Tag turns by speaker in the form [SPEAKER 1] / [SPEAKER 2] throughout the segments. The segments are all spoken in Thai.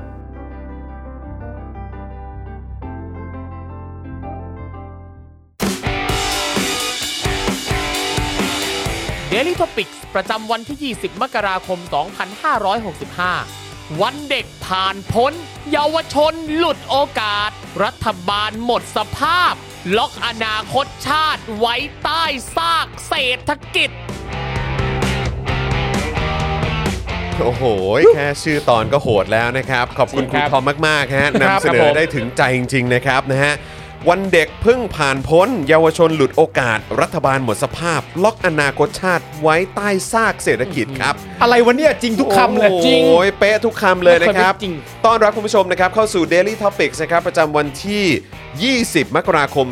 [SPEAKER 1] Daily Topics ประจำวันที่ 20 มกราคม 2565 วันเด็กผ่านพ้น เยาวชนหลุดโอกาส รัฐบาลหมดสภาพ ล็อกอนาคตชาติไว้ใต้ซากเศรษฐกิจ
[SPEAKER 2] โอ้โห แค่ชื่อตอนก็โหดแล้วนะครับ ขอบคุณ
[SPEAKER 3] จ
[SPEAKER 2] คุ
[SPEAKER 3] ริ
[SPEAKER 2] ณ
[SPEAKER 3] งครับ
[SPEAKER 2] ทอมมากๆฮะ
[SPEAKER 3] ครับ
[SPEAKER 2] นำเสนอ
[SPEAKER 3] ผม
[SPEAKER 2] ได้ถึงใจจริง ๆ นะครับนะฮะวันเด็กเพิ่งผ่านพ้น เยาวชนหลุดโอกาส รัฐบาลหมดสภาพ ล็อกอนาคตชาติไว้ใต้ซากเศรษฐกิจครับ
[SPEAKER 3] อะไรวะเนี่ยจริงทุกคำเลย
[SPEAKER 2] โอ้ยเป๊ะทุกคำเลยนะครับ
[SPEAKER 3] ไม่เคยไม่จริง
[SPEAKER 2] ต้อนรับคุณผู้ชมนะครับเข้าสู่ Daily Topics นะครับประจำวันที่ 20 มกราคม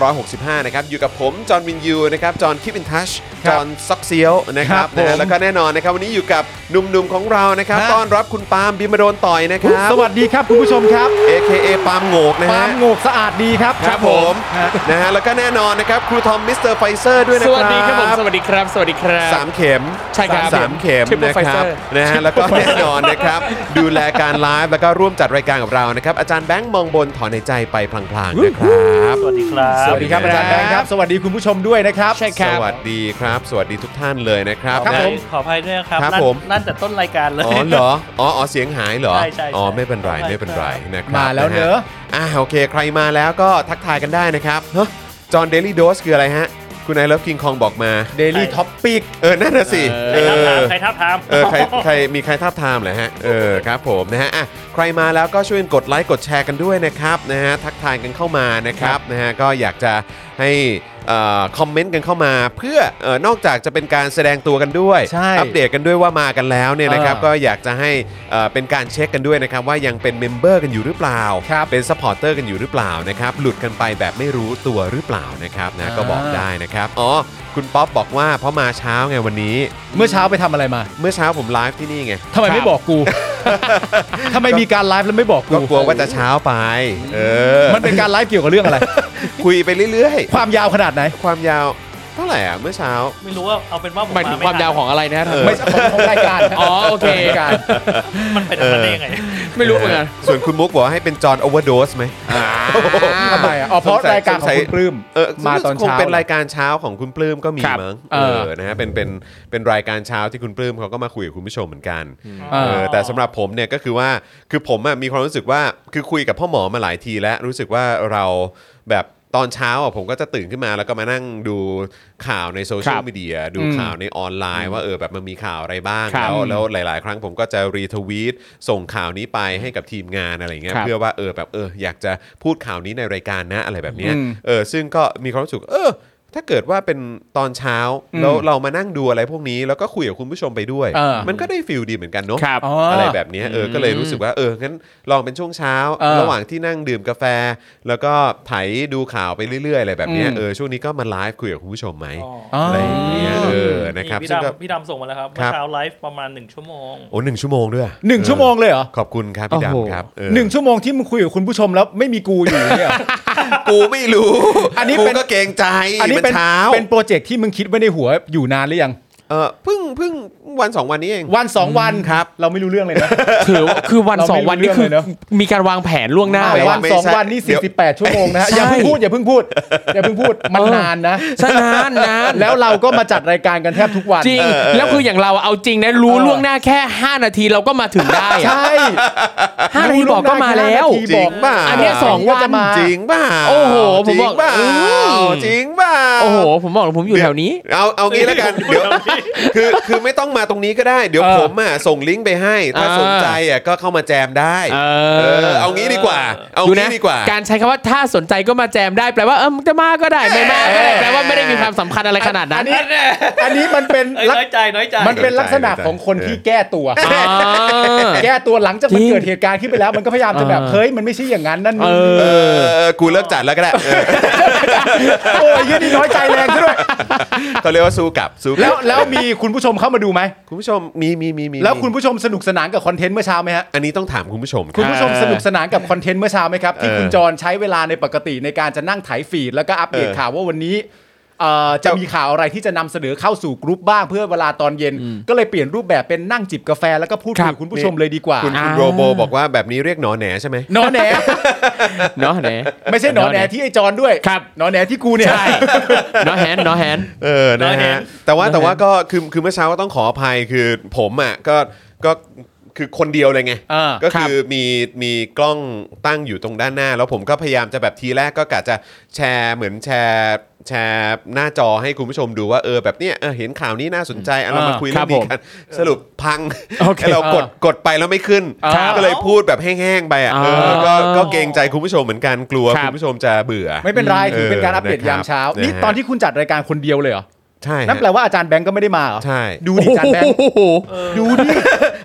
[SPEAKER 2] 2565 นะครับ อยู่กับผม จอห์นวินยูนะครับจอห์นคิปินทัชจ
[SPEAKER 3] ครับ
[SPEAKER 2] อห์นซ็อกเซียวนะครับ
[SPEAKER 3] ครับผม
[SPEAKER 2] นะฮะแล้วก็แน่นอนนะครับ วันนี้อยู่กับหนุ่มๆของเรานะครับ
[SPEAKER 3] ฮะ
[SPEAKER 2] ต้อนรับคุณปาล์มบิมโดนต่อยนะครับ
[SPEAKER 3] สวัสดีครับคุณผู้ชมครับ
[SPEAKER 2] AKA ปาล์มโงกนะ
[SPEAKER 3] ปา
[SPEAKER 2] ฮะ
[SPEAKER 3] ล์มโงกสะอาดดีครับ
[SPEAKER 2] ครับผม
[SPEAKER 3] ฮะ
[SPEAKER 2] นะฮะแล้วก็แน่นอนนะครับครูทอมมิสเตอร์ไฟเซอร์ด้วยนะค
[SPEAKER 1] ส
[SPEAKER 2] รับ
[SPEAKER 1] วัสดีครับผม สวัสดีครับ สวัสดีครับ
[SPEAKER 2] สามเข็ม
[SPEAKER 1] ใช่ครับ
[SPEAKER 2] สามเข็ม
[SPEAKER 1] Triple
[SPEAKER 2] นะครับ
[SPEAKER 1] Pfizer
[SPEAKER 2] นะฮะแล้วก็แน่นอนนะครับ ดูแลการไลฟ์แล้วก็ร่วมจัดรายการกับเรานะครับ อาจารย์แบงค์มองบนถอนในใจไปพลางๆนะครับ
[SPEAKER 4] สวัสดีครับ
[SPEAKER 2] ส
[SPEAKER 3] ส
[SPEAKER 2] วั
[SPEAKER 3] วั
[SPEAKER 2] ส
[SPEAKER 3] ส
[SPEAKER 2] ดี
[SPEAKER 3] ดี
[SPEAKER 2] ค
[SPEAKER 3] ค
[SPEAKER 2] รั
[SPEAKER 3] รั
[SPEAKER 2] บบ อา
[SPEAKER 3] อา
[SPEAKER 2] จา
[SPEAKER 3] จาร ร
[SPEAKER 2] ย์แบ
[SPEAKER 3] ย์
[SPEAKER 2] งค์ค
[SPEAKER 3] แบงค์ค
[SPEAKER 2] รั
[SPEAKER 3] รับ บ สวัสดีคุณผู้ชมด้วยนะครับ
[SPEAKER 1] ใช่ครับ
[SPEAKER 2] สวัสดีครับ สวัสดีทุกท่านเลยนะครับ
[SPEAKER 4] ครับ
[SPEAKER 2] นะ
[SPEAKER 4] ผมขออภัยด้วยนะครับ
[SPEAKER 2] ครับ
[SPEAKER 4] นั่น
[SPEAKER 2] ผม
[SPEAKER 4] นั่นแต่ต้นรายการเลย
[SPEAKER 2] อ๋อเหรออ๋ออ๋อเสียงหายเหรอ
[SPEAKER 4] ใช่ใช่ใช่
[SPEAKER 2] อ๋อไม่เป็นไรไม่เป็นไร
[SPEAKER 4] ครับ
[SPEAKER 2] นะครับ
[SPEAKER 3] มาแล้วเนอะ
[SPEAKER 2] ฮอ่าโอเค ใครมาแล้วก็ทักทายกันได้นะครับเฮ้จอห์นเดลี่โดสคืออะไรฮะ คุณไอเลิฟคิงคองบอกมา
[SPEAKER 3] Daily Topic
[SPEAKER 2] เออนั่นน่ะสิ
[SPEAKER 4] ใครทับ
[SPEAKER 2] เอ
[SPEAKER 4] ทาม
[SPEAKER 2] อ
[SPEAKER 4] ใครทั
[SPEAKER 2] เออ
[SPEAKER 4] บทาม
[SPEAKER 2] ใครใครมีใครทาบทามเหรอฮะเออครับผมนะฮะอ่ะใครมาแล้วก็ช่วยกดไลค์กดแชร์กันด้วยนะครับนะฮะทักทายกันเข้ามานะครับนะฮะก็อยากจะให้เอ่อคอมเมนต์กันเข้ามา เพื่อเอ่อนอกจากจะเป็นการแสดงตัวกันด้วย
[SPEAKER 3] ใช่
[SPEAKER 2] อัปเดตกันด้วยว่ามากันแล้วเนี่ยนะครับ
[SPEAKER 3] เออ
[SPEAKER 2] ก็อยากจะให้เอ่อเป็นการเช็คกันด้วยนะครับว่ายังเป็นเมมเบอร์กันอยู่หรือเปล่า
[SPEAKER 3] ครับ
[SPEAKER 2] เป็นซัพพอร์เตอร์กันอยู่หรือเปล่านะครับหลุดกันไปแบบไม่รู้ตัวหรือเปล่านะครับนะก็บอก
[SPEAKER 3] อ่า
[SPEAKER 2] ได้นะครับอ๋อคุณป๊อปบอกว่าเพราะมาเช้าไงวันนี้
[SPEAKER 3] เมื่อเช้าไปทำอะไรมา
[SPEAKER 2] เมื่อเช้าผมไลฟ์ที่นี่ไง
[SPEAKER 3] ทำไมไม่บอกกูทำไมมีการไลฟ์แล้วไม่บอกกู
[SPEAKER 2] ก็กลัวว่าจะเช้าไป เออ
[SPEAKER 3] มันเป็นการไลฟ์เกี่ยวกับเรื่องอะไร
[SPEAKER 2] คุยไปเรื่อย
[SPEAKER 3] ความยาวขนาดไหน
[SPEAKER 2] ๆ ความยาวเท่าไหร่อ่ะเมื่อเช้า
[SPEAKER 4] ไม่รู้ว่าเอาเป็นว่าผม
[SPEAKER 1] หมายถึ
[SPEAKER 4] มาง ไม่
[SPEAKER 1] ความยาวของอะไรนะฮะ
[SPEAKER 3] ไม่ใช่ของของรายการ
[SPEAKER 1] อ๋อโอเค
[SPEAKER 3] ของรายการ
[SPEAKER 4] มันเป็นอะไรได้ยังไง
[SPEAKER 1] ไม่รู้เหมือนกัน
[SPEAKER 2] ส่วนคุณมุกบอกว่าให้เป็นจอห์นโอเวอร์โดสไหม
[SPEAKER 3] ทำไมอ่ะอ๋อเพราะรายการของคุณปลื้ม
[SPEAKER 2] เออ
[SPEAKER 3] มาตอน
[SPEAKER 2] คง
[SPEAKER 3] เช้า
[SPEAKER 2] เป็นรายการเช้าของคุณปลื้มก็มี
[SPEAKER 1] ครับ
[SPEAKER 2] มั้ง
[SPEAKER 1] เอ
[SPEAKER 2] เอ
[SPEAKER 1] อ
[SPEAKER 2] อนะฮะเป็นเป็นเป็นรายการเช้าที่คุณปลื้มเขาก็มาคุยกับคุณผู้ชมเหมือนกัน
[SPEAKER 3] เออ
[SPEAKER 2] เออแต่สำหรับผมเนี่ยก็คือว่าคือผมอะมีความรู้สึกว่าคือคุยกับพ่อหมอมาหลายทีแล้วรู้สึกว่าเราแบบตอนเช้าอะผมก็จะตื่นขึ้นมาแล้วก็มานั่งดูข่าวในโซเชียล
[SPEAKER 1] ครับ
[SPEAKER 2] มีเดียดู
[SPEAKER 3] อืม
[SPEAKER 2] ข่าวในออนไลน์ว่าเออแบบมันมีข่าวอะไรบ้าง
[SPEAKER 1] ครับ
[SPEAKER 2] แล้วแล้วหลาย ๆ ครั้งผมก็จะรีทวีตส่งข่าวนี้ไปให้กับทีมงานอะไรอย่างเงี้ย
[SPEAKER 1] ครับ
[SPEAKER 2] เพื่อว่าเออแบบเอออยากจะพูดข่าวนี้ในรายการนะอะไรแบบเนี้ย
[SPEAKER 3] อืม
[SPEAKER 2] เออซึ่งก็มีความรู้สึกเออ ถ้าเกิดว่าเป็นตอนเช้า
[SPEAKER 3] อืม
[SPEAKER 2] แล้วเรามานั่งดูอะไรพวกนี้ แล้วก็คุยกับคุณผู้ชมไปด้วย
[SPEAKER 3] เออ
[SPEAKER 2] มันก็ได้ฟิลดีเหมือนกันเนาะ
[SPEAKER 1] ครับ
[SPEAKER 3] อ๋ออ
[SPEAKER 2] อะไรแบบเนี้ยเออ ก็เลยรู้สึกว่า เออ งั้นลองเป็นช่วงเช้า
[SPEAKER 3] เออ
[SPEAKER 2] ระหว่างที่นั่งดื่มกาแฟ แล้วก็ไถดูข่าวไปเรื่อยๆ อะไรแบบเนี้ย
[SPEAKER 3] อืม
[SPEAKER 2] เออ ช่วงนี้ก็มาไลฟ์คุยกับคุณผู้ชมไหม
[SPEAKER 3] อ๋ออ
[SPEAKER 2] อะไรอย่างเงี้ย เออ นะครับ
[SPEAKER 4] พี่
[SPEAKER 2] ซึ่งก็
[SPEAKER 4] ดำพี่ดำส่งมาแล้วครับ
[SPEAKER 2] ครั
[SPEAKER 4] เมื่อบ เช้าไลฟ์ประมาณ 1 ชั่วโมง
[SPEAKER 2] โอ้หนึ่งชั่วโมงด้วย
[SPEAKER 3] หนึ่งชั่วโมงเลยเหรอ
[SPEAKER 2] ขอบคุณครับพี่ดำครับเออ
[SPEAKER 3] หนึ่งชั่วโมงที่มึงคุยกับคุณผู้ชมแล้วไม่มีกูอยู่เนี่ย
[SPEAKER 2] กูไม่รู้
[SPEAKER 3] อันนี้
[SPEAKER 2] กู
[SPEAKER 3] เป็น
[SPEAKER 2] ก็เกรงใจ
[SPEAKER 3] อันนี้
[SPEAKER 2] มั
[SPEAKER 3] เป็น
[SPEAKER 2] เช้า
[SPEAKER 3] เป็นโปรเจกต์ที่มึงคิดไว้ในหัวอยู่นานหรือยัง
[SPEAKER 2] เออเพิ่งเพิ่งวันสองวันนี้เอง
[SPEAKER 3] วันสองวัน
[SPEAKER 2] ครับ
[SPEAKER 3] เราไม่รู้เรื่องเลยนะ
[SPEAKER 1] ถือว่าคือวัน
[SPEAKER 3] เราไม่
[SPEAKER 1] สองวันนี่
[SPEAKER 3] รู้
[SPEAKER 1] คือ
[SPEAKER 3] เรื่องเลยเนอะ
[SPEAKER 1] มีการวางแผนล่วงหน้า
[SPEAKER 2] ไม่
[SPEAKER 1] ไว้
[SPEAKER 2] ว่า
[SPEAKER 3] วันสองวันนี่
[SPEAKER 2] เดี๋ยว
[SPEAKER 3] 48 ชั่วโมงนะฮะ
[SPEAKER 1] ใช่
[SPEAKER 3] อย่าเพิ่งพูดอย่าเพิ่งพูดอย่าเพิ่งพูดมันนานนะ
[SPEAKER 1] ใช่นานนาน
[SPEAKER 3] แล้วเราก็มาจัดรายการกันแทบทุกวัน
[SPEAKER 1] จริง แล้วคืออย่างเราเอาจริงนะรู้
[SPEAKER 3] เออ
[SPEAKER 1] ล่วงหน้าแค่ 5 นาทีเราก็มาถึงได้
[SPEAKER 3] ใช
[SPEAKER 1] อะ
[SPEAKER 3] ่
[SPEAKER 1] ห้านาทีบอกก็มาแล้ว
[SPEAKER 3] ห้นทีบอก
[SPEAKER 2] จริงเปล่า
[SPEAKER 3] อั
[SPEAKER 1] อันเนี้ยสอง
[SPEAKER 3] ก็
[SPEAKER 1] วัน
[SPEAKER 3] จะมา
[SPEAKER 2] จริงเปล่า
[SPEAKER 1] โอ้โหผมบอก
[SPEAKER 2] จริงเปล่า
[SPEAKER 1] อืม
[SPEAKER 2] จริงเปล่า
[SPEAKER 1] โอ้โห ผมบอกเลยผมอยู่แถวนี้
[SPEAKER 2] เอาเอางี้แล้วกันเดี๋ยวคือคือไม่ต้องมาตรงนี้ก็ได้ เดี๋ยว
[SPEAKER 1] เออ
[SPEAKER 2] ผมอ่ะส่งลิงก์ไปให้ ถ้า
[SPEAKER 1] เออ
[SPEAKER 2] สนใจอ่ะก็เข้ามาแจมได้
[SPEAKER 1] เอ
[SPEAKER 2] เอ
[SPEAKER 1] อ
[SPEAKER 2] อเอางี้ดีกว่า เอา
[SPEAKER 1] ดู
[SPEAKER 2] งี้
[SPEAKER 1] นะ
[SPEAKER 2] ดีกว่า
[SPEAKER 1] การใช้คำว่าถ้าสนใจก็มาแจมได้แปลว่าเออมึงจะมาก็ได้ไม่มาก็ได้แปลว่าไม่ได้มีความสำคัญอะไรขนาดนั้น
[SPEAKER 3] อันนี้อันนี้มันเป็น
[SPEAKER 4] เอ้ย
[SPEAKER 3] ลัก
[SPEAKER 4] น้อยใจน้อยใจ
[SPEAKER 3] มันเป็นลักษณะของคนที่แก้ตัว
[SPEAKER 1] อ่า
[SPEAKER 3] แก้ตัวหลังจากมัน
[SPEAKER 1] จริง
[SPEAKER 3] เกิดเหตุการณ์ขึ้นไปแล้วมันก็พยายามจะแบบ
[SPEAKER 1] เออ
[SPEAKER 3] เฮ้ยมันไม่ใช่อย่างนั้นนั่น
[SPEAKER 1] เอ
[SPEAKER 3] นี่
[SPEAKER 2] เอ
[SPEAKER 1] อ
[SPEAKER 2] อเออกูเลิกจัดแล้วก็ได้เออ
[SPEAKER 3] โอ้ยยืดนี่น้อยใจแรงซะด้วย
[SPEAKER 2] เขาเรียกว่าสู้กลับสู้ก
[SPEAKER 3] แล้
[SPEAKER 2] ลั
[SPEAKER 3] วแล้วมีคุณผู้ชมเข้ามาดูไหม
[SPEAKER 2] คุณผู้ชมมีมีมีมี
[SPEAKER 3] แล้วคุณผู้ชมสนุกสนานกับคอนเทนต์เมื่อเช้าไหมฮะ
[SPEAKER 2] อันนี้ต้องถามคุณผู้ชม
[SPEAKER 3] คุณผู้ชม
[SPEAKER 2] เออ
[SPEAKER 3] สนุกสนานกับคอนเทนต์เมื่อเช้าไหมครับที่
[SPEAKER 2] เออ
[SPEAKER 3] คุณจรใช้เวลาในปกติในการจะนั่งไถ่ายฟีดแล้วก็อัปเดต
[SPEAKER 2] เออ
[SPEAKER 3] ข่าวว่าวันนี้เอ่อจะมีข่าวอะไรที่จะนำเสนอเข้าสู่กรุ๊ปบ้างเพื่อเวลาตอนเย็น ก็เลยเปลี่ยนรูปแบบเป็นนั่งจิบกาแฟแล้วก็พูดคุย
[SPEAKER 1] ครับ
[SPEAKER 3] กับคุณผู้ชม
[SPEAKER 2] นี่
[SPEAKER 3] เลยดีกว่า
[SPEAKER 2] คุณคุณ
[SPEAKER 1] อ่า
[SPEAKER 2] โรโบบอกว่าแบบนี้เรียกหนอแหนใช่ไหม
[SPEAKER 3] หน อแหน
[SPEAKER 1] เนาะเนี่ย
[SPEAKER 3] ไม่ใช่หนอแหนที่ไอจอนด้วย
[SPEAKER 1] ครับ
[SPEAKER 3] หนอแหนที่กูเนี่ย
[SPEAKER 1] ใช่เนาะแฮนเนาะแฮน
[SPEAKER 2] เออ นะ
[SPEAKER 4] เราเห็
[SPEAKER 2] ฮะ
[SPEAKER 4] น
[SPEAKER 2] แต่ว่า
[SPEAKER 1] เราเห็น
[SPEAKER 2] แต่ว่าก็คือคือเมื่อเช้าก็ต้องขออภัยคือผมอ่ะก็ก็คือคนเดียวเลยไง
[SPEAKER 3] อ่า
[SPEAKER 2] ก็คือมีมีกล้องตั้งอยู่ตรงด้านหน้า แล้วผมก็พยายามจะแบบทีแรกก็กะจะแชร์เหมือนแชร์แชร์หน้าจอให้คุณผู้ชมดูว่าเออแบบเนี้ยเออเห็นข่าวนี้น่าสนใจอ่ะเรามา
[SPEAKER 1] อ่า
[SPEAKER 2] คุยเรื่องนี้กัน สรุปพัง
[SPEAKER 1] โอเค
[SPEAKER 2] เรากดกดไป แล้วไม่ขึ้น
[SPEAKER 1] ครับ
[SPEAKER 2] ก็เลยพูดแบบแห้งๆไปอ่ะเออก็
[SPEAKER 1] อ่า
[SPEAKER 2] ก็เกรงใจคุณผู้ชมเหมือนกันกลัว
[SPEAKER 1] ครับ
[SPEAKER 2] คุณผู้ชมจะเบื่อ
[SPEAKER 3] ไม่เป็นไร
[SPEAKER 2] เออ
[SPEAKER 3] ถือเป็นการอัปเดต
[SPEAKER 2] นะครับ
[SPEAKER 3] ยามเช้า นี่
[SPEAKER 2] นะฮะ
[SPEAKER 3] ตอนที่คุณจัดรายการคนเดียวเลยเหรอ
[SPEAKER 2] ใช่
[SPEAKER 3] นั่นแปล
[SPEAKER 2] ฮะ
[SPEAKER 3] ว่าอาจารย์แบงก์ก็ไม่ได้มาเหรอ
[SPEAKER 2] ใช่
[SPEAKER 3] ดูดิอาจารย์แบงก์
[SPEAKER 1] โอ้โห
[SPEAKER 3] ดูดิ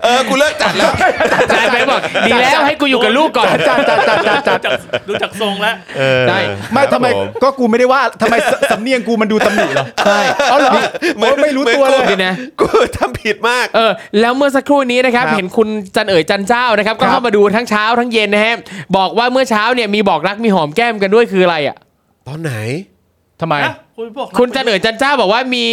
[SPEAKER 2] เออกูเลิกจัดแล้ว
[SPEAKER 1] อาจารย์ไปบอกดีแล้วให้กูอยู่กับลูกก่อน
[SPEAKER 3] จัดจัดจัดจัดจัด
[SPEAKER 4] จากดูจากทรงแล้ว
[SPEAKER 2] เออ
[SPEAKER 1] ได้
[SPEAKER 3] ไม่
[SPEAKER 2] ครับ
[SPEAKER 3] ทำไม
[SPEAKER 2] ผ
[SPEAKER 3] ก็กูไม่ได้ว่า ทำไมสสำเนียงกูมันดูตำหนิเหรอใช่เอาเหรอโอ้ยไม่รู้ตัว
[SPEAKER 1] ห
[SPEAKER 3] เล
[SPEAKER 1] มือน
[SPEAKER 3] ย
[SPEAKER 1] กู นะ
[SPEAKER 2] กูทำผิดมาก
[SPEAKER 1] เออแล้วเมื่อสักครู่นี้นะครับ
[SPEAKER 2] ครับ
[SPEAKER 1] เห็นคุณจันเอ๋ยจันเจ้านะครับ ก็
[SPEAKER 3] ครับ
[SPEAKER 1] เข้ามาดูทั้งเช้าทั้งเย็นนะฮะบอกว่าเมื่อเช้าเนี่ยมีบอกรักมีหอมแก้มกันด้วยคืออะไรอ่ะ
[SPEAKER 2] ตอนไหน
[SPEAKER 3] ทำไม
[SPEAKER 4] นะคุณบอก
[SPEAKER 1] คุณจันเอ๋ยจันเจ้าบอกว่ามี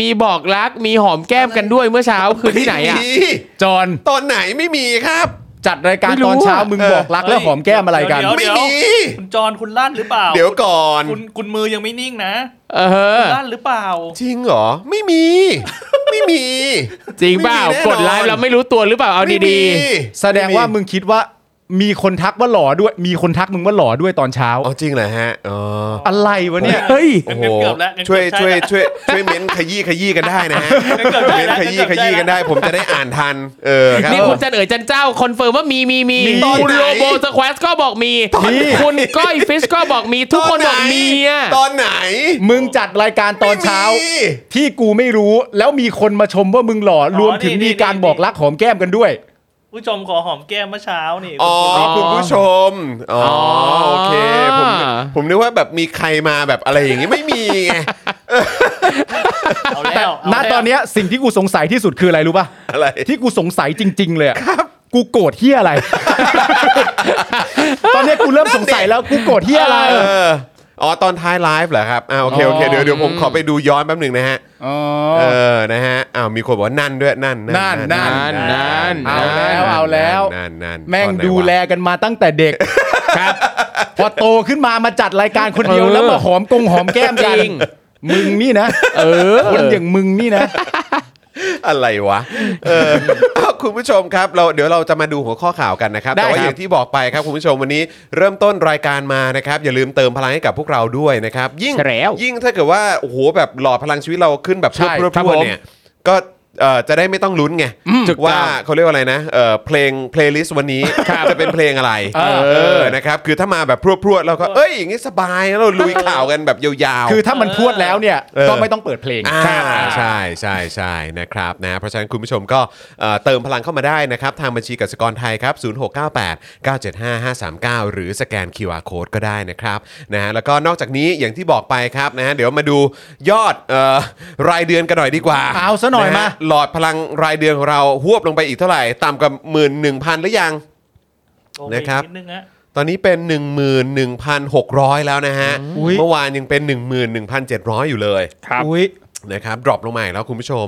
[SPEAKER 1] มีบอกรักมีหอมแก้มกันด้วยเมื่อเช้าคือที่ไหนอ่ะ
[SPEAKER 2] ม่มี
[SPEAKER 3] จอน
[SPEAKER 2] ตอนไหนไม่มีครับ
[SPEAKER 3] จัดรายการ
[SPEAKER 1] ไม่รู้
[SPEAKER 3] ตอนเช้า
[SPEAKER 1] อะ
[SPEAKER 3] มึงบอกรักแล้วหอมแก้มอะไรกัน
[SPEAKER 4] เดี๋ยว
[SPEAKER 2] ไม่
[SPEAKER 4] เดี๋ยว
[SPEAKER 2] มี
[SPEAKER 4] คุณจอนคุณลั่นหรือเปล่า
[SPEAKER 2] เดี๋ยวก่อน
[SPEAKER 4] คุณคุณมือยังไม่นิ่งนะ
[SPEAKER 1] เออ
[SPEAKER 4] ลั่นหรือเปล่า
[SPEAKER 2] จริงเหรอ ไม่มี ไม่มี
[SPEAKER 1] จริงเปล่ากดไลฟ์เราไม่รู้ตัวหรือเปล่าเอา
[SPEAKER 2] ไม่มี
[SPEAKER 1] ดี
[SPEAKER 3] แสดงว่ามึงคิดว่ามีคนทักว่าหล่อด้วย มีคนทักมึงว่าหล่อด้วยตอนเช้า
[SPEAKER 2] อ๋อจริงเหรอฮะอ๋อ
[SPEAKER 3] อะไรวะเนี่ย
[SPEAKER 1] ๆเฮ้ย
[SPEAKER 2] โอ้โห
[SPEAKER 4] เกือบแล้ว
[SPEAKER 2] ช่วย
[SPEAKER 4] เกือบใช่
[SPEAKER 2] ช่วย
[SPEAKER 4] แล้ว
[SPEAKER 2] ช่วยช่วยเม้นขยี้ขยี้กันได้นะฮะ
[SPEAKER 4] เกือบใช่
[SPEAKER 2] เม้น
[SPEAKER 4] แล้ว
[SPEAKER 2] ขยี้ข
[SPEAKER 4] เกือบใช่
[SPEAKER 2] ยี้กันได้ ผมจะได้อ่านทัน เออครับ
[SPEAKER 1] นี่คุณจันเอ๋ยจันเจ้าคอนเฟิร์มว่ามีมีมี
[SPEAKER 2] มี
[SPEAKER 1] คุณ
[SPEAKER 2] ตอนไหน
[SPEAKER 1] โรโบสควอชก็บอกมี คุณก้อยฟิชก็บอกมีทุกคนบอกมีอ่ะ
[SPEAKER 2] ตอนไหน
[SPEAKER 3] มึงจัดรายการตอนเช้า
[SPEAKER 2] ไม่มี
[SPEAKER 3] ที่กูไม่รู้แล้วมีคนมาชมว่ามึงหล่อรวมถึง
[SPEAKER 4] นี่
[SPEAKER 3] มีการ
[SPEAKER 4] นี่
[SPEAKER 3] บอกรักหอมแก้มกันด้วย
[SPEAKER 4] ผู้ชมขอหอมแก้มเมื่อเช้านี่
[SPEAKER 2] อ๋อ
[SPEAKER 4] คุณ
[SPEAKER 2] คุณผู้ชม อ๋ออ
[SPEAKER 1] อ
[SPEAKER 2] โอเค ผม ผมนึกว่าแบบมีใครมาแบบอะไรอย่างงี้ไม่มีไง
[SPEAKER 4] เอาแล้ว
[SPEAKER 3] ณ
[SPEAKER 4] เาแล้ว
[SPEAKER 3] ตอนเนี้ยสิ่งที่กูสงสัยที่สุดคืออะไรรู้ป่ะ
[SPEAKER 2] อะไร
[SPEAKER 3] ที่กูสงสัยจริง ๆ เลยอะกูโกรธเฮียอะไร ตอนเนี้ยกูเริ่มสงสัยแล้วกูโกรธเฮียอะไร
[SPEAKER 2] เออ อ๋อ ตอนท้ายไลฟ์เหรอครับอ่าโอเค โอเค
[SPEAKER 3] อ๋อ
[SPEAKER 2] เดี๋ยวเดี๋ยวผมขอไปดูย้อนแป๊บหนึ่งนะฮะ
[SPEAKER 3] อ๋อ
[SPEAKER 2] เออ นะฮะ อ้าว มีคนบอกว่านั่นด้วย นั่น
[SPEAKER 3] นั่น
[SPEAKER 1] นั่น
[SPEAKER 3] นั่นเอาแล้วเอาแล้ว
[SPEAKER 2] นั่นนั่น
[SPEAKER 3] แม่ง
[SPEAKER 2] ตอนไหน
[SPEAKER 3] ดู
[SPEAKER 2] วะ
[SPEAKER 3] แลกันมาตั้งแต่เด็ก ครับ พอโตขึ้นมามาจัดรายการคนเดียว
[SPEAKER 1] เออ
[SPEAKER 3] แล้วมาหอมกงหอมแก้มกัน
[SPEAKER 1] จริง
[SPEAKER 3] มึงนี่นะ
[SPEAKER 1] เออ
[SPEAKER 3] คนอย่างมึงนี่นะ
[SPEAKER 2] อะไรวะ เออ อ้าวคุณผู้ชมครับ เราเดี๋ยวเราจะมาดูหัวข้อข่าวกันนะครับ
[SPEAKER 3] ได้
[SPEAKER 2] แต่ว่า
[SPEAKER 3] ครับ
[SPEAKER 2] อย่างที่บอกไปครับคุณผู้ชมวันนี้เริ่มต้นรายการมานะครับ อย่าลืมเติมพลังให้กับพวกเราด้วยนะครับ ยิ่ง
[SPEAKER 1] ใช่แล้ว
[SPEAKER 2] ยิ่งถ้าเกิดว่าโอ้โหแบบหล่อพลังชีวิตเราขึ้นแบบพ
[SPEAKER 3] ใช่
[SPEAKER 2] รวดๆ
[SPEAKER 1] ครับผม
[SPEAKER 2] เนี่ยก็เอ่อจะได้ไม่ต้องลุ้นไง
[SPEAKER 1] ถูกต้อง
[SPEAKER 2] ว่าเขาเรียกว่าอะไรนะเอ่อเพลงเพลย์ลิสต์วันนี้จะเป็นเพลงอะไร
[SPEAKER 3] เออ
[SPEAKER 2] เออนะครับคือถ้ามาแบบพรวดๆเราก็เอ้ยอย่างนี้สบายเราลุยข่าวกันแบบยาวๆ
[SPEAKER 3] คือถ้ามันพรวดแล้วเนี่ย
[SPEAKER 2] เออ
[SPEAKER 3] ก็ไม่ต้องเปิดเพลง
[SPEAKER 2] อ่าใช่ใช่ใช่นะครับนะเพราะฉะนั้นคุณผู้ชมก็เอ่อเติมพลังเข้ามาได้นะครับ ทางบัญชีกสิกรไทยครับ 0698 975 539 หรือสแกน QR Code ก็ได้นะครับนะฮะแล้วก็นอกจากนี้อย่างที่บอกไปครับนะฮะเดี๋ยวมาดูยอดเอ่อรายเดือนกันหน่อยดีกว่า
[SPEAKER 3] เอาซะหน่อยมา
[SPEAKER 2] ฮหลอดพลังรายเดือนของเราหวบลงไปอีกเท่าไหร่ต่ำกว่าหมื่นหนึ่งพันหรือยัง
[SPEAKER 4] โอ้ย
[SPEAKER 2] นะครับ
[SPEAKER 4] นิดนึงฮะ
[SPEAKER 2] ตอนนี้เป็น 11,600 แล้วนะฮะ
[SPEAKER 3] อุ๊ย
[SPEAKER 2] เมื่อวานยังเป็น 11,700 อยู่เลย
[SPEAKER 3] อุ้ย
[SPEAKER 2] นะครับดรอปลงมาอีกแล้วคุณผู้ชม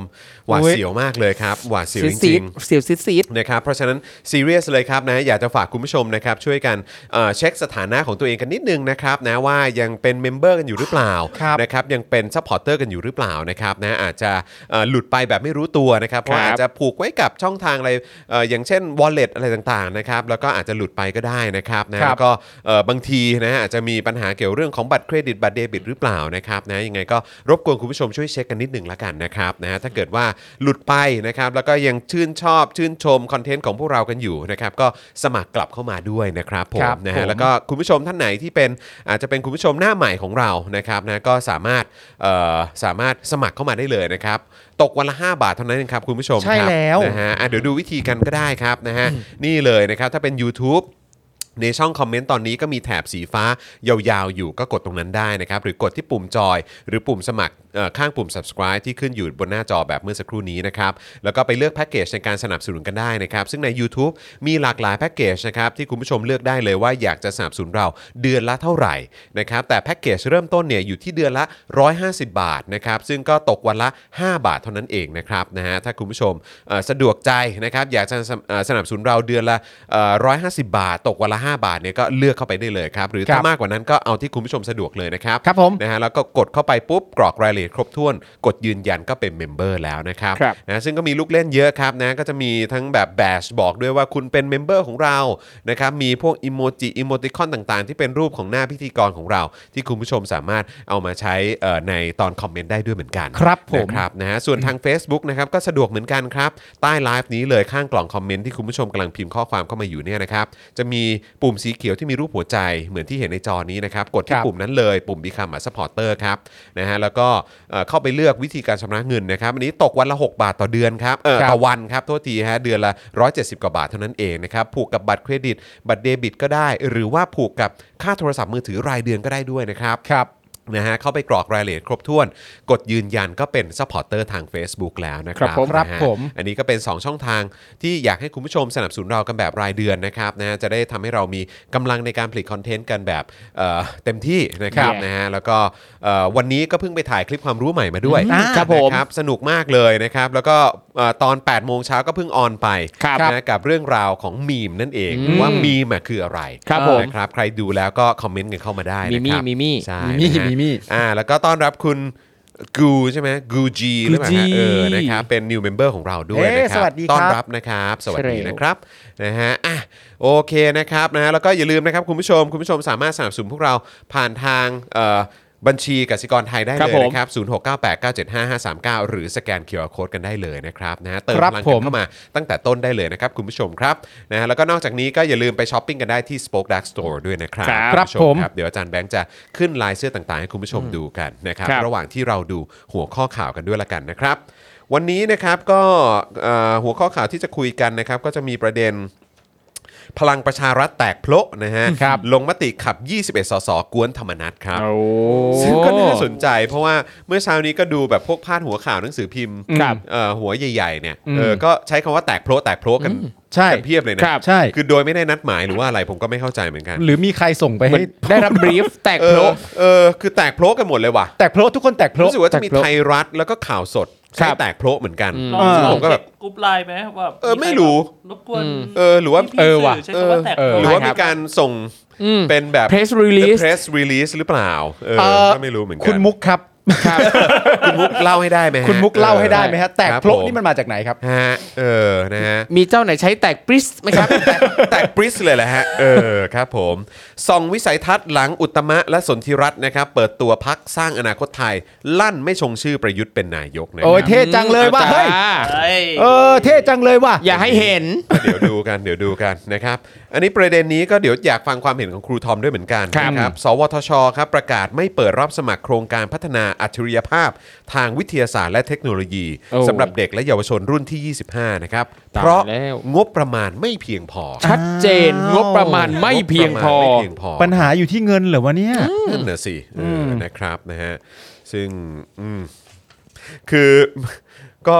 [SPEAKER 2] หวาด
[SPEAKER 1] โอ้ย
[SPEAKER 2] เสียวมากเลยครับหวาดเสียวจ
[SPEAKER 1] ซี
[SPEAKER 2] ริ
[SPEAKER 1] ด
[SPEAKER 2] งๆ
[SPEAKER 1] ๆเสียวซีดๆ
[SPEAKER 2] นะครับเพราะฉะนั้นซีเรียสเลยครับนะอยากจะฝากคุณผู้ชมนะครับช่วยกันเอ่อเช็คสถานะของตัวเองกันนิดนึงนะครับนะว่ายังเป็นเมมเบอร์กันอยู่หรือเปล่า
[SPEAKER 3] ครับ
[SPEAKER 2] นะครับยังเป็นซัพพอร์เตอร์กันอยู่หรือเปล่านะครับนะอาจจะเอ่อหลุดไปแบบไม่รู้ตัวนะครับเพราะอาจจะผูกไว้กับช่องทางอะไรเอ่ออย่างเช่น Wallet อะไรต่างๆนะครับแล้วก็อาจจะหลุดไปก็ได้นะครับนะครับ แล้วก็เอ่อบางทีนะฮะอาจจะมีปัญหาเกี่ยวเรื่องของบัตรเครดิตบัตรเดบิตหรือเปล่านะครับนะยังไงก็รบกวนคุณผู้ชมช่วยเช็คกันนิดหนึ่งละกันนะครับนะฮะถ้าเกิดว่าหลุดไปนะครับแล้วก็ยังชื่นชอบชื่นชมคอนเทนต์ของพวกเรากันอยู่นะครับก็สมัครกลับเข้ามาด้วยนะครับผม
[SPEAKER 3] ครับ
[SPEAKER 2] นะ
[SPEAKER 3] ผ
[SPEAKER 2] ฮะ
[SPEAKER 3] ม
[SPEAKER 2] แล้วก็คุณผู้ชมท่านไหนที่เป็นอาจจะเป็นคุณผู้ชมหน้าใหม่ของเรานะครับนะก็สามารถเอ่อสามารถสมัครเข้ามาได้เลยนะครับตกวันละ 5 บาทเท่านั้นเองครับคุณผู้ชม
[SPEAKER 3] ใช่
[SPEAKER 2] ครับ
[SPEAKER 3] แล้ว
[SPEAKER 2] นะฮะอ่ะเดี๋ยวดูวิธีกันก็ได้ครับนะฮะนี่เลยนะครับถ้าเป็น YouTube ในช่องคอมเมนต์ตอนนี้ก็มีแถบสีฟ้ายาวๆอยู่ก็กดตรงนั้นได้นะครับ หรือกดที่ปุ่มจอย หรือปุ่มสมัครเอ่อข้างปุ่ม subscribe ที่ขึ้นอยู่บนหน้าจอแบบเมื่อสักครู่นี้นะครับ แล้วก็ไปเลือกแพ็กเกจในการสนับสนุนกันได้นะครับ ซึ่งใน YouTube มีหลากหลายแพ็กเกจนะครับ ที่คุณผู้ชมเลือกได้เลยว่าอยากจะสนับสนุนเราเดือนละเท่าไหร่นะครับแต่แพ็กเกจเริ่มต้นเนี่ยอยู่ที่เดือนละ 150 บาทนะครับซึ่งก็ตกวันละ 5 บาทเท่านั้นเองนะครับนะฮะถ้าคุณผู้ชมเอ่อสะดวกใจนะครับอยากจะสนับเอ่อสนับสนุนเราเดือนละเอ่อ150 บาท ตกวันละ 5 บาทเนี่ยก็เลือกเข้าไปได้เลยครับ หรือ
[SPEAKER 3] ครั
[SPEAKER 2] ถ้า
[SPEAKER 3] บ
[SPEAKER 2] มากกว่านั้นก็เอาที่คุณผู้ชมสะดวกเลยนะครับ
[SPEAKER 3] ครับผม
[SPEAKER 2] นะฮะแล้วก็กดเข้าไปปุ๊บกรอกรายละเอียดครบถ้วน กดยืนยันก็เป็นเมมเบอร์แล้วนะครับ
[SPEAKER 3] ครับ
[SPEAKER 2] นะซึ่งก็มีลูกเล่นเยอะครับนะก็จะมีทั้งแบบแบชบอกด้วยว่าคุณเป็นเมมเบอร์ของเรานะครับมีพวกอิโมจิอิโมติคอนต่างๆ ที่เป็นรูปของหน้าพิธีกรของเรา ที่คุณผู้ชมสามารถเอามาใช้เอ่อในตอนคอมเมนต์ได้ด้วยเหมือนกัน
[SPEAKER 3] ครับผม
[SPEAKER 2] นะครับ ครับนะฮะส่วนทาง Facebook นะครับก็สะดวกเหมือนกันครับ ใต้ไลฟ์นี้เลยข้างกล่องคอมเมนต์ที่คุณผู้ชมกำลังพิมพ์ข้อความเข้ามาอยู่เนี่ยนะครับจะมีปุ่มสีเขียวที่มีรูปหัวใจเหมือนที่เห็นในจอนี้นะครับ กดที่
[SPEAKER 3] ครับ
[SPEAKER 2] ปุ่มนั้นเลยปุ่ม Become a supporter ครับนะฮะแล้วก็เอ่อเข้าไปเลือกวิธีการชำระเงินนะครับ อันนี้ตกวันละ 6 บาทต่อเดือนครับเอ่อ
[SPEAKER 3] ครับ
[SPEAKER 2] ต่อวันครับโทษทีฮะเดือนละ 170 กว่าบาทเท่านั้นเองนะครับผูกกับบัตรเครดิต บัตรเดบิตก็ได้ หรือว่าผูกกับค่าโทรศัพท์มือถือรายเดือนก็ได้ด้วยนะครับ
[SPEAKER 3] ครับ
[SPEAKER 2] นะฮะเข้าไปกรอกรายละเอียดครบถ้วน กดยืนยันก็เป็นซัพพอร์เตอร์ทาง Facebook แล้วนะครั
[SPEAKER 3] ครับ บผม
[SPEAKER 2] นะฮะ
[SPEAKER 3] ครับผม
[SPEAKER 2] อันนี้ก็เป็น 2 ช่องทางที่อยากให้คุณผู้ชมสนับสนุนเรากันแบบรายเดือนนะครับนะฮะจะได้ทำให้เรามีกำลังในการผลิตคอนเทนต์กันแบบเอ่อเต็มที่นะครับ
[SPEAKER 3] ครับ
[SPEAKER 2] นะฮะแล้วก็เอ่อวันนี้ก็เพิ่งไปถ่ายคลิปความรู้ใหม่มาด้วย
[SPEAKER 3] อ่าครับผม
[SPEAKER 2] นะครับสนุกมากเลยนะครับแล้วก็เอ่อตอน8ปดโมงเช้าก็เพิ่งออนไป
[SPEAKER 3] ครับ
[SPEAKER 2] นะกับเรื่องราวของมีมนั่นเอง
[SPEAKER 1] อืม
[SPEAKER 2] ว่ามีมอะคืออะไร
[SPEAKER 1] ครับผม
[SPEAKER 2] นะครับใครดูแล้วก็คอมเมนต์กันเข้ามาได้
[SPEAKER 1] มี
[SPEAKER 2] นะค
[SPEAKER 1] มี่
[SPEAKER 2] รับ
[SPEAKER 1] มีมี่
[SPEAKER 2] ใช่
[SPEAKER 3] มี
[SPEAKER 2] นะ
[SPEAKER 3] มี่
[SPEAKER 2] ฮะ
[SPEAKER 3] มีมี่
[SPEAKER 2] อ่า แล้วก็ต้อนรับคุณกูใช่ไหมกูจีหรือเปล่าฮะ
[SPEAKER 3] Guji
[SPEAKER 2] เออนะครับเป็น new member ของเราด้วยนะ
[SPEAKER 3] เอ๊ะ
[SPEAKER 2] ค
[SPEAKER 3] ส
[SPEAKER 2] รั
[SPEAKER 3] วัสดีครับ
[SPEAKER 2] ต้อนรับนะครับ สวัสดี
[SPEAKER 1] ใช่แล้ว
[SPEAKER 2] นะครับนะฮะอ่ะโอเคนะครับนะฮะแล้วก็อย่าลืมนะครับคุณผู้ชม คุณผู้ชมสามารถสนับสนุนพวกเราผ่านทางเอ่อบัญชีกสิกรไทยได้
[SPEAKER 1] ครับ
[SPEAKER 2] เลย
[SPEAKER 1] ผม
[SPEAKER 2] นะครับ 0698975539 หรือสแกน QR Code กันได้เลยนะครับนะฮะเติม
[SPEAKER 3] ครั
[SPEAKER 2] พ
[SPEAKER 3] บ
[SPEAKER 2] ลัง
[SPEAKER 3] ผ
[SPEAKER 2] กัน
[SPEAKER 3] ม
[SPEAKER 2] เข้ามาตั้งแต่ต้นได้เลยนะครับคุณผู้ชมครับนะฮะแล้วก็นอกจากนี้ก็อย่าลืมไปช้อปปิ้งกันได้ที่ Spoke Dark Store ด้วยนะครับ
[SPEAKER 1] ครับ
[SPEAKER 2] ณผู้ช
[SPEAKER 3] ผม
[SPEAKER 2] ครับเดี๋ยวอาจารย์แบงค์จะขึ้นลายเสื้อต่างๆ ให้คุณผู้ชมดูกันนะครับ
[SPEAKER 1] ครับ
[SPEAKER 2] ระหว่างที่เราดูหัวข้อข่าวกันด้วยละกันนะครับ วันนี้นะครับก็เอ่อหัวข้อข่าวที่จะคุยกันนะครับ ก็จะมีประเด็น พลังประชารัฐแตกโพละนะฮะ
[SPEAKER 3] ครับ
[SPEAKER 2] ลงมติขับ 21 สสกวนธรรมนัตครับ
[SPEAKER 1] โอ้
[SPEAKER 2] ซึ่งก็น่าสนใจ เพราะว่าเมื่อเช้านี้ก็ดูแบบพวกพาดหัวข่าวหนังสือพิมพ์
[SPEAKER 1] ครับ
[SPEAKER 2] เอ่อหัวใหญ่ๆเนี่ย
[SPEAKER 3] อืม
[SPEAKER 2] เออก็ใช้คำว่าแตกโพละแตกโพละกัน
[SPEAKER 3] ใช่
[SPEAKER 2] กันเพียบเลยนะครับ
[SPEAKER 3] ใช่
[SPEAKER 2] คือโดยไม่ได้นัดหมายหรือว่าอะไรผมก็ไม่เข้าใจเหมือนกัน
[SPEAKER 3] หรือมีใครส่งไป
[SPEAKER 1] มัน
[SPEAKER 3] ให้
[SPEAKER 1] ได้รับบรีฟแตก
[SPEAKER 2] เอ
[SPEAKER 1] โพล
[SPEAKER 2] อเออคือแตกโพลกันหมดเลยว่ะ
[SPEAKER 3] แตกโพลทุกคนแตกโพล
[SPEAKER 2] รู้สึกว่าจะมี
[SPEAKER 1] แตกโพล
[SPEAKER 2] ไทยรัฐแล้วก็ข่าวสด
[SPEAKER 1] ครั
[SPEAKER 2] ใช้
[SPEAKER 1] บ
[SPEAKER 2] แตกโพลเหมือนกัน
[SPEAKER 1] อืม
[SPEAKER 4] ลอง
[SPEAKER 2] ซึ่ง
[SPEAKER 4] ลอ
[SPEAKER 2] ผ
[SPEAKER 4] ง
[SPEAKER 2] มก็
[SPEAKER 4] เช็
[SPEAKER 2] แบ
[SPEAKER 4] ค
[SPEAKER 2] บ
[SPEAKER 4] กรุ๊ปไลน์ไหมว่า
[SPEAKER 2] เออไม่รู้
[SPEAKER 4] รบกวน
[SPEAKER 1] อืม
[SPEAKER 2] เออหรือว่า
[SPEAKER 4] พี่ๆ
[SPEAKER 3] เออว่ะ
[SPEAKER 4] สื่ใช้คำว่าแตก
[SPEAKER 3] เออ
[SPEAKER 4] โพ
[SPEAKER 2] หรือว่ามี
[SPEAKER 4] คบ
[SPEAKER 2] การส่ง
[SPEAKER 1] อืม
[SPEAKER 2] เป็นแบบ
[SPEAKER 1] press release
[SPEAKER 2] press release หรือเปล่าเออ
[SPEAKER 3] เอ่อ
[SPEAKER 2] ก็ไม่รู้เหมือนกัน
[SPEAKER 3] คุณมุกครับ
[SPEAKER 1] ครับ
[SPEAKER 2] คุณมุก เล่าให้ได้ไหมฮะ
[SPEAKER 3] คุณมุกเล่าให้ได้ไหม
[SPEAKER 2] เอ
[SPEAKER 3] ฮะ
[SPEAKER 2] อ
[SPEAKER 3] แตก
[SPEAKER 2] ครับ
[SPEAKER 3] โพล
[SPEAKER 2] ผ
[SPEAKER 3] นี่มันมาจากไหนครับ
[SPEAKER 2] ฮะเออนะฮะ
[SPEAKER 1] มีเจ้าไหนใช้แตกปริสไหมครับ
[SPEAKER 2] แตกปริสเลยแหละฮะ เออครับผมส่องวิสัยทัศน์หลังอุตตมะและสนธิรัตน์นะครับ เปิดตัวพักสร้างอนาคตไทย ลั่นไม่ชงชื่อประยุทธ์เป็นนายกนะค
[SPEAKER 3] โอ้ย
[SPEAKER 2] รับ
[SPEAKER 3] เท่จังเลยว่ะเฮ้ย
[SPEAKER 1] อ่า
[SPEAKER 4] เอ้ย
[SPEAKER 3] เออเท่จังเลยว่ะ
[SPEAKER 1] อย่าให้เห็น
[SPEAKER 2] เดี๋ยวดูกันเดี๋ยวดูกันนะครับ อันนี้ประเด็นนี้ก็เดี๋ยวอยากฟังความเห็นของครูทอมด้วยเหมือนกัน
[SPEAKER 1] ครับ
[SPEAKER 2] นะครับ สวทช ครับประกาศไม่เปิดรับสมัครโครงการพัฒนาอัจฉริยภาพ ทางวิทยาศาสตร์และเทคโนโลยี
[SPEAKER 1] โอ้
[SPEAKER 2] สำหรับเด็กและเยาวชนรุ่นที่ 25 นะครับ
[SPEAKER 1] ตาย
[SPEAKER 2] เพราะ
[SPEAKER 1] แล้ว
[SPEAKER 2] งบประมาณไม่เพียงพอ
[SPEAKER 1] ชัดเจน
[SPEAKER 3] อ้าว
[SPEAKER 1] งบประมาณไม่เพียงพอ
[SPEAKER 2] บประมาณไม่เพียงพอ
[SPEAKER 3] ปัญหาอยู่ที่เงินเหรอวะเนี่ย
[SPEAKER 2] นั่นน่ะสิเอออนะครับนะฮะซึ่งอืมคือ ก็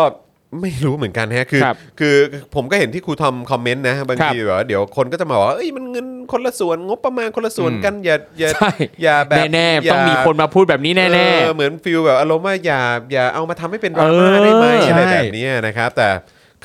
[SPEAKER 2] ไม่รู้เหมือนกันฮะคือ
[SPEAKER 1] ครับ
[SPEAKER 2] คือผมก็เห็นที่ครูทอมคอมเมนต์นะ บาง
[SPEAKER 1] ครับ
[SPEAKER 2] ทีแบบว่าเดี๋ยวคนก็จะมาบอกว่าเอ้ยมันเงิน คนละส่วนงบประมาณคนละส่วนกันอย่าอย่า
[SPEAKER 1] ใช่
[SPEAKER 2] อย่าแบบ
[SPEAKER 1] แน่
[SPEAKER 2] ย่า
[SPEAKER 1] ๆต้องมีคนมาพูดแบบนี้แน่
[SPEAKER 2] เออเหมือนฟิลแบบอารมณ์ว่าอย่าอย่าเอามาทำให้เป็นดรา
[SPEAKER 1] เอ
[SPEAKER 2] ม่า
[SPEAKER 1] อ
[SPEAKER 2] ได้ไหมอะไร
[SPEAKER 3] ใช่
[SPEAKER 2] แบบเนี้ยนะครับ แต่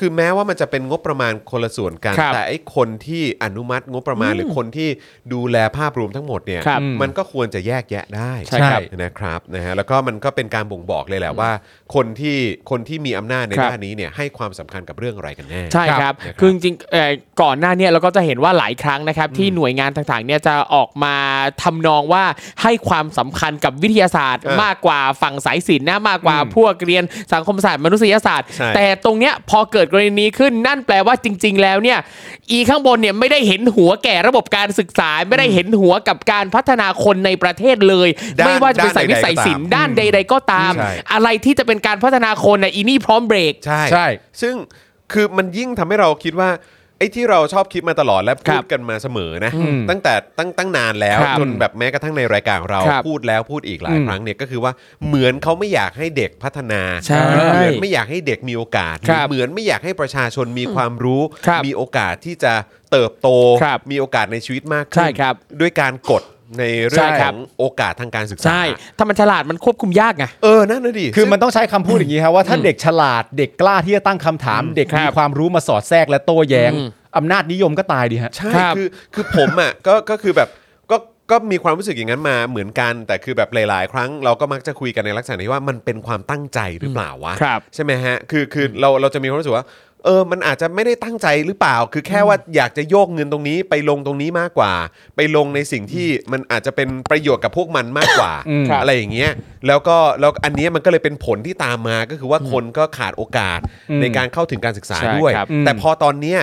[SPEAKER 2] คือแม้ว่ามันจะเป็นงบประมาณคนละส่วนกัน
[SPEAKER 1] ครับ
[SPEAKER 2] แต่ไอ้คนที่อนุมัติงบประมาณหรือคนที่ดูแลภาพรวมทั้งหมดเนี่ย
[SPEAKER 1] ครับ
[SPEAKER 2] มันก็ควรจะแยกแยะได้
[SPEAKER 1] ใช่ครับ
[SPEAKER 2] นะครับนะฮะแล้วก็มันก็เป็นการบ่งบอกเลยแหละว่า คนที่คนที่มีอำนาจใน
[SPEAKER 1] ครับ
[SPEAKER 2] ด้านนี้เนี่ยให้ความสำคัญกับเรื่องอะไรกันแน่
[SPEAKER 1] ใช่ครับ
[SPEAKER 2] นะครับ
[SPEAKER 1] คือจริงๆเอ่อก่อนหน้าเนี้เราก็จะเห็นว่าหลายครั้งนะครับ ที่หน่วยงานต่างๆเนี่ยจะออกมาทำนองว่าให้ความสำคัญกับวิทยาศาสตร์
[SPEAKER 2] เออ
[SPEAKER 1] มากกว่าฝั่งสายศิลป์นะมากกว่าพวกเรียนสังคมศาสตร์มนุษยศาสตร์
[SPEAKER 2] ใช่
[SPEAKER 1] แต่ตรงเนี้ยพอเกิดกรณีนี้ขึ้นนั่นแปลว่าจริง ๆ แล้วเนี่ยอีข้างบนเนี่ยไม่ได้เห็นหัวแก่ระบบการศึกษา ไม่ได้เห็นหัวกับการพัฒนาคนในประเทศเลย
[SPEAKER 2] ด้าน
[SPEAKER 1] ไม่ว่าจะเป็นสายวิสัยศิลป์ด้านใด ๆ ก็ตาม
[SPEAKER 2] ใช่
[SPEAKER 1] อะไรที่จะเป็นการพัฒนาคนน่ะอีนี่พร้อมเบรก
[SPEAKER 2] ใช่
[SPEAKER 3] ใช่
[SPEAKER 2] ซึ่งคือมันยิ่งทำให้เราคิดว่าไอ้ที่เราชอบคิดมาตลอดและ
[SPEAKER 1] ครั
[SPEAKER 2] พู
[SPEAKER 1] บ
[SPEAKER 2] ดกันมาเสมอนะ ตั้งแต่ตั้งตั้งนานแล้ว
[SPEAKER 1] ครับ
[SPEAKER 2] จนแบบแม้กระทั่งในรายการของเรา
[SPEAKER 1] ครับ
[SPEAKER 2] พูดแล้วพูดอีกหลาย
[SPEAKER 1] อืม
[SPEAKER 2] ครั้งเนี่ยก็คือว่าเหมือนเขาไม่อยากให้เด็กพัฒนา
[SPEAKER 1] ใช่
[SPEAKER 2] หรือเหมือนไม่อยากให้เด็กมีโอกาสห
[SPEAKER 1] ค
[SPEAKER 2] รื
[SPEAKER 1] รั
[SPEAKER 2] อบ เหมือนไม่อยากให้ประชาชนมีความรู้
[SPEAKER 1] ครับ
[SPEAKER 2] มีโอกาสที่จะเติบโต
[SPEAKER 1] ครับ
[SPEAKER 2] มีโอกาสในชีวิตมาก
[SPEAKER 1] ใช่
[SPEAKER 2] ขึ้น
[SPEAKER 1] ครับ
[SPEAKER 2] ด้วยการกดในเรื่อง
[SPEAKER 1] ใช่
[SPEAKER 2] ข
[SPEAKER 1] ครั
[SPEAKER 2] อบ งโอกาสทางการศึกษา
[SPEAKER 1] ใช่ถ้ามันฉลาดมันควบคุมยากไง
[SPEAKER 2] เออนั่นนะดิ
[SPEAKER 3] คือมันต้องใช้คำพูดอย่างนี้ครับว่าถ้าเด็กฉลาดเด็กกล้าที่จะตั้งคำถาม เด็กมี
[SPEAKER 1] ครับ
[SPEAKER 3] ความรู้มาสอดแทรกและโต้แย้ง
[SPEAKER 1] อืม
[SPEAKER 3] อำนาจนิยมก็ตายดีฮะ
[SPEAKER 2] ใช่
[SPEAKER 1] ครับ
[SPEAKER 2] คือคือผมอ่ะ ก็ก็คือแบบก็ก็มีความรู้สึกอย่างนั้นมาเหมือนกัน แต่คือแบบหลายๆ ครั้งเราก็มักจะคุยกันในลักษณะที่ว่ามันเป็นความตั้งใจหรือเปล่าวะ
[SPEAKER 1] ครับ
[SPEAKER 2] ใช่ไหมฮะคือคือเราเราจะมีความรู้สึกว่าเออมันอาจจะไม่ได้ตั้งใจหรือเปล่า คือแค่ว่าอยากจะโยกเงินตรงนี้ไปลงตรงนี้มากกว่า ไปลงในสิ่งที่มันอาจจะเป็นประโยชน์กับพวกมันมากกว่า
[SPEAKER 3] อืม
[SPEAKER 2] อะไรอย่างเงี้ยแล้วก็แล้วอันเนี้ยมันก็เลยเป็นผลที่ตามมาก็คือว่าคนก็ขาดโอกาส
[SPEAKER 3] อืม
[SPEAKER 2] ในการเข้าถึงการศึกษา
[SPEAKER 1] ใช่
[SPEAKER 2] ด้วย
[SPEAKER 1] ครับ
[SPEAKER 2] แต่พอตอนเนี้ย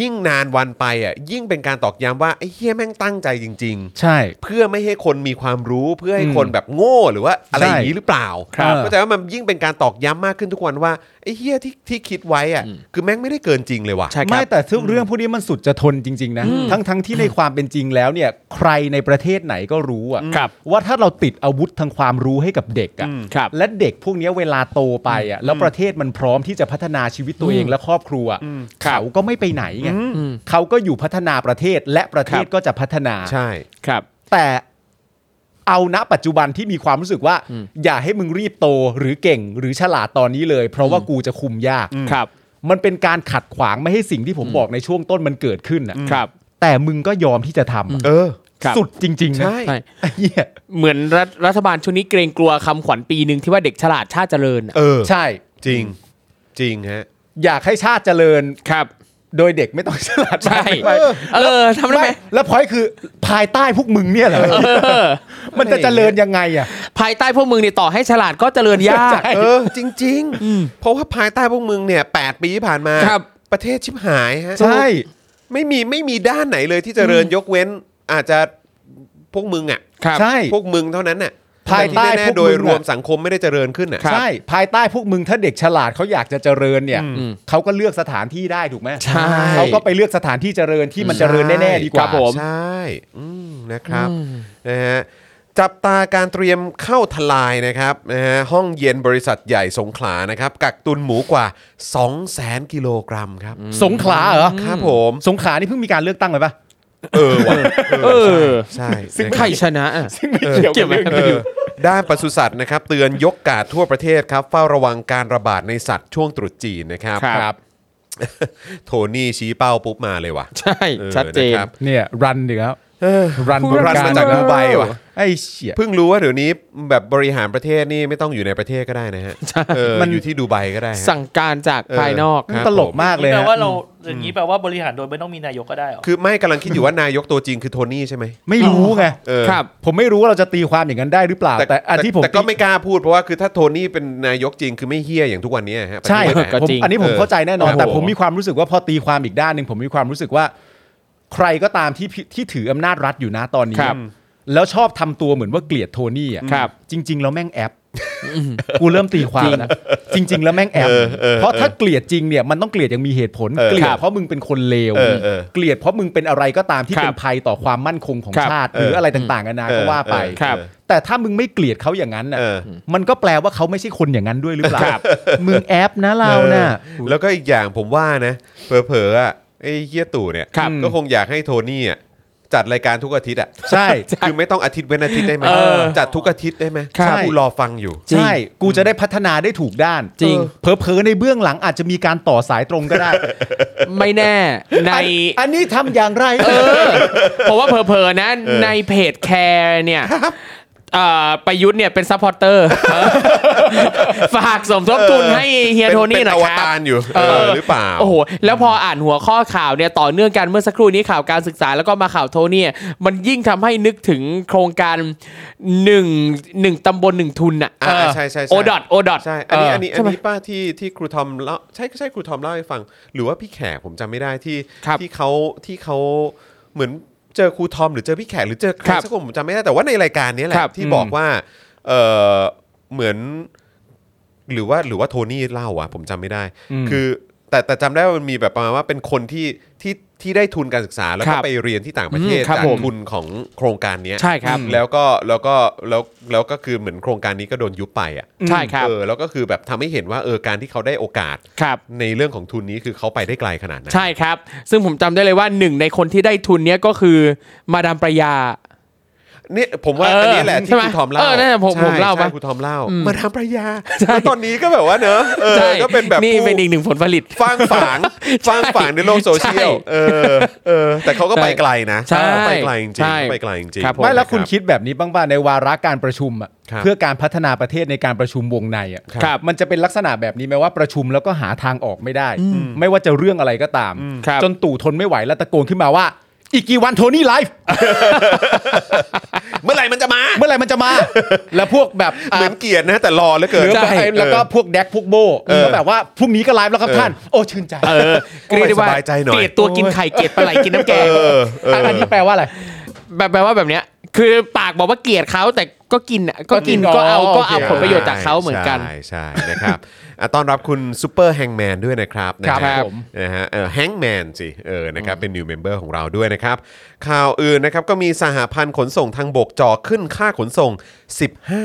[SPEAKER 2] ยิ่งนานวันไปอ่ะยิ่งเป็นการตอกย้ำว่าไอ้เฮียแม่งตั้งใจจริง
[SPEAKER 3] ใช่
[SPEAKER 2] ๆ เพื่อไม่ให้คนมีความรู้เพื่อให้
[SPEAKER 3] อืม
[SPEAKER 2] คนแบบโง่หรือว่าอะไร
[SPEAKER 3] ใช่
[SPEAKER 2] อย่างนี้หรือเปล่า
[SPEAKER 3] ครับ
[SPEAKER 2] เข้าใจว่ามันยิ่งเป็นการตอกย้ำมากขึ้นทุกวันว่าไอ้เฮียที่ที่คิดไว้อ่ะคือแม่งไม่ได้เกินจริงเลยว่ะ
[SPEAKER 1] ใช่ครับ
[SPEAKER 3] ไม่แต่ทุกเรื่องพวกนี้มันสุดจะทนจริง ๆ นะ ทั้งทั้งที่ในความเป็นจริงแล้วเนี่ยใครในประเทศไหนก็รู้อะ
[SPEAKER 1] ครับ
[SPEAKER 3] ว่าถ้าเราติดอาวุธทางความรู้ให้กับเด็กอะ
[SPEAKER 2] อืม
[SPEAKER 1] ครับ
[SPEAKER 3] และเด็กพวกเนี้ยเวลาโตไปอะแล้วประเทศมันพร้อมที่จะพัฒนาชีวิตตัวเอง
[SPEAKER 1] อืม
[SPEAKER 3] และครอบครัวอะ
[SPEAKER 1] ครับ
[SPEAKER 3] เขาก็ไม่ไปไหนไง
[SPEAKER 1] อืม
[SPEAKER 3] เขาก็อยู่พัฒนาประเทศและประเทศ
[SPEAKER 1] ครับ
[SPEAKER 3] ก็จะพัฒนา
[SPEAKER 2] ใช่
[SPEAKER 1] ครับ
[SPEAKER 3] แต่เอาณปัจจุบันที่มีความรู้สึกว่า
[SPEAKER 1] อืม
[SPEAKER 3] อย่าให้มึงรีบโตหรือเก่งหรือฉลาดตอนนี้เลย เพราะว่ากูจะคุมยาก
[SPEAKER 1] ครับ
[SPEAKER 3] มันเป็นการขัดขวางไม่ให้สิ่งที่ผมบอกในช่วงต้นมันเกิดขึ้นนะครับ แต่มึงก็ยอมที่จะทำอะ
[SPEAKER 2] เออ
[SPEAKER 1] ครับ
[SPEAKER 3] สุดจริงๆนะ
[SPEAKER 2] ใช่
[SPEAKER 1] ใช่
[SPEAKER 3] ไอ้เหี้ย
[SPEAKER 1] เหมือนรัฐรัฐบาลชุดนี้เกรงกลัวคำขวัญปีหนึ่งที่ว่าเด็กฉลาดชาติเจริญอะ
[SPEAKER 2] เออ
[SPEAKER 3] ใช่
[SPEAKER 2] จริงจริงฮะ
[SPEAKER 3] อยากให้ชาติเจริญ
[SPEAKER 1] ครับ
[SPEAKER 3] โดยเด็กไม่ต้องฉลาด
[SPEAKER 1] ใช่
[SPEAKER 3] มาก
[SPEAKER 1] เออทำได้ไหม
[SPEAKER 3] ไม่แล้วพอยคือภายใต้พวกมึงเนี่ยเหรอ
[SPEAKER 1] เออ
[SPEAKER 3] มันจะเจริญยังไงอ่ะ
[SPEAKER 1] ภายใต้พวกมึงเนี่ยต่อให้ฉลาดก็เจริญยาก
[SPEAKER 2] เออ จริง ๆ เพราะว่าภายใต้พวกมึงเนี่ยแปดปีที่ผ่านมา
[SPEAKER 1] ครับ
[SPEAKER 2] ประเทศชิบหายฮะ
[SPEAKER 3] ใช่
[SPEAKER 2] ไม่มีไม่มีด้านไหนเลยที่เจริญยกเว้น อาจจะพวกมึงอ่ะ
[SPEAKER 1] ครับ
[SPEAKER 3] ใช่
[SPEAKER 2] พวกมึงเท่านั้นน่ะ
[SPEAKER 3] ภายใต้
[SPEAKER 2] แต่ที่แน่ๆ
[SPEAKER 3] พ
[SPEAKER 2] โด
[SPEAKER 3] วกมึ
[SPEAKER 2] ย
[SPEAKER 3] งอะ
[SPEAKER 2] รวมสังคมไม่ได้เจริญขึ้นอ่ะ
[SPEAKER 3] ใช่ ภายใต้พวกมึงถ้าเด็กฉลาดเขาอยากจะเจริญเนี่ย
[SPEAKER 2] อืม
[SPEAKER 3] เขาก็เลือกสถานที่ได้ถูกไหม
[SPEAKER 1] ใช่
[SPEAKER 3] เขาก็ไปเลือกสถานที่เจริญที่มันเจริญแน่ๆดีก
[SPEAKER 1] ครั
[SPEAKER 3] ว่า
[SPEAKER 1] บผม
[SPEAKER 2] ใช่อืมนะครับนะฮะจับตาการเตรียมเข้าทลายนะครับนะฮะห้องเย็นบริษัทใหญ่สงขลานะครับ กักตุนหมูกว่า 2 0 0 0 0กิโลกรัมครับ
[SPEAKER 3] สงขลาเหรอ
[SPEAKER 2] ครับผม
[SPEAKER 3] สงขลานี่เพิ่งมีการเลือกตั้งเลยปะ
[SPEAKER 2] เออว่ะ
[SPEAKER 1] เออ
[SPEAKER 2] ใช่
[SPEAKER 3] ซึ่ง
[SPEAKER 2] นะครับ
[SPEAKER 1] ใครชนะอะ
[SPEAKER 3] ซึ่งไม่เกี่ยว
[SPEAKER 1] เกี่ย
[SPEAKER 3] กั
[SPEAKER 1] ว
[SPEAKER 3] บ
[SPEAKER 1] ไหม
[SPEAKER 2] เอ
[SPEAKER 3] เรื่องนี้
[SPEAKER 2] อด้านปศุสัตว์นะครับ เตือนยกกาดทั่วประเทศครับ เฝ้าระวังการระบาดในสัตว์ช่วงตรุษจีนนะครับ
[SPEAKER 1] ครับ
[SPEAKER 2] โทนี่ชี้เป้าปุ๊บมาเลยว่ะ
[SPEAKER 1] ใช่
[SPEAKER 2] ออ
[SPEAKER 1] ชัดเจน
[SPEAKER 2] ะครับ
[SPEAKER 3] เนี่ยรันเหนือ
[SPEAKER 2] เออ
[SPEAKER 3] รัน
[SPEAKER 2] พูดรันมาจากดูไบว่ะ
[SPEAKER 3] ไอ้เชี่ย
[SPEAKER 2] เพิ่งรู้ว่าเดี๋ยวนี้แบบบริหารประเทศนี่ไม่ต้องอยู่ในประเทศก็ได้นะฮะ
[SPEAKER 1] ใช่
[SPEAKER 2] เออ
[SPEAKER 3] มัน
[SPEAKER 2] อยู่ที่ดูไบก็ได้ฮะ
[SPEAKER 1] สั่งการจากภายนอก
[SPEAKER 2] เออ
[SPEAKER 3] ตลกมากเลย
[SPEAKER 4] แปล
[SPEAKER 3] ฮะ
[SPEAKER 4] ว่าเราอย่างนี้แปลว่าบริหารโดยไม่ต้องมีนายกก็ได้เหรอ
[SPEAKER 2] คือไม่กำลังคิดอยู่ว่านายกตัวจริงคือโทนี่ใช่ไหม
[SPEAKER 3] ไม่รู้ไง
[SPEAKER 2] เออ
[SPEAKER 1] ครับ
[SPEAKER 3] ผมไม่รู้ว่าเราจะตีความอย่างนั้นได้หรือเปล่า แต่อันที่ผม
[SPEAKER 2] แต่ก็ไม่กล้าพูดเพราะว่าคือถ้าโทนี่เป็นนายกจริงคือไม่เฮี้ยอย่างทุกวันนี้ฮะ
[SPEAKER 3] ใช่
[SPEAKER 2] ประเทศนะ
[SPEAKER 1] ก็
[SPEAKER 2] ฮะ
[SPEAKER 3] ผม
[SPEAKER 1] จริง
[SPEAKER 3] อันนี้ผม
[SPEAKER 2] เออ
[SPEAKER 3] เข้าใจแน่นอน
[SPEAKER 1] โอ้โห
[SPEAKER 3] แต่ผมมีความรู้สึกว่าพอตีความอีกด้านหนึ่งผมมีความรู้สึกว่า ใครก็ตามที่พิที่ถืออำนาจรัฐอยู่นะตอนนี้
[SPEAKER 1] ครับ
[SPEAKER 3] แล้วชอบทำตัวเหมือนว่าเกลียดโทนี่อ่ะ
[SPEAKER 1] ครับ
[SPEAKER 3] จริง ๆ แล้วแม่งแอปกูเริ่มตีความ
[SPEAKER 1] จริง
[SPEAKER 3] นะจริง ๆ แล้วแม่งแอปเพราะถ้าเกลียดจริงเนี่ยมันต้องเกลียดอย่างมีเหตุผล
[SPEAKER 2] เออ
[SPEAKER 3] เกลีย
[SPEAKER 1] ค
[SPEAKER 3] ด
[SPEAKER 1] รับ
[SPEAKER 3] เพราะมึงเป็นคนเลว
[SPEAKER 2] เออเออ
[SPEAKER 3] เกลียดเพราะมึงเป็นอะไรก็ตามที่
[SPEAKER 1] ครับ
[SPEAKER 3] เป็นภัยต่อความมั่นคงของ
[SPEAKER 1] ครับ
[SPEAKER 3] ชาติ หรืออะไรต่างๆนานาก็ว่าไป
[SPEAKER 2] เออ
[SPEAKER 1] ครับ
[SPEAKER 2] เออ
[SPEAKER 3] แต่ถ้ามึงไม่เกลียดเขาอย่างนั้นน่ะ
[SPEAKER 2] เออ
[SPEAKER 3] มันก็แปลว่าเขาไม่ใช่คนอย่างนั้นด้วยหรือเปล่า
[SPEAKER 1] ครับ
[SPEAKER 3] มึงแอปนะเราน่ะ
[SPEAKER 2] เออแล้วก็อีกอย่างผมว่านะเผลอๆอ่ะไอ้เฮียตู่เนี่ย
[SPEAKER 1] ครับ
[SPEAKER 2] ก็คงอยากให้โทนี่อ่ะ จัดรายการทุกอาทิตย์อ่ะ
[SPEAKER 3] ใช่
[SPEAKER 2] คือไม่ต้องอาทิตย์เว้นอาทิตย์ได้ไหม
[SPEAKER 1] เออ
[SPEAKER 2] จัดทุกอาทิตย์ได้ไหม
[SPEAKER 3] ครับ
[SPEAKER 2] กูรอฟังอยู่
[SPEAKER 1] จริง
[SPEAKER 3] ใช่ กูจะได้พัฒนาได้ถูกด้าน
[SPEAKER 1] จริง
[SPEAKER 3] เออเผลอๆในเบื้องหลังอาจจะมีการต่อสายตรงก็ได้
[SPEAKER 1] ไม่แน่ใน
[SPEAKER 3] อัอันนี้ทำอย่างไร
[SPEAKER 1] เออเพราะว่าเผลอๆนะ ในเพจแคร์เนี่ยเอ่อประยุทธ์เนี่ยเป็นซัพพอร์เตอร์ ฝากสมทบทุน
[SPEAKER 2] เออ
[SPEAKER 1] ให้เฮีย
[SPEAKER 2] ป็
[SPEAKER 1] โทนี่
[SPEAKER 2] เป็
[SPEAKER 1] หนะ
[SPEAKER 2] อว
[SPEAKER 1] ครั
[SPEAKER 2] ตา
[SPEAKER 1] บ
[SPEAKER 2] รอยู่
[SPEAKER 1] เออ
[SPEAKER 2] เออหรือเปล่า
[SPEAKER 1] โอ้โห แล้วพออ่านหัวข้อข่าวเนี่ยต่อเนื่องกันเมื่อสักครู่นี้ข่าวการศึกษาแล้วก็มาข่าวโทนี่มันยิ่งทำให้นึกถึงโครงการหนึ่งหนึ่งตำบลหนึ่งทุนอ่ะ
[SPEAKER 2] อ่าใช่ใช่ใช่
[SPEAKER 1] โอดอทโอดอท
[SPEAKER 2] ใช่ อันนี้อันนี้
[SPEAKER 1] เออ
[SPEAKER 2] อันนี้ป้าที่ที่ครูทอมเล่าใช่ใช่ครูทอมเล่าให้ฟัง หรือว่าพี่แขกผมจำไม่ได้ที่
[SPEAKER 1] ครับ
[SPEAKER 2] ที่เขาที่เขาเหมือนเจอครูทอมหรือเจอพี่แขกหรือเจอใคร
[SPEAKER 1] ครับ
[SPEAKER 2] สักคนผมจำไม่ได้แต่ว่าในรายการนี้แหละ
[SPEAKER 1] ครับ
[SPEAKER 2] ที่บอกว่าเออเหมือน หรือว่าหรือว่าโทนี่เล่าอะผมจำไม่ได้ คือแต่แต่จำได้ว่ามันมีแบบประมาณว่าเป็นคนที่ที่ที่ได้ทุนการศึกษาแล้ว
[SPEAKER 1] ครั
[SPEAKER 2] ก็
[SPEAKER 1] บ
[SPEAKER 2] ไปเรียนที่ต่างประเทศ
[SPEAKER 1] อืมครับ
[SPEAKER 2] จาก
[SPEAKER 1] ผม
[SPEAKER 2] ทุนของโครงการเนี้ย
[SPEAKER 1] ใช่ครับ
[SPEAKER 2] แล้วก็แล้วก็แล้วแล้วก็คือเหมือนโครงการนี้ก็โดนยุบไปอะ
[SPEAKER 1] ใช่ครับ
[SPEAKER 2] เออแล้วก็คือแบบทำให้เห็นว่าเออการที่เขาได้โอกาส
[SPEAKER 1] ครับ
[SPEAKER 2] ในเรื่องของทุนนี้คือเขาไปได้ไกลขนาดนั้น
[SPEAKER 1] ใช่ครับ ซึ่งผมจำได้เลยว่าหนึ่งในคนที่ได้ทุนเนี้ยก็คือมาดามประยา
[SPEAKER 2] เนี่ยผมว่า
[SPEAKER 1] เอออั
[SPEAKER 2] อันนี้แหละที่
[SPEAKER 1] ใช่ไหม
[SPEAKER 2] ครูทอมเล่า
[SPEAKER 1] เออนั่นแหละผม
[SPEAKER 2] ใช่
[SPEAKER 1] ผมเล่า
[SPEAKER 2] ใช่
[SPEAKER 1] ปะ
[SPEAKER 2] ครูทอมเล่า
[SPEAKER 1] อืม
[SPEAKER 2] มาทำประยา
[SPEAKER 1] ใช่
[SPEAKER 2] แล้วตอนนี้ก็แบบว่าเนอะเออ
[SPEAKER 1] ใช่
[SPEAKER 2] ก็เป็นแบบ
[SPEAKER 1] นี่
[SPEAKER 2] ผู้
[SPEAKER 1] เป็นอีกหนึ่งผลผลิต
[SPEAKER 2] ฟางฝางฟางฝางในโลกโซเชียล
[SPEAKER 1] ใช่
[SPEAKER 2] เออเออแต่เขาก็ไปไกลนะ
[SPEAKER 1] ใช่
[SPEAKER 2] ไปไกลจริง
[SPEAKER 1] ใช่
[SPEAKER 2] ๆไปไกลจริงๆ
[SPEAKER 1] ครับผม
[SPEAKER 3] ไม่แล้วคุณคิดแบบนี้บ้างป่ะในวาระการประชุมอะ
[SPEAKER 2] ครับ
[SPEAKER 3] เพื่อการพัฒนาประเทศในการประชุมวงในอะ
[SPEAKER 1] ครับ
[SPEAKER 3] มันจะเป็นลักษณะแบบนี้ไหมว่าประชุมแล้วก็หาทางออกไม่ได้ ไม่ว่าจะเรื่องอะไรก็ตาม
[SPEAKER 1] ครับ
[SPEAKER 3] จนตู่ทนไม่ไหวแล้วตะโกนขึ้นมาว่า อีกกี่วันโทนี่ไลฟ์
[SPEAKER 2] เมื่อไหร่มันจะมา
[SPEAKER 3] เมื่อไหร่มันจะมา แล้วพวกแบบ
[SPEAKER 2] เหมือนเกลียดนะ แต่รอเหลือเกิน
[SPEAKER 3] เหลือ
[SPEAKER 1] ใช่
[SPEAKER 3] ไอ้แล้วก็พวกแดกพวกโบก็แบบว่าพรุ่งนี้ก็ไลฟ์แล้วครับท่าน โอ้ชื่นใจ
[SPEAKER 1] เออ
[SPEAKER 2] โอ้ยสบายใจหน่อย
[SPEAKER 1] เกลียดตัวกินไข่เกลียดปลาไหลกินน้ำแกง
[SPEAKER 2] เออเออ
[SPEAKER 3] อันนี้แปลว่าอะไร
[SPEAKER 1] แบบแปลว่าแบบเนี้ย คือปากบอกว่าเกลียดเขาแต่ก็กินอ่ะก็กิน
[SPEAKER 3] ก็กิน
[SPEAKER 1] ก็เอา
[SPEAKER 3] อ๋อ
[SPEAKER 1] ก็เอา
[SPEAKER 3] โอเค
[SPEAKER 1] ผลประโยชน์จากเขาเหมือนกัน
[SPEAKER 2] ใช่ใช่นะครับ อ่ะต้อนรับคุณซูเปอร์แฮงแมนด้วยนะครับนะฮะ
[SPEAKER 1] ครับผม
[SPEAKER 2] นะฮะเออแฮงแมนสิเออนะครับเป็น new member ของเราด้วยนะครับ ข่าวอื่นนะครับก็มีสหพันธ์ขนส่งทางบกจ่อขึ้นค่าขนส่ง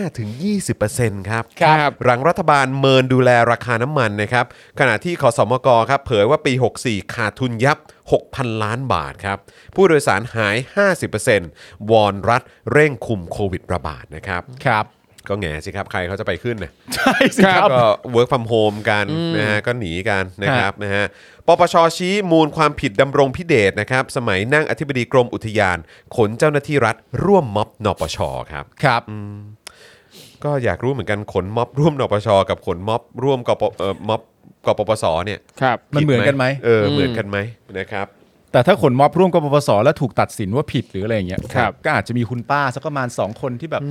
[SPEAKER 2] 15-20%ครับ
[SPEAKER 1] ครับ
[SPEAKER 2] หลังรัฐบาลเมินดูแลราคาน้ำมันนะครับ ขณะที่คอสมกครับเผยว่าปี 64 ขาดทุนยับ 6,000 ล้านบาทครับ ผู้โดยสารหาย 50%วอนรัฐเร่งคุมโควิดระบาดนะครับ
[SPEAKER 3] ครับ
[SPEAKER 2] ก็แง่สิครับ ใครเขาจะไปขึ้นนะ
[SPEAKER 3] ใช่สิครับ
[SPEAKER 2] ก็ work from home กันนะฮะก็หนีกันนะครับนะฮะปปชชี้มูลความผิดดำรงพิเดชนะครับ สมัยนั่งอธิบดีกรมอุทยาน ขนเจ้าหน้าที่รัฐ ร่วมม็อบนปชครับ
[SPEAKER 3] ครับ
[SPEAKER 2] ก็อยากรู้เหมือนกันขนม็อบร่วมนปชกับขนม็อบร่วมกปเอ่อม็อบกปปสเนี่ย
[SPEAKER 1] ครับ
[SPEAKER 3] มันเหมือนกันไหม
[SPEAKER 2] เออเหมือนกันไหมนะครับ
[SPEAKER 3] แต่ถ้าขนม็อบร่วมกับปปสแล้วถูกตัดสินว่าผิดหรืออะไรอย่างเงี้ย
[SPEAKER 1] ครับ
[SPEAKER 3] ก็อาจจะมีคุณป้าสักประมาณ 2 คนที่แบบ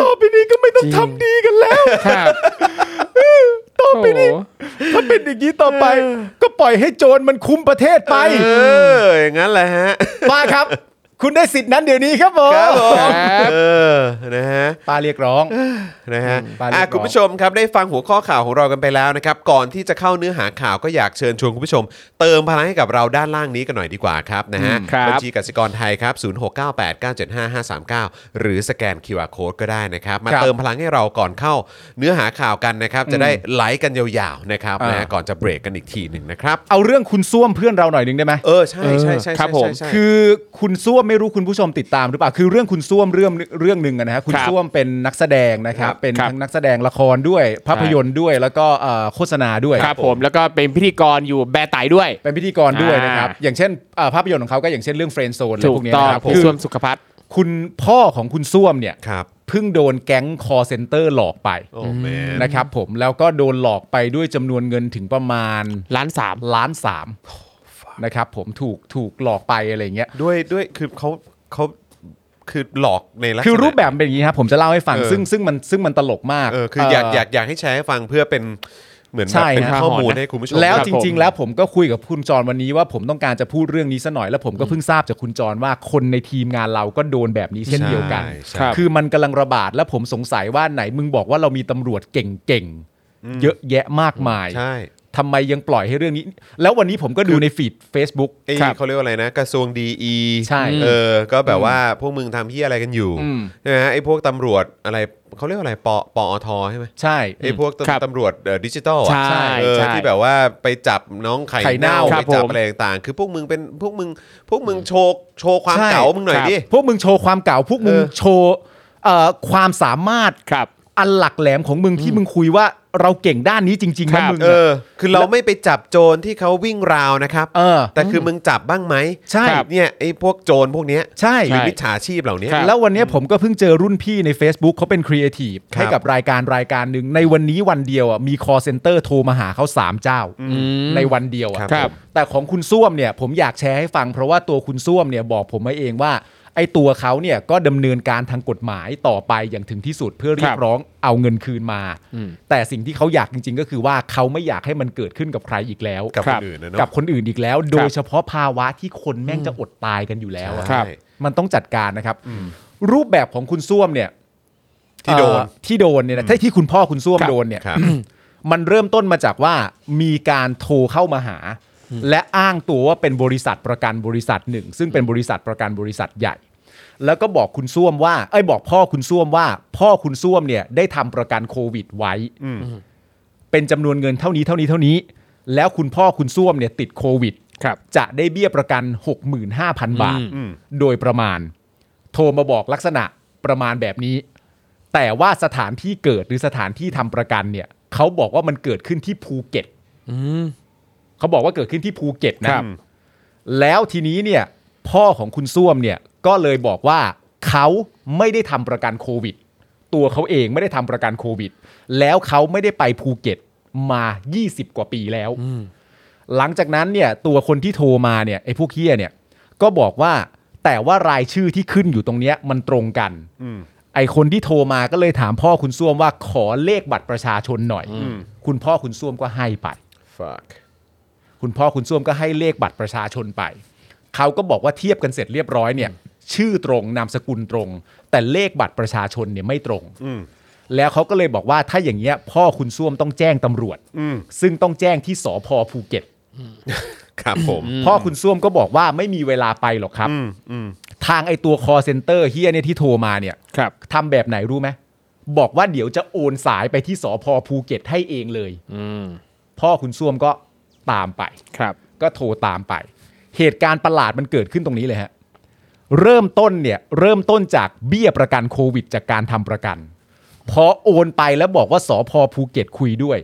[SPEAKER 3] ต่อไปนี้ก็ไม่ต้องทำดีกันแล้ว
[SPEAKER 1] ครับต่อไปนี้
[SPEAKER 3] ถ้าเป็นอย่างนี้ต่อไป ก็ปล่อยให้โจรมันคุมประเทศไป
[SPEAKER 2] เอออย่างนั้นแหละฮะ
[SPEAKER 3] ป้าครับ คุณได้สิทธินั้นเดี๋ยวนี้ครับผม
[SPEAKER 2] ครับผม
[SPEAKER 1] ครับ
[SPEAKER 2] เออนะฮะ
[SPEAKER 3] ป้าเรียกร้อง
[SPEAKER 2] นะฮะ
[SPEAKER 3] อืมไปเรียบร้อย
[SPEAKER 2] อ่ะคุณผู้ชมครับได้ฟังหัวข้อข่าวของเรากันไปแล้วนะครับ ก่อนที่จะเข้าเนื้อหาข่าวก็อยากเชิญชวนคุณผู้ชม เติมพลังให้กับเราด้านล่างนี้กันหน่อยดีกว่าครับนะฮะ
[SPEAKER 1] อืมครับ
[SPEAKER 2] ญชีกสิกรไทยครับ0698975539 หรือสแกน QR Code ก็ได้นะครับ มา
[SPEAKER 3] ครับ
[SPEAKER 2] เติมพลังให้เราก่อนเข้าเนื้อหาข่าวกันนะครับ จะได้ไหลกันยาวๆนะครับนะฮะก่อนจะเบรกกันอีกทีหนึ่งนะครับ
[SPEAKER 3] เอาเรื่องคุณส้วมเพื่อนเราหน่อยหนึงได้ไหม
[SPEAKER 2] เออใช่ใช่ใช่
[SPEAKER 1] ครับ
[SPEAKER 2] ใช่
[SPEAKER 1] ผม
[SPEAKER 2] ใช่ใช่
[SPEAKER 3] คือคุณส้วมไม่รู้คุณผู้ชมติดตามหรือเปล่าคือเรื่องคุณส้วมเรื่องเรื่องหนึ่งอะนะฮะคุณ
[SPEAKER 1] ครับ
[SPEAKER 3] ส้วมเป็นนักแสดงนะครับ
[SPEAKER 2] ครับ
[SPEAKER 3] เป็น
[SPEAKER 1] ครับ
[SPEAKER 3] ทั้งนักแสดงละครด้วย ภาพยนตร์ด้วยแล้วก็เอ่อโฆษณาด้วย
[SPEAKER 1] ครับผมแล้วก็เป็นพิธีกรอยู่แบร์ไตด้วย
[SPEAKER 3] เป็นพิธีกรด้วยนะครับ
[SPEAKER 1] อ่า
[SPEAKER 3] อย่างเช่นเอ่อภาพยนตร์ของเขาก็อย่างเช่นเรื่องเฟรนด์โซนอะไร
[SPEAKER 1] ถูก
[SPEAKER 3] พวกเนี้ย
[SPEAKER 1] ต้อง
[SPEAKER 3] นะครับ
[SPEAKER 1] ผม
[SPEAKER 3] คือ
[SPEAKER 1] ส้วมสุขภัทร
[SPEAKER 3] คุณพ่อของคุณส้วมเนี่ย
[SPEAKER 2] ครับ
[SPEAKER 3] เพิ่งโดนแก๊งคอเซ็นเตอร์หลอกไป
[SPEAKER 2] โอ้แมน
[SPEAKER 3] นะครับผมแล้วก็โดนหลอกไปด้วยจำนวนเงินถึงประมาณ
[SPEAKER 1] ล้านสาม
[SPEAKER 3] ล้านสามนะครับผมถูกถูกหลอกไปอะไรเงี้ย
[SPEAKER 2] ด้วยด้วยคือเขาเขาคือหลอกในลักษณะ
[SPEAKER 3] คือรูปแบบเป็นอย่างนี้ครับผมจะเล่าให้ฟัง
[SPEAKER 2] เออ
[SPEAKER 3] ซึ่งซึ่งมันซึ่งมันตลกมาก
[SPEAKER 2] เออคืออยากอยากอยากให้แชร์ให้ฟังเพื่อเป็นเหมือนแบ
[SPEAKER 3] ใช่
[SPEAKER 2] บเป็น
[SPEAKER 3] ฮะ
[SPEAKER 2] ข้อมูล
[SPEAKER 1] หอนะ
[SPEAKER 2] ให้คุณผู้ชม
[SPEAKER 3] แล้ว
[SPEAKER 2] ครับ
[SPEAKER 3] จริง ๆ แล้วผมก็คุยกับคุณจรวันนี้ว่าผมต้องการจะพูดเรื่องนี้ซะหน่อยแล้วผมก็เพิ่งทราบจากคุณจรว่าคนในทีมงานเราก็โดนแบบนี้เช่นเดียวกัน
[SPEAKER 2] ใช่ใช่
[SPEAKER 1] ครับ
[SPEAKER 3] คือมันกำลังระบาดและผมสงสัยว่าไหนมึงบอกว่าเรามีตำรวจเก่งๆ เยอะแยะมากมาย
[SPEAKER 2] ใช่
[SPEAKER 3] ทำไมยังปล่อยให้เรื่องนี้ แล้ววันนี้ผมก็ดูในฟีด Facebook
[SPEAKER 2] ไอ้เขาเรียกว่าอะไรนะ กระทรวงดีอี
[SPEAKER 3] ใช่
[SPEAKER 2] เออ ก็แบบว่าพวกมึงทำที่อะไรกันอยู่
[SPEAKER 3] อืม
[SPEAKER 2] ใช่ไหมฮะไอ้พวกตำรวจอะไร เขาเรียกว่าอะไรปอปอทใช่ไหม
[SPEAKER 3] ใช่
[SPEAKER 2] ไอ้พวกตำ
[SPEAKER 1] ครับ
[SPEAKER 2] ตำรวจเอ่อดิจิทัลอะ
[SPEAKER 1] ใช่
[SPEAKER 2] เออ
[SPEAKER 1] ใช่
[SPEAKER 2] ที่แบบว่าไปจับน้องไข่
[SPEAKER 3] ไข่เน่า
[SPEAKER 1] ครั
[SPEAKER 2] ไป
[SPEAKER 1] บ
[SPEAKER 2] จับ
[SPEAKER 1] ผม
[SPEAKER 2] อะไรต่างๆ คือพวกมึงเป็นพวกมึงพวกมึงโชว์โชว์ความเก๋ามึงหน่อย
[SPEAKER 3] ครับ
[SPEAKER 2] ดิ
[SPEAKER 3] พวกมึงโชว์ความเก่า พวกมึง
[SPEAKER 2] เออ
[SPEAKER 3] โชว์เอ่อความสามารถ
[SPEAKER 1] ครับ
[SPEAKER 3] อันหลักแหลมของมึงที่มึงคุยว่าเราเก่งด้านนี้จริงๆ
[SPEAKER 1] ครั
[SPEAKER 3] นะ
[SPEAKER 1] บ
[SPEAKER 3] มึง
[SPEAKER 2] เอ
[SPEAKER 3] อะ
[SPEAKER 2] อ คือเราไม่ไปจับโจรที่เขาวิ่งราวนะครับ
[SPEAKER 3] เออ
[SPEAKER 2] แต่คือมึงจับบ้างไหม
[SPEAKER 3] ใช่
[SPEAKER 2] เนี่ยไอ้พวกโจรพวกเนี้ย
[SPEAKER 3] ใช่
[SPEAKER 2] หรือมิจฉาชีพเหล่านี้
[SPEAKER 1] ครับ
[SPEAKER 3] แล้ววันเนี้ยผมก็เพิ่งเจอรุ่นพี่ใน Facebook เขาเป็นครีเอทีฟ
[SPEAKER 2] ครับ
[SPEAKER 3] ให้กับรายการรายการหนึ่งในวันนี้วันเดียวอ่ะมีคอเซ็นเตอร์โทรมาหาเขาสามเจ้า
[SPEAKER 1] อืม
[SPEAKER 3] ในวันเดียวอ่ะ
[SPEAKER 1] ครับ
[SPEAKER 3] แต่ของคุณส้วมเนี่ยผมอยากแชร์ให้ฟัง เพราะว่าตัวคุณส้วมเนี่ยบอกผมมาเองว่า ไอ้ตัวเขาเนี่ยก็ดำเนินการทางกฎหมายต่อไปอย่างถึงที่สุดเพื่อเรี
[SPEAKER 1] ค
[SPEAKER 3] ยก
[SPEAKER 1] รับ
[SPEAKER 3] ร้องเอาเงินคืนมา
[SPEAKER 1] อืม
[SPEAKER 3] แต่สิ่งที่เขาอยากจริง ๆ ก็คือว่าเขาไม่อยากให้มันเกิดขึ้นกับใครอีกแล้ว
[SPEAKER 2] กับค
[SPEAKER 1] ครั
[SPEAKER 2] น
[SPEAKER 1] บ
[SPEAKER 2] อื่นนะ
[SPEAKER 3] กับ
[SPEAKER 2] เนาะ
[SPEAKER 3] คนอื่นอีกแล้ว โดยเฉพาะภาวะที่คนแม่งจะอดตายกันอยู่แล้วอะ
[SPEAKER 1] ครับ
[SPEAKER 2] ใช่
[SPEAKER 3] มันต้องจัดการนะครับ รูปแบบของคุณส้วมเนี่ย
[SPEAKER 2] ที่โดน
[SPEAKER 3] เอ่อที่โดนเนี่ยนะถ้าที่คุณพ่อคุณส้วม
[SPEAKER 1] ครับ
[SPEAKER 3] โดนเนี่ย
[SPEAKER 2] ครับ
[SPEAKER 3] มันเริ่มต้นมาจากว่ามีการโทรเข้ามาหา และอ้างตัวว่าเป็นบริษัทประกันบริษัทหนึ่ง ซึ่งเป็นบริษัทประกันบริษัทใหญ่ แล้วก็บอกคุณส้วมว่าเอ้ยบอกพ่อคุณส้วมว่า พ่อคุณส้วมเนี่ยได้ทำประกันโควิดไว้
[SPEAKER 2] อืม
[SPEAKER 3] เป็นจำนวนเงินเท่านี้เท่านี้เท่านี้ แล้วคุณพ่อคุณส้วมเนี่ยติดโควิด
[SPEAKER 1] ครับ
[SPEAKER 3] จะได้เบี้ยประกัน 65,000 บาท
[SPEAKER 2] อืม
[SPEAKER 3] โดยประมาณ โทรมาบอกลักษณะประมาณแบบนี้ แต่ว่าสถานที่เกิดหรือสถานที่ทำประกันเนี่ยเขาบอกว่ามันเกิดขึ้นที่ภูเก็ต
[SPEAKER 1] อืม
[SPEAKER 3] เขาบอกว่าเกิดขึ้นที่ภูเก็ตนะครับ แล้วทีนี้เนี่ยพ่อของคุณส้วมเนี่ยก็เลยบอกว่าเขาไม่ได้ทำประกันโควิด ตัวเขาเองไม่ได้ทำประกันโควิด แล้วเขาไม่ได้ไปภูเก็ตมา 20 กว่าปีแล้ว
[SPEAKER 1] อืม
[SPEAKER 3] หลังจากนั้นเนี่ยตัวคนที่โทรมาเนี่ยไอ้พวกเฮียเนี่ยก็บอกว่าแต่ว่ารายชื่อที่ขึ้นอยู่ตรงเนี้ยมันตรงกัน
[SPEAKER 2] อืม
[SPEAKER 3] ไอ้คนที่โทรมาก็เลยถามพ่อคุณส้วมว่าขอเลขบัตรประชาชนหน่อย
[SPEAKER 2] อืม
[SPEAKER 3] คุณพ่อคุณส้วมก็ให้ไป
[SPEAKER 2] fuck
[SPEAKER 3] คุณพ่อคุณส้วมก็ให้เลขบัตรประชาชนไป เขาก็บอกว่าเทียบกันเสร็จเรียบร้อยเนี่ย ชื่อตรงนามสกุลตรง แต่เลขบัตรประชาชนเนี่ยไม่ตรง
[SPEAKER 2] อืม
[SPEAKER 3] แล้วเขาก็เลยบอกว่าถ้าอย่างเงี้ยพ่อคุณส้วมต้องแจ้งตำรวจ
[SPEAKER 2] อืม
[SPEAKER 3] ซึ่งต้องแจ้งที่สพภูเก็ต
[SPEAKER 2] ครับผม
[SPEAKER 3] พ่อคุณส้วมก็บอกว่าไม่มีเวลาไปหรอกครับ
[SPEAKER 2] อืมอืม
[SPEAKER 3] ทางไอตัวคอเซ็นเตอร์เฮียเนี่ยที่โทรมาเนี่ย
[SPEAKER 1] ครับ
[SPEAKER 3] ทำแบบไหนรู้ไหมบอกว่าเดี๋ยวจะโอนสายไปที่สพภูเก็ตให้เองเลย
[SPEAKER 1] อืม
[SPEAKER 3] พ่อคุณส้วมก็ตามไป
[SPEAKER 1] ครับ
[SPEAKER 3] ก็โทรตามไป เหตุการณ์ประหลาดมันเกิดขึ้นตรงนี้เลยฮะ เริ่มต้นเนี่ยเริ่มต้นจากเบี้ยประกันโควิด จากการทำประกัน พอโอนไปแล้วบอกว่าสอพอภูเก็ตคุยด้วย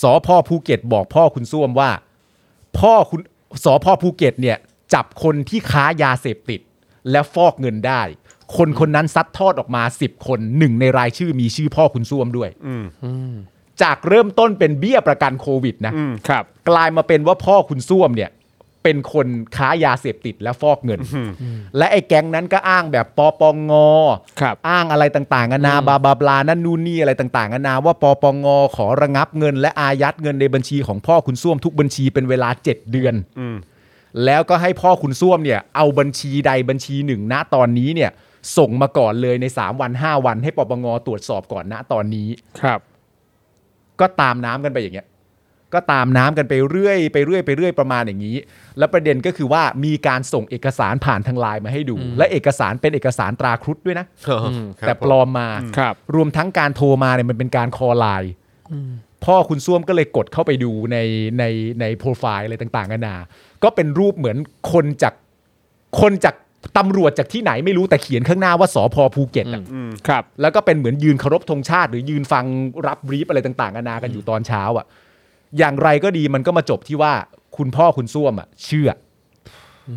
[SPEAKER 3] สอพอภูเก็ตบอกพ่อคุณส้วมว่า พ่อคุณสอพอภูเก็ตเนี่ยจับคนที่ค้ายาเสพติด และฟอกเงินได้ คนคนนั้นซัดทอดออกมา 10 คนหนึ่งในรายชื่อมีชื่อพ่อคุณส้วมด้วย
[SPEAKER 2] อืม
[SPEAKER 3] จากเริ่มต้นเป็นเบี้ยประกันโควิดนะ
[SPEAKER 1] ครับ
[SPEAKER 3] กลายมาเป็นว่าพ่อคุณส้วมเนี่ย เป็นคนค้ายาเสพติดและฟอกเงิน และไอ้แก๊งนั้นก็อ้างแบบปอปองงอ
[SPEAKER 1] ครับ
[SPEAKER 3] อ้างอะไรต่างๆนานาบาบาบลานั่นนู่นนี่อะไรต่างๆนานาว่าปอปองงอขอระงับเงิน และอายัดเงินในบัญชีของพ่อคุณส้วมทุกบัญชีเป็นเวลา 7 เดือน
[SPEAKER 2] อืม
[SPEAKER 3] แล้วก็ให้พ่อคุณส้วมเนี่ย เอาบัญชีใดบัญชีหนึ่งณตอนนี้เนี่ย ส่งมาก่อนเลยใน 3 วัน 5 วันให้ปปงตรวจสอบก่อนณตอนนี้
[SPEAKER 1] ครับ
[SPEAKER 3] ก็ตามน้ำกันไปอย่างเงี้ย ก็ตามน้ำกันไปเรื่อยไปเรื่อยไปเรื่อยประมาณอย่างนี้ แล้วประเด็นก็คือว่ามีการส่งเอกสารผ่านทางไลน์มาให้ดู และเอกสารเป็นเอกสารตราครุฑด้วยนะ
[SPEAKER 2] ครับ
[SPEAKER 3] แต่ปลอมมา
[SPEAKER 1] ครับ
[SPEAKER 3] รวมทั้งการโทรมาเนี่ยมันเป็นการคอไลน์พ่อคุณส้วมก็เลยกดเข้าไปดูในในในโปรไฟล์อะไรต่างๆกันานาก็เป็นรูปเหมือนคนจากคนจากตำรวจจากที่ไหนไม่รู้แต่เขียนข้างหน้าว่าสพภูเก็ตอะ
[SPEAKER 2] อืม
[SPEAKER 1] ครับ
[SPEAKER 3] แล้วก็เป็นเหมือนยืนเคารพธงชาติ หรือยืนฟังรับบรีฟอะไรต่างๆนานากันอยู่ตอนเช้าอ่ะ อย่างไรก็ดีมันก็มาจบที่ว่าคุณพ่อคุณส้วมอ่ะ เชื่ออ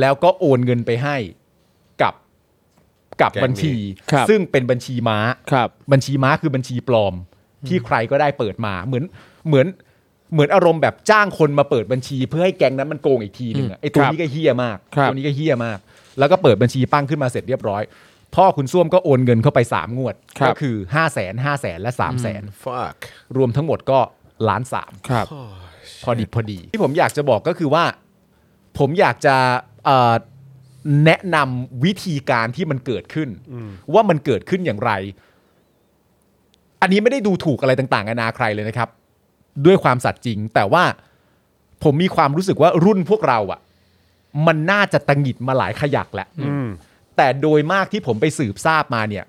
[SPEAKER 3] แล้วก็โอนเงินไปให้กับกับบัญชี
[SPEAKER 1] ครับ
[SPEAKER 3] ซึ่งเป็นบัญชีม้า
[SPEAKER 1] ครับ
[SPEAKER 3] บัญชีม้าคือบัญชีปลอม ที่ใครก็ได้เปิดมาเหมือนเหมือนเหมือนอารมณ์แบบจ้างคนมาเปิดบัญชี เพื่อให้แก๊งนั้นมันโกงอีกทีหนึ่งอะไอ้ตัว
[SPEAKER 1] ครับ
[SPEAKER 3] นี้ก็เฮี้ยมาก
[SPEAKER 1] ครับ
[SPEAKER 3] ตัวนี้ก็เฮี้ยมาก แล้วก็เปิดบัญชีปั้งขึ้นมาเสร็จเรียบร้อย พ่อคุณส้วมก็โอนเงินเข้าไป 3 งวด ก็คือ 5 0 0 0 0 0 5 0 0 0 0และ 3 0 0 0 0
[SPEAKER 2] fuck
[SPEAKER 3] รวมทั้งหมดก็ล้านสาม
[SPEAKER 1] ครับ
[SPEAKER 3] พอดีพอดี ที่ผมอยากจะบอกก็คือว่า ผมอยากจะเอ่อแนะนำวิธีการที่มันเกิดขึ้น ว่ามันเกิดขึ้นอย่างไร อันนี้ไม่ได้ดูถูกอะไรต่างๆนานาใครเลยนะครับ ด้วยความสัตย์จริง แต่ว่าผมมีความรู้สึกว่ารุ่นพวกเราอะมันน่าจะตังหงิดมาหลายขยักแหละ
[SPEAKER 2] อืม
[SPEAKER 3] แต่โดยมากที่ผมไปสืบทราบมาเนี่ย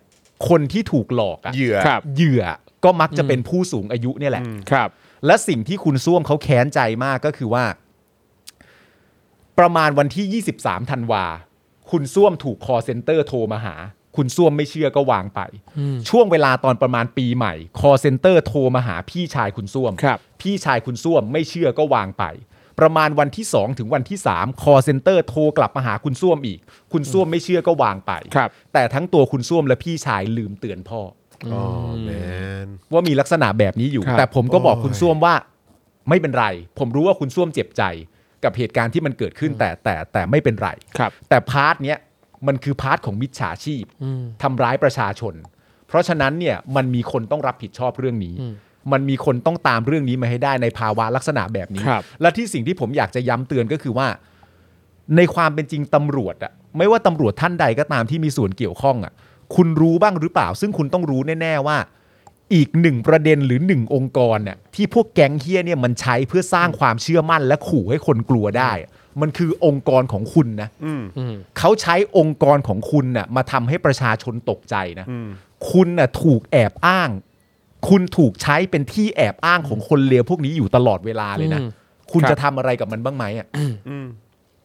[SPEAKER 3] คนที่ถูกหลอกอะ
[SPEAKER 2] เหยื่อ
[SPEAKER 5] ครับ
[SPEAKER 3] เหยื่อก็มักจะเป็นผู้สูงอายุเนี่ยแหละ
[SPEAKER 5] ครับ
[SPEAKER 3] และสิ่งที่คุณส้วมเขาแค้นใจมากก็คือว่า ประมาณวันที่ 23ธันวา คุณส้วมถูกคอเซ็นเตอร์โทรมาหา คุณส้วมไม่เชื่อก็วางไป ช่วงเวลาตอนประมาณปีใหม่ คอเซ็นเตอร์โทรมาหาพี่ชายคุณส้วม
[SPEAKER 5] ครับ
[SPEAKER 3] พี่ชายคุณส้วมไม่เชื่อก็วางไป ประมาณวันที่ 2 ถึงวันที่ 3 คอเซ็นเตอร์โทรกลับมาหาคุณส้วมอีก คุณส้วมไม่เชื่อก็วางไป
[SPEAKER 5] ครับ
[SPEAKER 3] แต่ทั้งตัวคุณส้วมและพี่ชายลืมเตือนพ่อ
[SPEAKER 2] อ๋อแมน
[SPEAKER 3] ว่ามีลักษณะแบบนี้อยู่
[SPEAKER 5] ครับ
[SPEAKER 3] แต่ผมก็บอก
[SPEAKER 2] โอ้ย
[SPEAKER 3] คุณส้วมว่าไม่เป็นไร ผมรู้ว่าคุณส้วมเจ็บใจกับเหตุการณ์ที่มันเกิดขึ้นแต่แต่แต่ไม่เป็นไร
[SPEAKER 5] ครับ
[SPEAKER 3] แต่พาร์ทเนี้ยมันคือพาร์ทของมิจฉาชีพทำร้ายประชาชน เพราะฉะนั้นเนี่ยมันมีคนต้องรับผิดชอบเรื่องนี้ มันมีคนต้องตามเรื่องนี้มาให้ได้ในภาวะลักษณะแบบนี้
[SPEAKER 5] ครับ
[SPEAKER 3] และที่สิ่งที่ผมอยากจะย้ำเตือนก็คือว่า ในความเป็นจริงตำรวจอะไม่ว่าตำรวจท่านใดก็ตามที่มีส่วนเกี่ยวข้องอะคุณรู้บ้างหรือเปล่า ซึ่งคุณต้องรู้แน่ๆว่า อีกหนึ่งประเด็นหรือหนึ่งองค์กรน่ะที่พวกแก๊งเฮี้ยเนี่ยมันใช้เพื่อสร้างความเชื่อมั่นและขู่ให้คนกลัวได้อะมันคือองค์กรของคุณนะ เขาใช้องค์กรของคุณน่ะมาทำให้ประชาชนตกใจนะ คุณน่ะถูกแอบอ้าง คุณถูกใช้เป็นที่แอบอ้างของคนเลวพวกนี้อยู่ตลอดเวลาเลยนะ
[SPEAKER 1] อืม
[SPEAKER 3] คุณ
[SPEAKER 5] ครับ
[SPEAKER 3] จะทำอะไรกับมันบ้างไหมอ่ะ
[SPEAKER 2] อืม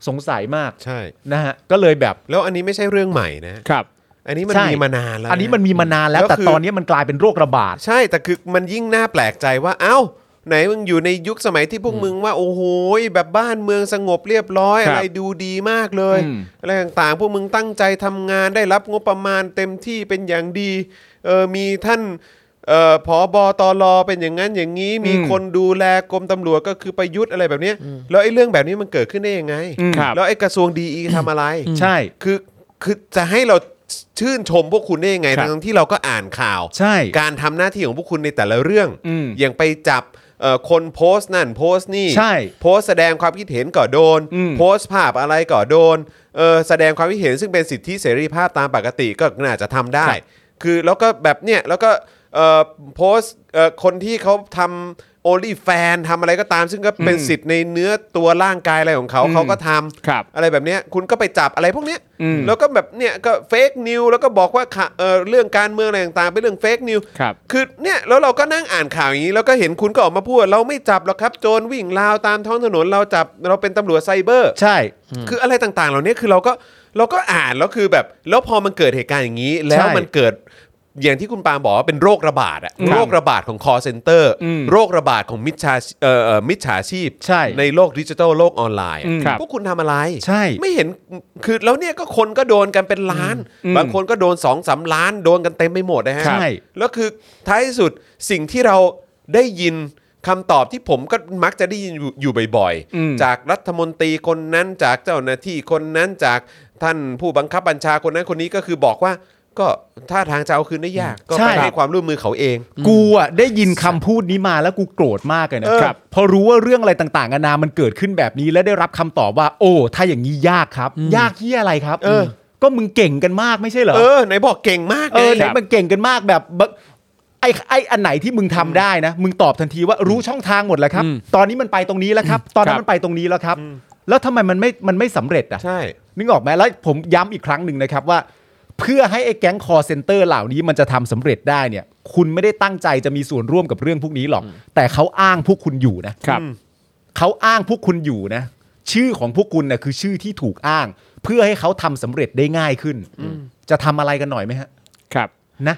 [SPEAKER 3] สงสัยมาก
[SPEAKER 2] ใช่
[SPEAKER 3] นะฮะก็เลยแบบ
[SPEAKER 2] แล้วอันนี้ไม่ใช่เรื่องใหม่นะ
[SPEAKER 5] ครับ
[SPEAKER 2] อันนี้มัน
[SPEAKER 3] ใช่
[SPEAKER 2] มีมานานแล้วะ
[SPEAKER 3] อันนี้มันมีมานานแล้ว แต่
[SPEAKER 2] คื
[SPEAKER 3] ตอนนี้มันกลายเป็นโรคระบาด
[SPEAKER 2] ใช่แต่คือมันยิ่งน่าแปลกใจว่าเอ้า ไหนมึงอยู่ในยุคสมัยที่พวกมึงว่า โอ้โหยแบบบ้านเมืองสงบเรียบร้อย
[SPEAKER 5] ครั
[SPEAKER 2] อะ
[SPEAKER 5] บ
[SPEAKER 2] ไรดูดีมากเลย
[SPEAKER 5] อืม
[SPEAKER 2] อะไรต่างๆ พวกมึงตั้งใจทำงานได้รับงบประมาณเต็มที่เป็นอย่างดีเออมีท่านเอ่อผอบอตอรอเป็นอย่างนั้นอย่างนี้ มีคนดูแลกรมตำรวจก็คือประยุทธ์อะไรแบบเนี้ยแล้วไอ้เรื่องแบบนี้มันเกิดขึ้นได้ยังไง
[SPEAKER 5] อืมครับ
[SPEAKER 2] แล้วไอ้กระทรวงดีอีทำอะไร
[SPEAKER 3] ใช่
[SPEAKER 2] คือคือจะให้เราชื่นชมพวกคุณได้ยังไง
[SPEAKER 5] ครับ
[SPEAKER 2] ทั้งๆที่เราก็อ่านข่าว
[SPEAKER 3] ใช่
[SPEAKER 2] การทำหน้าที่ของพวกคุณในแต่ละเรื่อง
[SPEAKER 5] อืม
[SPEAKER 2] อย่างไปจับเอ่อคนโพสต์นั่นโพสต์นี่
[SPEAKER 3] ใช่
[SPEAKER 2] โพสต์แสดงความคิดเห็นก่อโดน
[SPEAKER 5] อืม
[SPEAKER 2] โพสต์ภาพอะไรก่อโดนเออแสดงความคิดเห็นซึ่งเป็นสิทธิเสรีภาพตามปกติก็น่าจะทำได้
[SPEAKER 5] ครับ
[SPEAKER 2] คือแล้วก็แบบเนี้ยแล้วก็เอ่อโพสต์เอ่อคนที่เขาทำโอลี่แฟนทำอะไรก็ตาม ซึ่งก็เป็นสิทธิ์ในเนื้อตัวร่างกายอะไรของเขาเขาก็ทำ
[SPEAKER 5] ครับ
[SPEAKER 2] อะไรแบบเนี้ยคุณก็ไปจับอะไรพวกเนี้ย
[SPEAKER 5] อืม
[SPEAKER 2] แล้วก็แบบเนี่ยก็เฟกนิวแล้วก็บอกว่าข่ะเอ่อเรื่องการเมืองอะไรต่างๆเป็นเรื่องเฟกนิว
[SPEAKER 5] ครับ
[SPEAKER 2] คือเนี่ยแล้วเราก็นั่งอ่านข่าวอย่างนี้ แล้วก็เห็นคุณก็ออกมาพูดเราไม่จับหรอกครับโจรวิ่งราวตามท้องถนนเราจับเราเป็นตำรวจไซเบอร์
[SPEAKER 3] ใช่
[SPEAKER 2] คืออะไรต่างๆ เหล่านี้คือเราก็เราก็อ่านแล้วคือแบบ แล้วพอมันเกิดเหตุการณ์อย่างนี้ แล้วมันเกิดอย่างที่คุณปาล์มบอกว่าเป็นโรคระบาดอะ
[SPEAKER 5] ครับ
[SPEAKER 2] โรคระบาดของ call center
[SPEAKER 5] อืม
[SPEAKER 2] โรคระบาดของมิจฉาเอ่อเอ่อมิจฉาชีพ
[SPEAKER 3] ใช่
[SPEAKER 2] โลกดิจิทัลโลกออนไลน์อะ
[SPEAKER 5] อืมครับ
[SPEAKER 2] พวกคุณทำอะไร
[SPEAKER 3] ใช่
[SPEAKER 2] ไม่เห็นคือแล้วเนี่ยก็คนก็โดนกันเป็นล้าน
[SPEAKER 5] อืม
[SPEAKER 2] บางคนก็โดนสองสามล้านโดนกันเต็มไปหมดนะฮะ
[SPEAKER 5] ครั
[SPEAKER 3] ใช่
[SPEAKER 5] บ
[SPEAKER 2] แล้วคือท้ายที่สุดสิ่งที่เราได้ยินคำตอบที่ผมก็มักจะได้ยินอยู่อยู่บ่อย
[SPEAKER 5] อืม
[SPEAKER 2] จากรัฐมนตรีคนนั้นจากเจ้าหน้าที่คนนั้นจากท่านผู้บังคับบัญชาคนนั้นคนนี้ก็คือบอกว่า ก็ท่าทางจะเอาคืนได้ยาก ก็
[SPEAKER 3] ใช่
[SPEAKER 2] ไปให้ความร่วมมือเขาเอง
[SPEAKER 3] กูอ่ะได้ยินคำพูดนี้มาแล้วกูโกรธมากเลยนะ
[SPEAKER 2] เออ
[SPEAKER 3] ครับพอรู้ว่าเรื่องอะไรต่างๆนานามันเกิดขึ้นแบบนี้ แล้วได้รับคำตอบว่า โอ้ถ้าอย่างนี้ยากครับ ยากที่อะไรครับก็มึงเก่งกันมากไม่ใช่เหรอ
[SPEAKER 2] เออไหนบอกเก่งมาก
[SPEAKER 3] เอ
[SPEAKER 2] ไง
[SPEAKER 3] อไหนมันเก่งกันมากแบบแบบไอ้ไอ้อันไหนที่มึงทำได้นะ มึงตอบทันทีว่ารู้ช่องทางหมดแล้วครับ
[SPEAKER 5] อืม
[SPEAKER 3] ตอนนี้มันไปตรงนี้แล้วครับ ตอนนั้
[SPEAKER 5] ค
[SPEAKER 3] น
[SPEAKER 5] รับ
[SPEAKER 3] มันไปตรงนี้แล้วครับ แล้วทำไมมันไม่มันไม่สำเร็จอ่ะ
[SPEAKER 2] ใช่
[SPEAKER 3] นึกออกไหมแล้วผมย้ำอีกครั้งหนึ่งนะครับว่า เพื่อให้ไอ้แก๊งคอเซ็นเตอร์เหล่านี้มันจะทำสำเร็จได้เนี่ย คุณไม่ได้ตั้งใจจะมีส่วนร่วมกับเรื่องพวกนี้หรอก แต่เขาอ้างพวกคุณอยู่นะ
[SPEAKER 5] ครับ
[SPEAKER 3] เขาอ้างพวกคุณอยู่นะ ชื่อของพวกคุณนะคือชื่อที่ถูกอ้าง เพื่อให้เขาทำสำเร็จได้ง่ายขึ้น จะทำอะไรกันหน่อยไหมฮะ
[SPEAKER 5] ครับ
[SPEAKER 3] นะ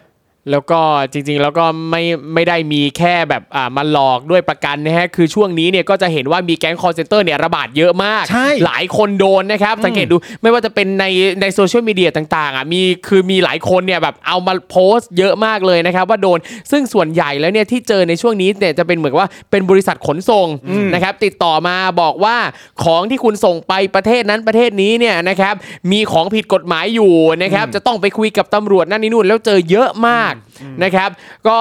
[SPEAKER 1] แล้วก็จริงๆ แล้วก็ไม่ไม่ได้มีแค่แบบอ่ามาหลอกด้วยประกันนะฮะคือช่วงนี้เนี่ยก็จะเห็นว่ามีแก๊งคอร์เซนเตอร์เนี่ยระบาดเยอะมาก
[SPEAKER 3] ใช่
[SPEAKER 1] หลายคนโดนนะครับ สังเกตดูไม่ว่าจะเป็นในในโซเชียลมีเดียต่างๆอ่ะมีคือมีหลายคนเนี่ยแบบเอามาโพสต์เยอะมากเลยนะครับว่าโดนซึ่งส่วนใหญ่แล้วเนี่ยที่เจอในช่วงนี้เนี่ยจะเป็นเหมือนว่าเป็นบริษัทขนส่งนะครับติดต่อมาบอกว่าของที่คุณส่งไปประเทศนั้นประเทศนี้เนี่ยนะครับมีของผิดกฎหมายอยู่นะครับจะต้องไปคุยกับตำรวจนั่นนี่นู่นแล้วเจอเยอะมากนะครับ ก็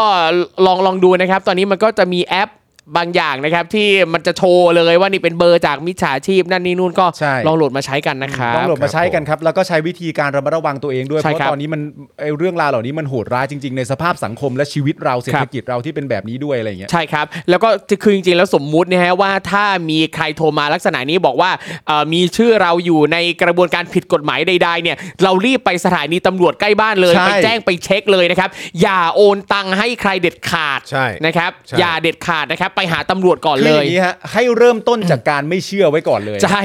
[SPEAKER 1] ลองลองดูนะครับ ตอนนี้มันก็จะมีแอป บางอย่างนะครับที่มันจะโชว์เลยว่านี่เป็นเบอร์จากมิจฉาชีพนั่นนี่นู่นก็
[SPEAKER 3] ใช่
[SPEAKER 1] ลองโหลดมาใช้กันนะครั
[SPEAKER 3] ต้อบ งโหลดมาใช้กันครับ แล้วก็ใช้วิธีการระมัดระวังตัวเองด้วย
[SPEAKER 1] ใช่
[SPEAKER 3] เพราะ
[SPEAKER 1] ครับ
[SPEAKER 3] ตอนนี้มันไอ้เรื่องราวเหล่านี้มันโหดร้ายจริง ๆ ในสภาพสังคมและชีวิตเราเศรษ
[SPEAKER 1] ครั
[SPEAKER 3] ฐ
[SPEAKER 1] บ
[SPEAKER 3] กิจเราที่เป็นแบบนี้ด้วยอะไรอย่างเงี้ย
[SPEAKER 1] ใช่ครับ แล้วก็คือจริงๆแล้วสมมุตินะฮะว่าถ้ามีใครโทรมาลักษณะนี้บอกว่าเอ่อมีชื่อเราอยู่ในกระบวนการผิดกฎหมายใดๆเนี่ยเรารีบไปสถานีตำรวจใกล้บ้านเลย
[SPEAKER 3] ใช่
[SPEAKER 1] ไปแจ้งไปเช็คเลยนะครับ อย่าโอนตังค์ให้ใครเด็ดขาด
[SPEAKER 2] ใช่
[SPEAKER 1] นะครับ
[SPEAKER 2] ใช่
[SPEAKER 1] อย่าเด็ดขาดนะครับ ไปหาตำรวจก่อน
[SPEAKER 3] คือ
[SPEAKER 1] เล
[SPEAKER 3] อย ย่างนี้ฮะให้เริ่มต้นจากการไม่เชื่อไว้ก่อนเลย
[SPEAKER 1] ใช่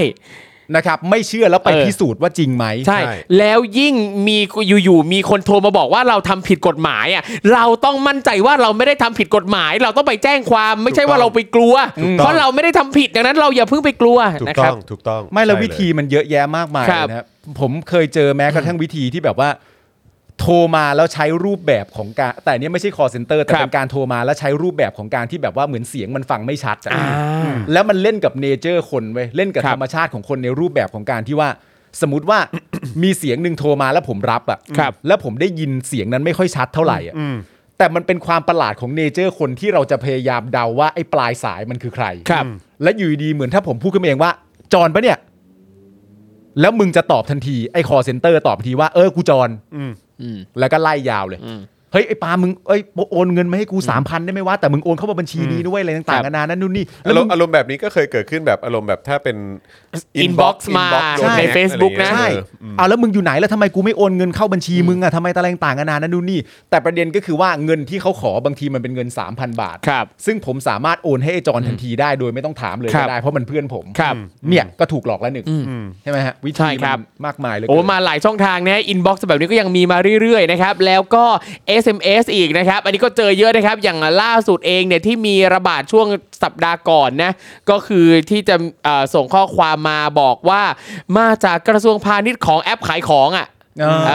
[SPEAKER 3] นะครับ ไม่เชื่อแล้วไป
[SPEAKER 1] เออ
[SPEAKER 3] พิสูจน์ว่าจริงไหม
[SPEAKER 1] ใช่
[SPEAKER 2] ใช่
[SPEAKER 1] แล้วยิ่งมีอยู่ๆมีคนโทรมาบอกว่าเราทำผิดกฎหมายอ่ะเราต้องมั่นใจว่าเราไม่ได้ทำผิดกฎหมาย เราต้องไปแจ้งความไม่ใช่ว่าเราไปกลัว
[SPEAKER 2] ถูกต้อง
[SPEAKER 1] เพราะเราไม่ได้ทำผิดดังนั้นเราอย่าเพิ่งไปกลัว
[SPEAKER 2] ถูก
[SPEAKER 1] นะค
[SPEAKER 2] ต้
[SPEAKER 1] รั
[SPEAKER 2] อบ งถูกต้อง
[SPEAKER 3] ไม่แล้ว
[SPEAKER 2] ใช่เย
[SPEAKER 3] วิธีมันเยอะแยะมากมาย
[SPEAKER 1] ครับ
[SPEAKER 3] นะครับผมเคยเจอแม้กระทั่งวิธีที่แบบว่า โทรมาแล้วใช้รูปแบบของการ แต่อันเนี้ยไม่ใช่ call center แต่
[SPEAKER 1] ครั
[SPEAKER 3] เป็
[SPEAKER 1] บ
[SPEAKER 3] นการโทรมาแล้วใช้รูปแบบของการที่แบบว่าเหมือนเสียงมันฟังไม่ชัดอะ
[SPEAKER 1] อ่า
[SPEAKER 3] แล้วมันเล่นกับเนเจอร์คนเว้ยเล่นกับ
[SPEAKER 1] ครับ
[SPEAKER 3] ธรรมชาติของคนในรูปแบบของการที่ว่า สมมติว่า มีเสียงหนึ่งโทรมาแล้วผมรับอะ
[SPEAKER 1] ครับ
[SPEAKER 3] แล้วผมได้ยินเสียงนั้นไม่ค่อยชัดเท่าไหร่อะแต่มันเป็นความประหลาดของเนเจอร์คนที่เราจะพยายามเดาว่าไอ้ปลายสายมันคือใคร
[SPEAKER 1] ครับ
[SPEAKER 3] และอยู่ดีๆเหมือนถ้าผมพูดขึ้นมาเองว่า จอนปะเนี่ย แล้วมึงจะตอบทันทีไอ้คอเซ็นเตอร์ตอบทันทีว่าเออกูจอนแล้วก็ไล่ยาวเลย เฮ้ยไอ้ปามึงเอ้ยโอนเงินมาให้กูสามพันได้ไหมวะแต่มึงโอนเข้ามาบัญชีนี้ด้วยอะไรต่างๆนานานั่นนู่นนี่แล้
[SPEAKER 2] อาว ร
[SPEAKER 3] มึ
[SPEAKER 2] ม
[SPEAKER 3] ง
[SPEAKER 2] ณ์อารมณ์แบบนี้ก็เคยเกิดขึ้นแบบอารมณ์แบบถ้าเป็น
[SPEAKER 1] inbox มา
[SPEAKER 2] โดน
[SPEAKER 3] ใช่
[SPEAKER 2] แฮ็ก
[SPEAKER 1] ใน Facebook
[SPEAKER 2] อไรเงี้
[SPEAKER 1] นะ
[SPEAKER 2] ย
[SPEAKER 3] ใช่
[SPEAKER 2] เอออืม
[SPEAKER 3] เอาแล้วมึงอยู่ไหนแล้วทำไมกูไม่โอนเงินเข้าบัญชีมึงอะทำไมตะไรต่างๆนานานั่นนู่นนี่แต่ประเด็นก็คือว่าเงินที่เขาขอบางทีมันเป็นเงิน 3,000 บาท
[SPEAKER 1] ครับ
[SPEAKER 3] ซึ่งผมสามารถโอนให้ไอ้จอนทันทีได้โดยไม่ต้องถามเลย
[SPEAKER 1] ครับ
[SPEAKER 3] ก็ได้เพราะมันเพื่อนผม
[SPEAKER 1] ครับ
[SPEAKER 3] เนี่ยก็ถูกหลอกแล้วหนึ่งใช่ไหมฮะวิ
[SPEAKER 1] ใช่
[SPEAKER 3] ธี
[SPEAKER 1] ครั
[SPEAKER 3] มั
[SPEAKER 1] บ
[SPEAKER 3] นมากมายเหลย
[SPEAKER 1] โอ้มาหลายช่องทางนะอินบ็อกซ์แบบนี้ก็ยังมีมาเรื่อยๆนะครับแล้วก็ SMS อีกนะครับ อันนี้ก็เจอเยอะนะครับ อย่างล่าสุดเองเนี่ยที่มีระบาดช่วงสัปดาห์ก่อนนะก็คือที่จะเอ่อส่งข้อความมาบอกว่ามาจากกระทรวงพาณิชย์ของแอปขายของอ่ะ
[SPEAKER 3] อ่า
[SPEAKER 1] เอ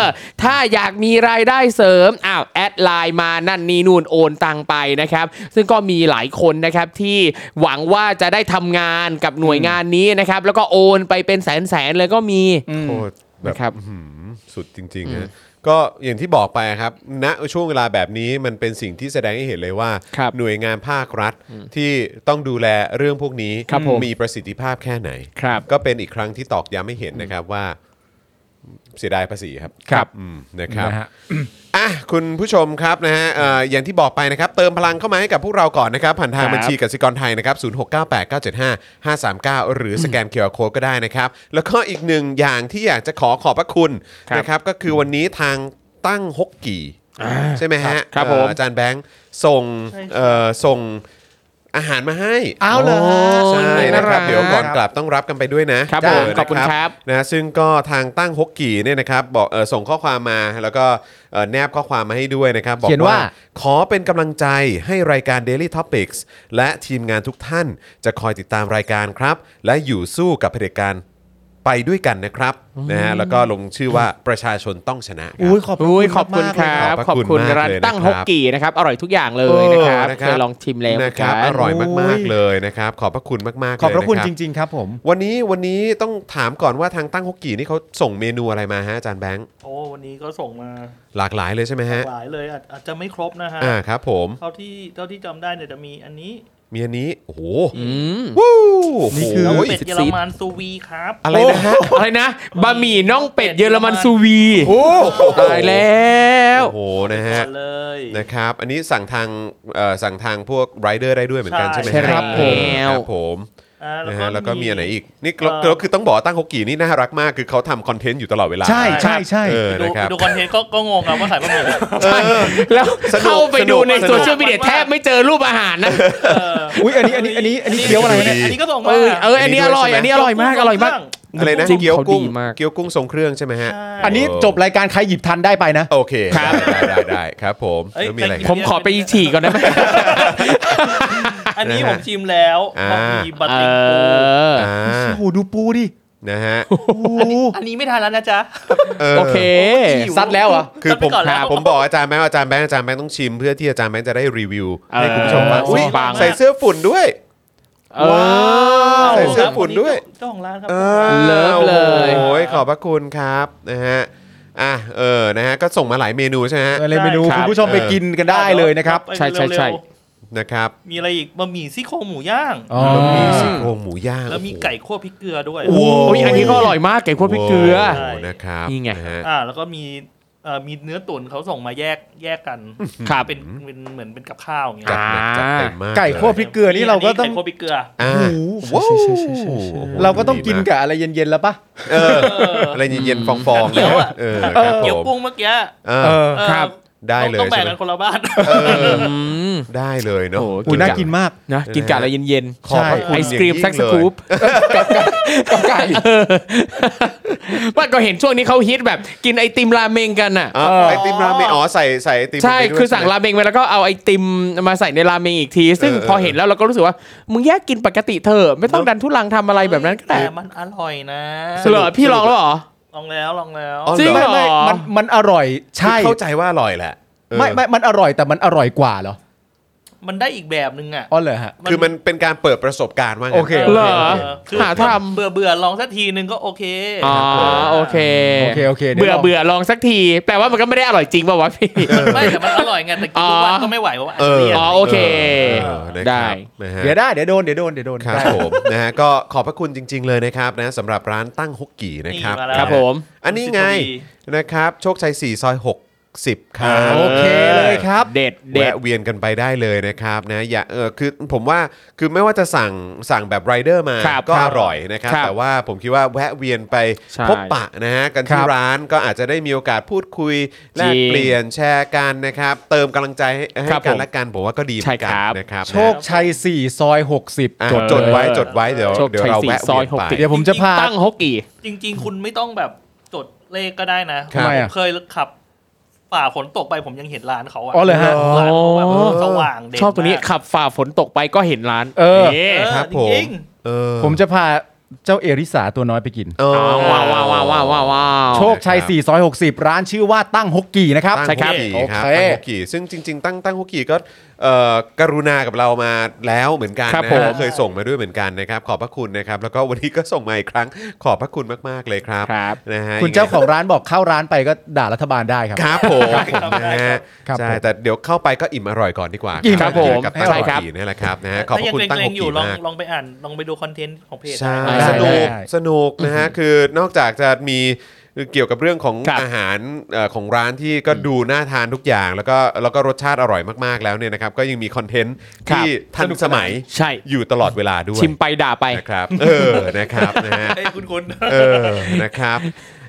[SPEAKER 1] อ ถ้าอยากมีรายได้เสริม อ้าว แอดไลน์มานั่นนี่นู่นโอนตังไปนะครับ ซึ่งก็มีหลายคนนะครับที่หวังว่าจะได้ทำงานกับหน่วยงานนี้นะครับ แล้วก็โอนไปเป็นแสนแสนๆเลยก็มี
[SPEAKER 2] โคตรแบ
[SPEAKER 1] นะครับ
[SPEAKER 2] บอื้อหือสุดจริงๆนะก็อย่างที่บอกไปครับณช่วงเวลาแบบนี้มันเป็นสิ่งที่แสดงให้เห็นเลยว่า
[SPEAKER 1] ครับ
[SPEAKER 2] หน่วยงานภาครัฐที่ต้องดูแลเรื่องพวกนี้
[SPEAKER 1] ครับผม
[SPEAKER 2] มีประสิทธิภาพแค่ไหน
[SPEAKER 1] ครับ
[SPEAKER 2] ก็เป็นอีกครั้งที่ตอกย้ำให้เห็นนะครับว่าเสียดายภาษีครับ
[SPEAKER 3] ครับ
[SPEAKER 2] อืมนะครับ
[SPEAKER 3] นะฮะ
[SPEAKER 2] อ่ะคุณผู้ชมครับนะฮะเอ่ออย่างที่บอกไปนะครับ เติมพลังเข้ามาให้กับพวกเราก่อนนะครับ ผ่านทาง
[SPEAKER 1] ครับ
[SPEAKER 2] บัญชีกสิกรไทยนะครับ 0698975539 หรือสแกนเคอร์โคก็ได้นะครับ แล้วก็อีกหนึ่งอย่างที่อยากจะขอขอบพระคุณ
[SPEAKER 1] ครับ
[SPEAKER 2] นะครับ ก็คือวันนี้ทางตั้งฮกกี่ใช่ไหมฮะ
[SPEAKER 1] ครับ
[SPEAKER 2] เอ่อ
[SPEAKER 1] ผม
[SPEAKER 2] อาจารย์แบงค์ส่ง
[SPEAKER 4] ใช่
[SPEAKER 2] เอ่อส่งอาหารมาให้
[SPEAKER 3] เอาเลย
[SPEAKER 1] โอ้
[SPEAKER 2] ใช่นะครับ
[SPEAKER 1] น่ารัก
[SPEAKER 2] เดี๋ยวก่อนกลับต้องรับกันไปด้วยนะครับ เ
[SPEAKER 1] ผม
[SPEAKER 2] นะ
[SPEAKER 1] ขอบคุณครับ
[SPEAKER 2] นะซึ่งก็ทางตั้งฮกกี่เนี่ยนะครับบอกเออส่งข้อความมาแล้วก็เอ่อแนบข้อความมาให้ด้วยนะครับบอก
[SPEAKER 3] เขียนว่า
[SPEAKER 2] ขอเป็นกำลังใจให้รายการ Daily Topics และทีมงานทุกท่านจะคอยติดตามรายการครับ และอยู่สู้กับเผด็จการไปด้วยกันนะครับนะฮะแล้วก็ลงชื่อว่าประชาชนต้องชนะครั
[SPEAKER 3] อุ้ย
[SPEAKER 2] บ
[SPEAKER 3] ขอบ
[SPEAKER 1] อุ้ยขอบ
[SPEAKER 3] มากๆ
[SPEAKER 1] คุณค
[SPEAKER 3] เลย
[SPEAKER 1] รับ
[SPEAKER 2] ข
[SPEAKER 1] ข
[SPEAKER 2] อ
[SPEAKER 1] อ
[SPEAKER 2] บบ คุ
[SPEAKER 1] คุณ ณ
[SPEAKER 2] มาก
[SPEAKER 1] ร้าน
[SPEAKER 2] เลยนะครับ
[SPEAKER 1] ตั้งฮกกี่นะครับ อร่อยทุกอย่างเลยนะครับ
[SPEAKER 2] นะ
[SPEAKER 1] เคยลองชิมแล้ว
[SPEAKER 2] นะครับ
[SPEAKER 1] เหมืนกัน
[SPEAKER 2] อร่อยมาก
[SPEAKER 3] โอ้
[SPEAKER 2] ๆ
[SPEAKER 3] ย
[SPEAKER 2] เลยนะครับขอบพระคุณมากๆเลย
[SPEAKER 3] ขอบพระคุณ
[SPEAKER 2] น
[SPEAKER 3] จริง ๆ ครับผม
[SPEAKER 2] วันนี้วันนี้ต้องถามก่อนว่าทางตั้งฮกกี่นี่เขาส่งเมนูอะไรมาฮะอาจารย์แบงค์
[SPEAKER 4] โอ้วันนี้ก็ส่งมา
[SPEAKER 2] หลากหลายเลยใช่ไหมฮะ
[SPEAKER 4] หลายเลยอาจอาจจะไม่ครบนะฮะ
[SPEAKER 2] อ่าครับผม
[SPEAKER 4] เท่าที่เท่าที่จำได้เนี่ยจะมีอันนี้
[SPEAKER 2] มีอันนี้โอ้โห
[SPEAKER 1] ม
[SPEAKER 2] วู้
[SPEAKER 3] นี่คือ
[SPEAKER 4] แล้ว
[SPEAKER 2] โโห
[SPEAKER 4] เป็ดเยอรมันซูวีครับ
[SPEAKER 2] อะไรนะฮะ
[SPEAKER 1] อะไรนะบะหมี่น่องเป็ดเยอรมันซูวี
[SPEAKER 2] โอ้โห
[SPEAKER 1] ตายแล้ว
[SPEAKER 2] โอ้โหนะฮะ
[SPEAKER 4] ก่อนเลย
[SPEAKER 2] นะครับอันนี้สั่งทางเอ่อสั่งทางพวกไรเดอร์ได้ด้วยเหมือนกัน
[SPEAKER 4] ใช่
[SPEAKER 2] ใช่ไหม
[SPEAKER 1] ใช่
[SPEAKER 2] ฮะ
[SPEAKER 1] แล้ว
[SPEAKER 2] ครับผม
[SPEAKER 4] อ่า
[SPEAKER 2] นะฮะแล้วก็มีอันไหนอีกนี่
[SPEAKER 4] เอ่อ
[SPEAKER 2] แล้วคือต้องบอกว่าตั้งฮกกี่นี่น่ารักมากคือเขาทำคอนเทนต์อยู่ตลอดเวลา
[SPEAKER 3] ใช่ใช่ใช่
[SPEAKER 2] เออ
[SPEAKER 4] ดู
[SPEAKER 2] นะครับ
[SPEAKER 4] ดูคอนเทนต์ก็ก็งงครับว่าขายปลาหมึก
[SPEAKER 1] ใช่แล้ว
[SPEAKER 2] สนุก
[SPEAKER 1] เข้าไปดูใน
[SPEAKER 2] สนุก
[SPEAKER 1] โซเชียลมีเดียแทบไม่เจอรูปอาหารนะ
[SPEAKER 4] เออ
[SPEAKER 3] อุ้ยอันนี้อันนี้อันนี้อันนี้เคี้ยวอะไร
[SPEAKER 4] อั
[SPEAKER 3] เนี่ย
[SPEAKER 4] อันนี้ก็ส่ง
[SPEAKER 1] เอ
[SPEAKER 4] มา
[SPEAKER 1] อเอออันนี้อร่อย
[SPEAKER 2] อั
[SPEAKER 1] อั
[SPEAKER 2] น
[SPEAKER 1] น
[SPEAKER 2] นี้
[SPEAKER 1] นี้
[SPEAKER 2] ด้
[SPEAKER 1] อ
[SPEAKER 2] วยใช่ไหม
[SPEAKER 1] ร่อยมาก อร่อยมาก
[SPEAKER 2] อะไรนะ
[SPEAKER 1] จิ้ม
[SPEAKER 2] เกี๊ยว
[SPEAKER 1] เขาดี
[SPEAKER 2] กุ้ง
[SPEAKER 1] มาก
[SPEAKER 2] เกี๊ยวกุ้งทรงเครื่องใช่ไหมฮะ
[SPEAKER 4] ใช่
[SPEAKER 3] อันนี้จบรายการใครหยิบทันได้ไปนะ
[SPEAKER 2] โอเค
[SPEAKER 1] ครับ
[SPEAKER 2] ได้ได้ได้ได้ครับผม
[SPEAKER 4] เอ้ย
[SPEAKER 2] แล้วมีอะไรอีก
[SPEAKER 1] ผมขอไปฉี่ก่อนได้ไหม
[SPEAKER 4] อันนี้ผมชิมแล้ว
[SPEAKER 2] อ่า
[SPEAKER 4] เพราะมีบัต
[SPEAKER 1] เอ
[SPEAKER 4] ติงปู
[SPEAKER 1] อ
[SPEAKER 2] อ่า
[SPEAKER 3] โอ้โหดูปูดิ
[SPEAKER 2] นะฮะ
[SPEAKER 3] โอ้โห
[SPEAKER 4] อันนี้ไม่ทานแล้วนะจ๊ะ
[SPEAKER 1] โอเค
[SPEAKER 4] หิว
[SPEAKER 3] ซัดแล้วเหรอ
[SPEAKER 2] คือผม
[SPEAKER 4] ซัดไปก่นแล้ว
[SPEAKER 2] ผมบอกอาจารย์แบงค์ว่าอาจารย์แบงค์อาจารย์แบงค์ต้องชิมเพื่อที่อาจารย์แบงค์จะได้รีวิว
[SPEAKER 1] เออ
[SPEAKER 2] ให้คุณผู้ชมฟัง
[SPEAKER 1] เอออุ๊
[SPEAKER 2] อุ้ย
[SPEAKER 1] บาง
[SPEAKER 2] ใส่เสื้อฝุ่นด้วย
[SPEAKER 1] เออ
[SPEAKER 2] ใส่เสื้อฝุ่นด้วย
[SPEAKER 4] เจ้าของร้านครั
[SPEAKER 2] เอ
[SPEAKER 4] จ้าของร้าน
[SPEAKER 2] อ
[SPEAKER 1] เลิฟเลย
[SPEAKER 2] โอ้ยขอบพระคุณครับนะฮะอ่ะเออนะฮะก็ส่งมาหลายเมนูใช่ไหมฮะ
[SPEAKER 3] อะไรไม่รู้
[SPEAKER 1] ครับ
[SPEAKER 3] คุณผู้ชมไปกินกันได้เลยนะครับ
[SPEAKER 1] ใช่ใช่ใช่
[SPEAKER 2] โ นะครับ
[SPEAKER 4] มีอะไรอีกบะหมี่ซี่โครงหมูย่าง
[SPEAKER 3] อ๋อ
[SPEAKER 2] แล้วมีซี่โครงหมูย่าง
[SPEAKER 4] แล้วมี
[SPEAKER 2] โอ้โห
[SPEAKER 4] ไก่คั่วพริกเกลือด้วย
[SPEAKER 2] โอ้
[SPEAKER 1] โอ้ยอันนี้ก็อร่อยมากไก่คั่วพริกเกลือ
[SPEAKER 2] โโหนะครับ
[SPEAKER 1] นี่ไง
[SPEAKER 2] ะฮะ
[SPEAKER 4] อ่า แล้วก็มีเอ่อมีเนื้อตุ๋นเขาส่งมาแยกแยกกัน
[SPEAKER 1] ครับ
[SPEAKER 4] เป็นเป็นเหมือนเป็นกับข้าวอย่างเงี้
[SPEAKER 2] จัด
[SPEAKER 4] ย
[SPEAKER 2] หนักจัดเต็มมาก
[SPEAKER 3] ไก่คั่ว
[SPEAKER 2] เล
[SPEAKER 3] พริกเกลือนี่เราก็ต้อง
[SPEAKER 4] ไคั่วพริกเกลือ
[SPEAKER 2] ยอ่า
[SPEAKER 3] โอ้โหเราก็ต้องกิน
[SPEAKER 2] กัน
[SPEAKER 3] กับอะไรเย็นๆแล้วปะ
[SPEAKER 2] เอออะไรเย็นๆฟองๆ
[SPEAKER 4] เดี๋ยวอะ
[SPEAKER 2] เออครับผ
[SPEAKER 4] เกี๊ยว
[SPEAKER 2] ม
[SPEAKER 4] กุ้งเมื่อกี้
[SPEAKER 2] อ่า
[SPEAKER 3] เออ
[SPEAKER 4] เอ่อ
[SPEAKER 1] ครับ
[SPEAKER 2] ได้เลย
[SPEAKER 4] ต้องแบ่
[SPEAKER 2] ใช่
[SPEAKER 4] ง
[SPEAKER 2] ไหม
[SPEAKER 4] กันคนละบ้าน
[SPEAKER 2] เออ
[SPEAKER 1] อืม
[SPEAKER 2] ได้เลยเนาะ
[SPEAKER 1] โอ้โห
[SPEAKER 3] อุ้ยน่ากินมาก
[SPEAKER 1] นะกินกับอะไรเย็น
[SPEAKER 2] ขอบพระ
[SPEAKER 1] ๆ
[SPEAKER 2] คุณ
[SPEAKER 1] ไอศกรีม
[SPEAKER 2] ย่างยิ่ง
[SPEAKER 1] สักสกู๊ปกับกับไก่ ว่าก็เห็นช่วงนี้เขาฮิตแบบกินไอติมราเมงกันอ่ะ
[SPEAKER 2] เลยอ่ะไอติมราเมงอ๋อใส่ใส่ไอติม
[SPEAKER 1] ใช่
[SPEAKER 2] ไปด้วย
[SPEAKER 1] คือสั่ง
[SPEAKER 2] ใช่ไหม
[SPEAKER 1] ราเมงไปแล้วก็เอาไอติมมาใส่ในราเมงอีกที ซึ่ง
[SPEAKER 2] เออเออ
[SPEAKER 1] พอเห็นแล้วเราก็รู้สึกว่า มึงแยกกินปกติเถอะไม่ต้องดันทุลังทำอะไรแบบนั้นก็ได้
[SPEAKER 4] แต่มันอร่อยนะ
[SPEAKER 1] เหรอพี่ลองแล้วเหรอ
[SPEAKER 4] ลองแล้วลองแล้ว
[SPEAKER 2] อ๋อ
[SPEAKER 1] จริงเหรอ
[SPEAKER 3] ไม่มันมันอร่อยใช่
[SPEAKER 2] คือเข้าใจว่าอร่อยแหละเออ
[SPEAKER 3] ไม่ไม่มันอร่อยแต่มันอร่อยกว่าเหรอ
[SPEAKER 4] มันได้อีกแบบนึงอ่ะ
[SPEAKER 3] อ๋อเหรอฮะ
[SPEAKER 2] คือมันเป็นการเปิดประสบการณ์ว่างั้น
[SPEAKER 3] โอเค
[SPEAKER 1] เหรอ
[SPEAKER 4] คือ
[SPEAKER 1] หาทำ
[SPEAKER 4] เบื่อเบื่อๆลองสักทีนึงก็โอเค
[SPEAKER 1] อ๋อโอเค
[SPEAKER 3] โอเคโอเคดี๋ยว
[SPEAKER 1] เบื่อ
[SPEAKER 3] รา
[SPEAKER 1] เบื่อลองสักทีแปลว่ามันก็ไม่ได้อร่อยจริงป่าววะพี่
[SPEAKER 4] ไม่แต่มันอร่อยไงแต่กินทุกวัน
[SPEAKER 1] อ๋อ
[SPEAKER 4] ก็ไม่ไหวเพราะว่า
[SPEAKER 2] เออ
[SPEAKER 4] เลี่ยน
[SPEAKER 1] อ๋อโอเค
[SPEAKER 2] เออนะครับ
[SPEAKER 1] ได้
[SPEAKER 2] นะฮะ
[SPEAKER 3] เดี๋ยวได้เดี๋ยวโดนเดี๋ยวโดนเดี๋ยวโดน
[SPEAKER 2] ครับ
[SPEAKER 3] ได้
[SPEAKER 2] ผมนะฮะก็ขอบพระคุณจริง ๆ เลยนะครับนะสำหรับร้านตั้งฮกกี่นะครับ
[SPEAKER 4] นี่มาแล้ว
[SPEAKER 1] ครับผม
[SPEAKER 2] อันนี้ไงนะครับ โชคชัย 4 ซอย 60 ครับ
[SPEAKER 3] โอเคเลยครับ
[SPEAKER 1] เด็ดเด็ด
[SPEAKER 2] แวะเวียนกันไปได้เลยนะครับนะอย่าเออคือผมว่าคือไม่ว่าจะสั่งสั่งแบบไรเดอร์มา
[SPEAKER 1] ครับ
[SPEAKER 2] ก็อร่อยนะครับ
[SPEAKER 1] ครับ
[SPEAKER 2] แต่ว่าผมคิดว่าแวะเวียนไป
[SPEAKER 1] ใช่
[SPEAKER 2] พบปะนะฮะกันที่
[SPEAKER 1] ครับ
[SPEAKER 2] ร้านก็อาจจะได้มีโอกาสพูดคุยแล
[SPEAKER 1] จริ
[SPEAKER 2] ก
[SPEAKER 1] ง
[SPEAKER 2] เปลี่ยนแชร์กันนะครับ เติมกำลังใจให้ให้
[SPEAKER 1] ครับ
[SPEAKER 2] กั
[SPEAKER 1] ผ
[SPEAKER 2] น
[SPEAKER 1] ม
[SPEAKER 2] และกันผมว่าก็ดีเหมือนกัน
[SPEAKER 1] ใช่ครับ
[SPEAKER 2] นะครับนะ
[SPEAKER 3] โชคชัย4ซอย60
[SPEAKER 2] อ่ะ
[SPEAKER 1] จด
[SPEAKER 2] จดไว้
[SPEAKER 1] เออ
[SPEAKER 2] จดไว้เดี๋ยว
[SPEAKER 1] โชค
[SPEAKER 2] เดี๋ยว
[SPEAKER 1] ชัย
[SPEAKER 2] เรา
[SPEAKER 1] สี่
[SPEAKER 2] แวะ
[SPEAKER 1] ซ
[SPEAKER 2] เวี
[SPEAKER 1] อย ย
[SPEAKER 2] น
[SPEAKER 1] หก
[SPEAKER 2] ไป
[SPEAKER 1] สิบ
[SPEAKER 3] เดี๋ยวผมจะพา
[SPEAKER 1] ตั้งฮกกี่
[SPEAKER 4] จริง ๆ คุณไม่ต้องแบบจดเลขก็ได้นะครับ
[SPEAKER 3] ทำไม
[SPEAKER 4] ผ
[SPEAKER 3] อะ
[SPEAKER 4] มเคยขับฝ่าฝนตกไปผมยังเห็นร้านเขาอ่ะ
[SPEAKER 3] อ๋อเหรอฮะ
[SPEAKER 4] ร้านเขาแบบ
[SPEAKER 1] อ๋อ
[SPEAKER 4] สว่างเด่น
[SPEAKER 1] ชอบตัวนี้
[SPEAKER 4] มาก
[SPEAKER 1] ขับฝ่าฝนตกไปก็เห็นร้าน
[SPEAKER 3] เออ
[SPEAKER 1] นี่
[SPEAKER 4] เออ
[SPEAKER 2] ครับ
[SPEAKER 4] จ
[SPEAKER 2] ผม
[SPEAKER 4] ริง
[SPEAKER 2] เออ
[SPEAKER 3] ผมจะพาเจ้าเอริสาตัวน้อยไปกิน
[SPEAKER 2] เออ
[SPEAKER 1] เอาว้าวว้าวว้าวว้าวว้าวว้าว
[SPEAKER 3] โชคชัย
[SPEAKER 2] ครับ
[SPEAKER 3] 4ซอย60 ร้านชื่อว่าตั้งฮกกี่นะครับ
[SPEAKER 2] ตั้งฮ
[SPEAKER 1] ใช่
[SPEAKER 2] กกี้ครับ
[SPEAKER 3] โอเค
[SPEAKER 2] ตั้งฮกกี้ซึ่งจริง ๆ ตั้งตั้งฮกกี้ก็เอ่อกรุณากับเรามาแล้วเหมือนกัน
[SPEAKER 1] ครับ
[SPEAKER 2] นะ
[SPEAKER 1] ผม
[SPEAKER 2] ฮะเคยส่งมาด้วยเหมือนกันนะครับ ขอบพระคุณนะครับ แล้วก็วันนี้ก็ส่งมาอีกครั้งขอบพระคุณมากๆเลยครับ
[SPEAKER 1] ครับ
[SPEAKER 2] นะฮะ
[SPEAKER 3] คุณเจ้าของร้านบอกเข้าร้านไปก็ด่ารัฐบาลได้ครับ
[SPEAKER 2] ครับผมนะฮะ
[SPEAKER 3] ครับ
[SPEAKER 2] ใช่
[SPEAKER 3] ผม
[SPEAKER 2] แต่เดี๋ยวเข้าไปก็อิ่มอร่อยก่อนดีกว่า
[SPEAKER 3] อิ่ม
[SPEAKER 1] ครับผม
[SPEAKER 2] กับตั้ง
[SPEAKER 1] ใช่
[SPEAKER 2] ฮก
[SPEAKER 1] ครับ
[SPEAKER 2] กี้นี่แหละครับนะฮะ
[SPEAKER 4] ๆ
[SPEAKER 2] ขอบพระ
[SPEAKER 4] ถ้ายัง
[SPEAKER 2] คุณ
[SPEAKER 4] เก
[SPEAKER 2] ตั้ง
[SPEAKER 4] ร
[SPEAKER 2] ฮ
[SPEAKER 4] ง
[SPEAKER 2] ก
[SPEAKER 4] ๆอยู่
[SPEAKER 2] กี้
[SPEAKER 4] ลอง
[SPEAKER 2] มาก
[SPEAKER 4] ลองไปอ่านลองไปดูคอนเทนต์ของเพจ
[SPEAKER 2] ใช่
[SPEAKER 4] ได้
[SPEAKER 2] สนุก
[SPEAKER 3] ได้
[SPEAKER 2] สนุกนะฮะคือนอกจากจะมีเกี่ยวกับเรื่องของ
[SPEAKER 1] ครับ
[SPEAKER 2] อาหารเอ่อของร้านที่ก็ดูน่าทานทุกอย่าง แล้วก็แล้วก็รสชาติอร่อยมากๆแล้วเนี่ยนะครับก็ยังมีคอนเทนต์
[SPEAKER 1] ครับ
[SPEAKER 2] ที่ทันสมัย
[SPEAKER 1] ใช่
[SPEAKER 2] อยู่ตลอดเวลาด้วย
[SPEAKER 1] ชิมไปด่าไป
[SPEAKER 2] นะครับเออนะครับนะฮะ
[SPEAKER 4] ไอ้คุณคุณ
[SPEAKER 2] เออ นะครับ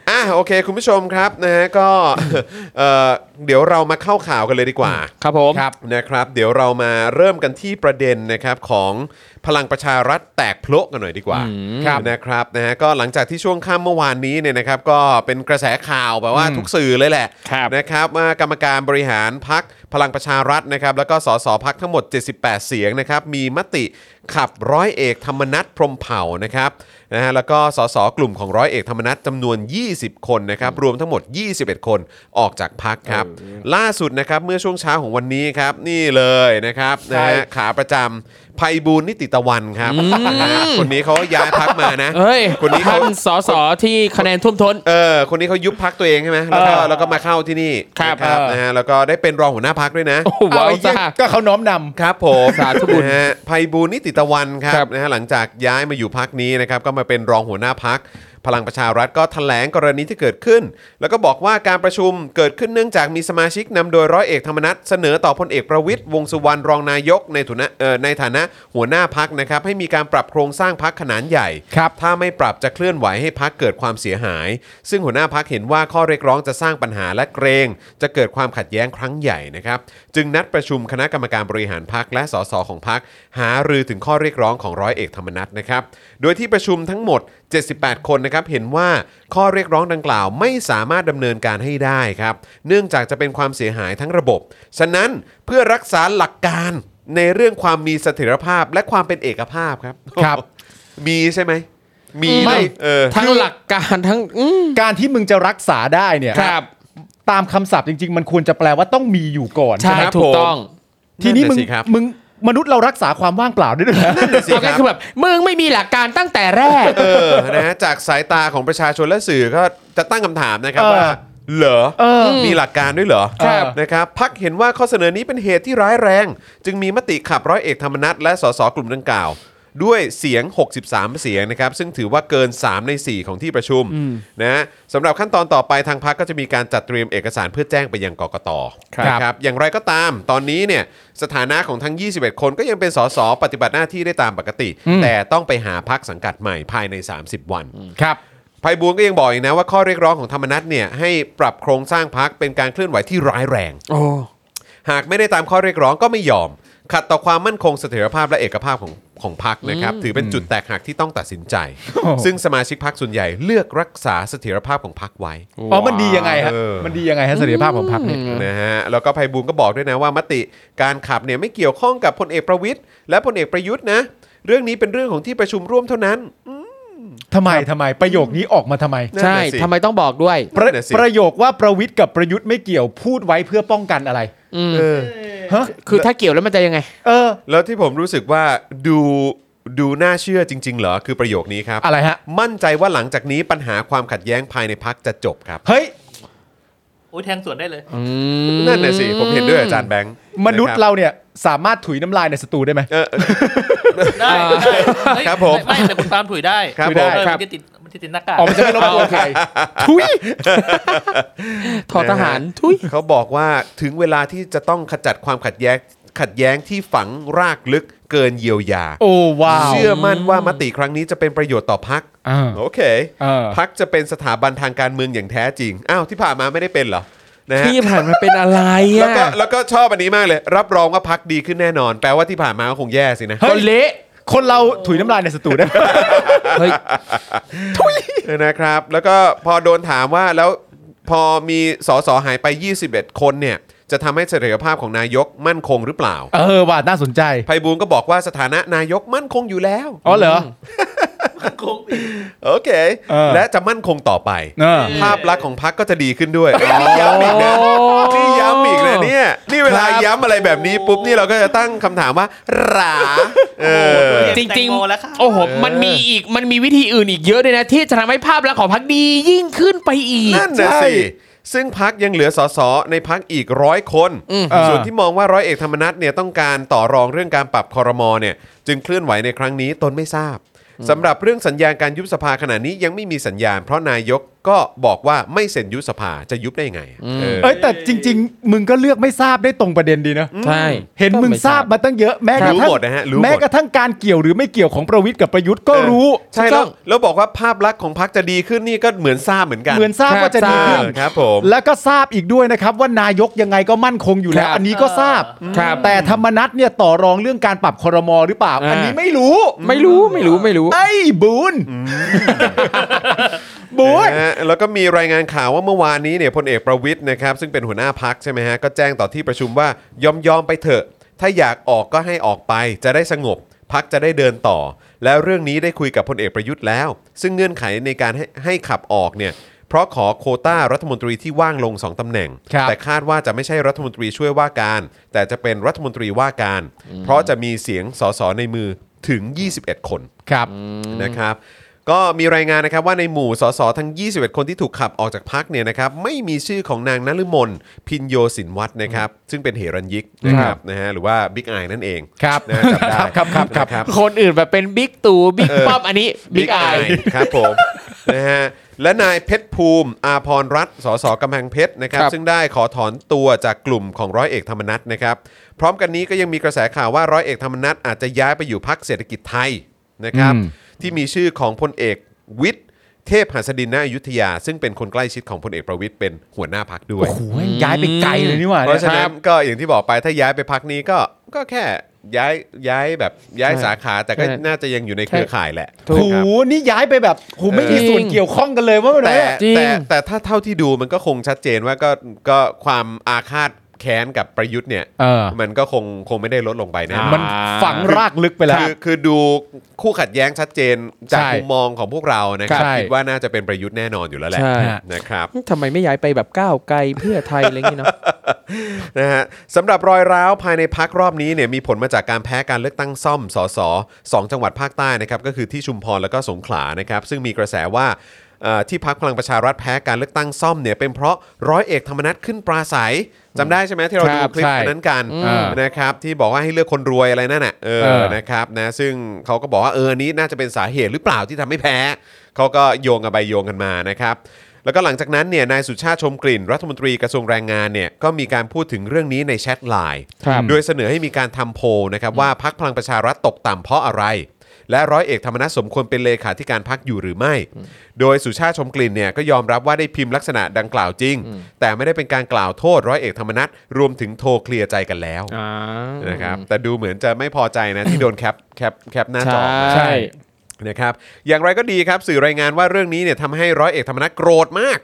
[SPEAKER 2] อ่ะ โอเค คุณผู้ชมครับ นะฮะ ก็ เอ่อ เดี๋ยวเรามาเข้าข่าวกันเลยดีกว่า
[SPEAKER 1] ครับผม
[SPEAKER 2] ครับ นะครับ เดี๋ยวเรามาเริ่มกันที่ประเด็นนะครับของพลังประชารัฐแตกโพละกันหน่อยดีกว่า
[SPEAKER 3] ครับ
[SPEAKER 2] นะครับ นะฮะ ก็หลังจากที่ช่วงค่ำเมื่อวานนี้เนี่ยนะครับ ก็เป็นกระแสข่าวแบบว่า
[SPEAKER 3] อืม
[SPEAKER 2] ทุกสื่อเลยแหละ
[SPEAKER 1] ครับ
[SPEAKER 2] นะครับว่ากรรมการบริหารพักพลังประชารัฐนะครับ แล้วก็สสพักทั้งหมด 78 เสียงนะครับ มีมติขับร้อยเอกธรรมนัฐพรหมเผ่านะครับนะฮะแล้วก็สสกลุ่มของร้อยเอกธรรมนัฐจำนวน 20 คนนะครับ รวมทั้งหมด 21 คนออกจากพักครับ ล่าสุดนะครับเมื่อช่วงเช้าของวันนี้ครับ นี่เลยนะครับนะฮะขาประจำภัยบูลย์นิติตะวันครับนะฮะคนนี้เขาย้ายพักมานะ
[SPEAKER 1] เฮ้ย
[SPEAKER 2] คนนี้เขา
[SPEAKER 1] ท่านสอสอที่คะแนนท่วมท้น
[SPEAKER 2] เออ คนนี้เขายุบพักตัวเองใช่ไหมแล้วก็
[SPEAKER 3] เออ
[SPEAKER 2] แล้วก็มาเข้าที่นี่
[SPEAKER 1] ครับ
[SPEAKER 2] นะ
[SPEAKER 3] เออ
[SPEAKER 2] นะฮะ แล้วก็ได้เป็นรองหัวหน้าพักด้วยนะ
[SPEAKER 1] โอ้โหว้าว
[SPEAKER 3] เอาเหี้ย
[SPEAKER 1] จ้า
[SPEAKER 3] ก็เขาน้อมนำ
[SPEAKER 2] ครับผม
[SPEAKER 1] สาธุบุญ
[SPEAKER 2] นะฮะภัยบูลย์นิติตะวันครั
[SPEAKER 1] ครับ บ
[SPEAKER 2] นะฮะหลังจากย้ายมาอยู่พักนี้นะครับ ก็มาเป็นรองหัวหน้าพัก พลังประชารัฐก็แถลงกรณีที่เกิดขึ้น แล้วก็บอกว่าการประชุมเกิดขึ้นเนื่องจากมีสมาชิกนำโดยร้อยเอกธรรมนัฐเสนอต่อพลเอกประวิตยวงษ์สุวรรณรองนายกในฐานะเอ่อในฐานะหัวหน้าพักนะครับ ให้มีการปรับโครงสร้างพักขนาดใหญ่
[SPEAKER 3] ครับ
[SPEAKER 2] ถ้าไม่ปรับจะเคลื่อนไหวให้พักเกิดความเสียหาย ซึ่งหัวหน้าพักเห็นว่าข้อเรียกร้องจะสร้างปัญหาและเกรง จะเกิดความขัดแย้งครั้งใหญ่นะครับ จึงนัดประชุมคณะกรรมการบริหารพักและสสของพักหารือถึงข้อเรียกร้องของร้อยเอกธรรมนัฐนะครับ โดยที่ประชุมทั้งหมด 78 คนนะครับเห็นว่าข้อเรียกร้องดังกล่าวไม่สามารถดำเนินการให้ได้ครับ เนื่องจากจะเป็นความเสียหายทั้งระบบ ฉะนั้นเพื่อรักษาหลักการในเรื่องความมีเสถียรภาพและความเป็นเอกภาพครับ
[SPEAKER 3] ครับ
[SPEAKER 2] มีใช่ไหม มี
[SPEAKER 1] ไม่
[SPEAKER 2] เนอะเออ
[SPEAKER 1] ทั้งหลักการทั้งอืม
[SPEAKER 3] การที่มึงจะรักษาได้เนี่ย
[SPEAKER 1] ครับ
[SPEAKER 3] ตามคำศัพท์จริง ๆ มันควรจะแปลว่าต้องมีอยู่ก่อน
[SPEAKER 1] ใช่
[SPEAKER 2] ครับ
[SPEAKER 1] ถู
[SPEAKER 2] ผ
[SPEAKER 1] ก
[SPEAKER 2] ม
[SPEAKER 1] ต้อง
[SPEAKER 3] ทีนี้มึง
[SPEAKER 2] นั่นน่ะสิครับ
[SPEAKER 3] มึงมนุษย์เรารักษาความว่างเปล่าได้ด้วยเหรอ
[SPEAKER 2] นั่นน่ะสิ
[SPEAKER 1] เอา
[SPEAKER 2] ค
[SPEAKER 1] ง่า
[SPEAKER 2] รั
[SPEAKER 1] ย
[SPEAKER 2] บ
[SPEAKER 1] คือแบบมึงไม่มีหลักการตั้งแต่แรก
[SPEAKER 2] เออนะฮะจากสายตาของประชาชนและสื่อก็จะตั้งคำถามนะครับ
[SPEAKER 3] เออ
[SPEAKER 2] ว่า เหรอ
[SPEAKER 3] เออ
[SPEAKER 2] มีหลักการด้วยเหรอ
[SPEAKER 1] ครับ
[SPEAKER 2] นะครับพักเห็นว่าข้อเสนอนี้เป็นเหตุที่ร้ายแรง จึงมีมติขับร้อยเอกธรรมนัฐและสสกลุ่มดังกล่าว ด้วยเสียง 63 เสียงนะครับ ซึ่งถือว่าเกิน 3 ใน 4 ของที่ประชุมนะฮะสำหรับขั้นตอนต่อไปทางพักก็จะมีการจัดเตรียมเอกสารเพื่อแจ้งไปยังกกต
[SPEAKER 1] ครับ
[SPEAKER 2] นะอย่างไรก็ตามตอนนี้เนี่ยสถานะของทั้ง 21 คนก็ยังเป็นสสปฏิบัติหน้าที่ได้ตามปกติ แต่ต้องไปหาพักสังกัดใหม่ภายใน 30 วัน
[SPEAKER 3] ครับ
[SPEAKER 2] ไพบูลย์ก็ยังบอกอีกนะว่าข้อเรียกร้องของธรรมนัฐเนี่ยให้ปรับโครงสร้างพักเป็นการเคลื่อนไหวที่ร้ายแรง
[SPEAKER 1] โอ้
[SPEAKER 2] หากไม่ได้ตามข้อเรียกร้องก็ไม่ยอม ขัดต่อความมั่นคงเสถียรภาพและเอกภาพของของพักนะครับถือเป็นจุดแตกหักที่ต้องตัดสินใจ
[SPEAKER 3] โอ้
[SPEAKER 2] ซึ่งสมาชิกพักส่วนใหญ่เลือกรักษาเสถียรภาพของพักไว้
[SPEAKER 3] อ๋อมันดียังไงฮะ
[SPEAKER 2] เออ
[SPEAKER 3] มันดียังไงฮะเสรีภาพของพรรคเนี่ย
[SPEAKER 2] นะฮะแล้วก็ไพบูลย์ก็บอกด้วยนะว่ามติการขับเนี่ยไม่เกี่ยวข้องกับพลเอกประวิทย์และพลเอกประยุทธ์นะเรื่องนี้เป็นเรื่องของที่ประชุมร่วมเท่านั้น
[SPEAKER 3] ทำไมทำไมประโยคนี้ออกมาทำไม
[SPEAKER 2] นั่น
[SPEAKER 1] ใช่
[SPEAKER 2] น่ะสิ
[SPEAKER 1] ทำไมต้องบอกด้วย
[SPEAKER 3] ประ
[SPEAKER 2] นั่นน่ะสิ
[SPEAKER 3] ประโยคว่าประวิทย์กับประยุทธ์ไม่เกี่ยวพูดไว้เพื่อป้องกันอะไรเออฮะ
[SPEAKER 1] คือถ้าเกี่ยวแล้วมันจะยังไง
[SPEAKER 3] เออ
[SPEAKER 2] แล้วที่ผมรู้สึกว่าดูดูน่าเชื่อจริง ๆ เหรอ คือประโยคนี้ครับ
[SPEAKER 3] อะไรฮะ
[SPEAKER 2] มั่นใจว่าหลังจากนี้ปัญหาความขัดแย้งภายในพักจะจบครับ
[SPEAKER 3] เฮ้ย
[SPEAKER 4] โอ้ยแทงสวนได้เลย
[SPEAKER 2] นั่นน่ะสิ ผมเห็นด้วยอาจารย์แบงค์
[SPEAKER 3] มนุษย์
[SPEAKER 2] ะคบ
[SPEAKER 3] เราเนี่ยสามารถถุยน้ำลายในสตู ได้ไหม
[SPEAKER 2] เออ
[SPEAKER 4] ได้ได้เฮ้ย
[SPEAKER 2] ครับผม
[SPEAKER 4] ไม่แต่คุณตามถุยได้
[SPEAKER 2] ครับ
[SPEAKER 4] ถุยได้
[SPEAKER 3] ผม
[SPEAKER 4] เออมันจะติดมันจะติดหน้ากาก
[SPEAKER 3] อ๋อมันจะไม่รบกวนใครถุย
[SPEAKER 1] ทอทหาร ทุย
[SPEAKER 2] เขาบอกว่าถึงเวลาที่จะต้องขจัดความขัดแย้ง ขัดแย้งที่ฝังรากลึกเกินเยียวยา
[SPEAKER 3] โอ้ว้าว
[SPEAKER 2] เชื่อมั่นว่ามติครั้งนี้จะเป็นประโยชน์ต่อพัก
[SPEAKER 3] อ่า
[SPEAKER 2] โอเค
[SPEAKER 3] เออ
[SPEAKER 2] พักจะเป็นสถาบันทางการเมืองอย่างแท้จริง อ้าวที่ผ่านมาไม่ได้เป็นเหรอ นะฮะ
[SPEAKER 1] ที่ผ่านมาเป็นอะไร
[SPEAKER 2] แล้ว
[SPEAKER 1] อ่ะ
[SPEAKER 2] ก็แล้วก็ชอบอันนี้มากเลย รับรองว่าพักดีขึ้นแน่นอน แปลว่าที่ผ่านมาก็คงแย่สินะ
[SPEAKER 1] ก็เละ
[SPEAKER 3] คนเราถุยน้ำลายในสตูได้ไหม
[SPEAKER 1] เฮ้ย
[SPEAKER 2] นะครับ แล้วก็พอโดนถามว่าแล้วพอมีสสหายไป 21 คนเนี่ย จะทำให้เสถียรภาพของนายกมั่นคงหรือเปล่า
[SPEAKER 3] เออว่าน่าสนใจ
[SPEAKER 2] ไพบูลย์ก็บอกว่าสถานะนายกมั่นคงอยู่แล้ว
[SPEAKER 3] อ๋อเหรอ
[SPEAKER 4] คงอีก
[SPEAKER 2] โอเค
[SPEAKER 3] เออ
[SPEAKER 2] และจะมั่นคงต่อไป
[SPEAKER 3] เออ
[SPEAKER 2] ภาพลักษณ์ของพักก็จะดีขึ้นด้วยนี่ย้ำอีกนะนี่ย้ำอีกนะเนี่ยนี่เวลา
[SPEAKER 3] ครับ
[SPEAKER 2] ย้ำอะไรแบบนี้ปุ๊บนี่เราก็จะตั้งคำถามว่าหราเออ
[SPEAKER 4] เปลี่ยน
[SPEAKER 1] จริงๆ
[SPEAKER 4] แตโมแล้วค่ะ
[SPEAKER 1] โอ้โห มันมีอีก มันมีวิธีอื่นอีกเยอะเลยนะ ที่จะทำให้ภาพลักษณ์ของพรรคดียิ่งขึ้นไปอีก
[SPEAKER 2] นั่นนะ
[SPEAKER 3] ใช่
[SPEAKER 2] สิซึ่งพักยังเหลือสสในพักอีกร้อยคน
[SPEAKER 3] เออ
[SPEAKER 2] ส่วนที่มองว่าร้อยเอกธรรมนัฐเนี่ยต้องการต่อรองเรื่องการปรับคอรมอเนี่ยจึงเคลื่อนไหวในครั้งนี้ตนไม่ทราบสำหรับเรื่องสัญญาการยุบสภาขณะนี้ยังไม่มีสัญญาณ เพราะนายกก็บอกว่าไม่เซ็นยุบสภาจะยุบได้ไงเออ
[SPEAKER 3] เอ้ยแต่จริง ๆ มึงก็เลือกไม่ทราบได้ตรงประเด็นดีนะ
[SPEAKER 1] ใช่
[SPEAKER 3] เห็นมึงทราบมาตั้งเยอะแม้กระ
[SPEAKER 2] รู้
[SPEAKER 3] ทั่ง
[SPEAKER 2] หมดนะฮะรู้ห
[SPEAKER 3] แม้
[SPEAKER 2] มด
[SPEAKER 3] กระทั่งการเกี่ยวหรือไม่เกี่ยวของประวิทย์กับประยุทธ์ก็รู้
[SPEAKER 2] ใช่แล้วแล้วบอกว่าภาพลักษณ์ของพักจะดีขึ้นนี่ก็เหมือนทราบเหมือนกัน
[SPEAKER 3] เหมือนทราบว่าจะดีขึ้น
[SPEAKER 2] เออครับผม
[SPEAKER 3] แล้วก็ทราบอีกด้วยนะครับว่านายกยังไงก็มั่นคงอยู่แล้ว อันนี้ก็ทราบ
[SPEAKER 1] ครับ
[SPEAKER 3] แต่ธรรมนัตเนี่ยต่อรองเรื่องการปรับคอรมอหรือเปล่า
[SPEAKER 1] อ่า
[SPEAKER 3] อันนี้ไม่รู้
[SPEAKER 1] ไม่รู้ไม่รู้ไม่รู้
[SPEAKER 3] ไอ้บูนบูน
[SPEAKER 2] นะฮะแล้วก็มีรายงานข่าวว่าเมื่อวานนี้เนี่ยพลเอกประวิทย์นะครับซึ่งเป็นหัวหน้าพักใช่ไหมฮะก็แจ้งต่อที่ประชุมว่ายอมยอมไปเถอะ ถ้าอยากออกก็ให้ออกไป จะได้สงบพักจะได้เดินต่อ แล้วเรื่องนี้ได้คุยกับพลเอกประยุทธ์แล้ว ซึ่งเงื่อนไขในการให้ให้ขับออกเนี่ยเพราะขอโควต้ารัฐมนตรีที่ว่างลงสองตำแหน่ง
[SPEAKER 3] ครับ
[SPEAKER 2] แต่คาดว่าจะไม่ใช่รัฐมนตรีช่วยว่าการ แต่จะเป็นรัฐมนตรีว่าการ เพราะจะมีเสียงสสในมือถึง 21 คน
[SPEAKER 3] ครับ
[SPEAKER 2] นะครับก็มีรายงานนะครับว่าในหมู่สสทั้ง 21 คนที่ถูกขับออกจากพักเนี่ยนะครับไม่มีชื่อของนางนฤมลพินโยสินวัฒน์นะครับซึ่งเป็นเหรัญยิกนะครับนะฮะหรือว่าบิ๊กไอนั่นเอง
[SPEAKER 3] ครับ
[SPEAKER 2] นะฮะจำได้
[SPEAKER 3] ครับครับครับ
[SPEAKER 2] นะ
[SPEAKER 1] คนอื่นแบบเป็นบิ๊กตู่บิ๊ก
[SPEAKER 2] เออ
[SPEAKER 1] ป้อมอันนี้บิ๊กไอ
[SPEAKER 2] Eye ครับผม นะฮะและนายเพชรภูมิ อาพรรัฐสสกำแพงเพชรนะครับ
[SPEAKER 1] ครับ
[SPEAKER 2] ซึ่งได้ขอถอนตัวจากกลุ่มของร้อยเอกธรรมนัฐนะครับพร้อมกันนี้ก็ยังมีกระแสข่าวว่าร้อยเอกธรรมนัฐอาจจะย้ายไปอยู่พักเศรษฐกิจไทยนะครับ
[SPEAKER 3] อืม
[SPEAKER 2] ที่มีชื่อของพลเอกวิทย์เทพหัสดินณอยุธยา ซึ่งเป็นคนใกล้ชิดของพลเอกประวิทย์เป็นหัวหน้าพักด้วย
[SPEAKER 3] โอ้โหย้ายไปไกลเลยนี่หว่า
[SPEAKER 2] เพราะฉะ
[SPEAKER 3] ค
[SPEAKER 2] นั้
[SPEAKER 3] รั
[SPEAKER 2] น
[SPEAKER 3] บ
[SPEAKER 2] ก็อย่างที่บอกไปถ้าย้ายไปพักนี้ก็ก็แค่ย้ายย้ายแบบย้ายสาขาแต่ก็
[SPEAKER 1] ใช่
[SPEAKER 2] น่าจะยังอยู่ในเครือข่ายแหละ
[SPEAKER 3] โอ้โห
[SPEAKER 2] ครับ
[SPEAKER 3] นี่ย้ายไปแบบโหไม่มีส่วนเกี่ยวข้องกันเลยว่ามัน
[SPEAKER 2] แต่
[SPEAKER 3] เนี่ย
[SPEAKER 1] จริง
[SPEAKER 2] แต่แต่ถ้าเท่าที่ดูมันก็คงชัดเจนว่าก็ก็ความอาฆาตแค้นกับประยุทธ์เนี่ย
[SPEAKER 3] เออ
[SPEAKER 2] มันก็คงคงไม่ได้ลดลงไปแนะ
[SPEAKER 1] อ่า
[SPEAKER 3] มันฝังรากลึกไปแล้ว
[SPEAKER 2] คือคือดูคู่ขัดแย้งชัดเจนจาก
[SPEAKER 3] ใช่
[SPEAKER 2] มุมมองของพวกเรานะครับ
[SPEAKER 3] ใช่
[SPEAKER 2] คิดว่าน่าจะเป็นประยุทธ์แน่นอนอยู่แล้วแหละ
[SPEAKER 1] ใช่
[SPEAKER 2] นะครับ
[SPEAKER 1] ทำไมไม่ย้ายไปแบบก้าวไกลเพื่อไทยอะไรอย่างงี้เนาะ
[SPEAKER 2] นะฮะสำหรับรอยร้าวภายในพักรอบนี้เนี่ยมีผลมาจากการแพ้การเลือกตั้งซ่อมสสสองจังหวัดภาคใต้นะครับก็คือที่ชุมพรแล้วก็สงขลานะครับซึ่งมีกระแสว่า เอ่อที่พักพลังประชารัฐแพ้การเลือกตั้งซ่อมเนี่ยเป็นเพราะร้อยเอกธรรมนัฐขึ้นปราศัยจำได้ใช่ไหมที่เรา
[SPEAKER 3] ค
[SPEAKER 2] ดู
[SPEAKER 3] รับ
[SPEAKER 2] คลิป
[SPEAKER 3] ใช่
[SPEAKER 2] อันนั้นกัน
[SPEAKER 3] อืม
[SPEAKER 2] นะครับที่บอกว่าให้เลือกคนรวยอะไรนั่นน่ะเอ
[SPEAKER 3] เอ
[SPEAKER 2] อ
[SPEAKER 3] อ
[SPEAKER 2] นะครับนะซึ่งเขาก็บอกว่าเอออันนี้น่าจะเป็นสาเหตุหรือเปล่าที่ทำให้แพ้เขาก็โยงกันไปโยงกันมานะครับ แล้วก็หลังจากนั้นเนี่ยนายสุชาติชมกลิ่น รัฐมนตรีกระทรวงแรงงานเนี่ยก็มีการพูดถึงเรื่องนี้ในแชทไลน์
[SPEAKER 1] ครับ
[SPEAKER 2] โดยเสนอให้มีการทำโพลนะครับว่าพักพลังประชารัฐตกต่ำเพราะอะไร และร้อยเอกธรรมนัสสมควรเป็นเลขาธิการพักอยู่หรือไม่ โดยสุชาติชมกลิ่นเนี่ยก็ยอมรับว่าได้พิมพ์ลักษณะดังกล่าวจริง แต่ไม่ได้เป็นการกล่าวโทษร้อยเอกธรรมนัสรวมถึงโทรเคลียร์ใจกันแล้ว
[SPEAKER 1] อ่า
[SPEAKER 2] นะครับแต่ดูเหมือนจะไม่พอใจนะที่โดนแคปแคปแคปหน้าจอ
[SPEAKER 1] ใช่
[SPEAKER 2] นะครับอย่างไรก็ดีครับสื่อรายงานว่าเรื่องนี้เนี่ยทำให้ร้อยเอกธรรมนัฐโกรธมาก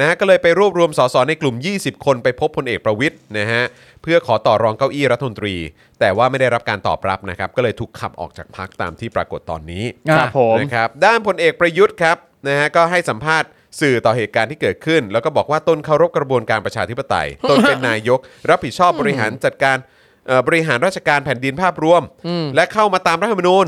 [SPEAKER 2] นะฮะก็เลยไปรวบรวมสสในกลุ่ม 20 คนไปพบพลเอกประวิทย์นะฮะเพื่อขอต่อรองเก้าอี้รัฐมนตรี แต่ว่าไม่ได้รับการตอบรับนะครับก็เลยถูกขับออกจากพักตามที่ปรากฏตอนนี้
[SPEAKER 4] ครับผม
[SPEAKER 2] นะครับด้านพลเอกประยุทธ์ครับนะฮะก็ให้สัมภาษณ์สื่อต่อเหตุการณ์ที่เกิดขึ้น แล้วก็บอกว่าตนเคารพกระบวนการประชาธิปไตยตนเป็นนายก รับผิดชอบบริหารจัดการเอ่อบริหารราชการแผ่นดินภาพรวม และเข้ามาตามรัฐธรรมนูญ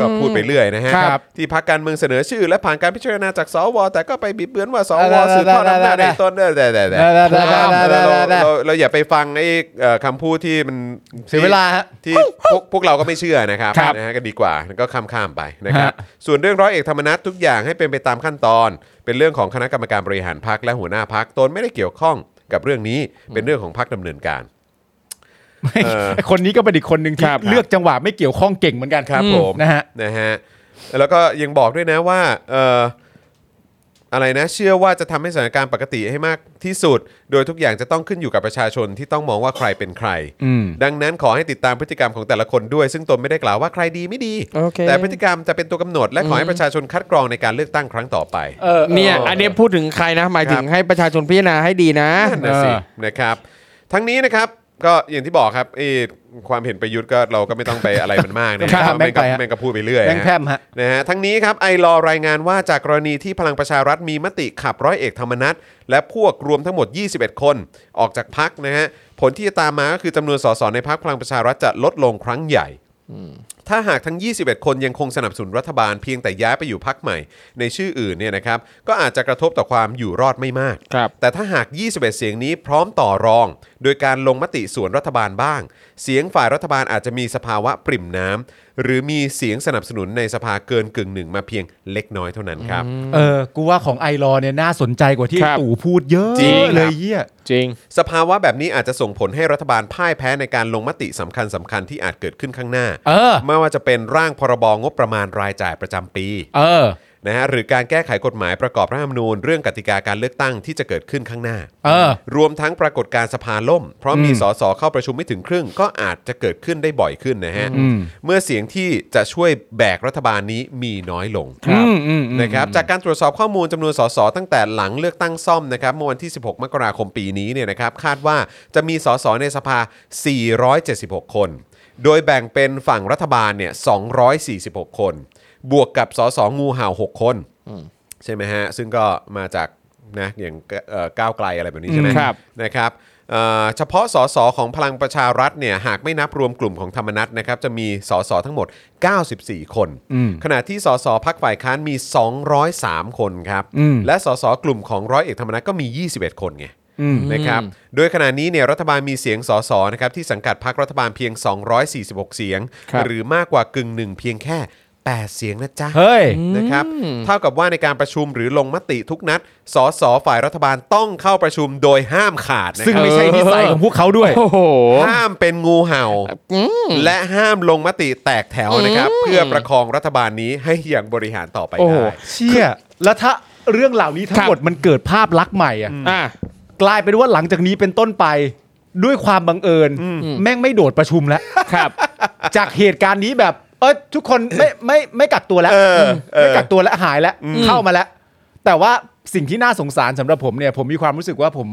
[SPEAKER 2] ก็พูดไปเรื่อยนะฮะ
[SPEAKER 3] ครับ
[SPEAKER 2] ที่พักการเมืองเสนอชื่อ และผ่านการพิจารณาจากสวแต่ก็ไปบิดเบือนว่าสว
[SPEAKER 3] ได้
[SPEAKER 2] สืบทอดอำนาจ
[SPEAKER 3] ได้ได้
[SPEAKER 2] ในต้นได้ได้ได้ได้
[SPEAKER 3] ได้ได้ได้ได้ได้ได้
[SPEAKER 2] เราเราอย่าไปฟังไอ้เอ่อคำพูดที่มัน
[SPEAKER 3] เสียเวลาฮะ
[SPEAKER 2] ที่พวกพวกเราก็ไม่เชื่อนะครับ
[SPEAKER 3] ครับ
[SPEAKER 2] นะฮะก็ดีกว่าก็ข้ามข้ามๆไปนะครับ
[SPEAKER 3] ฮะ
[SPEAKER 2] ส่วนเรื่องร้อยเอกธรรมนัฐทุกอย่างให้เป็นไปตามขั้นตอน เป็นเรื่องของคณะกรรมการบริหารพักและหัวหน้าพักตนไม่ได้เกี่ยวข้องกับเรื่องนี้เป็นเรื่องของพักดำเนินการ เออ
[SPEAKER 3] คนนี้ก็เป็นอีกคนหนึ่งที่
[SPEAKER 1] ครับ
[SPEAKER 3] เลือกจังหวะไม่เกี่ยวข้องเก่งเหมือนกัน
[SPEAKER 2] ครับ
[SPEAKER 3] อื
[SPEAKER 2] ผม
[SPEAKER 3] นะฮะ
[SPEAKER 2] นะฮะแล้วก็ยังบอกด้วยนะว่าเอ่ออะไรนะเชื่อว่าจะทำให้สถานการณ์ปกติให้มากที่สุด โดยทุกอย่างจะต้องขึ้นอยู่กับประชาชนที่ต้องมองว่าใครเป็นใคร
[SPEAKER 3] อืม
[SPEAKER 2] ดังนั้นขอให้ติดตามพฤติกรรมของแต่ละคนด้วย ซึ่งตนไม่ได้กล่าวว่าใครดีไม่ดี
[SPEAKER 1] โอเค
[SPEAKER 2] แต่พฤติกรรมจะเป็นตัวกำหนด และขอให้ประชาชนคัดกรองในการเลือกตั้งครั้งต่อไป
[SPEAKER 1] เนี่ยอันนี้พูดถึงใครนะ หมายถึงให้ประชาชนพิจารณาให้ดีนะ
[SPEAKER 2] นั่นนะสิ
[SPEAKER 3] เออ
[SPEAKER 2] นะครับ ทั้งนี้นะครับก็อย่างที่บอกครับไอ้ความเห็นประยุทธ์ก็เราก็ไม่ต้องไปอะไรมันมากนะค
[SPEAKER 3] ครั
[SPEAKER 2] รับบแม่งก็
[SPEAKER 3] แม่งไปฮะ
[SPEAKER 2] แม่งก็พูดไปเรื่อย
[SPEAKER 3] แบงค์
[SPEAKER 2] ฮะ
[SPEAKER 3] แพร่มฮะ
[SPEAKER 2] นะฮะทั้งนี้ครับไอรอรายงานว่าจากกรณีที่พลังประชารัฐมีมติขับร้อยเอกธรรมนัฐและพวกรวมทั้งหมด 21 คน ออกจากพักนะฮะผลที่จะตามมาก็คือจำนวนสสในพักพลังประชารัฐจะลดลงครั้งใหญ่ ถ้าหากทั้ง 21 คนยังคงสนับสนุนรัฐบาลเพียงแต่ย้ายไปอยู่พักใหม่ ในชื่ออื่นเนี่ยนะครับก็อาจจะกระทบต่อความอยู่รอดไม่มาก
[SPEAKER 1] ครับ
[SPEAKER 2] แต่ถ้าหาก 21 เสียงนี้พร้อมต่อรอง โดยการลงมติสวนรัฐบาลบ้าง เสียงฝ่ายรัฐบาลอาจจะมีสภาวะปริ่มน้ำหรือมีเสียงสนับสนุนในสภาเกินกึ่งหนึ่งมาเพียงเล็กน้อยเท่านั้นครับ
[SPEAKER 3] เออ กูว่าของไอรอว์เนี่ยน่าสนใจกว่าที่
[SPEAKER 1] ครับ
[SPEAKER 3] ตู่พูดเยอะ
[SPEAKER 2] จริง
[SPEAKER 3] เลยเยี่ย
[SPEAKER 1] จริง
[SPEAKER 2] สภาวะแบบนี้อาจจะส่งผลให้รัฐบาลพ่ายแพ้ในการลงมติสำคัญสคัญๆที่อาจเกิดขึ้นข้างหน้า
[SPEAKER 3] เออ
[SPEAKER 2] ไม่ว่าจะเป็นร่างพรบงบประมาณรายจ่ายประจำปี
[SPEAKER 3] เออ
[SPEAKER 2] นะฮะหรือการแก้ไขกฎหมายประกอบรัฐธรรมนูญเรื่องกติกาการเลือกตั้งที่จะเกิดขึ้นข้างหน้า
[SPEAKER 3] เออ
[SPEAKER 2] รวมทั้งปรากฏการณ์สภาล่ม เพราะมี
[SPEAKER 3] อืม
[SPEAKER 2] สสเข้าประชุมไม่ถึงครึ่ง ก็อาจจะเกิดขึ้นได้บ่อยขึ้นนะฮะ
[SPEAKER 3] อืม
[SPEAKER 2] เมื่อเสียงที่จะช่วยแบกรัฐบาลนี้มีน้อยลง
[SPEAKER 3] อืมอืมอืม
[SPEAKER 2] นะครับจากการตรวจสอบข้อมูลจำนวนสสตั้งแต่หลังเลือกตั้งซ่อมนะครับเมื่อวันที่ 16 มกราคมปีนี้เนี่ยนะครับคาดว่าจะมีสสในสภา 476 คน โดยแบ่งเป็นฝั่งรัฐบาลเนี่ย 246 คน บวกกับสสงูเห่า 6 คน ใช่ไหมฮะ ซึ่งก็มาจากนะอย่างเอ่อก้าวไกลอะไรแบบนี้ใช่ไหม
[SPEAKER 1] อืมครับ
[SPEAKER 2] นะครับเอ่อเฉพาะสสของพลังประชารัฐเนี่ยหากไม่นับรวมกลุ่มของธรรมนัตนะครับจะมีสสทั้งหมด 94 คน
[SPEAKER 3] อืม
[SPEAKER 2] ขณะที่สสพักฝ่ายค้านมี 203 คนครับ
[SPEAKER 3] อืม
[SPEAKER 2] และสสกลุ่มของร้อยเอกธรรมนัฐก็มี 21 คนไง
[SPEAKER 3] อืม
[SPEAKER 2] นะครับโดยขณะนี้เนี่ยรัฐบาลมีเสียงสสนะครับที่สังกัดพักรัฐบาลเพียง 246 เสียง
[SPEAKER 1] ครับ
[SPEAKER 2] หรือมากกว่ากึ่งหนึ่งเพียงแค่ 8 เสียงนะจ๊ะ
[SPEAKER 3] เฮ้ย
[SPEAKER 2] นะครับเท่ากับว่าในการประชุมหรือลงมติทุกนัด สสฝ่ายรัฐบาลต้องเข้าประชุมโดยห้ามขาดนะ
[SPEAKER 3] ซึ่ง
[SPEAKER 2] ครับ
[SPEAKER 3] ไม่ใช่นิสัยของพวกเขาด้วย
[SPEAKER 1] โอ้โห
[SPEAKER 2] ห้ามเป็นงูเห่า และห้ามลงมติแตกแถวนะครับ เพื่อประคองรัฐบาลนี้ให้อย่างบริหารต่อไป
[SPEAKER 1] โอ้โห
[SPEAKER 2] ได้
[SPEAKER 3] เชี่ย แล้วถ้าเรื่องเหล่านี้ทั้
[SPEAKER 1] ครั
[SPEAKER 3] ง
[SPEAKER 1] บ
[SPEAKER 3] หมดมันเกิดภาพลักษณ์ใหม่อ่ะ
[SPEAKER 1] อ่ะ
[SPEAKER 3] กลายเป็นว่าหลังจากนี้เป็นต้นไป ด้วยความบังเอิญ แม่งไม่โดดประชุมแล้ว
[SPEAKER 1] ครับ
[SPEAKER 3] จากเหตุการณ์นี้แบบ เอยทุกคนไม่ไม่ไม่กักตัวแล้ว
[SPEAKER 2] เออเออ
[SPEAKER 3] ไม่กักตัวแล้วหายแล้วเข้ามาแล้ว แต่ว่าสิ่งที่น่าสงสารสำหรับผมเนี่ย ผมมีความรู้สึกว่าผม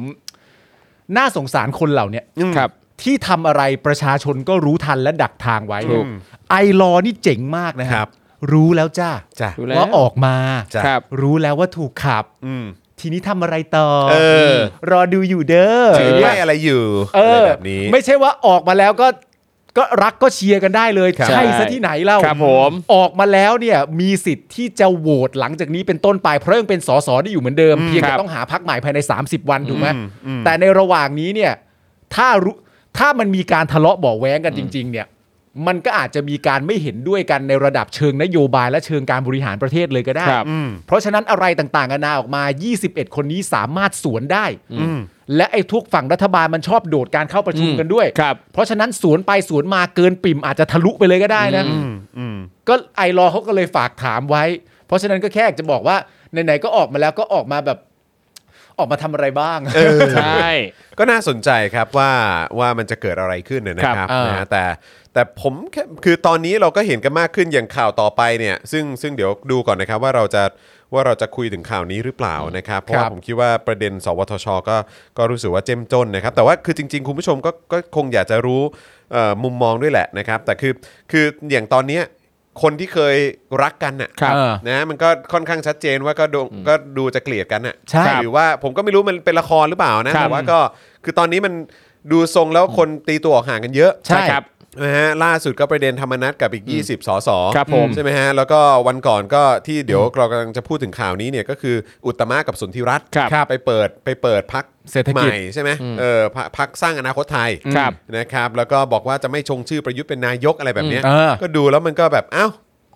[SPEAKER 3] น่าสงสารคนเหล่าเนี้ย
[SPEAKER 1] ครับ
[SPEAKER 3] ที่ทำอะไรประชาชนก็รู้ทันและดักทางไว้
[SPEAKER 1] ถูก
[SPEAKER 3] ไอรอว์นี่เจ๋งมากนะค
[SPEAKER 2] ครั
[SPEAKER 3] รับ รู้แล้วจ้า
[SPEAKER 2] จ้ะ
[SPEAKER 1] รู้แล้ว
[SPEAKER 3] ว่าออกมา
[SPEAKER 2] จ้ะ
[SPEAKER 1] ครับ
[SPEAKER 3] รู้แล้วว่าถูกขับ
[SPEAKER 2] อืม
[SPEAKER 3] ทีนี้ทำอะไรต่อ
[SPEAKER 2] เออ
[SPEAKER 3] รอดูอยู่เด้อ
[SPEAKER 2] ถือ
[SPEAKER 3] เ
[SPEAKER 2] ไม้อะไรอยู่
[SPEAKER 3] อ
[SPEAKER 2] อะไร
[SPEAKER 3] อ
[SPEAKER 2] แบบนี้
[SPEAKER 3] ไม่ใช่ว่าออกมาแล้วก็ ก็รักก็เชียร์กันได้เลย
[SPEAKER 1] ครับ
[SPEAKER 3] ใช่
[SPEAKER 1] ใช่
[SPEAKER 3] ซะที่ไหนเล่า
[SPEAKER 1] ครับผม
[SPEAKER 3] ออกมาแล้วเนี่ยมีสิทธิ์ที่จะโหวตหลังจากนี้เป็นต้นไปเพราะยังเป็นสสได้อยู่เหมือนเดิมเพียงแต่ต้องหาพักใหม่ภายใน 30 วันถูกไหมแต่ในระหว่างนี้เนี่ยถ้ารู้ถ้ามันมีการทะเลาะเบ่อแว้งกันจริง ๆ เนี่ย มันก็อาจจะมีการไม่เห็นด้วยกันในระดับเชิงนโยบายและเชิงการบริหารประเทศเลยก็ได้
[SPEAKER 1] ครับ
[SPEAKER 3] เพราะฉะนั้นอะไรต่างๆนานาออกมา 21 คนนี้สามารถสวนได้ และไอ้ทุกฝั่งรัฐบาลมันชอบโดดการเข้าประชุม
[SPEAKER 1] อืม
[SPEAKER 3] กันด้วย
[SPEAKER 1] ครับ
[SPEAKER 3] เพราะฉะนั้นสวนไปสวนมาเกินปิ่มอาจจะทะลุไปเลยก็ได้นะ ก็ไอรอว์เขาก็เลยฝากถามไว้ เพราะฉะนั้นก็แค่อยากจะบอกว่าไหนๆก็ออกมาแล้วก็ออกมาแบบออกมาทำอะไรบ้าง
[SPEAKER 1] ใช่
[SPEAKER 2] ก็น่าสนใจครับว่าว่ามันจะเกิดอะไรขึ้นนะค
[SPEAKER 1] ครั
[SPEAKER 2] รับบ นะฮะแต่แต่ผมแค่คือตอนนี้เราก็เห็นกันมากขึ้นอย่างข่าวต่อไปเนี่ยซึ่งซึ่งเดี๋ยวดูก่อนนะครับว่าเราจะว่าเราจะคุยถึงข่าวนี้หรือเปล่านะครับเพราะว่าผมคิดว่าประเด็น สวทช ก็ก็รู้สึกว่าเจ้มจนนะครับแต่ว่าคือจริง ๆ คุณผู้ชมก็ก็คงอยากจะรู้เอ่อมุมมองด้วยแหละนะครับแต่คือคืออย่างตอนเนี้ยคนที่เคยรักกันน่ะ
[SPEAKER 1] ครับ
[SPEAKER 3] เออ
[SPEAKER 2] นะมันก็ค่อนข้างชัดเจนว่าก็ดูก็ดูจะเกลียดกันน่ะ
[SPEAKER 3] ใช่
[SPEAKER 2] หรือว่าผมก็ไม่รู้มันเป็นละครหรือเปล่านะครับ แต่ว่าก็คือตอนนี้มันดูทรงแล้วคนตีตัวออกห่างกันเยอะ
[SPEAKER 3] ใช่ครับ
[SPEAKER 2] นะฮะล่าสุดก็ประเด็นธรรมนัตกับอีก 20สส
[SPEAKER 1] ครับผม
[SPEAKER 2] ใช่ไหมฮะแล้วก็วันก่อนก็ที่เดี๋ยวเรากำลังจะพูดถึงข่าวนี้เนี่ยก็คืออุตมะกับสนธิรัตน์
[SPEAKER 1] ครับ
[SPEAKER 2] ไปเปิดไปเปิดพัก
[SPEAKER 3] เศรษฐกิจ
[SPEAKER 2] ใหม่ใช่ไหมเออพรรคพักสร้างอนาคตไทย
[SPEAKER 1] ครับ
[SPEAKER 2] นะครับแล้วก็บอกว่าจะไม่ชงชื่อประยุทธ์เป็นนายกอะไรแบบเนี้ย
[SPEAKER 3] เออ
[SPEAKER 2] ก็ดูแล้วมันก็แบบเอ้า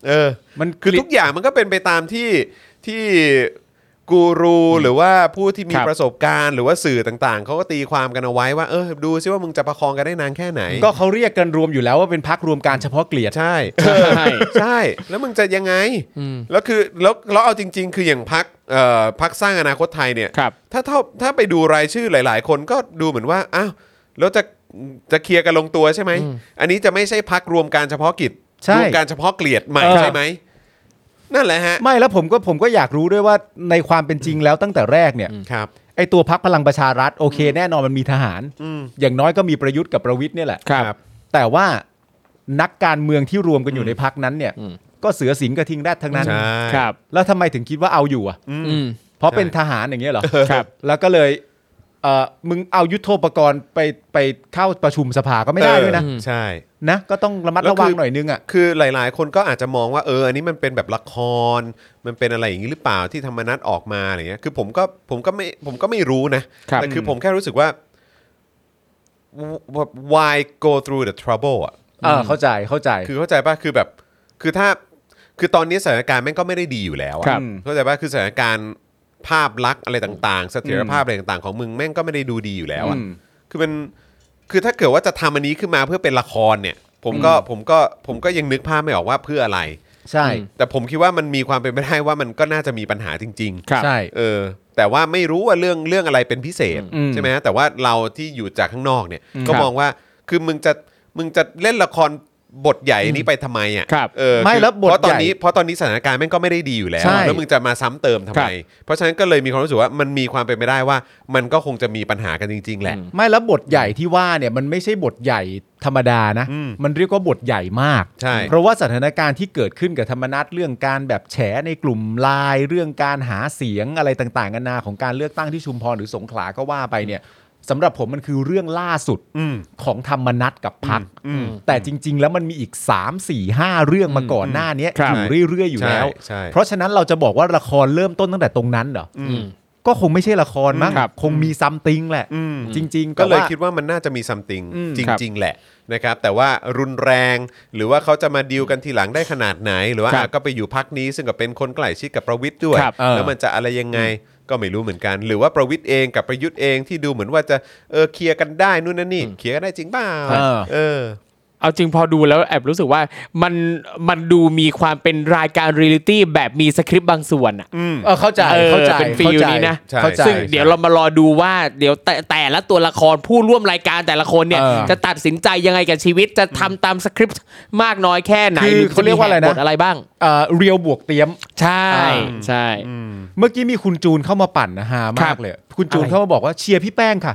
[SPEAKER 2] เออ
[SPEAKER 3] มัน
[SPEAKER 2] คื
[SPEAKER 3] คือ อ
[SPEAKER 2] ทุกอย่างมันก็เป็นไปตามที่ที่กูรูหรือว่าผู้ที่มี
[SPEAKER 1] ครับ
[SPEAKER 2] ประสบการณ์หรือว่าสื่อต่างๆ เขาก็ตีความกันเอาไว้ว่าเออดูซิว่ามึงจะประคองกันได้นานแค่ไหน
[SPEAKER 3] ก็เขาเรียกกันรวมอยู่แล้วว่าเป็นพักรวมการเฉพาะเกลียด
[SPEAKER 2] ใช่
[SPEAKER 1] ใช่
[SPEAKER 2] ใช่ แล้วมึงจะยังไง
[SPEAKER 1] อืม
[SPEAKER 2] แล้วคือแล้วแล้วเอาจริง ๆ คืออย่างพักเอ่อพักสร้างอนาคตไทยเนี่ย
[SPEAKER 1] ครับ
[SPEAKER 2] ถ้าเท่าถ้าไปดูรายชื่อหลาย ๆ คนก็ดูเหมือนว่าอ้าวแล้วจะจะเคลียร์กันลงตัวใช่ไหมอันนี้จะไม่ใช่พักรวมการเฉพาะกิจ
[SPEAKER 3] ใช่
[SPEAKER 2] รวมการเฉพาะเกลียดใหม่
[SPEAKER 3] เออ
[SPEAKER 2] ใช่ไหมนั่นแหละฮะ
[SPEAKER 3] ไม่แล้วผมก็ผมก็อยากรู้ด้วยว่าในความเป็นจริงแล้วตั้งแต่แรกเนี่ย
[SPEAKER 2] ครับ
[SPEAKER 3] ไอตัวพักพลังประชารัฐโอเค แน่นอนมันมีทหาร
[SPEAKER 2] อืม
[SPEAKER 3] อย่างน้อยก็มีประยุทธ์กับประวิทย์เนี่ยแหละ
[SPEAKER 1] ครับ
[SPEAKER 3] แต่ว่านักการเมืองที่รวมกันอยู่ในพักนั้นเนี่ย
[SPEAKER 1] อืม
[SPEAKER 3] ก็เสือสิงห์กระทิงแรดทั้งนั้น
[SPEAKER 2] ใช่
[SPEAKER 1] ครับ
[SPEAKER 3] แล้วทำไมถึงคิดว่าเอาอยู่อ่ะ
[SPEAKER 1] อืม
[SPEAKER 3] เพราะเป็นทหารอย่างเงี้ยเหรอ
[SPEAKER 1] ครับ
[SPEAKER 3] แล้วก็เลยเออมึงเอายุทโธปกรณ์ไปไปเข้าประชุมสภาก็ไม่ได้ด้วยนะ
[SPEAKER 2] เออใช่
[SPEAKER 3] นะ ก็ต้องระมัด
[SPEAKER 2] แล้ว
[SPEAKER 3] ระวัง
[SPEAKER 2] คือ
[SPEAKER 3] หน่อยนึงอ่ะ
[SPEAKER 2] คือหลาย ๆ คนก็อาจจะมองว่าเอออันนี้มันเป็นแบบละคร มันเป็นอะไรอย่างนี้หรือเปล่าที่ธรรมนัตออกมาอะไรเงี้ยคือผมก็ผมก็ไม่ผมก็ไม่รู้นะ
[SPEAKER 1] ครับ
[SPEAKER 2] แต่คือผมแค่รู้สึกว่า wh- why go through the trouble อ่ะ
[SPEAKER 3] เออเข้าใจเข้าใจ
[SPEAKER 2] คือเข้าใจป่ะคือแบบคือถ้าคือตอนนี้สถานการณ์แม่งก็ไม่ได้ดีอยู่แล้วอะ
[SPEAKER 1] ครับ
[SPEAKER 2] เข้าใจป่ะคือสถานการณ์ภาพลักษณ์อะไรต่างๆ เสถียรภาพอะไรต่างๆของมึงแม่งก็ไม่ได้ดูดีอยู่แล้วอะ
[SPEAKER 3] อืม
[SPEAKER 2] คือมันคือถ้าเกิดว่าจะทำอันนี้ขึ้นมาเพื่อเป็นละครเนี่ย ผมก็ผมก็ผมก็ยังนึกภาพไม่ออกว่าเพื่ออะไร
[SPEAKER 3] ใช่
[SPEAKER 2] แต่ผมคิดว่ามันมีความเป็นไปได้ว่ามันก็น่าจะมีปัญหาจริง ๆ
[SPEAKER 1] ครับ
[SPEAKER 3] ใช่
[SPEAKER 2] เออแต่ว่าไม่รู้ว่าเรื่องเรื่องอะไรเป็นพิเศษ
[SPEAKER 3] อืม
[SPEAKER 2] ใช่ไหมฮะแต่ว่าเราที่อยู่จากข้างนอกเนี่ย
[SPEAKER 3] อืม
[SPEAKER 2] ก็มองว่าคือมึงจะมึงจะเล่นละครบทใหญ่นี้ไปทำไมอ่ะ
[SPEAKER 1] ครับ
[SPEAKER 2] เออ
[SPEAKER 3] ไม่
[SPEAKER 2] คือ
[SPEAKER 3] แล้วบท
[SPEAKER 2] เพราะตอน
[SPEAKER 3] ใหญ่
[SPEAKER 2] นี้เพราะตอนนี้สถานการณ์แม่งก็ไม่ได้ดีอยู่แล้ว
[SPEAKER 3] ใช่
[SPEAKER 2] แล้วมึงจะมาซ้ำเติมทำ
[SPEAKER 1] ครั
[SPEAKER 2] ไม
[SPEAKER 1] บ
[SPEAKER 2] เพราะฉะนั้นก็เลยมีความรู้สึกว่ามันมีความเป็นไปได้ว่า มันก็คงจะมีปัญหากันจริง ๆ แหละ
[SPEAKER 3] ไม่แล้วบทใหญ่ที่ว่าเนี่ยมันไม่ใช่บทใหญ่ธรรมดานะ
[SPEAKER 2] อืม
[SPEAKER 3] มันเรียกว่าบทใหญ่มาก
[SPEAKER 2] ใช่
[SPEAKER 3] เพราะว่าสถานการณ์ที่เกิดขึ้นกับธรรมนัตเรื่องการแบบแฉในกลุ่มไลน์เรื่องการหาเสียงอะไรต่างๆกันานาของการเลือกตั้งที่ชุมพรหรือสงขลาก็ว่าไปเนี่ยสำหรับผมมันคือเรื่องล่าสุด
[SPEAKER 2] อืม
[SPEAKER 3] ของธรรมนัตกับพัก
[SPEAKER 2] อืม
[SPEAKER 3] แต่จริง ๆ แล้วมันมีอีก 3 4 5 เรื่องมาก่อนหน้าเนี้ย
[SPEAKER 1] ครับ
[SPEAKER 3] อยู่เรื่อยๆอยู่แล้ว
[SPEAKER 2] ใช่ใช่
[SPEAKER 3] เพราะฉะนั้นเราจะบอกว่าละครเริ่มต้นตั้งแต่ตรงนั้นเหรออ
[SPEAKER 1] อืม
[SPEAKER 3] ก็คงไม่ใช่ละครมั้ง
[SPEAKER 1] ครับ
[SPEAKER 3] คงมีซัมติงแหละ
[SPEAKER 2] อืม
[SPEAKER 3] จริง ๆ
[SPEAKER 2] ก็
[SPEAKER 3] ก็
[SPEAKER 2] เลย
[SPEAKER 3] ว่า
[SPEAKER 2] คิดว่ามันน่าจะมีซัมติง
[SPEAKER 3] อืม
[SPEAKER 2] จ
[SPEAKER 1] ครับ
[SPEAKER 2] ริง ๆ แหละนะครับ แต่ว่ารุนแรงหรือว่าเขาจะมาดีลกันทีหลังได้ขนาดไหน หรือว่า
[SPEAKER 1] ครับ
[SPEAKER 2] อ่ะก็ไปอยู่พักนี้ซึ่งก็เป็นคนใกล้ชิดกับประวิทย์ด้วย
[SPEAKER 1] ครับ
[SPEAKER 3] เออ
[SPEAKER 2] แล้วมันจะอะไรยังไงก็ไม่รู้เหมือนกัน หรือว่าประวิทย์เองกับประยุทธ์เองที่ดูเหมือนว่าจะเออเคลียร์กันได้นู่นนั่นนี่เคลียร์กันได้จริงเปล่า
[SPEAKER 1] เออ
[SPEAKER 2] เออ
[SPEAKER 1] เอาจริงพอดูแล้วแอบรู้สึกว่ามันมันดูมีความเป็นรายการเรียลิตี้แบบมีสคริปต์บางส่วนอ่ะ
[SPEAKER 2] อืม
[SPEAKER 3] เออเข้าใจ
[SPEAKER 1] เออ
[SPEAKER 3] เข้าใจ
[SPEAKER 1] เป็นฟีล
[SPEAKER 3] ข้าใจ
[SPEAKER 1] นี้นะ
[SPEAKER 2] ใช่
[SPEAKER 3] เข้าใจ
[SPEAKER 1] ซึ่งเดี๋ยวเรามารอดูว่าเดี๋ยวแต่แต่ละตัวละครผู้ร่วมรายการแต่ละคนเนี่ย
[SPEAKER 3] เออ
[SPEAKER 1] จะตัดสินใจยังไงกับชีวิตจะทำตามสคริปต์มากน้อยแค่ไหน
[SPEAKER 3] คือ
[SPEAKER 1] หรือ
[SPEAKER 3] เขาเรียกว่าอะไรนะ
[SPEAKER 1] จมีแหบทอะไรบ้าง
[SPEAKER 3] เอ่อเรียวบวกเตรียม
[SPEAKER 1] ใช่
[SPEAKER 3] อ่า
[SPEAKER 1] ใช่
[SPEAKER 3] เมื่อกี้มีคุณจูนเข้ามาปั่นนะฮา
[SPEAKER 1] ครั
[SPEAKER 3] มาก
[SPEAKER 1] บ
[SPEAKER 3] เลย คุณจูน
[SPEAKER 1] อะไร
[SPEAKER 3] เข้ามาบอกว่าเชียร์พี่แป้งค่ะ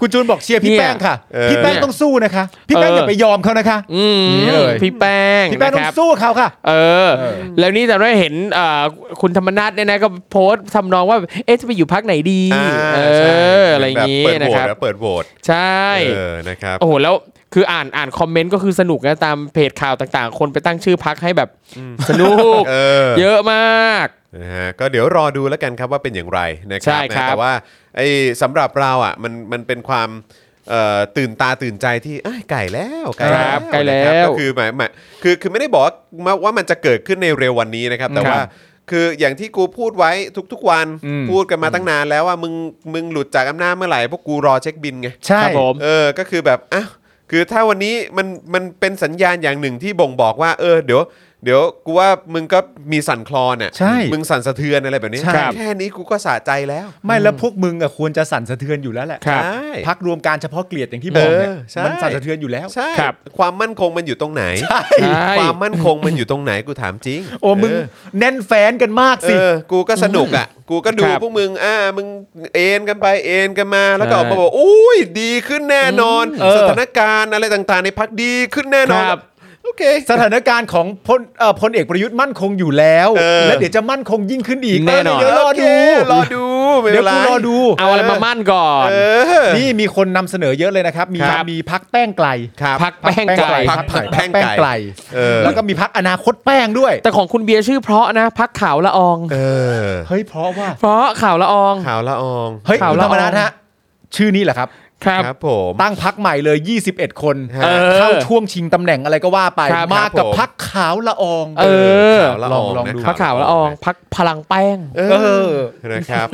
[SPEAKER 3] คุณจูนบอกเชียร์พี่
[SPEAKER 1] เนี่ย
[SPEAKER 3] แป้งค่ะ
[SPEAKER 2] เออ
[SPEAKER 3] พี่แป้งต้องสู้นะคะ พี่แป้ง
[SPEAKER 1] เออ
[SPEAKER 3] อ
[SPEAKER 1] อ
[SPEAKER 3] ย่าไปยอมเขานะคะ
[SPEAKER 1] อืม
[SPEAKER 3] นี่เลย
[SPEAKER 1] พี่แป้ง
[SPEAKER 3] พี่แป้ง
[SPEAKER 1] นะค
[SPEAKER 3] ต้อ
[SPEAKER 1] รับ
[SPEAKER 3] งสู้เขาค่ะ
[SPEAKER 1] เออ
[SPEAKER 3] เออ
[SPEAKER 1] แล้วนี่แต่ได้เห็นเอ่อคุณธรรมนัทเนี่ยนะก็โพสต์ทำนองว่า เอ๊ะจะไปอยู่พักไหนดี
[SPEAKER 2] อ่า
[SPEAKER 1] เอ
[SPEAKER 2] ใช่
[SPEAKER 1] อ อะไรอย่างงี้
[SPEAKER 2] เป็
[SPEAKER 1] นะ
[SPEAKER 2] แ
[SPEAKER 1] ครับ
[SPEAKER 2] เปิดโหวต
[SPEAKER 1] ใช่
[SPEAKER 2] เปิดโหวตเออนะครับ
[SPEAKER 1] โอ้โหแล้วคืออ่านอ่านคอมเมนต์ก็คือสนุกนะตามเพจข่าวต่างๆ คนไปตั้งชื่อพักให้แบบสนุก
[SPEAKER 2] เออ
[SPEAKER 1] เยอะมาก
[SPEAKER 2] นะฮะก็เดี๋ยวรอดูแล้วกันครับว่าเป็นอย่างไรนะค
[SPEAKER 1] ใช่
[SPEAKER 2] รับ
[SPEAKER 1] ครั
[SPEAKER 2] นะ
[SPEAKER 1] บ
[SPEAKER 2] แต่ว่าไอ้สำหรับเราอ่ะมันมันเป็นความเอ่อตื่นตาตื่นใจที่เอ้ยไก่แล้วไก่
[SPEAKER 1] ค
[SPEAKER 2] แล้
[SPEAKER 1] รั
[SPEAKER 2] ว
[SPEAKER 1] บไก่แล้ว
[SPEAKER 2] นะครับก็คือหมายหมายคือคือไม่ได้บอกว่ามาว่ามันจะเกิดขึ้นในเร็ววันนี้นะครับ แต่
[SPEAKER 1] ครับ
[SPEAKER 2] ว่าคืออย่างที่กูพูดไว้ทุกๆวัน
[SPEAKER 3] อืม
[SPEAKER 2] พูดกันมาตั้งนานแล้วว่ามึงมึงหลุดจากอำนาจเมื่อไหร่พวกกูรอเช็คบินไง
[SPEAKER 3] ใช่
[SPEAKER 1] ครับผม
[SPEAKER 2] เออ ก็คือแบบอ่ะคือถ้าวันนี้มันมันเป็นสัญญาณอย่างหนึ่งที่บ่งบอกว่า เออ เดี๋ยว เดี๋ยวกูว่ามึงก็มีสั่นคลอนอ่ะ
[SPEAKER 3] ใช่
[SPEAKER 2] มึงสั่นสะเทือนอะไรแบบนี้
[SPEAKER 3] ใช่
[SPEAKER 2] แค่นี้กูก็สะใจแล้ว
[SPEAKER 3] ไม่แล้วพวกมึงอะควรจะสั่นสะเทือนอยู่แล้วแหละ
[SPEAKER 1] ครับ
[SPEAKER 2] ใช่
[SPEAKER 3] พักรวมการเฉพาะเกลียดอย่างที่บอกเนี่ย
[SPEAKER 2] เออใช่
[SPEAKER 3] มันสั่นสะเทือนอยู่แล้ว
[SPEAKER 2] ใช่
[SPEAKER 1] ครับ
[SPEAKER 2] ความมั่นคงมันอยู่ตรงไหน
[SPEAKER 1] ใช่
[SPEAKER 2] ความมั่นคงมันอยู่ตรงไหนกูถามจริง
[SPEAKER 3] โอ้มึง
[SPEAKER 2] เ
[SPEAKER 3] แน่นแฟนกันมาก
[SPEAKER 2] เอ
[SPEAKER 3] สิ
[SPEAKER 2] อ กูก็สนุกอ่ะ กูก็ดู
[SPEAKER 1] ครับ
[SPEAKER 2] พวกมึง อ่า มึงเอ็นกันไปเอ็นกันมา แล้วก็อ
[SPEAKER 1] ใช่
[SPEAKER 2] อกมาบอกอุ้ย ดีขึ้นแน่นอน
[SPEAKER 3] อืมเออ
[SPEAKER 2] สถานการณ์อะไรต่างๆ ในพักดีขึ้นแน่นอน
[SPEAKER 1] ครับ
[SPEAKER 2] โอเค
[SPEAKER 3] สถานการณ์ของพลเอ่อพลเอกประยุทธ์มั่นคงอยู่แล้ว
[SPEAKER 2] เออ
[SPEAKER 3] และเดี๋ยวจะมั่นคงยิ่งขึ้นอีก
[SPEAKER 1] แน่นอน
[SPEAKER 3] เดี๋ยวรอ
[SPEAKER 2] โเค
[SPEAKER 3] ดู
[SPEAKER 2] รอดูไม่
[SPEAKER 3] เดี๋
[SPEAKER 2] ป็
[SPEAKER 3] ยวน
[SPEAKER 2] ไ
[SPEAKER 3] กูรอดู
[SPEAKER 1] เอาอะไรมามั่นก่อน
[SPEAKER 2] เออ
[SPEAKER 3] นี่มีคนนำเสนอเยอะเลยนะครับ มี
[SPEAKER 1] ครับ
[SPEAKER 3] มีพักแป้งไกล
[SPEAKER 2] ครับ
[SPEAKER 1] พักแป้งไก่
[SPEAKER 2] พรรคแป้งไกล
[SPEAKER 3] พรรคไกล
[SPEAKER 2] เออ
[SPEAKER 3] แล้วก็มีพักอนาคตแป้งด้วย
[SPEAKER 1] แต่ของคุณเบียร์ชื่อเพราะนะพักข่าวละออง
[SPEAKER 2] เออ
[SPEAKER 3] เฮ้ยเพราะว่า
[SPEAKER 1] เพราะข่าวละออง
[SPEAKER 2] ข่าวละออง
[SPEAKER 3] เฮ้ย
[SPEAKER 1] ข่าว
[SPEAKER 3] คุณ
[SPEAKER 1] ละ
[SPEAKER 3] ธรรมนั
[SPEAKER 1] อ
[SPEAKER 3] ฐ
[SPEAKER 1] อง
[SPEAKER 3] ฮะชื่อนี้แหละครับ
[SPEAKER 1] ครับ
[SPEAKER 2] ครับผม
[SPEAKER 3] ตั้งพักใหม่เลย 21 คน
[SPEAKER 2] ฮะ
[SPEAKER 1] เออ
[SPEAKER 3] เข้าช่วงชิงตำแหน่งอะไรก็ว่าไป
[SPEAKER 1] ครับ
[SPEAKER 3] มากั
[SPEAKER 2] ครับ
[SPEAKER 3] บ
[SPEAKER 2] ผม
[SPEAKER 3] พักขาวละออง
[SPEAKER 1] เอ อ
[SPEAKER 2] ข่าวละออง
[SPEAKER 3] ลองๆ
[SPEAKER 2] นะ
[SPEAKER 3] ดู
[SPEAKER 2] ค
[SPEAKER 1] พั
[SPEAKER 2] รับ
[SPEAKER 1] กข่าวละอองพักพลังแป้ง
[SPEAKER 2] เอ
[SPEAKER 3] เอ
[SPEAKER 2] อ
[SPEAKER 3] อ
[SPEAKER 2] นะครับ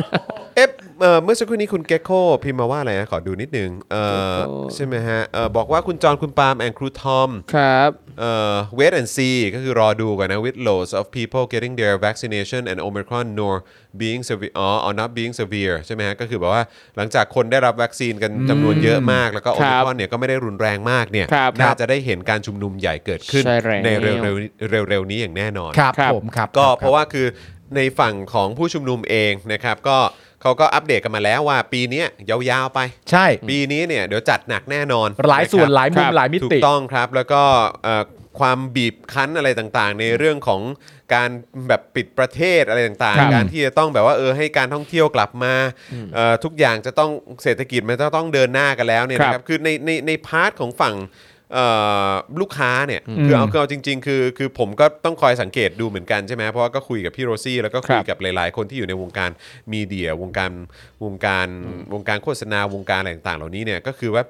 [SPEAKER 2] เอ๊ะเอ่อเมื่อสักครู่นี้คุณเกคโคพิมพ์มาว่าอะไรนะขอดูนิดนึงเออ
[SPEAKER 1] เกคโก้
[SPEAKER 2] ใช่ไหมฮะเออบอกว่าคุณจอห์นคุณปาล์มแอนครูทอม
[SPEAKER 1] ครับ
[SPEAKER 2] เอ่อ wait and see ก็คือรอดูก่อนนะ with loads of people getting their vaccination and Omicron nor being severe อ๋อ or not being severe ใช่ไหมฮะ ก็คือแบบว่าหลังจากคนได้รับวัคซีนกันจำนวนเยอะมาก แล้วก็
[SPEAKER 1] ครับ
[SPEAKER 2] Omicron เนี่ยก็ไม่ได้รุนแรงมากเนี่ย
[SPEAKER 1] ครับ
[SPEAKER 2] น่าจะได้เห็นการชุมนุมใหญ่เกิดขึ้น
[SPEAKER 1] ใช่แล้ว
[SPEAKER 2] ในเร็วๆเร็วๆนี้อย่างแน่นอน
[SPEAKER 3] ครับ
[SPEAKER 1] ครับ
[SPEAKER 3] ผมครับ
[SPEAKER 2] ก็
[SPEAKER 3] คบ
[SPEAKER 2] เพราะว่าคือในฝั่งของผู้ชุมนุมเองนะครับ ก็เขาก็อัปเดตกันมาแล้วว่าปีเนี้ยยาวๆไป
[SPEAKER 3] ใช่
[SPEAKER 2] ปีนี้เนี่ยเดี๋ยวจัดหนักแน่นอน
[SPEAKER 3] หลายส่วนะครับ หลายมุม
[SPEAKER 1] ครับ
[SPEAKER 3] หลายมิ
[SPEAKER 2] ถู
[SPEAKER 3] ติ
[SPEAKER 2] กต้องครับแล้วก็เอ่อความบีบคั้นอะไรต่างๆ ในเรื่องของการแบบปิดประเทศอะไรต่าง
[SPEAKER 3] ครับ
[SPEAKER 2] ๆ การที่จะต้องแบบว่าเออให้การท่องเที่ยวกลับมาเอ่อทุกอย่างจะต้องเศรษฐกิจมันจะต้องเดินหน้ากันแล้วเนี่ยนะค
[SPEAKER 1] ครั
[SPEAKER 2] รับบ คือในในในพาร์ทของฝั่งเอ่อลูกค้าเนี่ยคือเอาคือเอาจริง ๆ คือคือผมก็ต้องคอยสังเกตดูเหมือนกันใช่ไหมเพราะว่าก็คุยกับพี่โรซี่แล้วก็คุย
[SPEAKER 1] ครับ
[SPEAKER 2] กับหลายๆ คนที่อยู่ในวงการมีเดียวงการวงการวงการโฆษณาวงการอะไรต่างๆ เหล่านี้เนี่ยก็คือว่า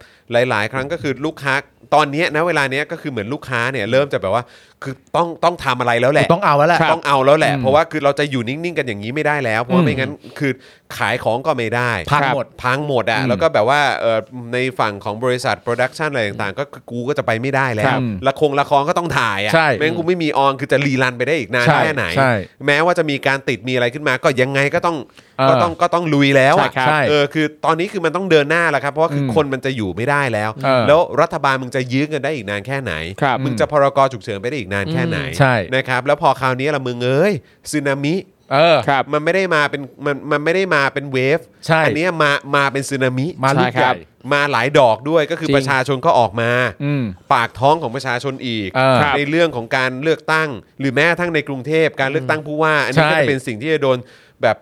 [SPEAKER 2] หลาย ๆ ครั้งก็คือลูกค้าตอนเนี้ยนะเวลาเนี้ยก็คือเหมือนลูกค้าเนี่ยเริ่มจะแบบว่าคือต้องต้องทำอะไรแล้วแหละ
[SPEAKER 3] ต้องเอาแล้วแหละ
[SPEAKER 2] ต้องเอาแล้วแหละ
[SPEAKER 3] อืม
[SPEAKER 2] เพราะว่าคือเราจะอยู่นิ่ง ๆ กันอย่างนี้ไม่ได้แล้ว เพราะว่า
[SPEAKER 3] อืม
[SPEAKER 2] ไม่งั้นคือขายของก็ไม่ได้
[SPEAKER 3] พังหมด
[SPEAKER 2] พังหมดอ่ะ
[SPEAKER 3] อืม
[SPEAKER 2] แล้วก็แบบว่าเอ่อในฝั่งของบริษัทโปรดักชันอะไรต่างๆ ก็คือกูก็จะไปไม่ได้แล้
[SPEAKER 3] ครั
[SPEAKER 2] ว
[SPEAKER 3] บ
[SPEAKER 2] ละครละครก็ต้องถ่ายอ่ะ
[SPEAKER 3] ใช่
[SPEAKER 2] ไม่งั้นกูไม่มีออนคือจะรีรันไปได้อีกนาน
[SPEAKER 3] ใช่
[SPEAKER 2] แค่ไหน
[SPEAKER 3] ใช่
[SPEAKER 2] แม้ว่าจะมีการติดมีอะไรขึ้นมาก็ยังไงก็ต้อง
[SPEAKER 3] เออ
[SPEAKER 2] ก็ต้องก็ต้องลุยแล้วอ่ะ
[SPEAKER 1] ใช่ครับ
[SPEAKER 3] ใช่
[SPEAKER 2] เออคือตอนนี้คือมันต้องเดินหน้าแล้วครับเพราะว่าคืออ
[SPEAKER 3] ม
[SPEAKER 2] คนมันจะอยู่ไม่ได้แล้ว
[SPEAKER 3] เออ
[SPEAKER 2] แล้วรัฐบาลมึงจะยื้อกันได้อีกนานแค่ไหน
[SPEAKER 1] ครับ
[SPEAKER 2] มึงจะพรกฉุกเฉินไปได้อีกนานแค่ไหน
[SPEAKER 3] ใช่
[SPEAKER 2] นะครับแล้วพอคราวนี้ละมึงเอ้ยซึนามิ
[SPEAKER 3] เออ
[SPEAKER 1] ครับ
[SPEAKER 2] มันไม่ได้มาเป็นมันมันไม่ได้มาเป็นเวฟ
[SPEAKER 3] ใช่
[SPEAKER 2] อัเนี้ยมามาเป็นซึนามิ
[SPEAKER 3] มาลูก
[SPEAKER 1] ใช่
[SPEAKER 3] ให
[SPEAKER 1] ครั
[SPEAKER 3] ญ่
[SPEAKER 1] บ
[SPEAKER 2] มาหลายดอกด้วยก็คือ
[SPEAKER 1] จริง
[SPEAKER 2] ประชาชนก็ออกมา
[SPEAKER 3] อืม
[SPEAKER 2] ปากท้องของประชาชนอีก
[SPEAKER 3] เออ
[SPEAKER 1] ครับ
[SPEAKER 2] ในเรื่องของการเลือกตั้ง หรือแม้กระทั้งในกรุงเทพการเลือกตั้งผู้ว่า อันนี้ก็
[SPEAKER 3] ใช่
[SPEAKER 2] จะเป็นสิ่งที่จะโดนแบบ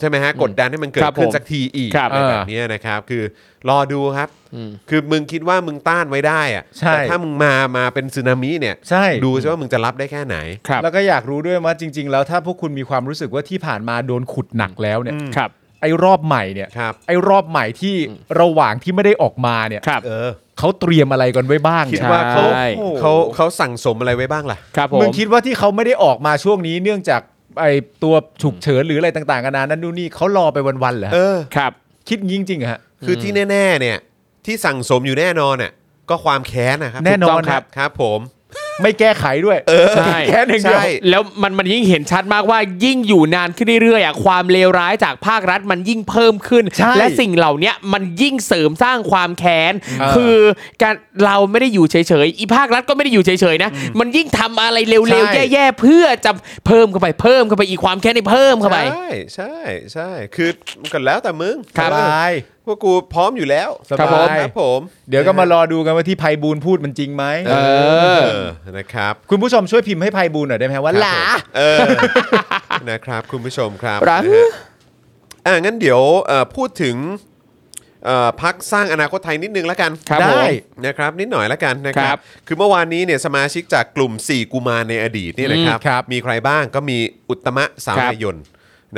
[SPEAKER 2] ใช่ไหมฮะกดดันให้มันเกิ
[SPEAKER 1] ครั
[SPEAKER 2] ด
[SPEAKER 1] บ
[SPEAKER 2] ขึ้น
[SPEAKER 1] ผม
[SPEAKER 2] สักทีอีก
[SPEAKER 1] ครับ
[SPEAKER 2] อะไรแบบเนี้ยนะครับคือรอดูครับ
[SPEAKER 1] อืม
[SPEAKER 2] คือมึงคิดว่ามึงต้านไว้ได้อะ
[SPEAKER 3] ใช่
[SPEAKER 2] แต่ถ้ามึงมามาเป็นซึนามิเนี่ย
[SPEAKER 3] ใช่
[SPEAKER 2] ดูซิว่ามึงจะรับได้แค่ไหน
[SPEAKER 1] ครับ
[SPEAKER 3] แล้วก็อยากรู้ด้วยว่าจริง ๆ แล้วถ้าพวกคุณมีความรู้สึกว่าที่ผ่านมาโดนขุดหนักแล้วเนี่ย
[SPEAKER 1] ครับ
[SPEAKER 3] ไอ้รอบใหม่เนี่ย
[SPEAKER 2] ครับ
[SPEAKER 3] ไอ้รอบใหม่ที่ระหว่างที่ไม่ได้ออกมาเนี่ย
[SPEAKER 1] ครับ
[SPEAKER 2] เออ
[SPEAKER 3] เขาเตรียมอะไรกันไว้บ้าง
[SPEAKER 2] คิด
[SPEAKER 3] เนี่ย
[SPEAKER 2] ว่าเขา
[SPEAKER 1] ใช่
[SPEAKER 2] เขาเขาสั่งสมอะไรไว้บ้างล่ะ
[SPEAKER 1] ครับผม
[SPEAKER 3] มึงคิดว่าที่เขาไม่ได้ออกมาช่วงนี้เนื่องจากไอ้ตัวฉุกเฉินหรืออะไรต่างๆกันานานั่นนู่นนี่เขารอไปวันๆเหรอ
[SPEAKER 2] เอ
[SPEAKER 3] ฮะ
[SPEAKER 2] อ
[SPEAKER 1] ครับ
[SPEAKER 3] คิดจริงๆเหรอฮะ
[SPEAKER 2] คือที่แน่ๆเนี่ย ที่สั่งสมอยู่แน่นอนเนี่ยก็ความแค้นนะครับ
[SPEAKER 3] แน่นอน
[SPEAKER 2] ถูกต้ง
[SPEAKER 3] ครับ
[SPEAKER 2] ครับผม
[SPEAKER 3] ไม่แก้ไขด้วย
[SPEAKER 1] ใช่
[SPEAKER 3] แค่หนึ่งเดียว
[SPEAKER 2] ใช่
[SPEAKER 1] แล้วมันมันยิ่งเห็นชัดมากว่ายิ่งอยู่นานขึ้นเรื่อยๆอ่ะความเลวร้ายจากภาครัฐมันยิ่งเพิ่มขึ้น
[SPEAKER 3] ใช่
[SPEAKER 1] และสิ่งเหล่าเนี้ยมันยิ่งเสริมสร้างความแค้น
[SPEAKER 3] เออ
[SPEAKER 1] คือการเราไม่ได้อยู่เฉยๆอีภาครัฐก็ไม่ได้อยู่เฉยๆนะ มันยิ่งทำอะไร
[SPEAKER 3] ใช่
[SPEAKER 1] เร็วๆแย่ๆเพื่อจะเพิ่มเข้าไปเพิ่มเข้าไปอีกความแค้นนี่เพิ่มเข้าไป
[SPEAKER 2] ใช่ใช่ใช่คือก็แล้วแต่มึง
[SPEAKER 1] ครับ
[SPEAKER 2] แต่ว่า
[SPEAKER 3] อะไร
[SPEAKER 2] พวกกูพร้อมอยู่แล้ว
[SPEAKER 3] สบาย
[SPEAKER 2] ครับผม
[SPEAKER 3] เดี๋ยวก็มารอดูกันว่าที่ไพบูลย์พูดมันจริงไหม
[SPEAKER 1] เออ
[SPEAKER 2] เออนะครับ
[SPEAKER 3] คุณผู้ชมช่วยพิมพ์ให้ไพบูลย์หน่อยได้ไหมฮะว่าหลา
[SPEAKER 2] เออ นะครับ คุณผู้ชมครับ
[SPEAKER 1] รัก
[SPEAKER 2] นะฮะอ่างั้นเดี๋ยวเอ่อพูดถึงเอ่อพักสร้างอนาคตไทยนิดนึงแล้วกัน
[SPEAKER 1] ครับผม
[SPEAKER 3] ได้
[SPEAKER 2] นะครับนิดหน่อยแล้วกันนะค
[SPEAKER 1] ค
[SPEAKER 2] รั
[SPEAKER 1] รับ บ
[SPEAKER 2] คือเมื่อวานนี้เนี่ยสมาชิกจากกลุ่ม 4 กุมารในอดีตนี่แหละ
[SPEAKER 1] อืม
[SPEAKER 2] ครับ
[SPEAKER 3] ครับ
[SPEAKER 2] มีใครบ้างก็มีอุตตมะสา
[SPEAKER 1] ครั
[SPEAKER 2] ม
[SPEAKER 1] บ
[SPEAKER 2] ยนต์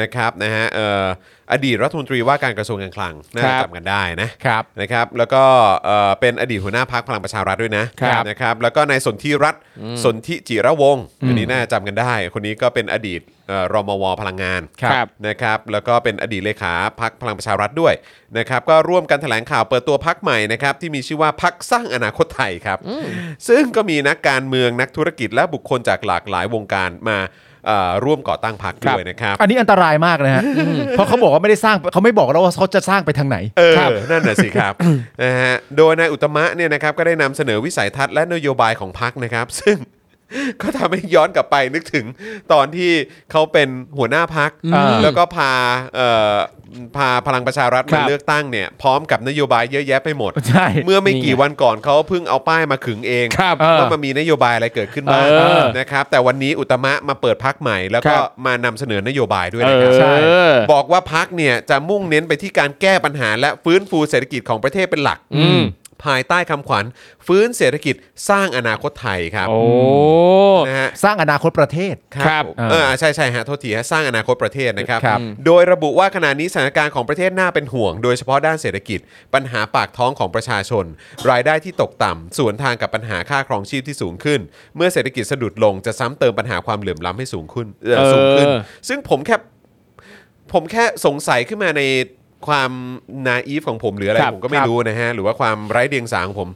[SPEAKER 2] นะครับนะฮะเอ่ออดีตรัฐมนตรีว่าการกระทรวงการคลังน่า
[SPEAKER 1] ครั
[SPEAKER 2] จะ
[SPEAKER 1] บ
[SPEAKER 2] จำกันได้นะ
[SPEAKER 3] ครับ
[SPEAKER 2] นะครับแล้วก็เอ่อเป็นอดีตหัวหน้าพักพลังประชารัฐด้วยนะครับนะครับแล้วก็นายสนธิรัตน์สนธิจิระวงศ์อันนี้น่าจำกันได้ คนนี้ก็เป็นอดีตเอ่อรมวพลังงาน
[SPEAKER 1] ครับ
[SPEAKER 2] นะครับแล้วก็เป็นอดีตเลขาพักพลังประชารัฐด้วยนะครับก็ร่วมกันแถลงข่าวเปิดตัวพักใหม่นะครับที่มีชื่อว่าพักสร้างอนาคตไทยครับ ซึ่งก็มีนักการเมืองนักธุรกิจและบุคคลจากหลากหลายวงการมาเอ่อร่วมก่อตั้งพัก
[SPEAKER 1] ครั
[SPEAKER 2] ด้
[SPEAKER 1] บ
[SPEAKER 2] วยนะครับ
[SPEAKER 3] อันนี้อันตรายมากนะฮะ เพราะเขาบอกว่าไม่ได้สร้างเขาไม่บอกแล้วว่าเขาจะสร้างไปทางไหน
[SPEAKER 2] เออ
[SPEAKER 1] ครับ
[SPEAKER 2] นั่นน่ะสิค รับ นะฮะ โดยนายอุตตมะเนี่ยนะครับก็ได้นำเสนอวิสัยทัศน์และนโยบายของพรรคนะครับ ซึ่ง ก็ทำให้ย้อนกลับไปนึกถึงตอนที่เขาเป็นหัวหน้าพัก
[SPEAKER 3] อ่า
[SPEAKER 2] แล้วก็พาเอ่อพาพลังประชารัฐ
[SPEAKER 1] ครั
[SPEAKER 2] มา
[SPEAKER 1] บ
[SPEAKER 2] เลือกตั้งเนี่ยพร้อมกับนโยบายเยอะแยะไปหมด
[SPEAKER 3] ใช่
[SPEAKER 2] เมื่อไม่กี่
[SPEAKER 1] นี่ไง
[SPEAKER 2] วันก่อนเขาเพิ่งเอาป้ายมาขึงเอง
[SPEAKER 1] ครับ
[SPEAKER 2] ว่ามันมีนโยบายอะไรเกิดขึ้นบ้าง
[SPEAKER 1] เออ
[SPEAKER 2] นะครับ แต่วันนี้อุตตมะมาเปิดพักใหม่ แล้วก็
[SPEAKER 1] ครับ
[SPEAKER 2] มานำเสนอนโยบายด้วย
[SPEAKER 1] เอ
[SPEAKER 2] นะครับ
[SPEAKER 3] ใช่
[SPEAKER 1] อ
[SPEAKER 2] บอกว่าพักเนี่ยจะมุ่งเน้นไปที่การแก้ปัญหาและฟื้นฟูเศรษฐกิจของประเทศเป็นหลัก
[SPEAKER 1] อืม
[SPEAKER 2] ภายใต้คำขวัญ ฟื้นเศรษฐกิจสร้างอนาคตไทยครับ
[SPEAKER 1] โอ้
[SPEAKER 2] นะฮะ
[SPEAKER 3] สร้างอนาคตประเทศ
[SPEAKER 1] ครับ
[SPEAKER 2] ผมเออใช่ใช่ฮะโทษทีฮะสร้างอนาคตประเทศนะครับ
[SPEAKER 3] ครับ
[SPEAKER 2] โดยระบุว่าขณะนี้สถานการณ์ของประเทศน่าเป็นห่วง โดยเฉพาะด้านเศรษฐกิจ ปัญหาปากท้องของประชาชน รายได้ที่ตกต่ำสวนทางกับปัญหาค่าครองชีพที่สูงขึ้น เมื่อเศรษฐกิจสะดุดลงจะซ้ำเติมปัญหาความเหลื่อมล้ำให้สูงขึ้นเอ่อ
[SPEAKER 1] เออ
[SPEAKER 2] สูงขึ้น ซึ่งผมแค่ ผมแค่สงสัยขึ้นมาในความนาอีฟของผมหรืออะไร
[SPEAKER 1] ครับ
[SPEAKER 2] ผมก็ไม่
[SPEAKER 1] ครับ
[SPEAKER 2] รู้นะฮะ หรือว่าความไร้เดียงสาของผม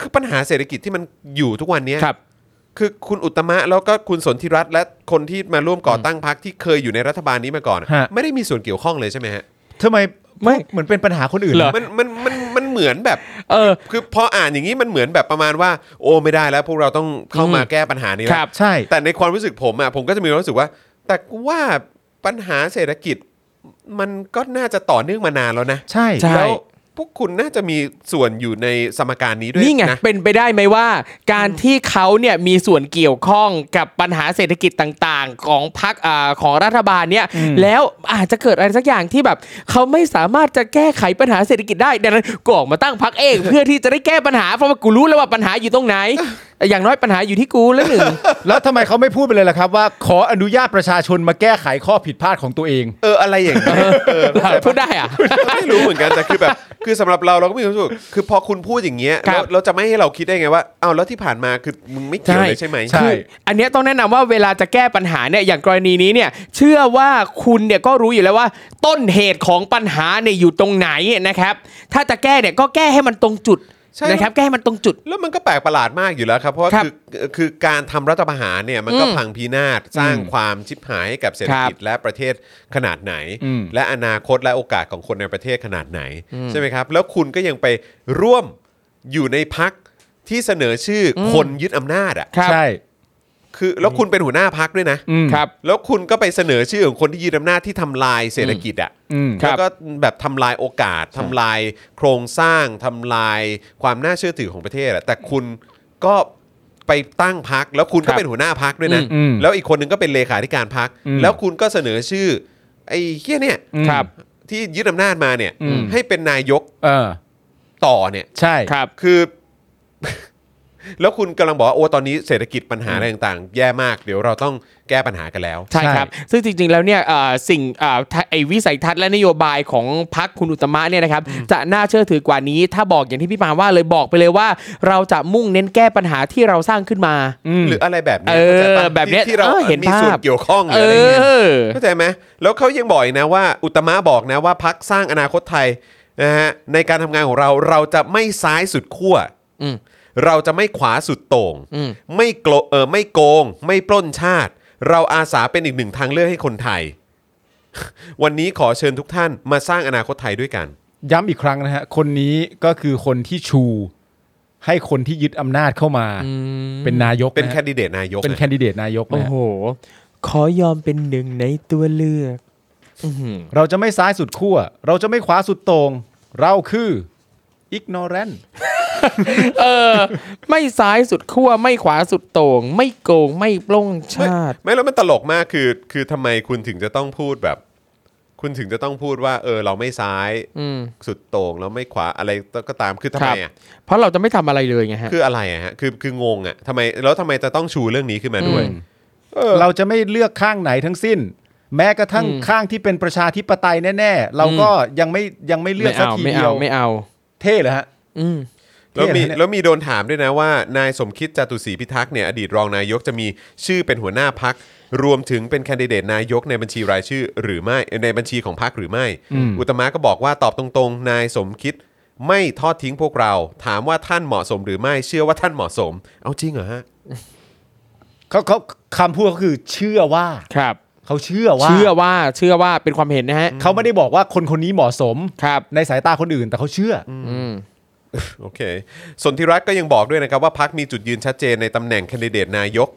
[SPEAKER 2] คือปัญหาเศรษฐกิจที่มันอยู่ทุกวันเนี้ย
[SPEAKER 1] ครับ
[SPEAKER 2] คือคุณอุตตมะแล้วก็คุณสนธิรัตน์และคนที่มาร่วมก่อตั้งพรรคที่เคยอยู่ในรัฐบาลนี้มาก่อน
[SPEAKER 3] ฮะ
[SPEAKER 2] ไม่ได้มีส่วนเกี่ยวข้องเลยใช่ไหมฮะ
[SPEAKER 3] ทำไม
[SPEAKER 1] ไม่
[SPEAKER 3] เหมือนเป็นปัญหาคนอื่น
[SPEAKER 1] เหรอ
[SPEAKER 2] มันมันมันมันเหมือนแบบ
[SPEAKER 1] เออ
[SPEAKER 2] คือพออ่านอย่างนี้มันเหมือนแบบประมาณว่า โอ้ไม่ได้แล้ว พวกเราต้องเข้ามา
[SPEAKER 1] อืม
[SPEAKER 2] แก้ปัญหานี้
[SPEAKER 1] ค
[SPEAKER 2] แล้
[SPEAKER 1] รั
[SPEAKER 2] ว
[SPEAKER 1] บ
[SPEAKER 3] ใช่
[SPEAKER 2] แต่ในความรู้สึกผมอ่ะผมก็จะมีความรู้สึกว่า แต่กูว่าปัญหาเศรษฐกิจ มันก็น่าจะต่อเนื่องมานานแล้วนะ
[SPEAKER 3] ใช่
[SPEAKER 1] ใช่
[SPEAKER 2] แล้วพวกคุณน่าจะมีส่วนอยู่ในสมการนี้ด้วย
[SPEAKER 1] นี่ไง
[SPEAKER 2] นะ
[SPEAKER 1] เป็นไปได้ไหมว่า การที่เขาเนี่ยมีส่วนเกี่ยวข้องกับปัญหาเศรษฐกิจต่างๆ ของพรรคอ่าของรัฐบาลเนี่ยแล้วอาจจะเกิดอะไรสักอย่างที่แบบ เขาไม่สามารถจะแก้ไขปัญหาเศรษฐกิจได้ดังนั้นกูออกมาตั้งพรรคเอง เพื่อที่จะได้แก้ปัญหาเพราะว่ากูรู้แล้วว่าปัญหาอยู่ตรงไหน อย่างน้อยปัญหาอยู่ที่กูแล้วหนึ่ง
[SPEAKER 3] แล้วทำไมเขาไม่พูดไปเลยล่ะครับ ว่าขออนุญาตประชาชนมาแก้ไขข้อผิดพลาดของตัวเอง
[SPEAKER 2] เอออะไรอย่างเงี้ยเออเข้าใจปะ
[SPEAKER 1] พูดได้อะ
[SPEAKER 2] ไม่รู้เหมือนกันแต่คือแบบคือสำหรับเราเราก็มีความรู้สึกคือพอคุณพูดอย่างเงี้ย
[SPEAKER 1] ครั
[SPEAKER 2] เรา
[SPEAKER 1] บ
[SPEAKER 2] เราจะไม่ให้เราคิดได้ไงว่าอ้าวแล้วที่ผ่านมาคือมึงไม่เกี่ยวเลยใช่ไหม
[SPEAKER 3] ใช่
[SPEAKER 1] คืออันเนี้ยต้องแนะนำว่าเวลาจะแก้ปัญหาเนี่ยอย่างกรณีนี้เนี่ยเชื่อว่าคุณเนี่ยก็รู้อยู่แล้วว่า ต้นเหตุของปัญหาเนี่ยอยู่ตรงไหนนะครับ ถ้าจะแก้เนี่ยก็แก้ให้มันตรงจุด
[SPEAKER 2] ใช่
[SPEAKER 1] นะครับ แก้ให้มันตรงจุด
[SPEAKER 2] แล้วมันก็แปลกประหลาดมากอยู่แล้วครับเพราะว่า
[SPEAKER 1] ครับ
[SPEAKER 2] คือคือการทำรัฐประหารเนี่ยมันก็
[SPEAKER 1] อืม
[SPEAKER 2] พังพินาศสร้างความชิบหายให้กับเศรษฐกิจและประเทศขนาดไหน
[SPEAKER 3] อืม
[SPEAKER 2] และอนาคตและโอกาสของคนในประเทศขนาดไหนใช่ไหมครับ แล้วคุณก็ยังไปร่วมอยู่ในพักที่เสนอชื่ออคนยึดอำนาจอ่ะ
[SPEAKER 1] ครับ
[SPEAKER 3] ใช่
[SPEAKER 2] คือแล้วคุณเป็นหัวหน้าพักด้วยนะ
[SPEAKER 3] อืม
[SPEAKER 1] ครับ
[SPEAKER 2] แล้วคุณก็ไปเสนอชื่อของคนที่ยึดอำนาจที่ทำลายเศรษฐกิจอ่ะ
[SPEAKER 3] อืม
[SPEAKER 1] ครั
[SPEAKER 2] แล้ว
[SPEAKER 1] บ
[SPEAKER 2] ก็แบบทำลายโอกาสทำลายโครงสร้างทำลายความน่าเชื่อถือของประเทศอะแต่คุณก็ไปตั้งพัก แล้วคุณก็
[SPEAKER 1] ครับ
[SPEAKER 2] เป็นหัวหน้าพักด้วยนะ
[SPEAKER 3] อืม
[SPEAKER 2] แล้วอีกคนหนึงก็เป็นเลขาธิการพัก
[SPEAKER 3] อืม
[SPEAKER 2] แล้วคุณก็เสนอชื่อ ไอ้เฮียเนี่ย
[SPEAKER 3] อืม
[SPEAKER 1] ครับ
[SPEAKER 2] ที่ยึดอำนาจมาเนี่ย
[SPEAKER 3] อืม
[SPEAKER 2] ให้เป็นนายก
[SPEAKER 3] เออ
[SPEAKER 2] ต่อเนี่ย
[SPEAKER 3] ใช่
[SPEAKER 1] ครับ
[SPEAKER 2] คือ แล้วคุณกำลังบอกว่าโอ้ตอนนี้เศรษฐกิจปัญหาอะไรต่างๆ แย่มากเดี๋ยวเราต้องแก้ปัญหากันแล้ว
[SPEAKER 1] ใช่
[SPEAKER 3] ใช่
[SPEAKER 1] ครับ ซึ่งจริงๆ แล้วเนี่ยเอ่อสิ่งเอ่อถ้าไอวิสัยทัศน์และนโยบายของพรรคคุณอุตตมะเนี่ยนะครับ จะน่าเชื่อถือกว่านี้ ถ้าบอกอย่างที่พี่ปาว่าเลยบอกไปเลยว่า เราจะมุ่งเน้นแก้ปัญหาที่เราสร้างขึ้นมา
[SPEAKER 2] หรืออะไรแบบนี้
[SPEAKER 1] เออ
[SPEAKER 2] ข้าใจปะ
[SPEAKER 1] แบบเนี้ย
[SPEAKER 2] ที่ที่เรา
[SPEAKER 1] เออเห็น
[SPEAKER 2] มีส่วน
[SPEAKER 1] ภาพ
[SPEAKER 2] เกี่ยวข้องห
[SPEAKER 1] เอ
[SPEAKER 2] รืออะไรเงี้ย
[SPEAKER 1] อ
[SPEAKER 2] เข้าใจไหมแล้วเขายังบอกอีกนะว่า อุตตมะบอกนะว่าพักสร้างอนาคตไทยนะฮะในการทำงานของเราเราจะไม่ซ้ายสุดขั้ว
[SPEAKER 1] อืม
[SPEAKER 2] เราจะไม่ขวาสุดโต่ง
[SPEAKER 1] อืม
[SPEAKER 2] ไม่โกลเออไม่โกง ไม่ปล้นชาติ เราอาสาเป็นอีกหนึ่งทางเลือกให้คนไทย วันนี้ขอเชิญทุกท่านมาสร้างอนาคตไทยด้วยกัน
[SPEAKER 3] ย้ำอีกครั้งนะฮะ คนนี้ก็คือคนที่ชู ให้คนที่ยึดอำนาจเข้ามา เป็นนายก
[SPEAKER 2] เป็นะ แค
[SPEAKER 3] ฮะ
[SPEAKER 2] ดดิเดตนายก
[SPEAKER 3] เป็น
[SPEAKER 2] นะ
[SPEAKER 3] แคนดิเดตนายก
[SPEAKER 1] โอ้
[SPEAKER 3] นะฮะ
[SPEAKER 1] โห ขอยอมเป็นหนึ่งในตัวเลือก
[SPEAKER 3] เราจะไม่ซ้ายสุดขั้วเราจะไม่ขวาสุดโตรง เราคือ ignorant
[SPEAKER 1] เออ ไม่ซ้ายสุดขั้วไม่ขวาสุดโต่ง ไม่โกงไม่ปล้งช
[SPEAKER 2] ไม่
[SPEAKER 1] าติ
[SPEAKER 2] ไม่แล้วมันตลกมากคือ คือทำไมคุณถึงจะต้องพูดแบบ คุณถึงจะต้องพูดว่า เออ เราไม่ซ้าย
[SPEAKER 1] อืม
[SPEAKER 2] สุดโต่งเราไม่ขวาอะไรก็ตามคือทำ
[SPEAKER 1] ค
[SPEAKER 2] ไม
[SPEAKER 1] รับ
[SPEAKER 2] อ่ะ
[SPEAKER 1] เพราะเราจะไม่ทำอะไรเลยไงฮะ
[SPEAKER 2] คืออะไรอ่ะฮะคือคืองงอ่ะทำไมแล้วทำไมจะต้องชูเรื่องนี้ขึ้นมาด้วย
[SPEAKER 1] อืม
[SPEAKER 3] เราจะไม่เลือกข้างไหนทั้งสิ้น แม้กระทั่ง
[SPEAKER 1] อืม
[SPEAKER 3] ข้างที่เป็นประชาธิปไตยแน่ๆ เราก็ยังไม่ยังไม่เลือก
[SPEAKER 1] ไม่
[SPEAKER 3] สัก
[SPEAKER 1] เอา
[SPEAKER 3] ที
[SPEAKER 1] ไม่
[SPEAKER 3] เดีย
[SPEAKER 1] เอา
[SPEAKER 3] ว
[SPEAKER 1] ไม่เอา
[SPEAKER 3] เท่เหรอฮะ
[SPEAKER 1] อืม
[SPEAKER 2] แล้วมี
[SPEAKER 3] เนี่ยนะเนี่ย
[SPEAKER 2] แล้วมีโดนถามด้วยนะว่า นายสมคิดจตุศรีพิทักษ์เนี่ยอดีตรองนายกจะมีชื่อเป็นหัวหน้าพัก รวมถึงเป็นแคนดิเดตนายกในบัญชีรายชื่อ หรือไม่ในบัญชีของพักหรือไม่ อุตมะก็บอกว่าตอบตรงๆ นายสมคิดไม่ทอดทิ้งพวกเรา ถามว่าท่านเหมาะสมหรือไม่เชื่อว่าท่านเหมาะสม เอาจริงเหรอฮะ
[SPEAKER 3] เขาเขาคำพูดเขาคือเชื่อว่า
[SPEAKER 1] ครับ
[SPEAKER 3] เขาเชื่อว่า
[SPEAKER 1] เชื่อว่าเชื่อว่าเป็นความเห็นนะฮะ
[SPEAKER 3] เขาไม่ได้บอกว่าคนคนนี้เหมาะสม
[SPEAKER 1] ครับ
[SPEAKER 3] ในสายตาคนอื่นแต่เขาเชื่ออ
[SPEAKER 1] อืม
[SPEAKER 2] โอเคสนธิรัตน์ก็ยังบอกด้วยนะครับว่าพักมีจุดยืนชัดเจนในตำแหน่งแคนดิเดตนายก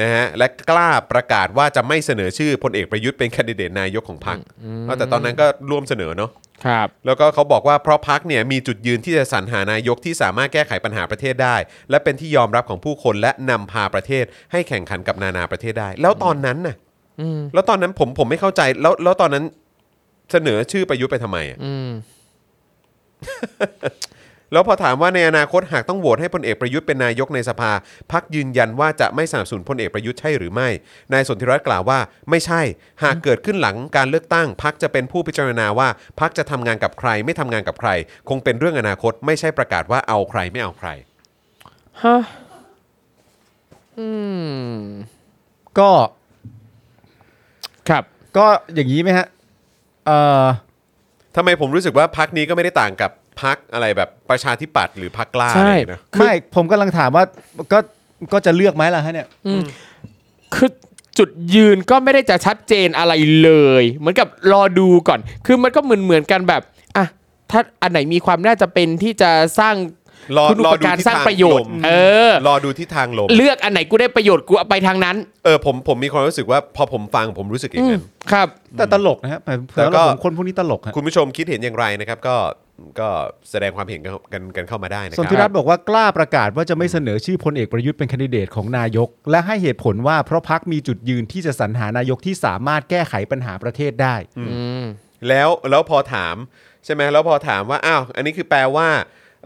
[SPEAKER 2] นะฮะและกล้าประกาศว่าจะไม่เสนอชื่อพลเอกประยุทธ์เป็นแคนดิเดตนายกของพรรคเอาแต่ตอนนั้นก็ร่วมเสนอเนาะ
[SPEAKER 1] ครับ
[SPEAKER 2] แล้วก็เขาบอกว่าเพราะพักเนี่ยมีจุดยืนที่จะสรรหานายกที่สามารถแก้ไขปัญหาประเทศได้ และเป็นที่ยอมรับของผู้คนและนำพาประเทศให้แข่งขันกับนานาประเทศได้ แล้วตอนนั้นน่ะ
[SPEAKER 1] อืม
[SPEAKER 2] แล้วตอนนั้นผมผมไม่เข้าใจแล้วแล้วตอนนั้นเสนอชื่อประยุทธ์ไปทำไมอะ
[SPEAKER 1] อืม
[SPEAKER 2] แล้วพอถามว่าในอนาคตหากต้องโหวตให้พลเอกประยุทธ์เป็นนายกในสภาพักยืนยันว่าจะไม่สนับสนุนพลเอกประยุทธ์ใช่หรือไม่นายสนธิรัตน์กล่าวว่าไม่ใช่ หากเกิดขึ้นหลังการเลือกตั้งพักจะเป็นผู้พิจารณาว่าพักจะทำงานกับใคร ไม่ทำงานกับใคร คงเป็นเรื่องอนาคต ไม่ใช่ประกาศว่าเอาใครไม่เอาใคร
[SPEAKER 1] ฮะ อืม
[SPEAKER 3] ก็
[SPEAKER 1] ครับ
[SPEAKER 3] ก็อย่างนี้ไหมฮะเอ่อ
[SPEAKER 2] ทำไมผมรู้สึกว่าพักนี้ก็ไม่ได้ต่างกับพักอะไรแบบประชาธิปัตย์หรือพักกล้าอะไร
[SPEAKER 1] ใช่
[SPEAKER 2] อย่างเงี้ยนะ
[SPEAKER 3] ไม่ผมกำลังถามว่าก็ก็จะเลือกไหมล่ะฮะเนี่ย
[SPEAKER 1] คือจุดยืนก็ไม่ได้จะชัดเจนอะไรเลย เหมือนกับรอดูก่อน คือมันก็เหมือนเหมือนกันแบบอ่ะถ้าอันไหนมีความน่าจะเป็นที่จะสร้าง
[SPEAKER 2] รอ
[SPEAKER 1] คุณ
[SPEAKER 2] รอ
[SPEAKER 1] อุป
[SPEAKER 2] ดู
[SPEAKER 1] การ
[SPEAKER 2] ที่
[SPEAKER 1] สร้าง
[SPEAKER 2] ทาง
[SPEAKER 1] ประโย
[SPEAKER 2] ล
[SPEAKER 1] ชน์
[SPEAKER 2] ม
[SPEAKER 1] เออ
[SPEAKER 2] รอดูที่ทางลม
[SPEAKER 1] เลือกอันไหนกูได้ประโยชน์กูเอาไปทางนั้น
[SPEAKER 2] เออผมผมมีความรู้สึกว่าพอผมฟังผมรู้สึกอย่า
[SPEAKER 1] อื
[SPEAKER 2] ง
[SPEAKER 1] ม
[SPEAKER 2] นั้น
[SPEAKER 1] ครับ
[SPEAKER 3] แต่ตลกนะฮะเผื่
[SPEAKER 2] แล้
[SPEAKER 3] อ
[SPEAKER 2] วก็
[SPEAKER 3] เราผมคนพวกนี้ตลกฮะ
[SPEAKER 2] คุณผู้ชมคิดเห็นอย่างไรนะครับ ก็ก็แสดงความเห็นกันกันกันเข้ามาได้นะค
[SPEAKER 3] สน
[SPEAKER 2] รั
[SPEAKER 3] ธิ
[SPEAKER 2] บ
[SPEAKER 3] รัตน์บอกว่ากล้าประกาศว่าจะไม่เสนอชื่อพลเอกประยุทธ์เป็นแคนดิเดตของนายก และให้เหตุผลว่าเพราะพักมีจุดยืนที่จะสรรหานายกที่สามารถแก้ไขปัญหาประเทศได้
[SPEAKER 1] อืม
[SPEAKER 2] แล้วแล้วพอถามใช่ไหมแล้วพอถามว่าอ้าวอันนี้คือแปลว่า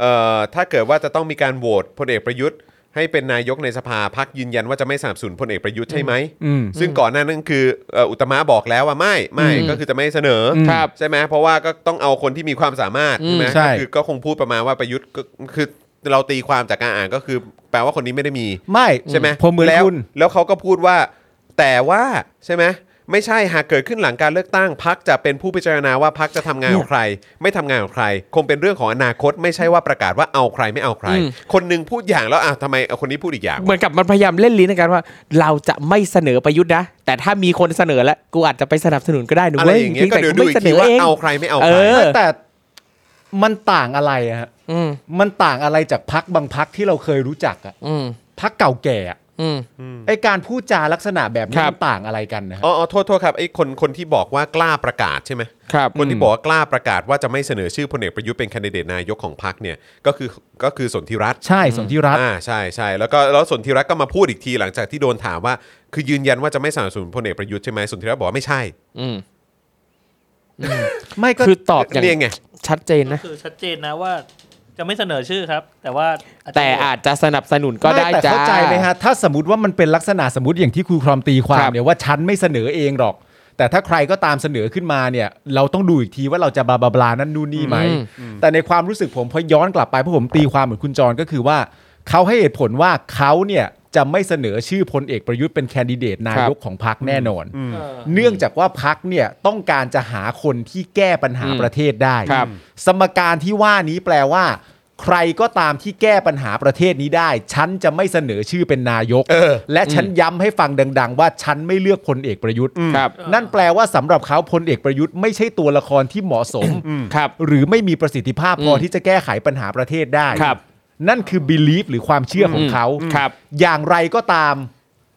[SPEAKER 2] เอ่อถ้าเกิดว่าจะต้องมีการโหวตพลเอกประยุทธ์ ให้เป็นนายกในสภาพักยืนยันว่าจะไม่สนับสนุนพลเอกประยุทธ์ใช่ไหม
[SPEAKER 3] อืม
[SPEAKER 2] ซึ่งก่อนหน้านั้นคือเอ่ออุตมะบอกแล้วว่าไม่ไม่
[SPEAKER 1] อืม
[SPEAKER 2] ก็คือจะไม่เสนอ
[SPEAKER 1] มครับ
[SPEAKER 2] ใช่ไหมเพราะว่าก็ต้องเอาคนที่มีความสามารถ
[SPEAKER 1] อืม
[SPEAKER 2] ใช่ไหม
[SPEAKER 3] ใช่
[SPEAKER 2] ก็คือก็คงพูดประมาณว่าประยุทธ์ก็คือเราตีความจากการอ่านก็คือ แปลว่าคนนี้ไม่ได้มี
[SPEAKER 3] ไม่
[SPEAKER 2] ใช่ไหม
[SPEAKER 3] ผมเหมือน
[SPEAKER 2] แล้ว
[SPEAKER 3] คุณ
[SPEAKER 2] แล้วเขาก็พูดว่า แต่ว่าใช่ไหมไม่ใช่หากเกิดขึ้นหลังการเลือกตั้งพักจะเป็นผู้พิจารณาว่าพักจะทำงานกับใคร ไม่ทำงานกับใคร คงเป็นเรื่องของอนาคต ไม่ใช่ว่าประกาศว่าเอาใครไม่เอาใคร คนหนึงพูดอย่างแล้วอ่ะทำไมเอาคนนี้พูดอีกอย่าง
[SPEAKER 1] เหมือนกับมันพยายามเล่นลิ้นในการว่า เราจะไม่เสนอประยุทธ์นะ แต่ถ้ามีคนเสนอแล้วกูอาจจะไปสนับสนุนก็ได้นะ
[SPEAKER 2] อะไร
[SPEAKER 1] เว้ย
[SPEAKER 2] อย่างเงี้ยก็
[SPEAKER 1] แต่
[SPEAKER 2] เดี๋ยว
[SPEAKER 1] กู
[SPEAKER 2] ดู
[SPEAKER 1] ไม่
[SPEAKER 2] อี
[SPEAKER 1] เส
[SPEAKER 2] ก
[SPEAKER 1] น
[SPEAKER 2] ที
[SPEAKER 1] อ
[SPEAKER 2] ว่า
[SPEAKER 1] เอง
[SPEAKER 2] เอาใครไม่เอา
[SPEAKER 1] เอ
[SPEAKER 2] ใคร
[SPEAKER 1] อ
[SPEAKER 3] แต่มันต่างอะไรอะฮะ
[SPEAKER 1] อืม
[SPEAKER 3] มันต่างอะไรจากพักบางพักที่เราเคยรู้จักอะ
[SPEAKER 1] อืม
[SPEAKER 3] พักเก่าแก่อะ
[SPEAKER 1] อืม
[SPEAKER 3] ไอการพูดจาลักษณะแบบนี้
[SPEAKER 1] ครับ
[SPEAKER 3] มันต่างอะไรกันนะฮะ
[SPEAKER 2] อ๋ออ๋อโทษโทษครับไอ้คนคนที่บอกว่ากล้าประกาศใช่ไหม
[SPEAKER 1] ครับ
[SPEAKER 2] คนที่บอกว่ากล้าประกาศว่าจะไม่เสนอชื่อพลเอกประยุทธ์เป็นแคนดิเดตนายกของพรรคเนี่ยก็คือก็คือสนธิรัตน์
[SPEAKER 3] ใช่สนธิรัตน์
[SPEAKER 2] อ่าใช่ใช่แล้วก็แล้วสนธิรัตน์ก็มาพูดอีกทีหลังจากที่โดนถามว่า คือยืนยันว่าจะไม่สนับสนุนพลเอกประยุทธ์ใช่ไหมสนธิรัตน์บอกว่าไม่ใช่
[SPEAKER 1] อืม
[SPEAKER 3] ไม่ก็
[SPEAKER 1] คือตอบอย่าง
[SPEAKER 2] เนี่ยไง
[SPEAKER 1] ชัดเจนนะ
[SPEAKER 4] คือชัดเจนนะว่าจะไม่เสนอชื่อครับ แต่ว่าจจะ
[SPEAKER 1] แต่อาจจะสนับสนุนก็ได้
[SPEAKER 3] ม่แต่
[SPEAKER 1] จ้า
[SPEAKER 3] เข้าใจไหมฮะถ้าสมมติว่ามันเป็นลักษณะสมมติอย่างที่ครูครอมตีควา
[SPEAKER 1] ครั
[SPEAKER 3] ม
[SPEAKER 1] บ
[SPEAKER 3] เนี่ยว่าฉันไม่เสนอเองหรอก แต่ถ้าใครก็ตามเสนอขึ้นมาเนี่ย เราต้องดูอีกทีว่าเราจะบลาบลาบลานั่นนู่นนี่ไหม แต่ในความรู้สึกผมพอย้อนกลับไปเพราะผมตีความเหมือนคุณจรก็คือว่าเขาให้เหตุผลว่าเขาเนี่ยจะไม่เสนอชื่อพลเอกประยุทธ์เป็นแคนดิเดตนายกของพรรคแน่นอน
[SPEAKER 4] เออ
[SPEAKER 3] เนื่องจากว่าพักเนี่ยต้องการจะหาคนที่แก้ปัญหา
[SPEAKER 1] อืม
[SPEAKER 3] ประเทศได้
[SPEAKER 1] ครับ
[SPEAKER 3] สมการที่ว่านี้แปลว่า ใครก็ตามที่แก้ปัญหาประเทศนี้ได้ ฉันจะไม่เสนอชื่อเป็นนายก และฉันย้ำให้ฟังดัง ๆ ว่าฉันไม่เลือกพลเอกประยุทธ์
[SPEAKER 1] ครับ
[SPEAKER 3] นั่นแปลว่าสำหรับเขาพลเอกประยุทธ์ไม่ใช่ตัวละครที่เหมาะสม
[SPEAKER 1] ครับ
[SPEAKER 3] หรือไม่มีประสิทธิภาพพอ
[SPEAKER 1] อืม
[SPEAKER 3] ที่จะแก้ไขปัญหาประเทศได้
[SPEAKER 1] ครับ
[SPEAKER 3] นั่นคือ belief หรือความเชื่อของเขา
[SPEAKER 1] อืมครับ
[SPEAKER 3] อย่างไรก็ตาม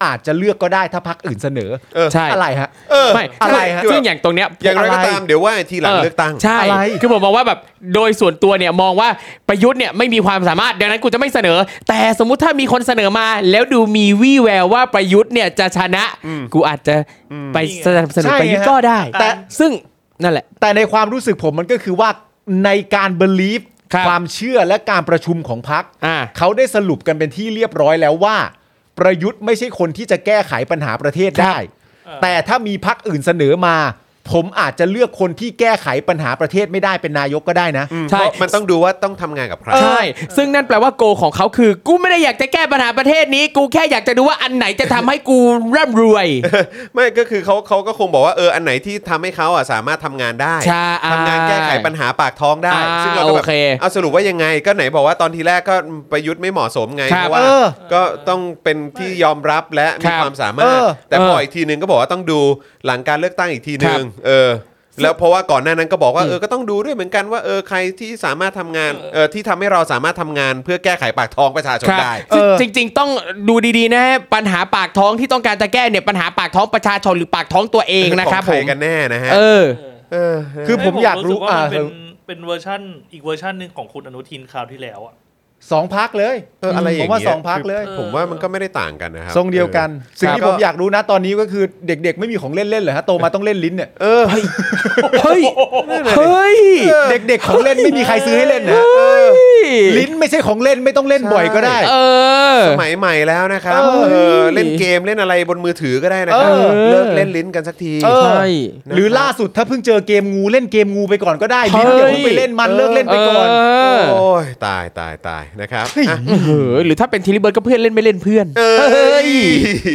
[SPEAKER 3] อาจจะเลือกก็ได้ถ้าพักอื่นเสนอ
[SPEAKER 2] เออ
[SPEAKER 1] ใช่
[SPEAKER 3] อะไรฮะ
[SPEAKER 2] เออ
[SPEAKER 1] ไม่
[SPEAKER 3] อะไรฮะ
[SPEAKER 1] ซึ่งอย่างตรงเนี้ย
[SPEAKER 2] อย่างไรก็ตามเดี๋ยวว่าทีหลังเลือกตั้ง
[SPEAKER 1] ใช่
[SPEAKER 3] อะไร
[SPEAKER 1] คือผมมองว่าแบบโดยส่วนตัวเนี่ยมองว่าประยุทธ์เนี่ยไม่มีความสามารถดังนั้นกูจะไม่เสนอ แต่สมมุติถ้ามีคนเสนอมา แล้วดูมีวี่แววว่าประยุทธ์เนี่ยจะชนะ กูอาจจะไปสนับสนุนประยุทธ์ก็ได้
[SPEAKER 3] แต่
[SPEAKER 1] ซึ่งนั่นแหละ
[SPEAKER 3] แต่ในความรู้สึกผมมันก็คือว่าในการเบลีฟ
[SPEAKER 1] ครับ
[SPEAKER 3] ความเชื่อและการประชุมของพัก
[SPEAKER 1] อ่า
[SPEAKER 3] เขาได้สรุปกันเป็นที่เรียบร้อยแล้วว่า ประยุทธ์ไม่ใช่คนที่จะแก้ไขปัญหาประเทศได้
[SPEAKER 4] ครับ
[SPEAKER 3] แต่ถ้ามีพักอื่นเสนอมา ผมอาจจะเลือกคนที่แก้ไขปัญหาประเทศไม่ได้เป็นนายกก็ได้นะ
[SPEAKER 1] ใช่
[SPEAKER 2] เพราะมันต้องดูว่าต้องทำงานกับใคร
[SPEAKER 1] ใช่ ซึ่งนั่นแปลว่าโกของเขาคือ กูไม่ได้อยากจะแก้ปัญหาประเทศนี้ กูแค่อยากจะดูว่าอันไหนจะทำให้กูร่ำรวย
[SPEAKER 2] ไม่ก็คือเขาเขาก็คงบอกว่าเอออันไหนที่ทำให้เขาอ่ะสามารถทำงานได้
[SPEAKER 1] ใช่
[SPEAKER 2] ทำงานแก้ไขปัญหาปากท้องได้
[SPEAKER 1] อ่า
[SPEAKER 2] ซึ่งเราก็แบบ
[SPEAKER 1] โอเค
[SPEAKER 2] เอาสรุปว่ายังไงก็ไหนบอกว่าตอนทีแรกก็ประยุทธ์ไม่เหมาะสมไง
[SPEAKER 1] ครั
[SPEAKER 2] เพ
[SPEAKER 1] บ
[SPEAKER 2] ราะว่า
[SPEAKER 3] เออ
[SPEAKER 2] ก็ต้องเป็นที่ยอมรับและมี
[SPEAKER 1] ครับ
[SPEAKER 2] ความสามาร
[SPEAKER 3] เอ
[SPEAKER 2] ถ
[SPEAKER 3] อ
[SPEAKER 2] แต่พอ
[SPEAKER 1] เอออี
[SPEAKER 2] อีกทีนึงก็บอกว่าต้องดูหลังการเลือกตั้งอีกทีนึ
[SPEAKER 1] ครับ
[SPEAKER 2] งเออ แล้วเพราะว่าก่อนหน้านั้นก็บอกว่า
[SPEAKER 1] อืม
[SPEAKER 2] เออก็ต้องดูด้วยเหมือนกันว่าเออใครที่สามารถทำงานเออที่ทำให้เราสามารถทำงานเพื่อแก้ไขปากท้องประชาชน
[SPEAKER 1] ครับ
[SPEAKER 2] ได้
[SPEAKER 1] ซึ่ง
[SPEAKER 3] เออ
[SPEAKER 1] จริง ๆ ต้องดูดีๆนะฮะปัญหาปากท้องที่ต้องการจะแก้เนี่ยปัญหาปากท้องประชาชนหรือปากท้องตัวเองนะครับ
[SPEAKER 2] ข
[SPEAKER 1] ผ
[SPEAKER 2] อง
[SPEAKER 1] ม
[SPEAKER 2] ใรกันแน่นะฮะ
[SPEAKER 1] เออ
[SPEAKER 2] เออ
[SPEAKER 3] คือผมอยากรู้
[SPEAKER 4] ว่า
[SPEAKER 3] อ่า
[SPEAKER 4] มันเป็นเป็นเวอร์ชั่นอีกเวอร์ชั่นหนึ่งของคุณอนุทินคราวที่แล้วอะ
[SPEAKER 3] สองพักเลย
[SPEAKER 2] เอออะไรอย่างเงี้
[SPEAKER 3] ผ
[SPEAKER 2] ย
[SPEAKER 3] มว่าสองพักเลย
[SPEAKER 2] คือผมว่ามันก็ไม่ได้ต่างกันนะครับ
[SPEAKER 3] ทรงเดียวกัน
[SPEAKER 2] ออ
[SPEAKER 3] สิ่งที่
[SPEAKER 2] ค
[SPEAKER 3] ผ
[SPEAKER 2] รับ
[SPEAKER 3] มอยากรู้นะตอนนี้ก็คือเด็กๆ ไม่มีของเล่นเล่นเหรอฮะโตมาต้องเล่นลิ้นเนี่ย
[SPEAKER 2] เออ
[SPEAKER 1] เฮ้ย เฮ้ย
[SPEAKER 3] เด็ก ๆ ของเล่นไม่มีใครซื้อให้เล่นนะฮะ ลิ้นไม่ใช่ของเล่นไม่ต้องเล่น
[SPEAKER 2] ใช่
[SPEAKER 3] บ่อยก็ได้
[SPEAKER 1] เออ
[SPEAKER 2] สมัยใหม่แล้วนะครับ
[SPEAKER 3] เออ
[SPEAKER 2] เออเล่นเกมเล่นอะไรบนมือถือก็ได้นะครับ
[SPEAKER 3] เออ
[SPEAKER 2] เลิกเล่นลิ้นกันสักที
[SPEAKER 3] เออ
[SPEAKER 1] ใช่
[SPEAKER 3] หรือล่าสุดถ้าเพิ่งเจอเกมงูเล่นเกมงูไปก่อนก็ได้
[SPEAKER 1] เฮ้ย
[SPEAKER 3] ลิ้นเดี๋ยวมึงไปเล่นมันเลิกเล่นไปก่อน
[SPEAKER 1] เอ
[SPEAKER 2] โอ้ยตายตายตายนะครับอ่ะ
[SPEAKER 1] เออหรือถ้าเป็นทีริเบิร์ดก็เพื่อนเล่นไม่เล่นเพื่อน
[SPEAKER 2] เอ
[SPEAKER 3] เฮ้
[SPEAKER 2] ้ย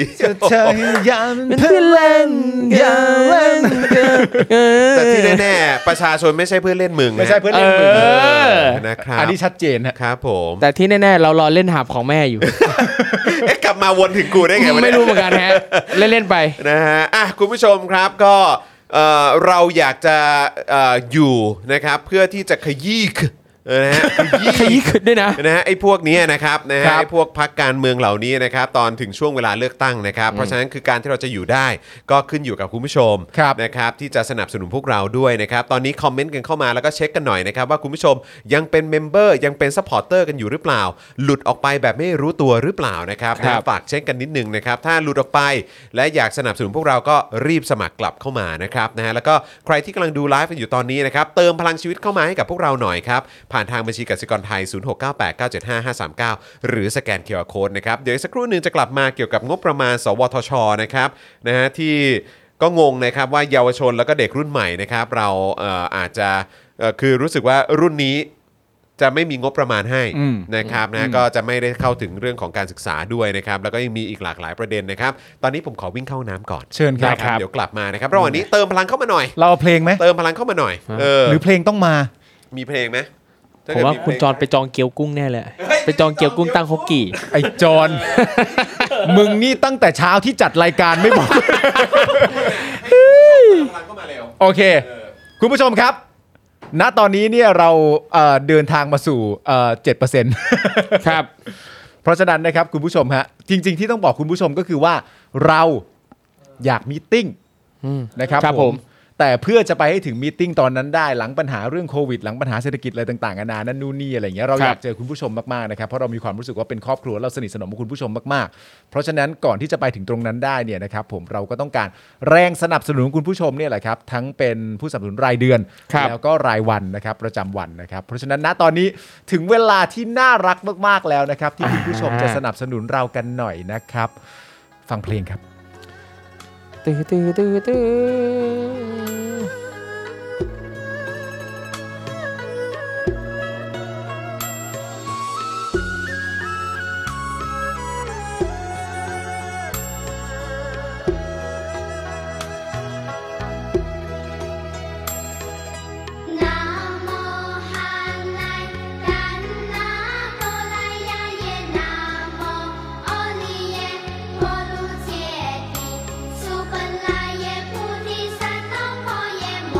[SPEAKER 3] ย ใช่ยัน
[SPEAKER 1] เป็นเพื่อนเล่นอย่าเล่นเออ
[SPEAKER 2] แต่ที่แน่ๆประชาชนไม่ใช่เพื่อนเล่นมึงนะ
[SPEAKER 3] ไม่ใช่เพื่อนเล่นมึง
[SPEAKER 1] เออ
[SPEAKER 2] เออนะครับ
[SPEAKER 3] อันนี้ชัดเจนฮะ
[SPEAKER 2] ครับผม
[SPEAKER 1] แต่ที่แน่ๆ เรารอเล่นหาบของแม่อยู่
[SPEAKER 2] เอ๊ะกลับมาวนถึงกูได้ไงวะเนี่ย
[SPEAKER 1] ไม่รู้เหมือนกันฮะ เล่นๆไป
[SPEAKER 2] นะฮะอ่ะคุณผู้ชมครับก็เอ่อเราอยากจะเอออยู่นะครับเพื่อที่จะขยี้เออนะฮะขยี้
[SPEAKER 1] ขยี้ขึ้นด้วยนะ
[SPEAKER 2] นะฮะไอ้พวกเนี้ยนะครับนะฮะ
[SPEAKER 3] ครับ
[SPEAKER 2] ไอ้พวกพักการเมืองเหล่านี้นะครับตอนถึงช่วงเวลาเลือกตั้งนะครับ เพราะฉะนั้นคือการที่เราจะอยู่ได้ก็ขึ้นอยู่กับคุณผู้ชม
[SPEAKER 3] ครับ
[SPEAKER 2] นะครับที่จะสนับสนุนพวกเราด้วยนะครับตอนนี้คอมเมนต์กันเข้ามาแล้วก็เช็คกันหน่อยนะครับว่าคุณผู้ชมยังเป็นเมมเบอร์ยังเป็นซัพพอร์เตอร์กันอยู่หรือเปล่า หลุดออกไปแบบไม่รู้ตัวหรือเปล่านะครับ
[SPEAKER 1] ครับ
[SPEAKER 2] นะฝากเช็คกันนิดนึงนะครับถ้าหลุดออกไปและอยากสนับสนุนพวกเราก็รีบสมัครกลับเข้ามานะครับนะฮะแล้วก็ใครที่กำลังดูไลฟ์กันอยู่ตอนนี้นะครับเติมพลังชีวิตเข้ามาให้กับพวกเราหน่อยครับผ่านทางบัญชีกสิกรไทย 0698975539 หรือสแกนเคอร์โคดนะครับเดี๋ยวอีกสักครู่หนึ่งจะกลับมาเกี่ยวกับงบประมาณ สวทชนะครับนะฮะที่ ก็งงนะครับว่าเยาวชนแล้วก็เด็กรุ่นใหม่นะครับ เราเอ่ออาจจะเอ่อคือรู้สึกว่ารุ่นนี้จะไม่มีงบประมาณให้
[SPEAKER 3] อืม
[SPEAKER 2] นะครับนะก็จะไม่ได้เข้าถึงเรื่องของการศึกษาด้วยนะครับ แล้วก็ยังมีอีกหลากหลายประเด็นนะครับ ตอนนี้ผมขอวิ่งเข้าน้ำก่อน
[SPEAKER 3] เชิญครั
[SPEAKER 2] นะ
[SPEAKER 3] บ
[SPEAKER 2] ครับ เดี๋ยวกลับมานะครับระหว่างนี้เติมพลังเข้ามาหน่อย
[SPEAKER 3] เราเอาเพลงไหม
[SPEAKER 2] เติมพลังเข้ามาหน่อยเออ
[SPEAKER 3] หรือเพลงต้องมา
[SPEAKER 2] มีเพลงไหมถ้
[SPEAKER 1] ผ
[SPEAKER 2] เกิ
[SPEAKER 1] ม
[SPEAKER 2] ด
[SPEAKER 1] ว่า
[SPEAKER 2] เพลง
[SPEAKER 1] คุณจอนไปจองเกี๊ยวกุ้งแน่เลย ไปจองเกี๊ยวกุ้งตั้งฮกกี้
[SPEAKER 3] ไอ้จอน มึงนี่ตั้งแต่เช้าที่จัดรายการไม่บอก
[SPEAKER 2] เติมพลังเข้ามาเร็ว
[SPEAKER 3] โอเค คุณผู้ชมครับ ณตอนนี้เนี่ยเราเอ่อเดินทางมาสู่เจ็ดเปอร์เซ็นต์
[SPEAKER 1] ครับ
[SPEAKER 3] เพราะฉะนั้นนะครับคุณผู้ชมฮะจริง ๆ ที่ต้องบอกคุณผู้ชมก็คือว่าเราอยากมีตติ้งนะครับ
[SPEAKER 1] ครับผม
[SPEAKER 3] แต่เพื่อจะไปให้ถึงมีตติ้งตอนนั้นได้หลังปัญหาเรื่องโควิด หลังปัญหาเศรษฐกิจอะไรต่างๆนานานั่นนู่นนี่อะไรอย่างเงี้ยเราอยากเจอคุณผู้ชมมากๆนะครับเพราะเรามีความรู้สึกว่าเป็นครอบครัวเราสนิทสนมกับคุณผู้ชมมากๆ เพราะฉะนั้นก่อนที่จะไปถึงตรงนั้นได้เนี่ยนะครับผมเราก็ต้องการแรงสนับสนุนคุณผู้ชมเนี่ยแหละครับทั้งเป็นผู้สนับสนุนรายเดือน
[SPEAKER 1] ครับ
[SPEAKER 3] แล้วก็รายวันนะครับประจำวันนะครับ เพราะฉะนั้นณตอนนี้ถึงเวลาที่น่ารักมากๆแล้วนะครับ ที่คุณผู้ชมจะสนับสนุนเรากันหน่อยนะครับ ฟังเพลงครับ
[SPEAKER 1] ตื้อตื้อตื้อตื้อ
[SPEAKER 5] นะโมหันไลตันนะโมลายะเยนะโมโอลิเยโพลุเจติสุปัลลายะพุทธิสัตตะโพ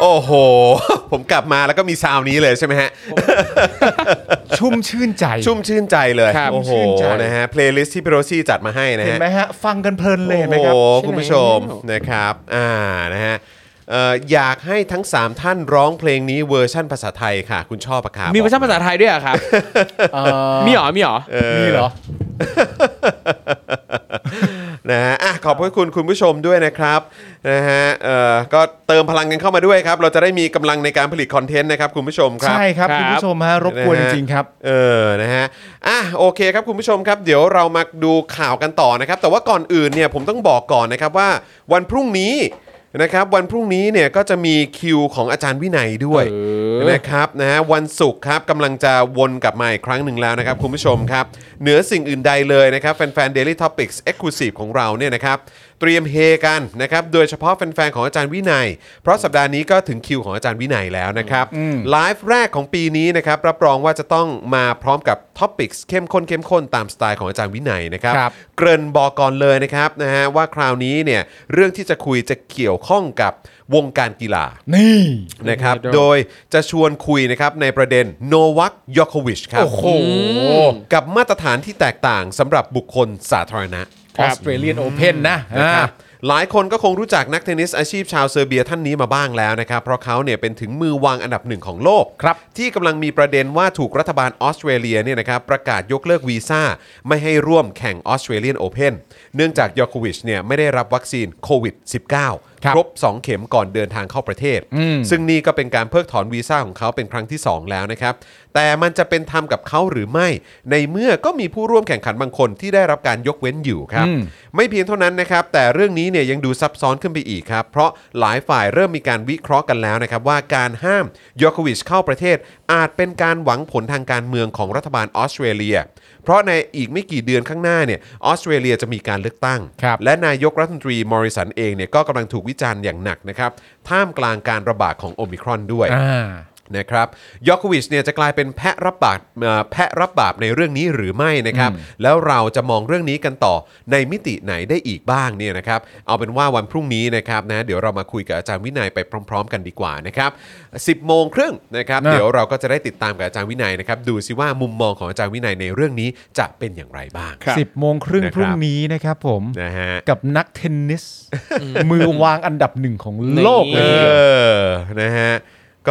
[SPEAKER 2] โอ้โห ผมกลับมาแล้วก็มีซาวนี้เลยใช่ไหมฮะ
[SPEAKER 3] ชุ่มชื่นใจ
[SPEAKER 2] ชุ่มชื่นใจเลย
[SPEAKER 1] ครับ
[SPEAKER 2] โอ้โห
[SPEAKER 3] ชุ่มชื่นใจ
[SPEAKER 2] นะฮะเพลย์ลิสต์ที่พี่โรซี่จัดมาให้นะ
[SPEAKER 3] เห็น
[SPEAKER 2] ฮะ
[SPEAKER 3] ไหมฮะ ฟังกันเพลินเลยเห็นไหมครับ
[SPEAKER 2] โอ้โห
[SPEAKER 1] ใช่ไหม
[SPEAKER 2] คุณผู้ชมนะครับอ่านะฮะเอ่ออยากให้ทั้ง 3 ท่านร้องเพลงนี้เวอร์ชั่นภาษาไทยค่ะ คุณชอบปะครับ
[SPEAKER 1] มีเวอร์ชันภาษาไทยด้วยเหรอครับ มีเหรอ มีเหรอ
[SPEAKER 3] มีเหรอ
[SPEAKER 2] นะฮะอ่ะขอบพระคุณคุณผู้ชมด้วยนะครับนะฮะเอ่อก็เติมพลังกันเข้ามาด้วยครับ เราจะได้มีกำลังในการผลิตคอนเทนต์นะครับคุณผู้ชมครับ
[SPEAKER 3] ใช่ครับ
[SPEAKER 1] ครับ
[SPEAKER 3] คุณผู้ชมฮะ รบกวนจริงๆครับ
[SPEAKER 2] เออ นะฮะ อ่ะ โอเคครับคุณผู้ชมครับ เดี๋ยวเรามาดูข่าวกันต่อนะครับ แต่ว่าก่อนอื่นเนี่ยผมต้องบอกก่อนนะครับว่าวันพรุ่งนี้นะครับ วันพรุ่งนี้เนี่ยก็จะมีคิวของอาจารย์วินัยด้วยนะครับนะฮะวันศุกร์ครับกำลังจะวนกลับมาอีกครั้งหนึ่งแล้วนะครับคุณผู้ชมครับ เหนือสิ่งอื่นใดเลยนะครับแฟนๆ Daily Topics Exclusive ของเราเนี่ยนะครับ เตรียมเฮกันนะครับ โดยเฉพาะแฟนๆ ของอาจารย์วินัย เพราะสัปดาห์นี้ก็ถึงคิวของอาจารย์วินัยแล้วนะครับ ไลฟ์แรกของปีนี้นะครับ รับรองว่าจะต้องมาพร้อมกับท็อปิกเข้มข้นเข้มข้นตามสไตล์ของอาจารย์วินัยนะครับ
[SPEAKER 3] ครับ
[SPEAKER 2] เกริ่นบอกก่อนเลยนะครับนะฮะว่าคราวนี้เนี่ยเรื่องที่จะคุยจะเกี่ยวข้องกับวงการกีฬา
[SPEAKER 3] นี่
[SPEAKER 2] นะครับ
[SPEAKER 1] Idol
[SPEAKER 2] โดยจะชวนคุยนะครับในประเด็นโนวัคยอควิชครับ
[SPEAKER 3] โอ้โห
[SPEAKER 2] กับมาตรฐานที่แตกต่างสำหรับบุคคลสาธารณะ
[SPEAKER 1] ค
[SPEAKER 3] อ
[SPEAKER 1] รั
[SPEAKER 3] อบ สเตรเลียนโอเพ่นนะ
[SPEAKER 2] นะ
[SPEAKER 3] อ่า
[SPEAKER 2] ครับหลายคนก็คงรู้จักนักเทนนิสอาชีพชาวเซอร์เบียท่านนี้มาบ้างแล้วนะครับ เพราะเขาเนี่ยเป็นถึงมือวางอันดับหนึ่งของโลก
[SPEAKER 3] ครับ
[SPEAKER 2] ที่กำลังมีประเด็นว่าถูกรัฐบาลออสเตรเลียเนี่ยนะครับประกาศยกเลิกวีซ่า ไม่ให้ร่วมแข่งออสเตรเลียนโอเพ่นเนื่องจากยอโควิชเนี่ยไม่ได้รับวัคซีนโควิด -19
[SPEAKER 3] ครับ
[SPEAKER 2] ครบ 2 เข็มก่อนเดินทางเข้าประเทศ
[SPEAKER 3] อืม
[SPEAKER 2] ซึ่งนี่ก็เป็นการเพิกถอนวีซ่าของเขาเป็นครั้งที่ 2 แล้วนะครับ แต่มันจะเป็นธรรมกับเขาหรือไม่ ในเมื่อก็มีผู้ร่วมแข่งขันบางคนที่ได้รับการยกเว้นอยู่ครับ
[SPEAKER 3] อืม
[SPEAKER 2] ไม่เพียงเท่านั้นนะครับ แต่เรื่องนี้เนี่ยยังดูซับซ้อนขึ้นไปอีกครับ เพราะหลายฝ่ายเริ่มมีการวิเคราะห์กันแล้วนะครับ ว่าการห้ามยอโควิชเข้าประเทศ อาจเป็นการหวังผลทางการเมืองของรัฐบาลออสเตรเลีย เพราะในอีกไม่กี่เดือนข้างหน้าเนี่ยออสเตรเลียจะมีการเลือกตั้ง
[SPEAKER 3] ครับ
[SPEAKER 2] และนายกรัฐมนตรีมอริสันเองเนี่ยก็กำลังถูกวิจารณ์อย่างหนักนะครับท่ามกลางการระบาดของโอมิครอนด้วย
[SPEAKER 3] อ่า
[SPEAKER 2] นะครับยอควิชเนี่ยจะกลายเป็นแพะรับบาปเอ่อแพะรับบาปในเรื่องนี้หรือไม่นะครับ แล้วเราจะมองเรื่องนี้กันต่อในมิติไหนได้อีกบ้างเนี่ยนะครับ เอาเป็นว่าวันพรุ่งนี้นะครับนะเดี๋ยวเรามาคุยกับอาจารย์วินัยไปพร้อม ๆ กันดีกว่านะครับ10โมงครึ่งนะครับ
[SPEAKER 3] นะ
[SPEAKER 2] เดี๋ยวเราก็จะได้ติดตามกับอาจารย์วินัยนะครับดูสิว่ามุมมองของอาจารย์วินัยในเรื่องนี้จะเป็นอย่างไรบ้าง
[SPEAKER 1] ครับ
[SPEAKER 3] สิบโมงครึ่ง
[SPEAKER 2] นะครับ
[SPEAKER 3] พรุ่งนี้นะครับผม
[SPEAKER 2] นะฮะ
[SPEAKER 3] กับนักเทนนิส มือวางอันดับหนึ่งของโลก
[SPEAKER 1] นี่
[SPEAKER 3] เล
[SPEAKER 2] เอย อ นะฮะ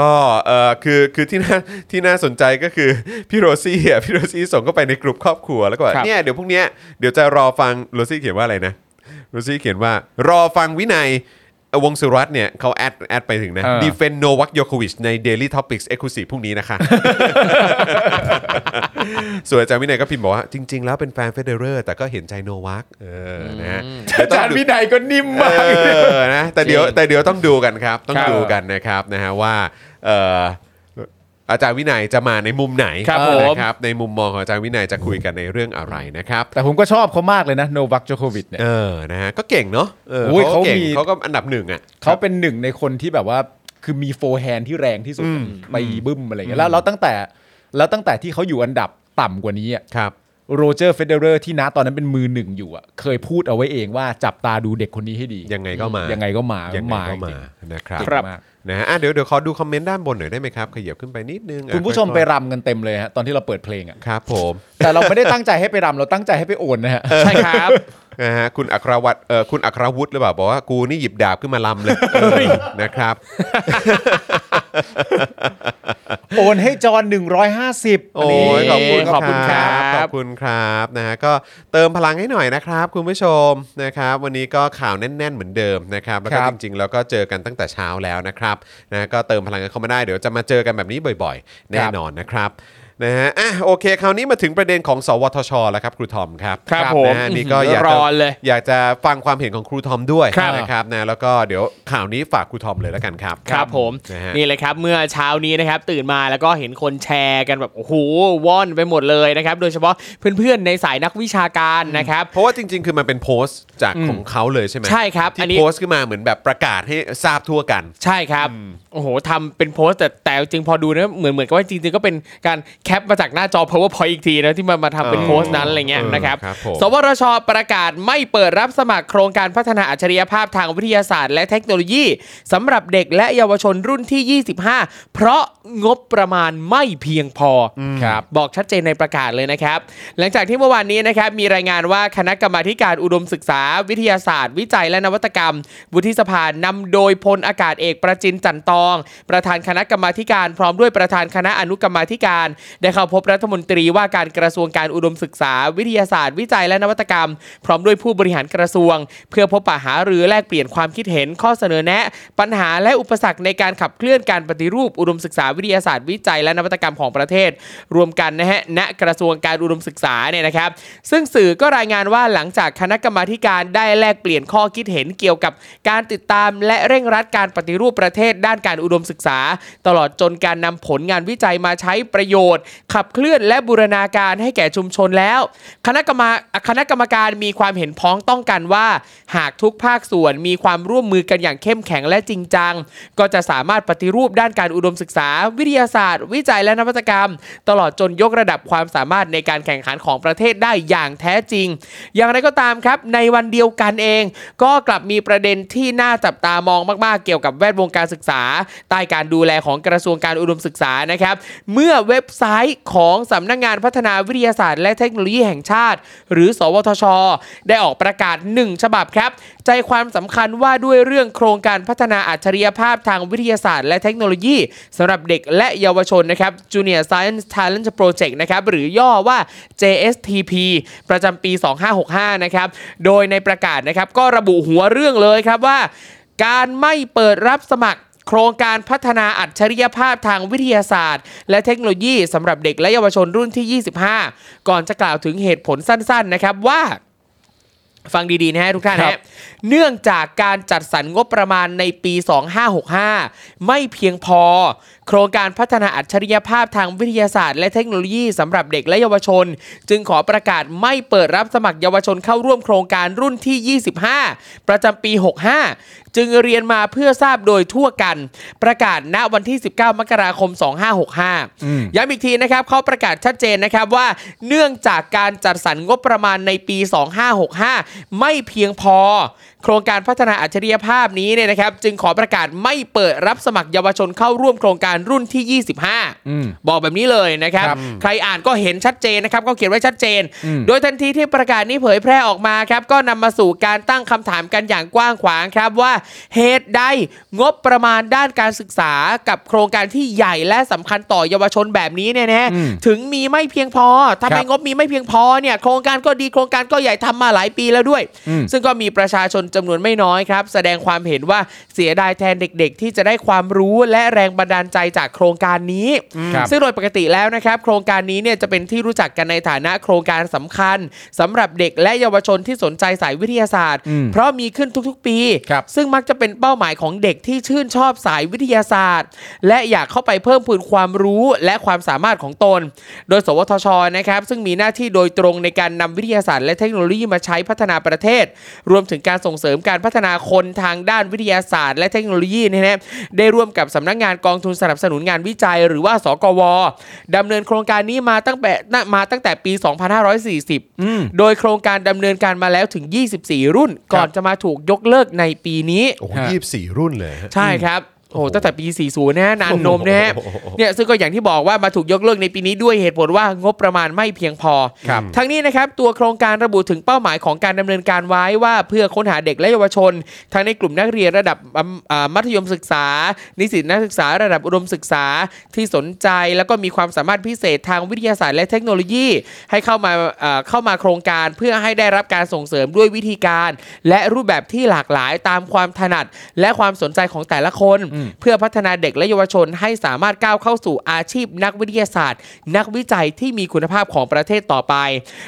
[SPEAKER 2] ก็เออคือ คือที่น่า ที่น่าสนใจก็คือ พี่โรซี่อ่ะพี่โรซี่ส่งเข้าไปในกลุ่มครอบครัว แล้วก็บอก
[SPEAKER 1] ครับ
[SPEAKER 2] เนี่ย เดี๋ยวพรุ่งเนี้ย เดี๋ยวจะรอฟัง โรซี่เขียนว่าอะไรนะ โรซี่เขียนว่ารอฟังวินัยวงศ์สุรัตน์เนี่ยเขาแอด แอดไปถึงนะ
[SPEAKER 3] เออ
[SPEAKER 2] Defend Novak Djokovic ใน Daily Topics Exclusive พรุ่งนี้นะคะ ส่วนอาจารย์วินัยก็พิมพ์บอกว่า จริง ๆ แล้วเป็นแฟนเฟเดอเรอร์ แต่ก็เห็นใจโนวัคเออ นะฮะเดี๋ยวต้ง
[SPEAKER 3] อาจารย์
[SPEAKER 2] ดู
[SPEAKER 3] วินัยก็นิ่มมาก
[SPEAKER 2] เออนะแต่เดี๋ยว
[SPEAKER 1] จริง
[SPEAKER 2] แต่เดี๋ยวต้องดูกันครับ ต้อง
[SPEAKER 1] ครับ
[SPEAKER 2] ดูกันนะครับนะฮะว่าเอ่ออาจารย์วินัยจะมาในมุมไหน
[SPEAKER 1] ครับผม
[SPEAKER 2] นะครับในมุมมองของอาจารย์วินัยจะคุยกันในเรื่องอะไรนะครับ
[SPEAKER 3] แต่ผมก็ชอบเขามากเลยนะโนวัคโจโควิดเนี่ย
[SPEAKER 2] เออนะฮะก็เก่งเนาะเออ
[SPEAKER 3] โอ้ย
[SPEAKER 2] เขาก็เก่ง
[SPEAKER 3] เขามี
[SPEAKER 2] เขาก็อันดับหนึ่งอ่ะ
[SPEAKER 3] เขาเป็นหนึ่งในคนที่แบบว่าคือมีโฟร์แฮนด์ที่แรงที่สุด
[SPEAKER 2] อืม
[SPEAKER 3] ไปบึ้มอะไรอย่างเงี้ยแล้วแล้วตั้งแต่แล้วตั้งแต่ที่เขาอยู่อันดับต่ำกว่านี้อะ
[SPEAKER 2] ครับ
[SPEAKER 3] โรเจอร์เฟเดอเรอร์ที่นะตอนนั้นเป็นมือหนึ่งอยู่อ่ะ เคยพูดเอาไว้เองว่าจับตาดูเด็กคนนี้ให้ดี
[SPEAKER 2] ยังไงก็มายั
[SPEAKER 3] ยังไงก็มายัง
[SPEAKER 2] ไงก็มา
[SPEAKER 3] จริง
[SPEAKER 2] นะครับ
[SPEAKER 3] เก่งมาก
[SPEAKER 2] นะฮะอ่ะเดี๋ยวเดี๋ยวขอดูคอมเมนต์ด้านบนหน่อยได้ไหมครับ ขยับขึ้นไปนิดนึงอ่ะ
[SPEAKER 3] คุณผู้ชมไป
[SPEAKER 2] ค่อย
[SPEAKER 3] รำกันเต็มเลยฮะตอนที่เราเปิดเพลงอ่ะ
[SPEAKER 2] ๆครับผม
[SPEAKER 3] แต่เราไม่ได้ตั้งใจให้ไปรำเราตั้งใจให้ไปโอนนะฮะ
[SPEAKER 1] ใช่ครับ
[SPEAKER 2] นะฮะคุณอัครวัตรเออคุณอัครวุฒิหรือเปล่าบอกว่ากูนี่หยิบดาบขึ้นมาลำเลยเออนะครับ
[SPEAKER 3] โอนให้จอน150
[SPEAKER 2] โอ้ยขอบคุณ
[SPEAKER 1] ขอบคุณครับ
[SPEAKER 2] ขอบคุณครับนะฮะก็เติมพลังให้หน่อยนะครับ คุณผู้ชมนะครับ วันนี้ก็ข่าวแน่น ๆ เหมือนเดิมนะครับแล้วก็
[SPEAKER 3] ครั
[SPEAKER 2] จ
[SPEAKER 3] บ
[SPEAKER 2] ริง ๆ แล้วก็เจอกันตั้งแต่เช้าแล้วนะครับนะก็เติมพลังกันเข้ามาได้เดี๋ยวจะมาเจอกันแบบนี้บ่อย ๆ แน่นอนนะครับนะฮะอ่ะโอเค คราวนี้มาถึงประเด็นของสวทช แล้วครับครูทอมครับ
[SPEAKER 1] ครับผม
[SPEAKER 2] นะฮะนี่ก็อยากจะ
[SPEAKER 1] รอเลย
[SPEAKER 2] อยากจะฟังความเห็นของครูทอมด้วย
[SPEAKER 1] ครับ
[SPEAKER 2] นะครับนะแล้วก็เดี๋ยวข่าวนี้ฝากครูทอมเลยแล้วกันครับ
[SPEAKER 1] ครับผม
[SPEAKER 2] นะฮะ
[SPEAKER 1] นี่เลยครับเมื่อเช้านี้นะครับตื่นมาแล้วก็เห็นคนแชร์กันแบบโอ้โหว่อนไปหมดเลยนะครับโดยเฉพาะเพื่อนๆในสายนักวิชาการนะครับ
[SPEAKER 2] เพราะว่าจริง ๆ คือมันเป็นโพสต์จากของเขาเลยใช่ไหม
[SPEAKER 1] ใช่ครับอันนี้
[SPEAKER 2] ที่โพสต์ขึ้นมาเหมือนแบบประกาศให้ทราบทั่วกัน
[SPEAKER 1] ใช่ครับ โอ้โหทำเป็นโพสต์แต่แต่จริงพอดูนะเหมือนเหมือนกับว่าจริงๆก็เป็นการ แคปมาจากหน้าจอ powerpoint อีกทีนะที่มันมาทำเป็น
[SPEAKER 2] อ๋อ
[SPEAKER 1] โพสต์นั้นอะไรเงี้ย
[SPEAKER 2] เออ
[SPEAKER 1] นะครับ
[SPEAKER 2] ครับผม
[SPEAKER 1] สวทชประกาศไม่เปิดรับสมัครโครงการพัฒนาอัจฉริยภาพทางวิทยาศาสตร์ และเทคโนโลยีสำหรับเด็กและเยาวชนรุ่นที่ 25 เพราะงบประมาณไม่เพียงพออครับบอกชัดเจนในประกาศเลยนะครับ หลังจากที่เมื่อวานนี้นะครับมีรายงานว่าคณะกรรมาธิการอุดมศึกษา วิทยาศาสตร์ วิจัยและนวัตกรรม วุฒิสภานำโดยพลอากาศเอกประจินจันตอง ประธานคณะกรรมาธิการพร้อมด้วยประธานคณะอนุกรรมาธิการ ได้เข้าพบรัฐมนตรีว่าการกระทรวงการอุดมศึกษา วิทยาศาสตร์ วิจัยและนวัตกรรม พร้อมด้วยผู้บริหารกระทรวง เพื่อพบปะหารือแลกเปลี่ยนความคิดเห็นข้อเสนอแนะ ปัญหาและอุปสรรคในการขับเคลื่อนการปฏิรูปอุดมศึกษาวิทยาศาสตร์ วิจัยและนวัตกรรมของประเทศ รวมกันนะฮะณกระทรวงการอุดมศึกษาเนี่ยนะครับ ซึ่งสื่อก็รายงานว่าหลังจากคณะกรรมาธิการได้แลกเปลี่ยนข้อคิดเห็นเกี่ยวกับการติดตามและเร่งรัดการปฏิรูปประเทศด้านการอุดมศึกษา ตลอดจนการนำผลงานวิจัยมาใช้ประโยชน์ ขับเคลื่อนและบูรณาการให้แก่ชุมชนแล้ว คณะกรรมาคณะกรรมการมีความเห็นพ้องต้องกันว่า หากทุกภาคส่วนมีความร่วมมือกันอย่างเข้มแข็งและจริงจัง ก็จะสามารถปฏิรูปด้านการอุดมศึกษา วิทยาศาสตร์ วิจัยและนวัตกรรม ตลอดจนยกระดับความสามารถในการแข่งขันของประเทศได้อย่างแท้จริง อย่างไรก็ตามครับ ในวันเดียวกันเอง ก็กลับมีประเด็นที่น่าจับตามองมากๆ เกี่ยวกับแวดวงการศึกษา ใต้การดูแลของกระทรวงการอุดมศึกษานะครับ เมื่อเว็บไซต์ของสำนักงานพัฒนาวิทยาศาสตร์ และเทคโนโลยีแห่งชาติ หรือ สวทช ได้ออกประกาศ 1 ฉบับครับ ใจความสำคัญว่าด้วยเรื่องโครงการพัฒนาอัจฉริยภาพทางวิทยาศาสตร์ และเทคโนโลยีสำหรับเด็กและเยาวชนนะครับ Junior Science Talent Project นะครับหรือย่อว่า JSTP ประจำปี 2565 นะครับ โดยในประกาศนะครับก็ระบุหัวเรื่องเลยครับว่า การไม่เปิดรับสมัคร โครงการพัฒนาอัจฉริยภาพทางวิทยาศาสตร์ และเทคโนโลยีสำหรับเด็กและเยาวชนรุ่นที่ 25 ก่อนจะกล่าวถึงเหตุผลสั้นๆนะครับว่า ฟังดีๆนะฮะทุกท่าน
[SPEAKER 3] ครั
[SPEAKER 1] ฮะ
[SPEAKER 3] บ
[SPEAKER 1] เนื่องจากการจัดสรรงบประมาณในปี 2565 ไม่เพียงพอ โครงการพัฒนาอัจฉริยภาพทางวิทยาศาสตร์ และเทคโนโลยีสำหรับเด็กและเยาวชน จึงขอประกาศไม่เปิดรับสมัครเยาวชนเข้าร่วมโครงการรุ่นที่ 25 ประจำปี 65 จึงเรียนมาเพื่อทราบโดยทั่วกัน ประกาศณวันที่ 19 มกราคม 2565 ย้ำอีกทีนะครับเขาประกาศชัดเจนนะครับว่า เนื่องจากการจัดสรรงบประมาณในปี 2565 ไม่เพียงพอ โครงการพัฒนาอัจฉริยภาพนี้เนี่ยนะครับ จึงขอประกาศไม่เปิดรับสมัครเยาวชนเข้าร่วมโครงการรุ่นที่ 25
[SPEAKER 3] อืม
[SPEAKER 1] บอกแบบนี้เลยนะครับ
[SPEAKER 3] ครับ
[SPEAKER 1] ใครอ่านก็เห็นชัดเจนนะครับก็เขียนไว้ชัดเจน
[SPEAKER 3] อืม
[SPEAKER 1] โดยทันทีที่ประกาศนี้เผยแพร่ออกมาครับ ก็นำมาสู่การตั้งคำถามกันอย่างกว้างขวางครับว่าเหตุใดงบประมาณด้านการศึกษากับโครงการที่ใหญ่และสำคัญต่อเยาวชนแบบนี้เนี่ยนะ
[SPEAKER 3] อืม
[SPEAKER 1] ถึงมีไม่เพียงพอทำไม
[SPEAKER 3] ครับ
[SPEAKER 1] งบมีไม่เพียงพอเนี่ยโครงการก็ดีโครงการก็ใหญ่ทำมาหลายปีแล้วด้วย
[SPEAKER 3] อืม
[SPEAKER 1] ซึ่งก็มีประชาชนจำนวนไม่น้อยครับ แสดงความเห็นว่าเสียดายแทนเด็ก ๆ ที่จะได้ความรู้และแรงบันดาลใจจากโครงการนี้
[SPEAKER 3] ครับ
[SPEAKER 1] ซึ่งโดยปกติแล้วนะครับ โครงการนี้เนี่ยจะเป็นที่รู้จักกันในฐานะโครงการสำคัญสำหรับเด็กและเยาวชนที่สนใจสายวิทยาศาสตร์
[SPEAKER 3] อืม
[SPEAKER 1] เพราะมีขึ้นทุกๆปี
[SPEAKER 3] ครับ
[SPEAKER 1] ซึ่งมักจะเป็นเป้าหมายของเด็กที่ชื่นชอบสายวิทยาศาสตร์ และอยากเข้าไปเพิ่มพูนความรู้และความสามารถของตน โดย สวทชนะครับ ซึ่งมีหน้าที่โดยตรงในการนำวิทยาศาสตร์และเทคโนโลยีมาใช้พัฒนาประเทศ รวมถึงการส่งเสริมการพัฒนาคนทางด้านวิทยาศาสตร์ และเทคโนโลยีเนยนะได้ร่วมกับสำนักงานกองทุนสนับสนุนงานวิจัย หรือว่าสกวดำเนินโครงการนี้มาตั้งแต่มาตั้งแต่ปี 2540
[SPEAKER 3] อืม
[SPEAKER 1] โดยโครงการดำเนินการมาแล้วถึง 24 รุ่น ก่อนจะมาถูกยกเลิกในปีนี้
[SPEAKER 2] โอ้โห
[SPEAKER 3] ฮะ
[SPEAKER 2] ยี่สิบสี่รุ่นเลย ฮะ
[SPEAKER 1] ใช่ครับ โอ้โหตั้งแต่ปี 40 นะฮะนานนมนะฮะ
[SPEAKER 2] โอ้โห
[SPEAKER 1] เนี่ยซึ่งก็อย่างที่บอกว่ามาถูกยกเลิกในปีนี้ด้วยเหตุผลว่างบประมาณไม่เพียงพอ
[SPEAKER 3] ครับ
[SPEAKER 1] ทั้งนี้นะครับ ตัวโครงการระบุถึงเป้าหมายของการดำเนินการไว้ว่าเพื่อค้นหาเด็กและเยาวชน ทั้งในกลุ่มนักเรียนระดับอ่ำอ่ามัธยมศึกษา นิสิตนักศึกษาระดับอุดมศึกษาที่สนใจแล้วก็มีความสามารถพิเศษทางวิทยาศาสตร์และเทคโนโลยี ให้เข้ามาเอ่อเข้ามาโครงการเพื่อให้ได้รับการส่งเสริมด้วยวิธีการ และรูปแบบที่หลากหลายตามความถนัด และความสนใจของแต่ละคน
[SPEAKER 3] อืม
[SPEAKER 1] เพื่อพัฒนาเด็กและเยาวชนให้สามารถก้าวเข้าสู่อาชีพนักวิทยาศาสตร์ นักวิจัยที่มีคุณภาพของประเทศต่อไป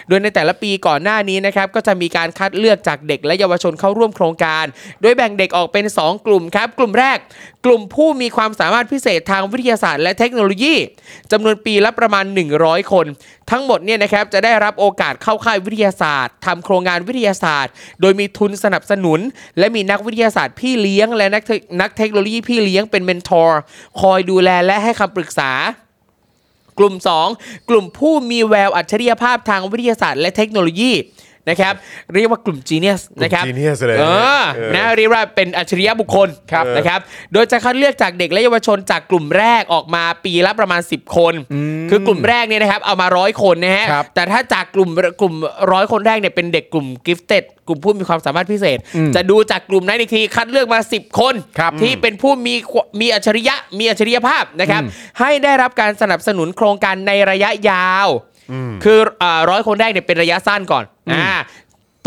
[SPEAKER 1] โดยในแต่ละปีก่อนหน้านี้นะครับก็จะมีการคัดเลือกจากเด็กและเยาวชนเข้าร่วมโครงการ โดยแบ่งเด็กออกเป็น 2 กลุ่มครับ กลุ่มแรก กลุ่มผู้มีความสามารถพิเศษทางวิทยาศาสตร์และเทคโนโลยีจำนวนปีละประมาณ 100 คน ทั้งหมดเนี่ยนะครับจะได้รับโอกาสเข้าค่ายวิทยาศาสตร์ทำโครงงานวิทยาศาสตร์ โดยมีทุนสนับสนุน และมีนักวิทยาศาสตร์พี่เลี้ยง และนักเทคนักเทคโนโลยีพี่เลี้ยงเป็นเมนทอร์คอยดูแลและให้คำปรึกษา ก กลุ่ม 2 กลุ่มผู้มีแววอัจฉริยภาพทางวิทยาศาสตร์และเทคโนโลยีนะครับ เรียกว่ากลุ่ม Genius นะครับ
[SPEAKER 2] Genius เลย
[SPEAKER 1] เออ
[SPEAKER 2] เออ
[SPEAKER 1] นะเรียกว่าเป็นอัจฉริยบุคคล
[SPEAKER 2] ครับ
[SPEAKER 1] นะครับ โดยจะคัดเลือกจากเด็กและเยาวชนจากกลุ่มแรกออกมาปีละประมาณ 10 คน คือกลุ่มแรกเนี่ยนะครับเอามาร้อยคนนะฮะ
[SPEAKER 3] ครับ
[SPEAKER 1] แต่ถ้าจากกลุ่มกลุ่มร้อยคนแรกเนี่ยเป็นเด็กกลุ่ม gifted กลุ่มผู้มีความสามารถพิเศษ
[SPEAKER 3] อืม
[SPEAKER 1] จะดูจากกลุ่มนั้นอีกทีคัดเลือกมา 10 คน
[SPEAKER 3] ครับ
[SPEAKER 1] ที่เป็นผู้มีควมีอัจฉริยะมีอัจฉริยภาพนะครับ
[SPEAKER 3] อืม
[SPEAKER 1] ให้ได้รับการสนับสนุนโครงการในระยะยาว คือร้อยคนแรกเนี่ยเป็นระยะสั้นก่อนอ่า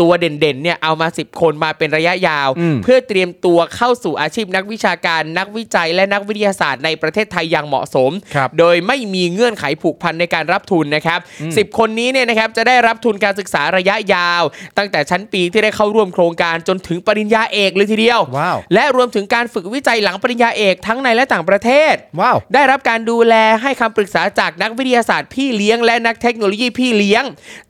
[SPEAKER 1] ตัวเด่นๆเนี่ยเอามา 10 คนมาเป็นระยะยาว
[SPEAKER 3] อืม
[SPEAKER 1] เพื่อเตรียมตัวเข้าสู่อาชีพนักวิชาการนักวิจัยและนักวิทยาศาสตร์ในประเทศไทยอย่างเหมาะสม
[SPEAKER 3] ครับ
[SPEAKER 1] โดยไม่มีเงื่อนไขผูกพันในการรับทุนนะครับ 10 คนนี้เนี่ยนะครับจะได้รับทุนการศึกษาระยะยาว ตั้งแต่ชั้นปีที่ได้เข้าร่วมโครงการจนถึงปริญญาเอกเลยทีเดียว
[SPEAKER 3] ว้าว
[SPEAKER 1] และรวมถึงการฝึกวิจัยหลังปริญญาเอกทั้งในและต่างประเทศ
[SPEAKER 3] ว้าว
[SPEAKER 1] ได้รับการดูแลให้คำปรึกษาจากนักวิทยาศาสตร์พี่เลี้ยงและนักเทคโนโลยีพี่เลี้ยง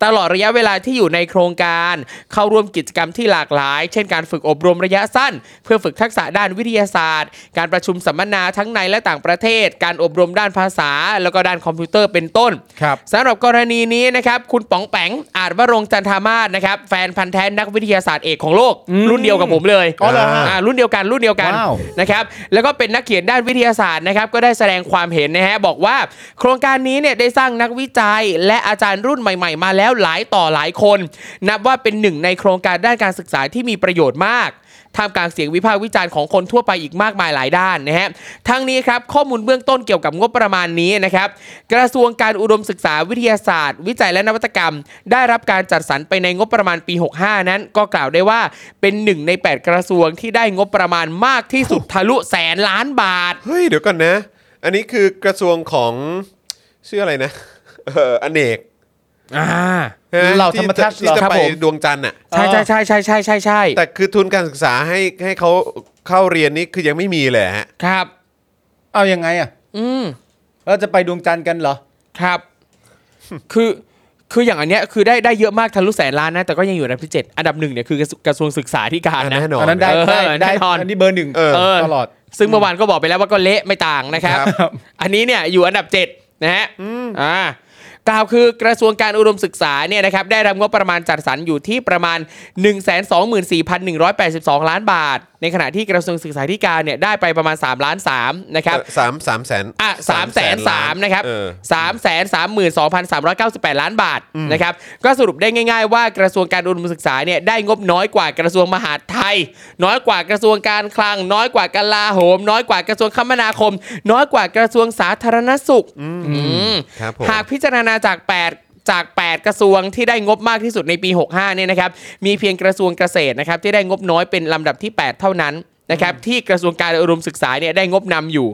[SPEAKER 1] ตลอดระยะเวลาที่อยู่ในโครงการ เข้าร่วมกิจกรรมที่หลากหลาย เช่นการฝึกอบรมระยะสั้น เพื่อฝึกทักษะด้านวิทยาศาสตร์ การประชุมสัมมนาทั้งในและต่างประเทศ การอบรมด้านภาษา แล้วก็ด้านคอมพิวเตอร์เป็นต้น
[SPEAKER 3] ครับ
[SPEAKER 1] สำหรับกรณีนี้นะครับ คุณป๋องแปงอาจวรงค์จันทามาศนะครับ แฟนพันธ์แท้นักวิทยาศาสตร์เอกของโลก รุ่นเดียวกับผมเลย
[SPEAKER 3] อ๋อเหรอฮะ
[SPEAKER 1] ารุ่นเดียวกันรุ่นเดียวกัน
[SPEAKER 3] ว้าว
[SPEAKER 1] นะครับแล้วก็เป็นนักเขียนด้านวิทยาศาสตร์นะครับ ก็ได้แสดงความเห็นนะฮะ บอกว่า โครงการนี้เนี่ยได้สร้างนักวิจัย และอาจารย์รุ่นใหม่ ๆ มาแล้วหลายต่อหลายคน นับว่าเป็นหนึ่งในโครงการด้านการศึกษาที่มีประโยชน์มาก ท่ามกลางเสียงวิพากษ์วิจารณ์ของคนทั่วไปอีกมากมายหลายด้านนะฮะ ทั้งนี้ครับข้อมูลเบื้องต้นเกี่ยวกับงบประมาณนี้นะครับ กระทรวงการอุดมศึกษาวิทยาศาสตร์ วิจัยและนวัตกรรม ได้รับการจัดสรรไปในงบประมาณปี 65 นั้น ก็กล่าวได้ว่าเป็นหนึ่งใน 8 กระทรวงที่ได้งบประมาณมากที่สุดทะลุแสนล้านบาท
[SPEAKER 2] เฮ้ย เดี๋ยวก่อนนะ อันนี้คือกระทรวงของชื่ออะไรนะ เอ่ออเนก
[SPEAKER 1] อ่า
[SPEAKER 2] ใช่ไหม
[SPEAKER 3] เราธรรมทัศน์
[SPEAKER 2] ที่จะที่จะ
[SPEAKER 1] ครับ
[SPEAKER 2] ไป
[SPEAKER 1] ผม
[SPEAKER 2] ดวงจันทร์อ่ะ
[SPEAKER 1] ใช่ใช่ใช่ใช่ใช่ใช่ใช่
[SPEAKER 2] แต่คือทุนการศึกษาให้ให้เขาเข้าเรียนนี่คือยังไม่มีเลยฮะ
[SPEAKER 1] ครับ
[SPEAKER 3] เอายังไงอ่ะ
[SPEAKER 1] อืม
[SPEAKER 3] เราจะไปดวงจันทร์กันเหรอ
[SPEAKER 1] ครับ คือ คืออย่างอันเนี้ยคือได้ได้เยอะมากทะลุแสนล้านนะ แต่ก็ยังอยู่ในอันดับที่เจ็ดอันดับหนึ่งเนี่ยคือกระทรวงกระทรวงศึกษาธิการนะ
[SPEAKER 2] แน่น
[SPEAKER 3] อันนั้นได้
[SPEAKER 1] เออ
[SPEAKER 3] ได้ได้
[SPEAKER 1] แน่นอน
[SPEAKER 3] อันนี้เบอร์หนึ่ง
[SPEAKER 2] เออ
[SPEAKER 3] ตลอด
[SPEAKER 1] ซึ่งเมื่อวานก็บอกไปแล้วว่าก็เละไม่ต่างนะครับ
[SPEAKER 3] ครับ
[SPEAKER 1] อันนี้เนี่ยอยู่อันดับ 7 นะฮะ อ่ากล่าวคือกระทรวงการอุดมศึกษาเนี่ยนะครับได้รับงบประมาณจัดสรรอยู่ที่ประมาณ 124,182 ล้านบาท ในขณะที่กระทรวงศึกษาธิการเนี่ยได้ไปประมาณ 3 ล้าน3นะครับ
[SPEAKER 2] สามสามแสน
[SPEAKER 1] อ่ะสามแสนสามนะครับ
[SPEAKER 2] เออ
[SPEAKER 1] สามแสนสามหมื่นสองพันสามร้อยเก้าสิบแปดล้านบาทนะครับ ก็สรุปได้ง่ายๆว่ากระทรวงการอุดมศึกษาเนี่ยได้งบน้อยกว่ากระทรวงมหาดไทย น้อยกว่ากระทรวงการคลัง น้อยกว่ากลาโหม น้อยกว่ากระทรวงคมนาคม น้อยกว่ากระทรวงสาธารณสุขอืม
[SPEAKER 2] ครับผม
[SPEAKER 1] หากพิจารณาจาก 8 จาก 8 กระทรวงที่ได้งบมากที่สุดในปี 65 เนี่ยนะครับ มีเพียงกระทรวงเกษตรนะครับที่ได้งบน้อยเป็นลำดับที่ 8 เท่านั้นนะครับที่กระทรวงการอุดมศึกษาเนี่ยได้งบนำอยู่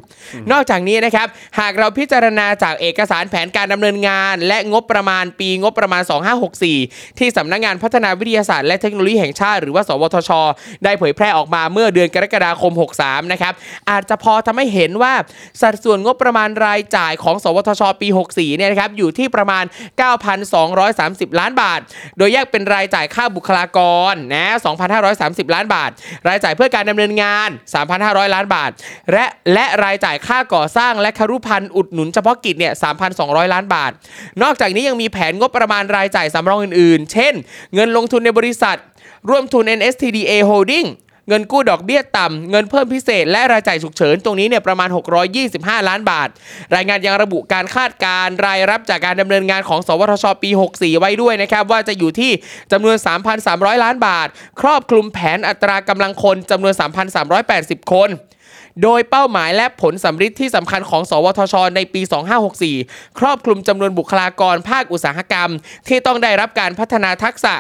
[SPEAKER 1] นอกจากนี้นะครับหากเราพิจารณาจากเอกสารแผนการดำเนินงาน และงบประมาณปีงบประมาณ 2564 ที่สำนักงานพัฒนาวิทยาศาสตร์และเทคโนโลยีแห่งชาติหรือว่า สวทช ได้เผยแพร่ออกมาเมื่อเดือนกรกฎาคม 63 นะครับ อาจจะพอทำให้เห็นว่าสัดส่วนงบประมาณรายจ่ายของ สวทช ปี 64 เนี่ยนะครับ อยู่ที่ประมาณ 9,230 ล้านบาท โดยแยกเป็นรายจ่ายค่าบุคลากรนะ 2,530 ล้านบาท รายจ่ายเพื่อการดำเนินงาน 3,500 ล้านบาท และและรายจ่ายค่าก่อสร้างและครุพันธ์อุดหนุนเฉพาะกิจเนี่ย 3,200 ล้านบาท นอกจากนี้ยังมีแผนงบประมาณรายจ่ายสำรองอื่นๆ เช่น เงินลงทุนในบริษัท ร่วมทุน NSTDA Holding เงินกู้ดอกเบี้ยต่ำ เงินเพิ่มพิเศษ และรายจ่ายฉุกเฉิน ตรงนี้เนี่ยประมาณ 625 ล้านบาท รายงานยังระบุการคาดการณ์รายรับจากการดำเนินงานของ สวทช ปี 64 ไว้ด้วยนะครับ ว่าจะอยู่ที่จำนวน 3,300 ล้านบาท ครอบคลุมแผนอัตรากำลังคนจำนวน 3,380 คน โดยเป้าหมายและผลสำฤทธิ์ที่สำคัญของ สวทช ในปี 2564 ครอบคลุมจำนวนบุคลากรภาคอุตสาหกรรม ที่ต้องได้รับการพัฒนาทักษะ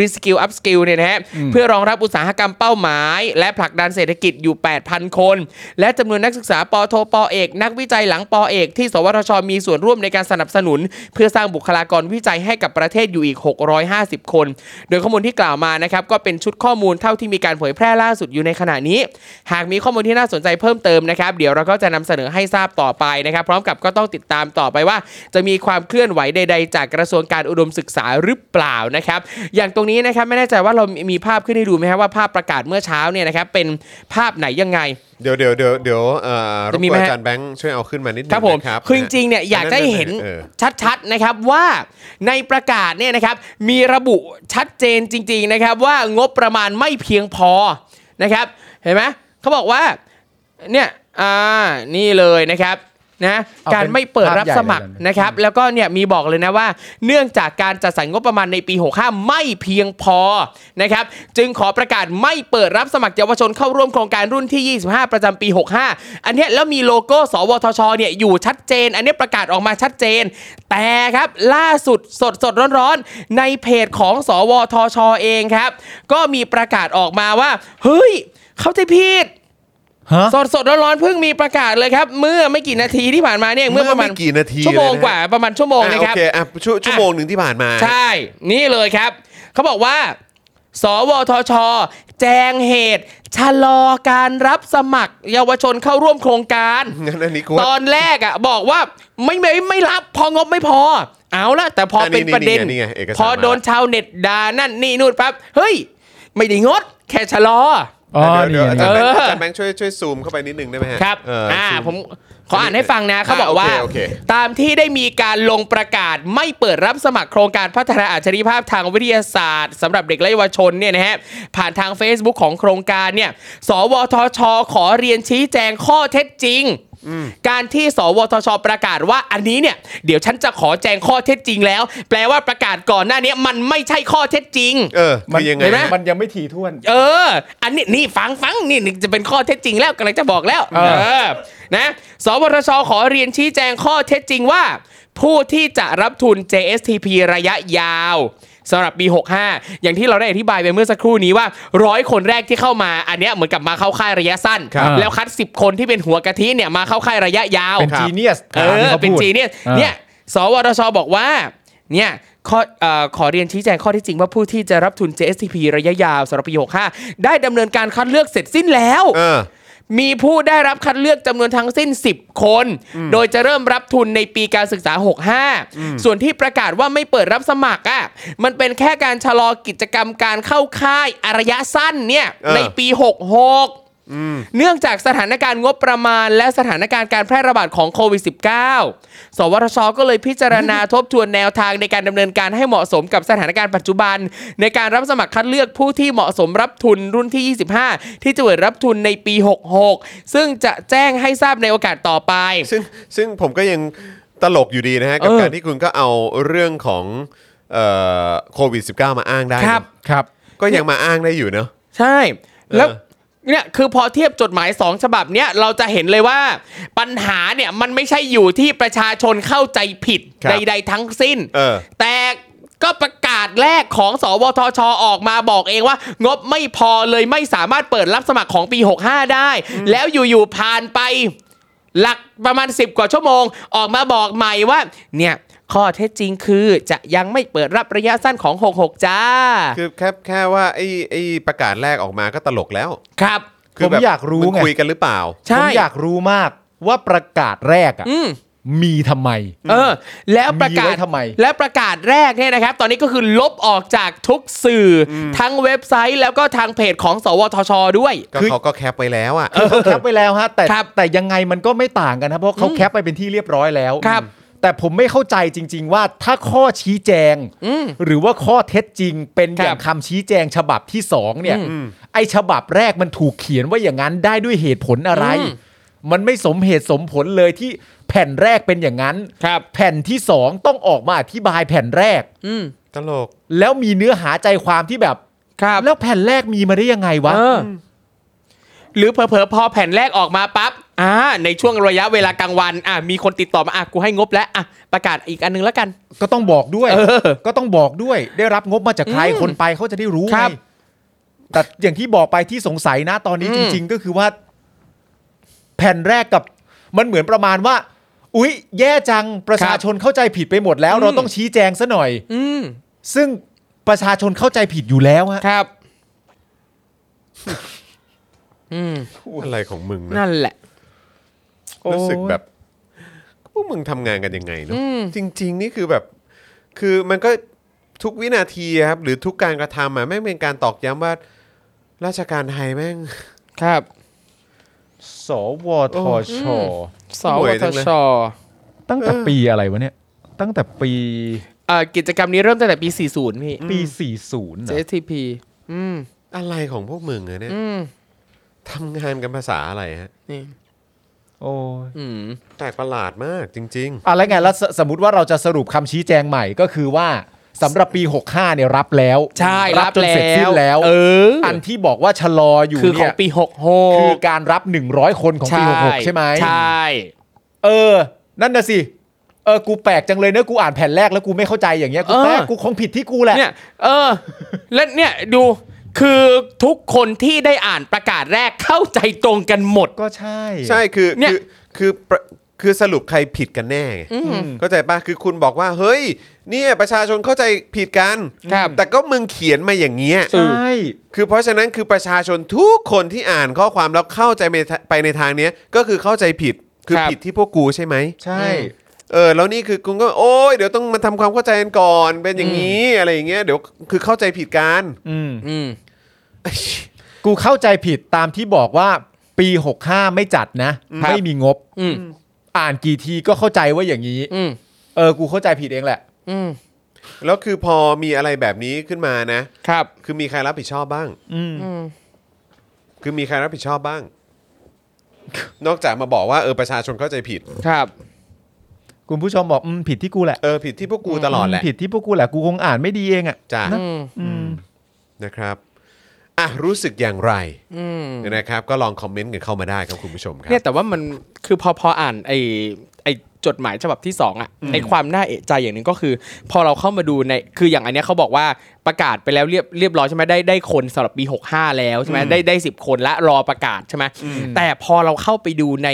[SPEAKER 1] รีสกิลอัพสกิลเนี่ยนะฮะเพื่อรองรับอุตสาหกรรมเป้าหมาย และผลักดันเศรษฐกิจอยู่ 8,000 คน และจำนวนนักศึกษาปอโทปอเอก นักวิจัยหลังปอเอก ที่สวทช มีส่วนร่วมในการสนับสนุน เพื่อสร้างบุคลากรวิจัยให้กับประเทศอยู่อีก 650 คน โดยข้อมูลที่กล่าวมานะครับก็เป็นชุดข้อมูลเท่าที่มีการเผยแพร่ล่าสุดอยู่ในขณะนี้ หากมีข้อมูลที่น่าสนใจเพิ่มเติมนะครับเดี๋ยวเราก็จะนำเสนอให้ทราบต่อไปนะครับ พร้อมกับก็ต้องติดตามต่อไปว่า จะมีความเคลื่อนไหวใด ๆ จากกระทรวงการอุดมศึกษาหรือเปล่านะครับ อย่างตรง รงนี้นะครับไม่แน่ใจว่าเรามีภาพขึ้นให้ดูไหมครับว่าภาพประกาศเมื่อเช้าเนี่ยนะครับเป็นภาพไหนยังไง
[SPEAKER 2] เดี๋ยวเดี๋ยวเดี๋ยวเดี๋ยวเอ่อรบ
[SPEAKER 1] จะมี
[SPEAKER 2] ก
[SPEAKER 1] ไห
[SPEAKER 2] ว
[SPEAKER 1] ม
[SPEAKER 2] น
[SPEAKER 1] ฮะ
[SPEAKER 2] อาจารย์แบงค์ช่วยเอาขึ้นมานิดนึง
[SPEAKER 1] ครับผม
[SPEAKER 2] นะครับ
[SPEAKER 1] คือจริงๆเนี่ยอยากจะให้เห็น
[SPEAKER 2] ออ
[SPEAKER 1] ชัดๆนะครับว่าในประกาศเนี่ยนะครับมีระบุชัดเจนจริงๆนะครับว่างบประมาณไม่เพียงพอนะครับเห็นไหมเขาบอกว่าเนี่ยอ่านี่เลยนะครับนะ
[SPEAKER 3] เอาเป็น
[SPEAKER 1] การไม่เปิดรับสมัคร
[SPEAKER 3] ภาพใหญ่เลยนะ
[SPEAKER 1] นะครับแล้วก็เนี่ยมีบอกเลยนะว่า เนื่องจากการจัดสรรงบประมาณในปี 65 ไม่เพียงพอนะครับจึงขอประกาศไม่เปิดรับสมัครเยาวชนเข้าร่วมโครงการรุ่นที่ 25 ประจำปี 65 อันเนี้ยแล้วมีโลโก้สวทชเนี่ยอยู่ชัดเจน อันเนี้ยประกาศออกมาชัดเจน แต่ครับล่าสุดสดสดๆร้อนๆ ในเพจของสวทชเองครับ ก็มีประกาศออกมาว่า เฮ้ย เข้าใจผิด
[SPEAKER 3] ฮะ
[SPEAKER 1] สดสดๆร้อนๆเพิ่งมีประกาศเลยครับ เมื่อไม่กี่นาทีที่ผ่านมาเนี่ยเมื่อประมาณ
[SPEAKER 2] เมื่อไม่กี่นาที
[SPEAKER 1] ชั่วโมง
[SPEAKER 2] เลยนะ
[SPEAKER 1] กว่าประมาณชั่วโมง
[SPEAKER 2] อ่ะ
[SPEAKER 1] นะครับ
[SPEAKER 2] โอเคอ่ะชั่วชั่วโมงหนึ่งที่ผ่านมา
[SPEAKER 1] ใช่ นี่เลยครับ เขาบอกว่า สวทช แจงเหตุ ชะลอการรับสมัครเยาวชนเข้าร่วมโครงการ
[SPEAKER 2] งั้นอันนี้กู
[SPEAKER 1] ต
[SPEAKER 2] ว่า
[SPEAKER 1] อนแรกอ่ะบอกว่าไม่ไม่ไม่รับพองบไม่พอ เอาละแต่พอเป็นประเด็น
[SPEAKER 2] อันี่ไงเอกสาร
[SPEAKER 1] พอโดนชาวเน็ตด่านั่นนี่นู่นปั๊บเฮ้ย ไม่ได้งด แค่ชะลอ
[SPEAKER 3] อ๋อ
[SPEAKER 2] มาเดี๋
[SPEAKER 3] นี่
[SPEAKER 2] ยวเดี๋ยว
[SPEAKER 1] นี่
[SPEAKER 2] อาจารย์แบงค์อาจารย์แบงค์ช่วยช่วยซูมเข้าไปนิดนึงได้ไหมฮะ
[SPEAKER 1] ครับ
[SPEAKER 2] เอออ
[SPEAKER 1] อ่า
[SPEAKER 2] ซู
[SPEAKER 1] ผมขออ่านให้ฟังนะ เขาบอกว่า
[SPEAKER 2] อ่าโอเคโอเค
[SPEAKER 1] ตามที่ได้มีการลงประกาศไม่เปิดรับสมัครโครงการพัฒนาอัจฉริยภาพทางวิทยาศาสตร์สำหรับเด็กและเยาวชนเนี่ยนะฮะ ผ่านทาง Facebook ของโครงการเนี่ย สวทช ขอเรียนชี้แจงข้อเท็จจริง การที่สวทช ประกาศว่าอันนี้เนี่ย เดี๋ยวฉันจะขอแจงข้อเท็จจริงแล้ว แปลว่าประกาศก่อนหน้านี้มันไม่ใช่ข้อเท็จจริง
[SPEAKER 2] เออมั
[SPEAKER 3] มั
[SPEAKER 2] นยังไง
[SPEAKER 1] เห็นไหม
[SPEAKER 2] ฮะ
[SPEAKER 3] มันยังไม่ทีท่วน
[SPEAKER 1] เออ อันนี้นี่ฟังฟังนี่นี่จะเป็นข้อเท็จจริงแล้วกำลังจะบอกแล้ว
[SPEAKER 3] เออ
[SPEAKER 1] เออ นะ สวทช ขอเรียนชี้แจงข้อเท็จจริงว่า ผู้ที่จะรับทุน JSTP ระยะยาวสำหรับปี 65 อย่างที่เราได้อธิบายไปเมื่อสักครู่นี้ว่าร้อยคนแรกที่เข้ามา อันเนี้ยเหมือนกับมาเข้าค่ายระยะสั้น
[SPEAKER 3] ครับ
[SPEAKER 1] แล้วคัด 10 คนที่เป็นหัวกะทิเนี่ยมาเข้าค่ายระยะยาว
[SPEAKER 3] เป็นจีเนียส
[SPEAKER 1] เออเป็นจีเนี่ยเนี่ยสวทชบอกว่าเนี่ยข้อเอ่อขอเรียนชี้แจงข้อที่จริงว่าผู้ที่จะรับทุน JSTP ระยะยาวสำหรับปี 65 ได้ดำเนินการคัดเลือกเสร็จสิ้นแล้ว
[SPEAKER 2] เออ
[SPEAKER 1] มีผู้ได้รับคัดเลือกจำนวนทั้งสิ้น 10 คน โดยจะเริ่มรับทุนในปีการศึกษา 65 ส่วนที่ประกาศว่าไม่เปิดรับสมัครอ่ะ มันเป็นแค่การชะลอกิจกรรมการเข้าค่ายอาระยะสั้นเนี่ย
[SPEAKER 2] เออ
[SPEAKER 1] ในปี 66 เนื่องจากสถานการณ์งบประมาณ และสถานการณ์การแพร่ระบาดของโควิด -19 สวทช ก็เลยพิจารณา ทบทวนแนวทางในการดำเนินการให้เหมาะสมกับสถานการณ์ปัจจุบัน ในการรับสมัครคัดเลือกผู้ที่เหมาะสมรับทุนรุ่นที่ 25 ที่จะเปิดรับทุนในปี 66 ซึ่งจะแจ้งให้ทราบในโอกาสต่อไป
[SPEAKER 2] ซึ่งซึ่งผมก็ยังตลกอยู่ดีนะฮะ กับ
[SPEAKER 1] เออ
[SPEAKER 2] การที่คุณก็เอาเรื่องของเอ่อโควิด -19 มาอ้างได้
[SPEAKER 1] ครับ
[SPEAKER 2] เนอ
[SPEAKER 3] ครับ
[SPEAKER 2] ะก็ยังมาอ้างได้อยู่เนอะ
[SPEAKER 1] ใช่ แล้ว
[SPEAKER 2] เออ
[SPEAKER 1] เนี่ยคือพอเทียบจดหมาย 2 ฉบับเนี่ยเราจะเห็นเลยว่าปัญหาเนี่ยมันไม่ใช่อยู่ที่ประชาชนเข้าใจผิด
[SPEAKER 2] ครับ
[SPEAKER 1] ใด ๆ ทั้งสิ้น
[SPEAKER 2] เออ
[SPEAKER 1] แต่ก็ประกาศแรกของสวทช ออกมาบอกเองว่า งบไม่พอเลยไม่สามารถเปิดรับสมัครของปี 65 ได้ แล้วอยู่ๆผ่านไป หลักประมาณ 10 กว่าชั่วโมง ออกมาบอกใหม่ว่า เนี่ย ข้อเท็จจริงคือจะยังไม่เปิดรับระยะสั้นของ 66 จ้า
[SPEAKER 2] คือแค่แค่ว่าไอ้ไอ้ประกาศแรกออกมาก็ตลกแล้ว
[SPEAKER 1] ครับ
[SPEAKER 2] คืแบบ
[SPEAKER 3] ผมอยากรู้
[SPEAKER 2] มึง
[SPEAKER 3] ไง
[SPEAKER 2] คุยกันหรือเปล่า
[SPEAKER 1] ใช่
[SPEAKER 3] ผมอยากรู้มากว่าประกาศแรกอ่ะ
[SPEAKER 1] อืม
[SPEAKER 3] มีทำไม
[SPEAKER 1] เออแล้วประกาศ
[SPEAKER 3] มีไว้ทำไม
[SPEAKER 1] และประกาศแรกเนี่ยนะครับ ตอนนี้ก็คือลบออกจากทุกสื่ออทั้งเว็บไซต์แล้วก็ทางเพจของ สวทช ด้วย
[SPEAKER 2] ก็
[SPEAKER 3] คือ
[SPEAKER 2] เขาก็แคปไว้แล้วอ่ะ
[SPEAKER 3] คือเขาแคปไว้แล้วฮะแต่
[SPEAKER 1] ครับ
[SPEAKER 3] แต่ยังไงมันก็ไม่ต่างกันนะเพราะเขาแคปไปเป็นที่เรียบร้อยแล้ว
[SPEAKER 1] ครับ
[SPEAKER 3] แต่ผมไม่เข้าใจจริง ๆ ว่าถ้าข้อชี้แจง หรือว่าข้อเท็จจริง เป็น
[SPEAKER 1] ครับ
[SPEAKER 3] อย่างคำชี้แจงฉบับที่สองเนี่ย
[SPEAKER 1] อืม
[SPEAKER 3] ไอฉบับแรกมันถูกเขียนว่าอย่างนั้นได้ด้วยเหตุผลอะไร
[SPEAKER 1] อืม
[SPEAKER 3] มันไม่สมเหตุสมผลเลยที่แผ่นแรกเป็นอย่างนั้น
[SPEAKER 1] ครับ
[SPEAKER 3] แผ่นที่สองต้องออกมาอธิบายแผ่นแรก
[SPEAKER 1] อืม
[SPEAKER 2] ตลก
[SPEAKER 3] แล้วมีเนื้อหาใจความที่แบบ
[SPEAKER 1] ครับ
[SPEAKER 3] แล้วแผ่นแรกมีมาได้ยังไงวะ
[SPEAKER 1] เออหรือเผลอๆพอแผ่นแรกออกมาปั๊บอ่าในช่วงระยะเวลากลางวันอ่ะมีคนติดต่อมาอ่ะกูให้งบแล้วอ่ะประกาศอีกอันนึงแล้วกัน
[SPEAKER 3] ก็ต้องบอกด้วย
[SPEAKER 1] เออ
[SPEAKER 3] ก็ต้องบอกด้วย ได้รับงบมาจากใคร
[SPEAKER 1] อืม
[SPEAKER 3] คนไปเขาจะได้รู้
[SPEAKER 1] ค
[SPEAKER 3] ไง
[SPEAKER 1] รับ
[SPEAKER 3] แต่อย่างที่บอกไปที่สงสัยนะตอนนี้
[SPEAKER 1] อื
[SPEAKER 3] จ
[SPEAKER 1] ม
[SPEAKER 3] ริง ๆ ก็คือว่า แผ่นแรกกับ มันเหมือนประมาณว่า อุ๊ย แย่จังประชาชนเข้าใจผิดไปหมดแล้ว เราต้องชี้แจงซะหน่อย
[SPEAKER 1] อืม
[SPEAKER 3] ซึ่งประชาชนเข้าใจผิดอยู่แล้วฮะ
[SPEAKER 1] ครับ อืม
[SPEAKER 2] อะไรของมึงนะ
[SPEAKER 1] นั่นแหละ
[SPEAKER 2] รู้สึกแบบพวกมึงทำงานกันยังไงเนาะ
[SPEAKER 1] อืม
[SPEAKER 2] จริง ๆ นี่คือแบบ คือมันก็ ทุกวินาทีครับหรือทุกการกระทำอ่ะแม่งเป็นการตอกย้ำว่า ราชการไทยแม่ง
[SPEAKER 1] ครับ
[SPEAKER 3] สวทช
[SPEAKER 1] ส
[SPEAKER 2] ห่
[SPEAKER 1] ว
[SPEAKER 2] วยจั
[SPEAKER 1] ท
[SPEAKER 2] งเลย
[SPEAKER 1] ช
[SPEAKER 3] ตั้งแต่ปีอะไรวะเนี่ย ตั้งแต่ปี
[SPEAKER 1] เอ่อกิจกรรมนี้เริ่มตั้งแต่ปี 40 พี่
[SPEAKER 3] ปี 40นะ
[SPEAKER 1] JTP อืม
[SPEAKER 2] อะไรของพวกมึงอะเนี่ย
[SPEAKER 1] อืม
[SPEAKER 2] ทำงานกันภาษาอะไรฮะ
[SPEAKER 1] นี่
[SPEAKER 3] โอ้ย
[SPEAKER 1] อืม
[SPEAKER 2] แปลกประหลาดมากจริง ๆ
[SPEAKER 3] อะไรไงแล้วสสมมติว่าเราจะสรุปคำชี้แจงใหม่ก็คือว่าสำหรับปี 65เนี่ยรับแล้ว
[SPEAKER 1] ใช่รับ
[SPEAKER 3] จนเสร็จสิ้นแล้ว
[SPEAKER 1] เอออั
[SPEAKER 3] อันที่บอกว่าชะลออยู่
[SPEAKER 1] คือขอ
[SPEAKER 3] เนี่
[SPEAKER 1] ง
[SPEAKER 3] ย
[SPEAKER 1] ปี
[SPEAKER 3] คือ
[SPEAKER 1] 66
[SPEAKER 3] การรับ 100 คนของปี66ใช่ไหม
[SPEAKER 1] ใช่
[SPEAKER 3] เออ นั่นน่ะสิ เออ กูแปลกจังเลยเนอะกูอ่านแผ่นแรกแล้วกูไม่เข้าใจอย่างเงี้ย กูแปลก
[SPEAKER 1] เออ
[SPEAKER 3] กูคงผิดที่กูแหละ
[SPEAKER 1] เนี่ย เออ และเนี่ยดูคือทุกคนที่ได้อ่านประกาศแรกเข้าใจตรงกันหมด
[SPEAKER 3] ก็ใช่
[SPEAKER 2] ใช่คือ
[SPEAKER 1] เนี่ย
[SPEAKER 2] คือคือประคือสรุปใครผิดกันแน่ไงเข้าใจปะคือคุณบอกว่า เฮ้ย เนี่ยประชาชนเข้าใจผิดกัน
[SPEAKER 1] ครับ
[SPEAKER 2] แต่ก็มึงเขียนมาอย่างเงี้ย
[SPEAKER 3] ใช่
[SPEAKER 2] คือเพราะฉะนั้นคือประชาชนทุกคนที่อ่านข้อความแล้วเข้าใจไปไปในทางเนี้ยก็คือเข้าใจผิดคือ
[SPEAKER 1] ครับ
[SPEAKER 2] ผิดที่พวกกูใช่ไหม
[SPEAKER 3] ใช่
[SPEAKER 2] เออแล้วนี่คือคุณก็โอ้ยเดี๋ยวต้องมาทำความเข้าใจกันก่อนเป็นอย่างนี้อะไรอย่างเงี้ยเดี๋ยวคือเข้าใจผิดกัน
[SPEAKER 3] อืม
[SPEAKER 1] อืม
[SPEAKER 3] กูเข้าใจผิดตามที่บอกว่าปี 65 ไม่จัดนะ
[SPEAKER 1] ครับ
[SPEAKER 3] ไม่มีงบ
[SPEAKER 1] อืม
[SPEAKER 3] อ่านกี่ทีก็เข้าใจว่าอย่างนี้
[SPEAKER 1] อืม
[SPEAKER 3] เออ กูเข้าใจผิดเองแหละ
[SPEAKER 1] อืม
[SPEAKER 2] แล้วคือพอมีอะไรแบบนี้ขึ้นมานะ
[SPEAKER 1] ครับ
[SPEAKER 2] คือมีใครรับผิดชอบบ้าง
[SPEAKER 3] อืม
[SPEAKER 2] คือมีใครรับผิดชอบบ้าง นอกจากมาบอกว่าเออประชาชนเข้าใจผิด
[SPEAKER 1] ครับ
[SPEAKER 3] คุณผู้ชมบอกอืมผิดที่กูแหละ
[SPEAKER 2] เออผิดที่พวกกูตลอดแหละ
[SPEAKER 3] ผิดที่พวกกูแหละ กูคงอ่านไม่ดีเองอ่ะ
[SPEAKER 2] จ้ะ
[SPEAKER 1] อืม
[SPEAKER 3] อืม
[SPEAKER 2] นะครับอ่ะรู้สึกอย่างไร
[SPEAKER 1] อืม
[SPEAKER 2] นะครับ ก็ลองคอมเมนต์กันเข้ามาได้ครับคุณผู้ชมครั
[SPEAKER 1] เนี่ย
[SPEAKER 2] บ
[SPEAKER 1] แต่ว่ามันคือพอพออ่านไอไอจดหมายฉบับที่สองอ่ะไอความน่าเอะใจอย่างหนึ่งก็คือ พอเราเข้ามาดูในคืออย่างอันเนี้ยเขาบอกว่าประกาศไปแล้วเรียบเรียบร้อยใช่ไหมได้ได้คนสำหรับปี 65 แล้วใช่ไหมได้ได้สิบคนและรอประกาศใช่ไหมแต่พอเราเข้าไปดูใน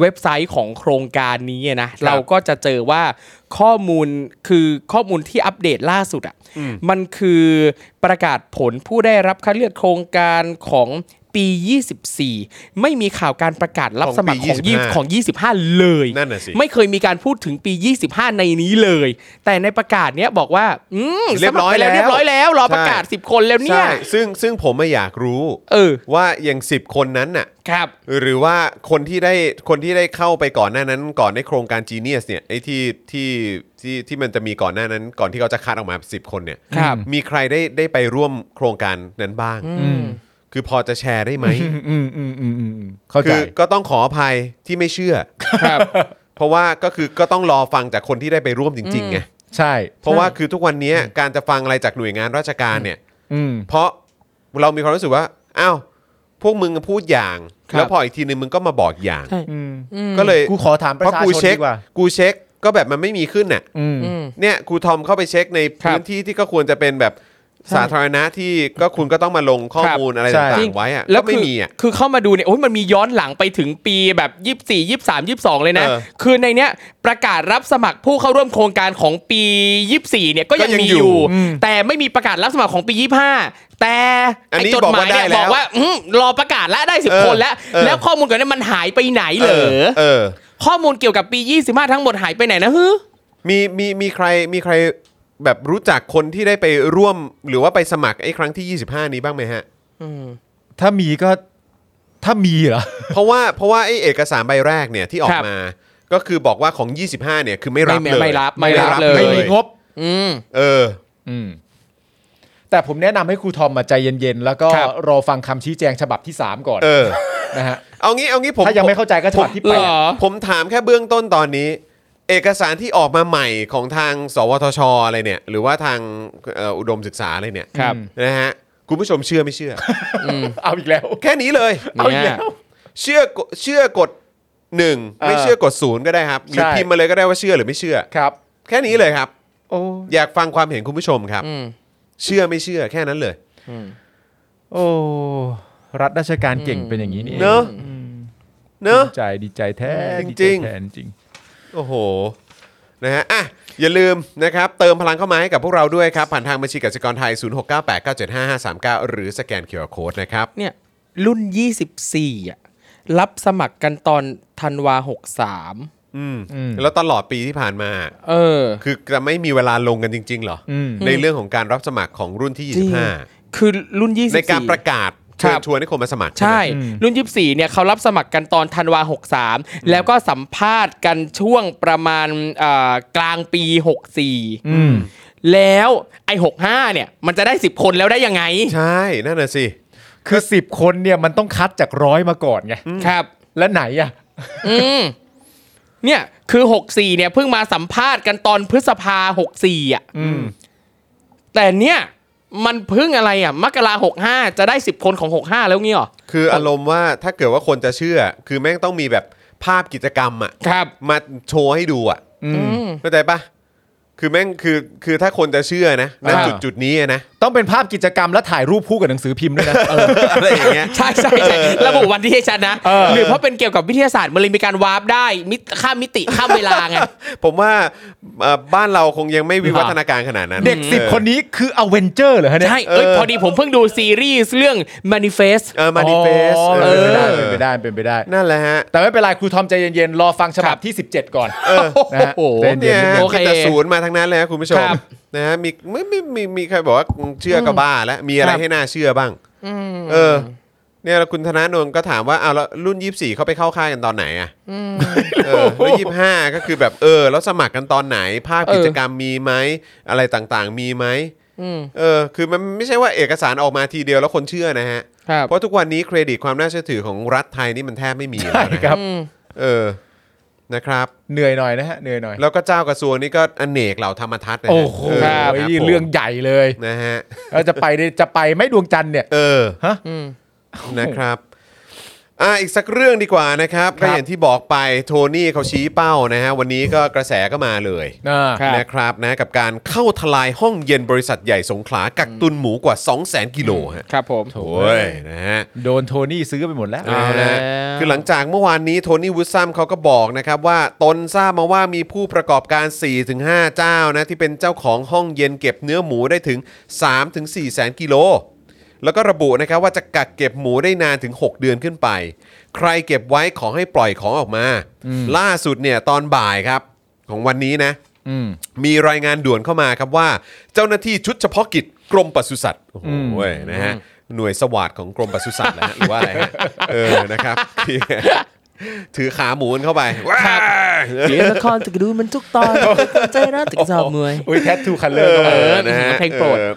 [SPEAKER 1] เว็บไซต์ของโครงการนี้อะนะเราก็จะเจอว่าข้อมูลคือข้อมูลที่อัปเดตล่าสุดอ่ะมันคือประกาศผลผู้ได้รับคัดเลือกโครงการของปี 24 ไม่มีข่าวการประกาศรับสมัครของ
[SPEAKER 2] ของปี
[SPEAKER 1] ยี่
[SPEAKER 2] 25
[SPEAKER 1] ของ 25 เลย
[SPEAKER 2] นั่นน่ะสิ
[SPEAKER 1] ไม่เคยมีการพูดถึงปี 25 ในนี้เลย แต่ในประกาศเนี้ยบอกว่า อืม
[SPEAKER 2] เรียบร้อย
[SPEAKER 1] สมัคไป
[SPEAKER 2] แล้ว
[SPEAKER 1] เรียบร้อยแล้ว รอประกาศ
[SPEAKER 2] ใช่
[SPEAKER 1] 10 คนแล้วเนี่ย
[SPEAKER 2] ใช่ซึ่งซึ่งผมไม่อยากรู้
[SPEAKER 1] เออ
[SPEAKER 2] ว่าอย่าง 10 คนนั้นน่ะ
[SPEAKER 1] ครับ
[SPEAKER 2] หรือว่าคนที่ได้คนที่ได้เข้าไปก่อนหน้านั้น ก่อนในโครงการจีเนียสเนี่ยไอ้ที่ที่ที่ที่มันจะมีก่อนหน้านั้น ก่อนที่เขาจะคัดออกมา 10 คนเนี่ย
[SPEAKER 1] ครับ
[SPEAKER 2] มีใครได้ได้ไปร่วมโครงการนั้นบ้าง
[SPEAKER 1] อืม
[SPEAKER 2] คือพอจะแชร์ได้ไหม
[SPEAKER 3] อืมอืมอืมอืมอืมเข้าใจ
[SPEAKER 2] คือก็ต้องขออภัยที่ไม่เชื่อ
[SPEAKER 1] ครับ
[SPEAKER 2] เพราะว่าก็คือก็ต้องรอฟังจากคนที่ได้ไปร่วมจริงๆไง
[SPEAKER 3] ใช่
[SPEAKER 2] เพราะว่าคือทุกวันนี้การจะฟังอะไรจากหน่วยงานราชการเนี่ย
[SPEAKER 3] อืม
[SPEAKER 2] เพราะเรามีความรู้สึกว่าอ้าวพวกมึงพูดอย่าง
[SPEAKER 1] ครับ
[SPEAKER 2] แล้วพออีกทีนึงมึงก็มาบอกอย่าง
[SPEAKER 1] ใช่
[SPEAKER 3] อืม
[SPEAKER 2] ก็เลย
[SPEAKER 3] กูขอถามประ
[SPEAKER 2] เพราะ
[SPEAKER 3] ชา
[SPEAKER 2] กู
[SPEAKER 3] ชน
[SPEAKER 2] เช็ค
[SPEAKER 3] ดีกว่า
[SPEAKER 2] กูเช็คก็แบบมันไม่มีขึ้นน่ะ
[SPEAKER 3] อืม
[SPEAKER 1] อืม
[SPEAKER 2] เนี่ยครูทอมเข้าไปเช็คใน
[SPEAKER 1] ครับ
[SPEAKER 2] พื้นที่ที่ก็ควรจะเป็นแบบสาธารณะที่ก็คุณก็ต้องมาลงข้อ
[SPEAKER 1] ครับ
[SPEAKER 2] มูลอะไร
[SPEAKER 3] ใช่
[SPEAKER 2] ต่างๆไว้อะก็ไม่
[SPEAKER 1] คือ
[SPEAKER 2] มีอ่ะ
[SPEAKER 1] คือเข้ามาดูเนี่ยโอ้ยมันมีย้อนหลังไปถึงปีแบบ 24 23 22 เลยนะ
[SPEAKER 2] เออ
[SPEAKER 1] คือในเนี้ยประกาศรับสมัครผู้เข้าร่วมโครงการของปี 24 เนี่ยก็ยัง
[SPEAKER 2] ก็ยัง
[SPEAKER 1] มี
[SPEAKER 2] อยู่
[SPEAKER 1] อยู่ แต่ไม่มีประกาศรับสมัครของปี 25 แต่
[SPEAKER 2] อัน
[SPEAKER 1] ไอ้
[SPEAKER 2] นี้
[SPEAKER 1] จดหมายเนี่ย
[SPEAKER 2] บอกว่าได้แล้ว
[SPEAKER 1] บอกว่าอืมรอประกาศแล้วได้
[SPEAKER 2] เออ
[SPEAKER 1] 10 คนแล้ว
[SPEAKER 2] เออ
[SPEAKER 1] แล้วข้อมูลก่อนหนั้านมันหายไปไหนเหรอ
[SPEAKER 2] เออ
[SPEAKER 1] ข้อมูลเกี่ยวกับปี 25 ทั้งหมดหายไปไหนนะฮึ
[SPEAKER 2] มีมีมีใครมีใครแบบรู้จักคนที่ได้ไปร่วม หรือว่าไปสมัครไอ้ครั้งที่ 25 นี้บ้างไหม ฮะ
[SPEAKER 3] ถ้ามีก็ถ้ามีเหรอ
[SPEAKER 2] เพราะว่าเพราะว่าไอ้เอกสารใบแรกเนี่ยที่ออกมา ก็คือบอกว่าของ 25 เนี่ยคือไม่รับเลย
[SPEAKER 1] ไม่รับไม่รับเลย
[SPEAKER 2] ไม่
[SPEAKER 3] ไม่มีงบ
[SPEAKER 1] อืม
[SPEAKER 2] เออ
[SPEAKER 3] อืม แต่ผมแนะนำให้ครูทอมมาใจเย็นๆ แล้วก็
[SPEAKER 1] ครับ
[SPEAKER 3] รอฟังคำชี้แจงฉบับที่ 3 ก่อน
[SPEAKER 2] เออ
[SPEAKER 3] นะฮะ
[SPEAKER 2] เอางี้เอางี้ผม
[SPEAKER 3] ถ้ายังไม่เข้าใจก็ฉบับที่
[SPEAKER 1] เหร
[SPEAKER 3] แปด
[SPEAKER 1] อ
[SPEAKER 2] ผมถามแค่เบื้องต้นตอนนี้ เอกสารที่ออกมาใหม่ของทางสวทชอะไรเนี่ย หรือว่าทางเอ่ออุดมศึกษาอะไรเนี่ย
[SPEAKER 1] ครับ
[SPEAKER 2] นะฮะคุณผู้ชมเชื่อไม่เชื่อ
[SPEAKER 3] เอาอีกแล้ว
[SPEAKER 2] แค่นี้เลย
[SPEAKER 3] เอาอีก
[SPEAKER 1] เนี่
[SPEAKER 3] แล้
[SPEAKER 1] ย
[SPEAKER 3] ว
[SPEAKER 2] เชื่อกดเชื่อกดหนึ่งไม่
[SPEAKER 3] เออ
[SPEAKER 2] เชื่อกดศูนย์ก็ได้ครับหรือ
[SPEAKER 3] ใช่
[SPEAKER 2] พิมพ์มาเลยก็ได้ว่าเชื่อหรือไม่เชื่อ
[SPEAKER 3] ครับ
[SPEAKER 2] แค่นี้เลยครับ
[SPEAKER 3] โอ้
[SPEAKER 2] อยากฟังความเห็นคุณผู้ชมครับ
[SPEAKER 1] อืม
[SPEAKER 2] เชื่อไม่เชื่อแค่นั้นเลย
[SPEAKER 3] โอ้รัฐราชการเก่งเป็นอย่างนี้นี่อง
[SPEAKER 2] เนอะเนอะ
[SPEAKER 3] ดีใจดีใจแท้
[SPEAKER 2] จริงๆ
[SPEAKER 3] ดีใจแท้จริง
[SPEAKER 2] โอ้โหนะฮะอ่ะอย่าลืมนะครับ เติมพลังเข้ามาให้กับพวกเราด้วยครับ ผ่านทางบัญชีกสิกรไทย 0698975539 หรือสแกนเคอร์โคดนะครับ
[SPEAKER 1] เนี่ยรุ่น 24อ่ะรับสมัครกันตอนธันวา 63
[SPEAKER 2] อืม
[SPEAKER 3] อืม
[SPEAKER 2] แล้วตลอดปีที่ผ่านมา
[SPEAKER 1] เออ
[SPEAKER 2] คือจะไม่มีเวลาลงกันจริง ๆ เหรอ
[SPEAKER 3] อืม
[SPEAKER 2] ในเรื่องของการรับสมัครของรุ่นที่
[SPEAKER 1] จริง
[SPEAKER 2] 25
[SPEAKER 1] คือรุ่น 24
[SPEAKER 2] ในการประกาศเชิ
[SPEAKER 1] ครั
[SPEAKER 2] ญ
[SPEAKER 1] บ
[SPEAKER 2] ชวนให้คนมาสมัคร
[SPEAKER 1] ใช่
[SPEAKER 2] ไหม
[SPEAKER 3] อืม
[SPEAKER 1] รุ่น 24 เนี่ยเขารับสมัครกันตอนธันวา 63 แล้วก็สัมภาษณ์กันช่วงประมาณเอ่อกลางปี
[SPEAKER 3] อืม
[SPEAKER 1] 64 แล้วไอ้65 เนี่ย มันจะได้ 10 คนแล้วได้ยังไง
[SPEAKER 2] ใช่ นั่นน่ะสิ
[SPEAKER 3] คือสิบคนเนี่ยมันต้องคัดจากร้อยมาก่อนไง
[SPEAKER 1] ครับ
[SPEAKER 3] และไหนอ่ะ
[SPEAKER 1] อืมเนี่ยคือ 64 เนี่ยเพิ่งมาสัมภาษณ์กันตอนพฤษภา 64 อ่ะ
[SPEAKER 3] อืม
[SPEAKER 1] แต่เนี่ยมันเพิ่งอะไรอ่ะ มกราหกห้าจะได้ 10 คนของ 65 แล้วงี้เหรอ
[SPEAKER 2] คืออารมณ์ว่าถ้าเกิดว่าคนจะเชื่อ คือแม่งต้องมีแบบภาพกิจกรรมอะ
[SPEAKER 1] ครับ
[SPEAKER 2] มาโชว์ให้ดูอะ
[SPEAKER 3] อืม
[SPEAKER 2] เข้าใจปะคือแม่งคือคือถ้าคนจะเชื่อนะณ
[SPEAKER 3] อ่า
[SPEAKER 2] จุดจุดนี้อะนะ
[SPEAKER 3] ต้องเป็นภาพกิจกรรมและถ่ายรูปคู่กับหนังสือพิมพ์ด้วยนะ
[SPEAKER 2] อะไรอย่างเงี้ย
[SPEAKER 1] ใช่ใช่ใช่ระบุวันที่ให้ชัดนะ
[SPEAKER 3] เออ
[SPEAKER 1] หรือเพราะเป็นเกี่ยวกับวิทยาศาสตร์มันเลยมีการวาร์ปได้มิติข้ามมิติข้ามเวลาไง
[SPEAKER 2] ผมว่าเอ่อบ้านเราคงยังไม่วิวัฒนาการขนาดนั้น
[SPEAKER 3] เด็กสิบ
[SPEAKER 2] ออ
[SPEAKER 3] คนนี้คืออเวนเจอร์เหรอฮะเนี่ย
[SPEAKER 1] ใช่ เอ้ย
[SPEAKER 2] เออ
[SPEAKER 1] พอดีผมเพิ่งดูซีรีส์เรื่อง manifest
[SPEAKER 2] เออมานิเฟส
[SPEAKER 3] อ๋อเป็นไปได้เป็นไปได้เป็นไปได้
[SPEAKER 2] นั่นแหละฮะ
[SPEAKER 3] แต่ไม่เป็นไรครูทอมใจเย็นๆ รอฟังฉบั
[SPEAKER 1] ครับ บ
[SPEAKER 3] ที่ 17 ก่อน
[SPEAKER 2] เออ
[SPEAKER 1] โอ้
[SPEAKER 3] นะฮะ
[SPEAKER 1] โห
[SPEAKER 3] ใจเย็
[SPEAKER 2] เนี่ย
[SPEAKER 3] น
[SPEAKER 2] ฮะ
[SPEAKER 1] โอเค
[SPEAKER 2] มีแต่ศูนย์มาทั้งนั้นเลยครับคุณผู้ชม
[SPEAKER 1] ครับ
[SPEAKER 2] นะฮะมีไม่ไม่มีมีใครบอกว่าเชื่อก็บ้าแล้วมีอะไร
[SPEAKER 1] ครับ
[SPEAKER 2] ให้น่าเชื่อบ้างเออ เนี่ยแล้วคุณธนาโนนก็ถามว่าอ้าวแล้วรุ่น 24เขาไปเข้าค่ายกันตอนไหนอ่ะเออแล้วยี่ห้าก็คือแบบเออ แล้วสมัครกันตอนไหน ภาคกิจกรรมมีไหมอะไรต่างๆ มีไหมเออ คือมันไม่ใช่ว่าเอกสารออกมาทีเดียวแล้วคนเชื่อนะฮะ
[SPEAKER 1] ครับ
[SPEAKER 2] เพราะทุกวันนี้เครดิตความน่าเชื่อถือของรัฐไทยนี่มันแทบไม่มีแล้วนะ
[SPEAKER 3] ค
[SPEAKER 2] ฮะ
[SPEAKER 3] รับ
[SPEAKER 2] เออนะครับ
[SPEAKER 3] เหนื่อยหน่อยนะฮะ เหนื่อยหน่อย
[SPEAKER 2] แล้วก็เจ้ากระทรวงนี่ก็อเนกเหล่าธรรมทัศน์นะฮะ
[SPEAKER 3] โอ้โห
[SPEAKER 2] เออครับ
[SPEAKER 3] นี่
[SPEAKER 2] ผม
[SPEAKER 3] เรื่องใหญ่เลย
[SPEAKER 2] นะฮะ
[SPEAKER 3] แล้วจะไปได้จะไปไหม่ดวงจันทร์เนี่ย
[SPEAKER 2] เออ
[SPEAKER 3] ฮะ
[SPEAKER 2] นะครับอ่ะอีกสักเรื่องดีกว่านะครับ
[SPEAKER 3] ครั
[SPEAKER 2] ก็
[SPEAKER 3] บ
[SPEAKER 2] อย่างที่บอกไปโทนี่เขาชี้เป้านะฮะวันนี้ก็กระแสก็มาเลย
[SPEAKER 3] อ่า
[SPEAKER 1] ครับ
[SPEAKER 2] นะครับนะกับการเข้าทลายห้องเย็นบริษัทใหญ่สงขลากักตุนหมูกว่า 200,000กิโลฮะ
[SPEAKER 1] ครับผม
[SPEAKER 2] โอ้ยนะฮะ
[SPEAKER 3] โดนโทนี่ซื้อไปหมดแล้ว
[SPEAKER 1] เอาแล้ว
[SPEAKER 2] คือหลังจากเมื่อวานนี้โทนี่วูดซัมเขาก็บอกนะครับว่าตนทราบมาว่ามีผู้ประกอบการ 4-5 เจ้านะที่เป็นเจ้าของห้องเย็นเก็บเนื้อหมูได้ถึง 3-4 แสนกิโล แล้วก็ระบุนะครับว่าจะกักเก็บหมูได้นานถึง 6 เดือนขึ้นไป ใครเก็บไว้ขอให้ปล่อยของออกมา ล่าสุดเนี่ยตอนบ่ายครับของวันนี้นะ
[SPEAKER 3] อืม
[SPEAKER 2] มีรายงานด่วนเข้ามาครับว่า เจ้าหน้าที่ชุดเฉพาะกิจกรมปศุสัตว์โอ้โหเว้ยนะฮะหน่วยสวัสดของกรมปศุสัตว์นะฮะหรือว่าอะไร ฮะเออนะครับ ถือขาหมูกันเข้าไปว้าย
[SPEAKER 1] เดี๋ยวละครจะดูมันทุก ตอนใจร้อนถึงสอบมวย
[SPEAKER 3] อุ้ยแทททูคันเล
[SPEAKER 2] เอ
[SPEAKER 3] อร์
[SPEAKER 2] อ
[SPEAKER 3] เข้ามา
[SPEAKER 2] นะฮะ
[SPEAKER 1] เพลงโปรด
[SPEAKER 2] ออ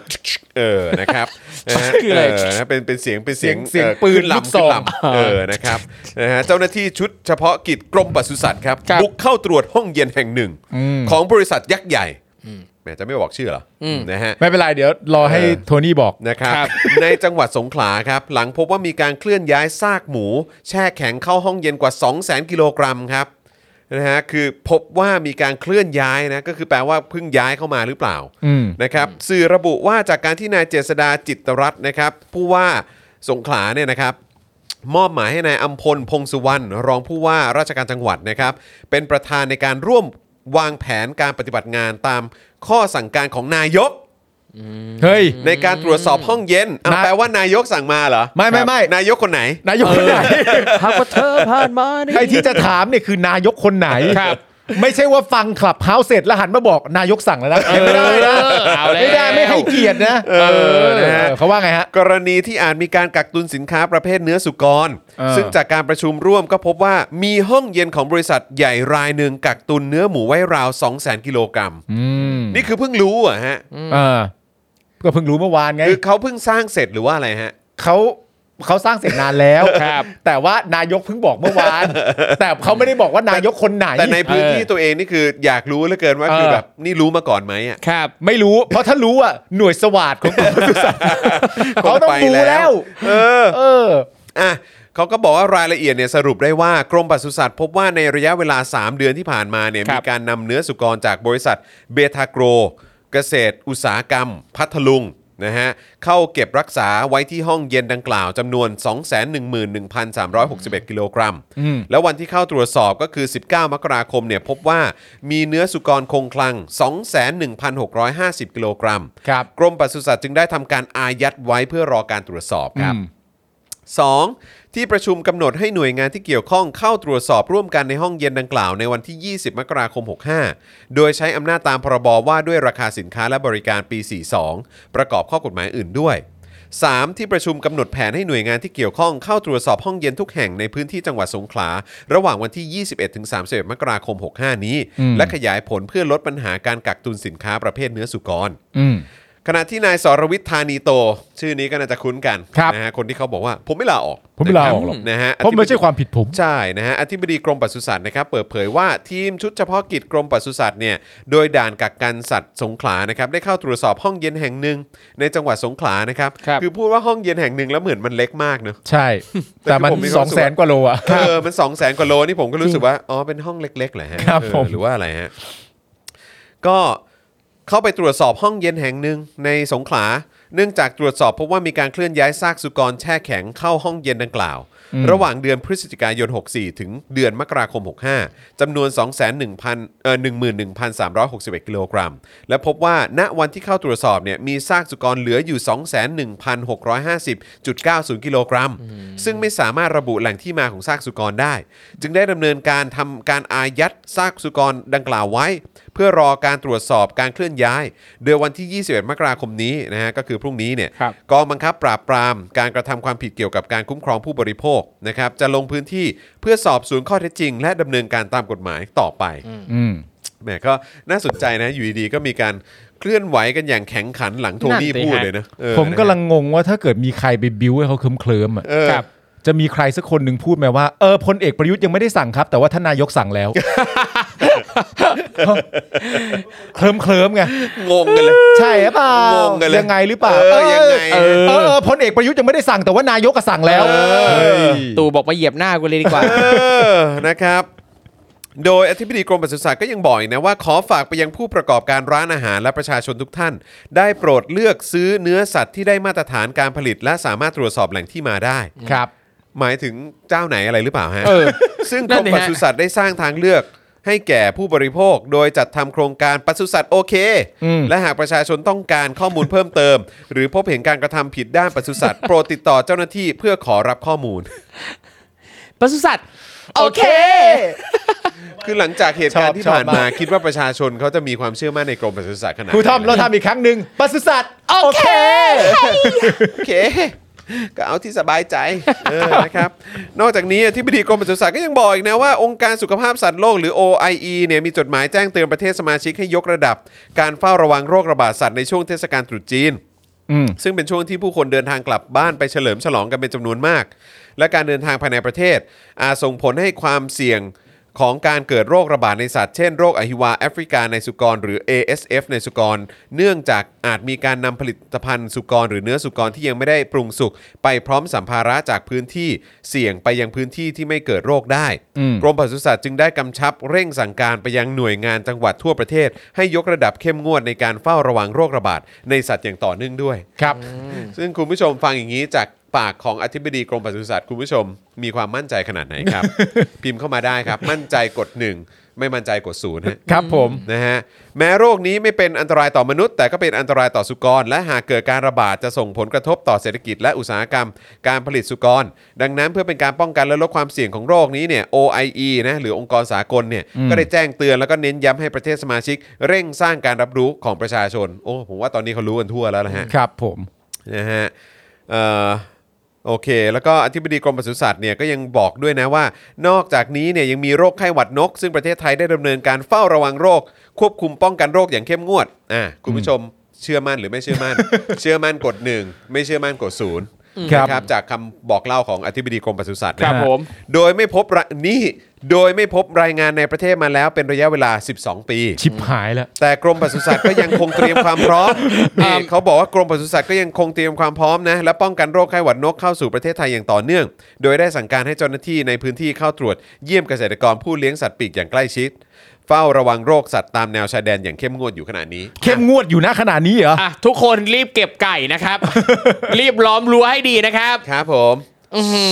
[SPEAKER 2] เออนะครับนะฮะ
[SPEAKER 1] คืออะไร
[SPEAKER 2] เนะเป็นเป็นเสียงเป็นเสียง
[SPEAKER 3] เสียง
[SPEAKER 2] อ่อ
[SPEAKER 3] ปืน
[SPEAKER 2] ขึ้
[SPEAKER 3] ลูก
[SPEAKER 2] ลำ
[SPEAKER 3] ซ
[SPEAKER 2] ขึ้
[SPEAKER 3] อน ง
[SPEAKER 2] ลำเออนะครับนะฮะเจ้าหน้าที่ชุดเฉพาะกิจกรมปศุสัตว์ครับ
[SPEAKER 1] ครับ
[SPEAKER 2] บุกเข้าตรวจห้องเย็นแห่งหนึ่ง ของบริษัทยักษ์ใหญ่แหมจะไม่บอกชื่อเหรออนะฮะ
[SPEAKER 3] ไม่เป็นไรเดี๋ยวรอให้โทนี่บอก
[SPEAKER 2] นะครับ ในจังหวัดสงขลาครับ หลังพบว่ามีการเคลื่อนย้ายซากหมู แช่แข็งเข้าห้องเย็นกว่า 200,000 กิโลกรัมครับนะฮะคือพบว่ามีการเคลื่อนย้ายนะก็คือแปลว่าเพิ่งย้ายเข้ามาหรือเปล่า
[SPEAKER 3] อืม
[SPEAKER 2] นะครับสื่อระบุว่าจากการที่นายเจษดาจิตรรัตน์นะครับ ผู้ว่าสงขลาเนี่ยนะครับ มอบหมายให้นายอัมพลพงสุวรรณรองผู้ว่าราชการจังหวัดนะครับ เป็นประธานในการร่วมวางแผนการปฏิบัติงานตามข้อสั่งการของนายก
[SPEAKER 3] เฮ้ย
[SPEAKER 2] ในการตรวจสอบห้องเย็นอ้าว
[SPEAKER 3] นะ
[SPEAKER 2] แปลว่านายกสั่งมาเหรอ
[SPEAKER 3] ไม่ไม่ไม่
[SPEAKER 2] นายกคนไหน
[SPEAKER 3] นายกคนไหน
[SPEAKER 1] หากว่าเธอผ่านมาได้
[SPEAKER 3] ใครที่จะถามเนี่ยคือนายกคนไหน
[SPEAKER 1] ครับ
[SPEAKER 3] ไม่ใช่ว่าฟังคลับเฮาส์เสร็จแล้วหันมาบอกนายกสั่งแล้วนะไม่ได้นะ
[SPEAKER 1] เออเอาแล้ว
[SPEAKER 3] ไม่ได้ไม่ให้เกียรตินะ เอ
[SPEAKER 2] อนะฮะ
[SPEAKER 3] เขาว่าไงฮะ
[SPEAKER 2] กรณีที่อาจมีการกักตุนสินค้าประเภทเนื้อสุกร
[SPEAKER 3] เออ
[SPEAKER 2] ซึ่งจากการประชุมร่วมก็พบว่ามีห้องเย็นของบริษัทใหญ่รายหนึ่งกักตุนเนื้อหมูไว้ราว 200,000 กิโลกรัม
[SPEAKER 3] อืม
[SPEAKER 2] นี่คือเพิ่งรู้อะฮะ
[SPEAKER 3] เออก็เพิ่งรู้เมื่อวานไง
[SPEAKER 2] คือเขาเพิ่งสร้างเสร็จหรือว่าอะไรฮะ
[SPEAKER 3] เขาเขาสร้างเสร็จนานแล้ว
[SPEAKER 1] ครับ
[SPEAKER 3] แต่ว่านายกเพิ่งบอกเมื่อ วาน แต่เขาไม่ได้บอกว่านายกคนไหน
[SPEAKER 2] แต่ในพื้นที่ตัวเองนี่คืออยากรู้เหลือเกินว่า
[SPEAKER 3] เออ
[SPEAKER 2] คือแบบนี่รู้มาก่อนไหมอะ
[SPEAKER 1] ครับ
[SPEAKER 3] ไม่รู้ เพราะถ้ารู้อ่ะหน่วยสวาสดของกรมปศุสัตว์เขาต้องรู้แล้ว
[SPEAKER 2] เออ
[SPEAKER 3] เออ
[SPEAKER 2] อ่ะเขาก็บอกว่ารายละเอียดเนี่ยสรุปได้ว่ากรมปศุสัตว์พบว่าในระยะเวลา 3 เดือนที่ผ่านมาเนี่ย
[SPEAKER 1] ครั
[SPEAKER 2] มี
[SPEAKER 1] บ
[SPEAKER 2] การนำเนื้อสุกรจากบริษัทเบทาโกร เกษตร อุตสาหกรรม พัทลุงนะฮะเข้าเก็บรักษาไว้ที่ห้องเย็นดังกล่าวจำนวน 211,361 กิโลกรัม
[SPEAKER 3] อืม
[SPEAKER 2] แล้ววันที่เข้าตรวจสอบก็คือ 19 มกราคมเนี่ยพบว่ามีเนื้อสุกรคงคลัง 21,650 กิโลกรัม
[SPEAKER 3] ครับ
[SPEAKER 2] กรมปศุสัตว์จึงได้ทำการอายัดไว้เพื่อรอการตรวจสอบครับ
[SPEAKER 3] อืม
[SPEAKER 2] 2. ที่ประชุมกำหนดให้หน่วยงานที่เกี่ยวข้องเข้าตรวจสอบร่วมกันในห้องเย็นดังกล่าวในวันที่ 20 มกราคม 65 โดยใช้อำนาจตามพรบว่าด้วยราคาสินค้าและบริการปี 42 ประกอบข้อกฎหมายอื่นด้วย 3. ที่ประชุมกำหนดแผนให้หน่วยงานที่เกี่ยวข้องเข้าตรวจสอบห้องเย็นทุกแห่งในพื้นที่จังหวัดสงขลา ระหว่างวันที่ 21 ถึง 31 มกราคม 65 นี้
[SPEAKER 3] อืม
[SPEAKER 2] และขยายผลเพื่อลดปัญหาการกักตุนสินค้าประเภทเนื้อสุกร
[SPEAKER 3] อืม
[SPEAKER 2] ขณะที่นายสรวิทย์ธานีโต ชื่อนี้ก็น่าจะคุ้นกัน
[SPEAKER 3] ครับ
[SPEAKER 2] นะฮะคนที่เขาบอกว่าผมไม่ลาออก
[SPEAKER 3] ผมไม่ลาออกหรอก
[SPEAKER 2] นะฮะ
[SPEAKER 3] เพราะไม่ใช่ความผิดผม
[SPEAKER 2] ใช่นะฮะอธิบดีกรมปศุสัตว์นะครับเปิดเผยว่าทีมชุดเฉพาะกิจกรมปศุสัตว์เนี่ยโดยด่านกักกันสัตว์สงขลานะครับได้เข้าตรวจสอบห้องเย็นแห่งหนึ่งในจังหวัดสงขลานะครับ
[SPEAKER 1] ครับ
[SPEAKER 2] อพูดว่าห้องเย็นแห่งหนึ่งแล้วเหมือนมันเล็กมากเนอะ
[SPEAKER 3] ใช่
[SPEAKER 2] แต่
[SPEAKER 3] แต่มัน
[SPEAKER 2] ผมมีค
[SPEAKER 3] ส
[SPEAKER 2] วา
[SPEAKER 3] อ
[SPEAKER 2] ม
[SPEAKER 3] ง
[SPEAKER 2] สุข
[SPEAKER 3] แสนกว่าโลอ่ะ
[SPEAKER 2] เออมัน2 0 0แสนกว่าโลนี่ผมก็รู้สึกว่าอ๋อเป็นห้องเล็กๆเหรอฮะ
[SPEAKER 3] ครับ
[SPEAKER 2] เออ
[SPEAKER 3] ผม
[SPEAKER 2] หรือว่าอะไรฮะก็เข้าไปตรวจสอบห้องเย็นแห่งหนึ่งในสงขลา เนื่องจากตรวจสอบพบว่ามีการเคลื่อนย้ายซากสุกรแช่แข็งเข้าห้องเย็นดังกล่าว ระหว่างเดือนพฤศจิกายน 64 ถึงเดือนมกราคม 65จำนวน 2,100,000เอ่อ11,361 กิโลกรัม และพบว่าณวันที่เข้าตรวจสอบเนี่ยมีซากสุกรเหลืออยู่ 21,650.90 กิโลกรัม ซึ่งไม่สามารถระบุแหล่งที่มาของซากสุกรได้ จึงได้ดำเนินการทำการอายัดซากสุกรดังกล่าวไว้ เพื่อรอการตรวจสอบการเคลื่อนย้าย โดยวันที่ 21 มกราคมนี้นะฮะก็คือพรุ่งนี้เนี่ย
[SPEAKER 1] ครับ
[SPEAKER 2] กองบังคับปราบปรามการกระทำความผิดเกี่ยวกับการคุ้มครองผู้บริโภคนะครับจะลงพื้นที่เพื่อสอบสวนข้อเท็จจริง และดำเนินการตามกฎหมายต่อไป
[SPEAKER 3] อืม
[SPEAKER 2] แหมก็น่าสนใจนะอยู่ดีๆก็มีการเคลื่อนไหวกันอย่างแข็งขันหลังโทนี่
[SPEAKER 1] นั่นสิฮะ
[SPEAKER 2] พูดเลยนะเออ
[SPEAKER 3] ผมกำลังงงว่าถ้าเกิดมีใครไปบิ้วให้เขาเคลิ้มเคลิมๆอ่ะ
[SPEAKER 2] เออ
[SPEAKER 1] ครับ
[SPEAKER 3] จะมีใครสักคนหนึ่งพูดไหมว่าเออพลเอกประยุทธ์ยังไม่ได้สั่งครับ แต่ว่าท่านนายกสั่ง แล้ว เคลิ้มเคลิมๆไง
[SPEAKER 2] งงกันเลย
[SPEAKER 3] ใช่หรือเปล่าง
[SPEAKER 2] งกันเลย
[SPEAKER 3] ยังไงหรือเปล่า
[SPEAKER 2] เออยังไง
[SPEAKER 3] เออเออเออพลเอกประยุทธ์ยังไม่ได้สั่งแต่ว่านายกก็สั่งแล้วเฮ้ย
[SPEAKER 1] ตู่บอกมาเหยียบหน้ากูเลยดีก ว่า
[SPEAKER 2] เออ นะครับ โดยอธิบดีกรมปศุสัตว์ก็ยังบอกอีกนะว่าขอฝากไปยังผู้ประกอบการร้านอาหารและประชาชนทุกท่าน ได้โปรดเลือกซื้อเนื้อสัตว์ที่ได้มาตรฐานการผลิต และสามารถตรวจสอบแหล่งที่มาได้
[SPEAKER 3] ครับ
[SPEAKER 2] หมายถึงเจ้าไหนอะไรหรือเปล่าฮะ
[SPEAKER 1] เออ
[SPEAKER 2] ซึ่งก
[SPEAKER 1] นั่
[SPEAKER 2] ร
[SPEAKER 1] น
[SPEAKER 2] ม
[SPEAKER 1] ดิ
[SPEAKER 2] ป
[SPEAKER 1] ฮะ
[SPEAKER 2] ศุสัตว์ได้สร้างทางเลือกให้แก่ผู้บริโภค โดยจัดทำโครงการปศุสัตว์โอเค
[SPEAKER 3] อืม
[SPEAKER 2] และหากประชาชนต้องการข้อมูลเพิ่มเติม หรือพบเห็นการกระทำผิดด้านปศุสัตว์ โปรดติดต่อเจ้าหน้าที่เพื่อขอรับข้อมูล
[SPEAKER 1] ปศุสัตว์ โอเค
[SPEAKER 2] คือหลังจากเหตุการณ์ที่
[SPEAKER 3] ชอบชอบ
[SPEAKER 2] ผ่านมาคิดว่าประชาชนเขาจะมีความเชื่อมั่นในกรมปศุสัตว์ขนาด
[SPEAKER 3] ครูทอม
[SPEAKER 2] ไหน
[SPEAKER 3] เราทำอีกครั้งหนึ่งปศุสัตว์
[SPEAKER 1] โอเค
[SPEAKER 2] โอเค ก็เอาที่สบายใจเออนะครับ นอกจากนี้ที่บดีกรมปศุสัตว์ก็ยังบอกอีกนะว่าองค์การสุขภาพสัตว์โลกหรือ OIE เนี่ยมีจดหมายแจ้งเตือนประเทศสมาชิกให้ยกระดับ การเฝ้าระวังโรคระบาดสัตว์ในช่วงเทศกาลตรุษจีน
[SPEAKER 3] อืม
[SPEAKER 2] ซึ่งเป็นช่วงที่ผู้คนเดินทางกลับบ้านไปเฉลิมฉลองกันเป็นจำนวนมาก และการเดินทางภายในประเทศ อาจส่งผลให้ความเสี่ยงของการเกิดโรคระบาดในสัตว์ เช่นโรคอหิวาแอฟริกาในสุกร หรือ ASF ในสุกร เนื่องจากอาจมีการนำผลิตภัณฑ์สุกร หรือเนื้อสุกรที่ยังไม่ได้ปรุงสุกไปพร้อมสัมภาระจากพื้นที่เสี่ยงไปยังพื้นที่ที่ไม่เกิดโรคได้
[SPEAKER 3] อืม
[SPEAKER 2] กรมปศุสัตว์จึงได้กำชับเร่งสั่งการไปยังหน่วยงานจังหวัดทั่วประเทศ ให้ยกระดับเข้มงวดในการเฝ้าระวังโรคระบาดในสัตว์อย่างต่อเนื่องด้วย
[SPEAKER 3] ครับ
[SPEAKER 2] ซึ่งคุณผู้ชมฟังอย่างนี้จากปากของอธิบดีกรมปศุสัตว์คุณผู้ชมมีความมั่นใจขนาดไหน ครับ พิมพ์เข้ามาได้ครับ มั่นใจกด 1 ไม่มั่นใจกดศูนย์ฮะ
[SPEAKER 3] ครับผม
[SPEAKER 2] นะฮะแม้โรคนี้ไม่เป็นอันตรายต่อมนุษย์ แต่ก็เป็นอันตรายต่อสุกร และหากเกิดการระบาดจะส่งผลกระทบต่อเศรษฐกิจและอุตสาหกรรม การผลิตสุกร ดังนั้นเพื่อเป็นการป้องกันและลดความเสี่ยงของโรคนี้เนี่ย OIE นะหรือองค์กรสากลเนี่ยก็ได้แจ้งเตือนแล้วก็เน้นย้ำให้ประเทศสมาชิก เร่งสร้างการรับรู้ของประชาชน โอ้ผมว่าตอนนี้เขารู้กันทั่วแล้วนะฮะ
[SPEAKER 3] ครับผม
[SPEAKER 2] นะฮะเอ่อโอเค แล้วก็อธิบดีกรมปศุสัตว์เนี่ยก็ยังบอกด้วยนะว่า นอกจากนี้เนี่ยยังมีโรคไข้หวัดนก ซึ่งประเทศไทยได้ดำเนินการเฝ้าระวังโรค ควบคุมป้องกันโรคอย่างเข้มงวดอ่ะคุณผู้ชมเชื่อมั่นหรือไม่เชื่อ มั่น เชื่อมั่นกดหนึ่งไม่เชื่อมั่นกดศูนย์
[SPEAKER 3] ครับ
[SPEAKER 2] นะครับจากคำบอกเล่าของอธิบดีกรมปศุสัตว์นะ
[SPEAKER 1] ครับผม
[SPEAKER 2] โดยไม่พบระนี่โดยไม่พบรายงานในประเทศมาแล้วเป็นระยะเวลา 12 ปี
[SPEAKER 3] ชิปหายแล้ว
[SPEAKER 2] แต่กรมปศุสัตว์ก็ยังคงเตรียมความพ ร้อมนี่เขาบอกว่ากรมปศุสัตว์ก็ยังคงเตรียมความพร้อมนะและป้องกันโรคไข้หวัดนกเข้าสู่ประเทศไทยอย่างต่อเนื่อง โดยได้สั่งการให้เจ้าหน้าที่ในพื้นที่เข้าตรวจเยี่ยมเกษตรกรผู้เลี้ยงสัตว์ปีกอย่างใกล้ชิด เฝ้าระวังโรคสัตว์ตามแนวชายแดนอย่างเข้มงวดอยู่ขณะนี้
[SPEAKER 3] เข้มงวดอยู่นะขนาดนี้เหรอ
[SPEAKER 1] อ่ะทุกคนรีบเก็บไก่นะครับ รีบล้อมรั้วให้ดีนะครับ
[SPEAKER 2] ครับผม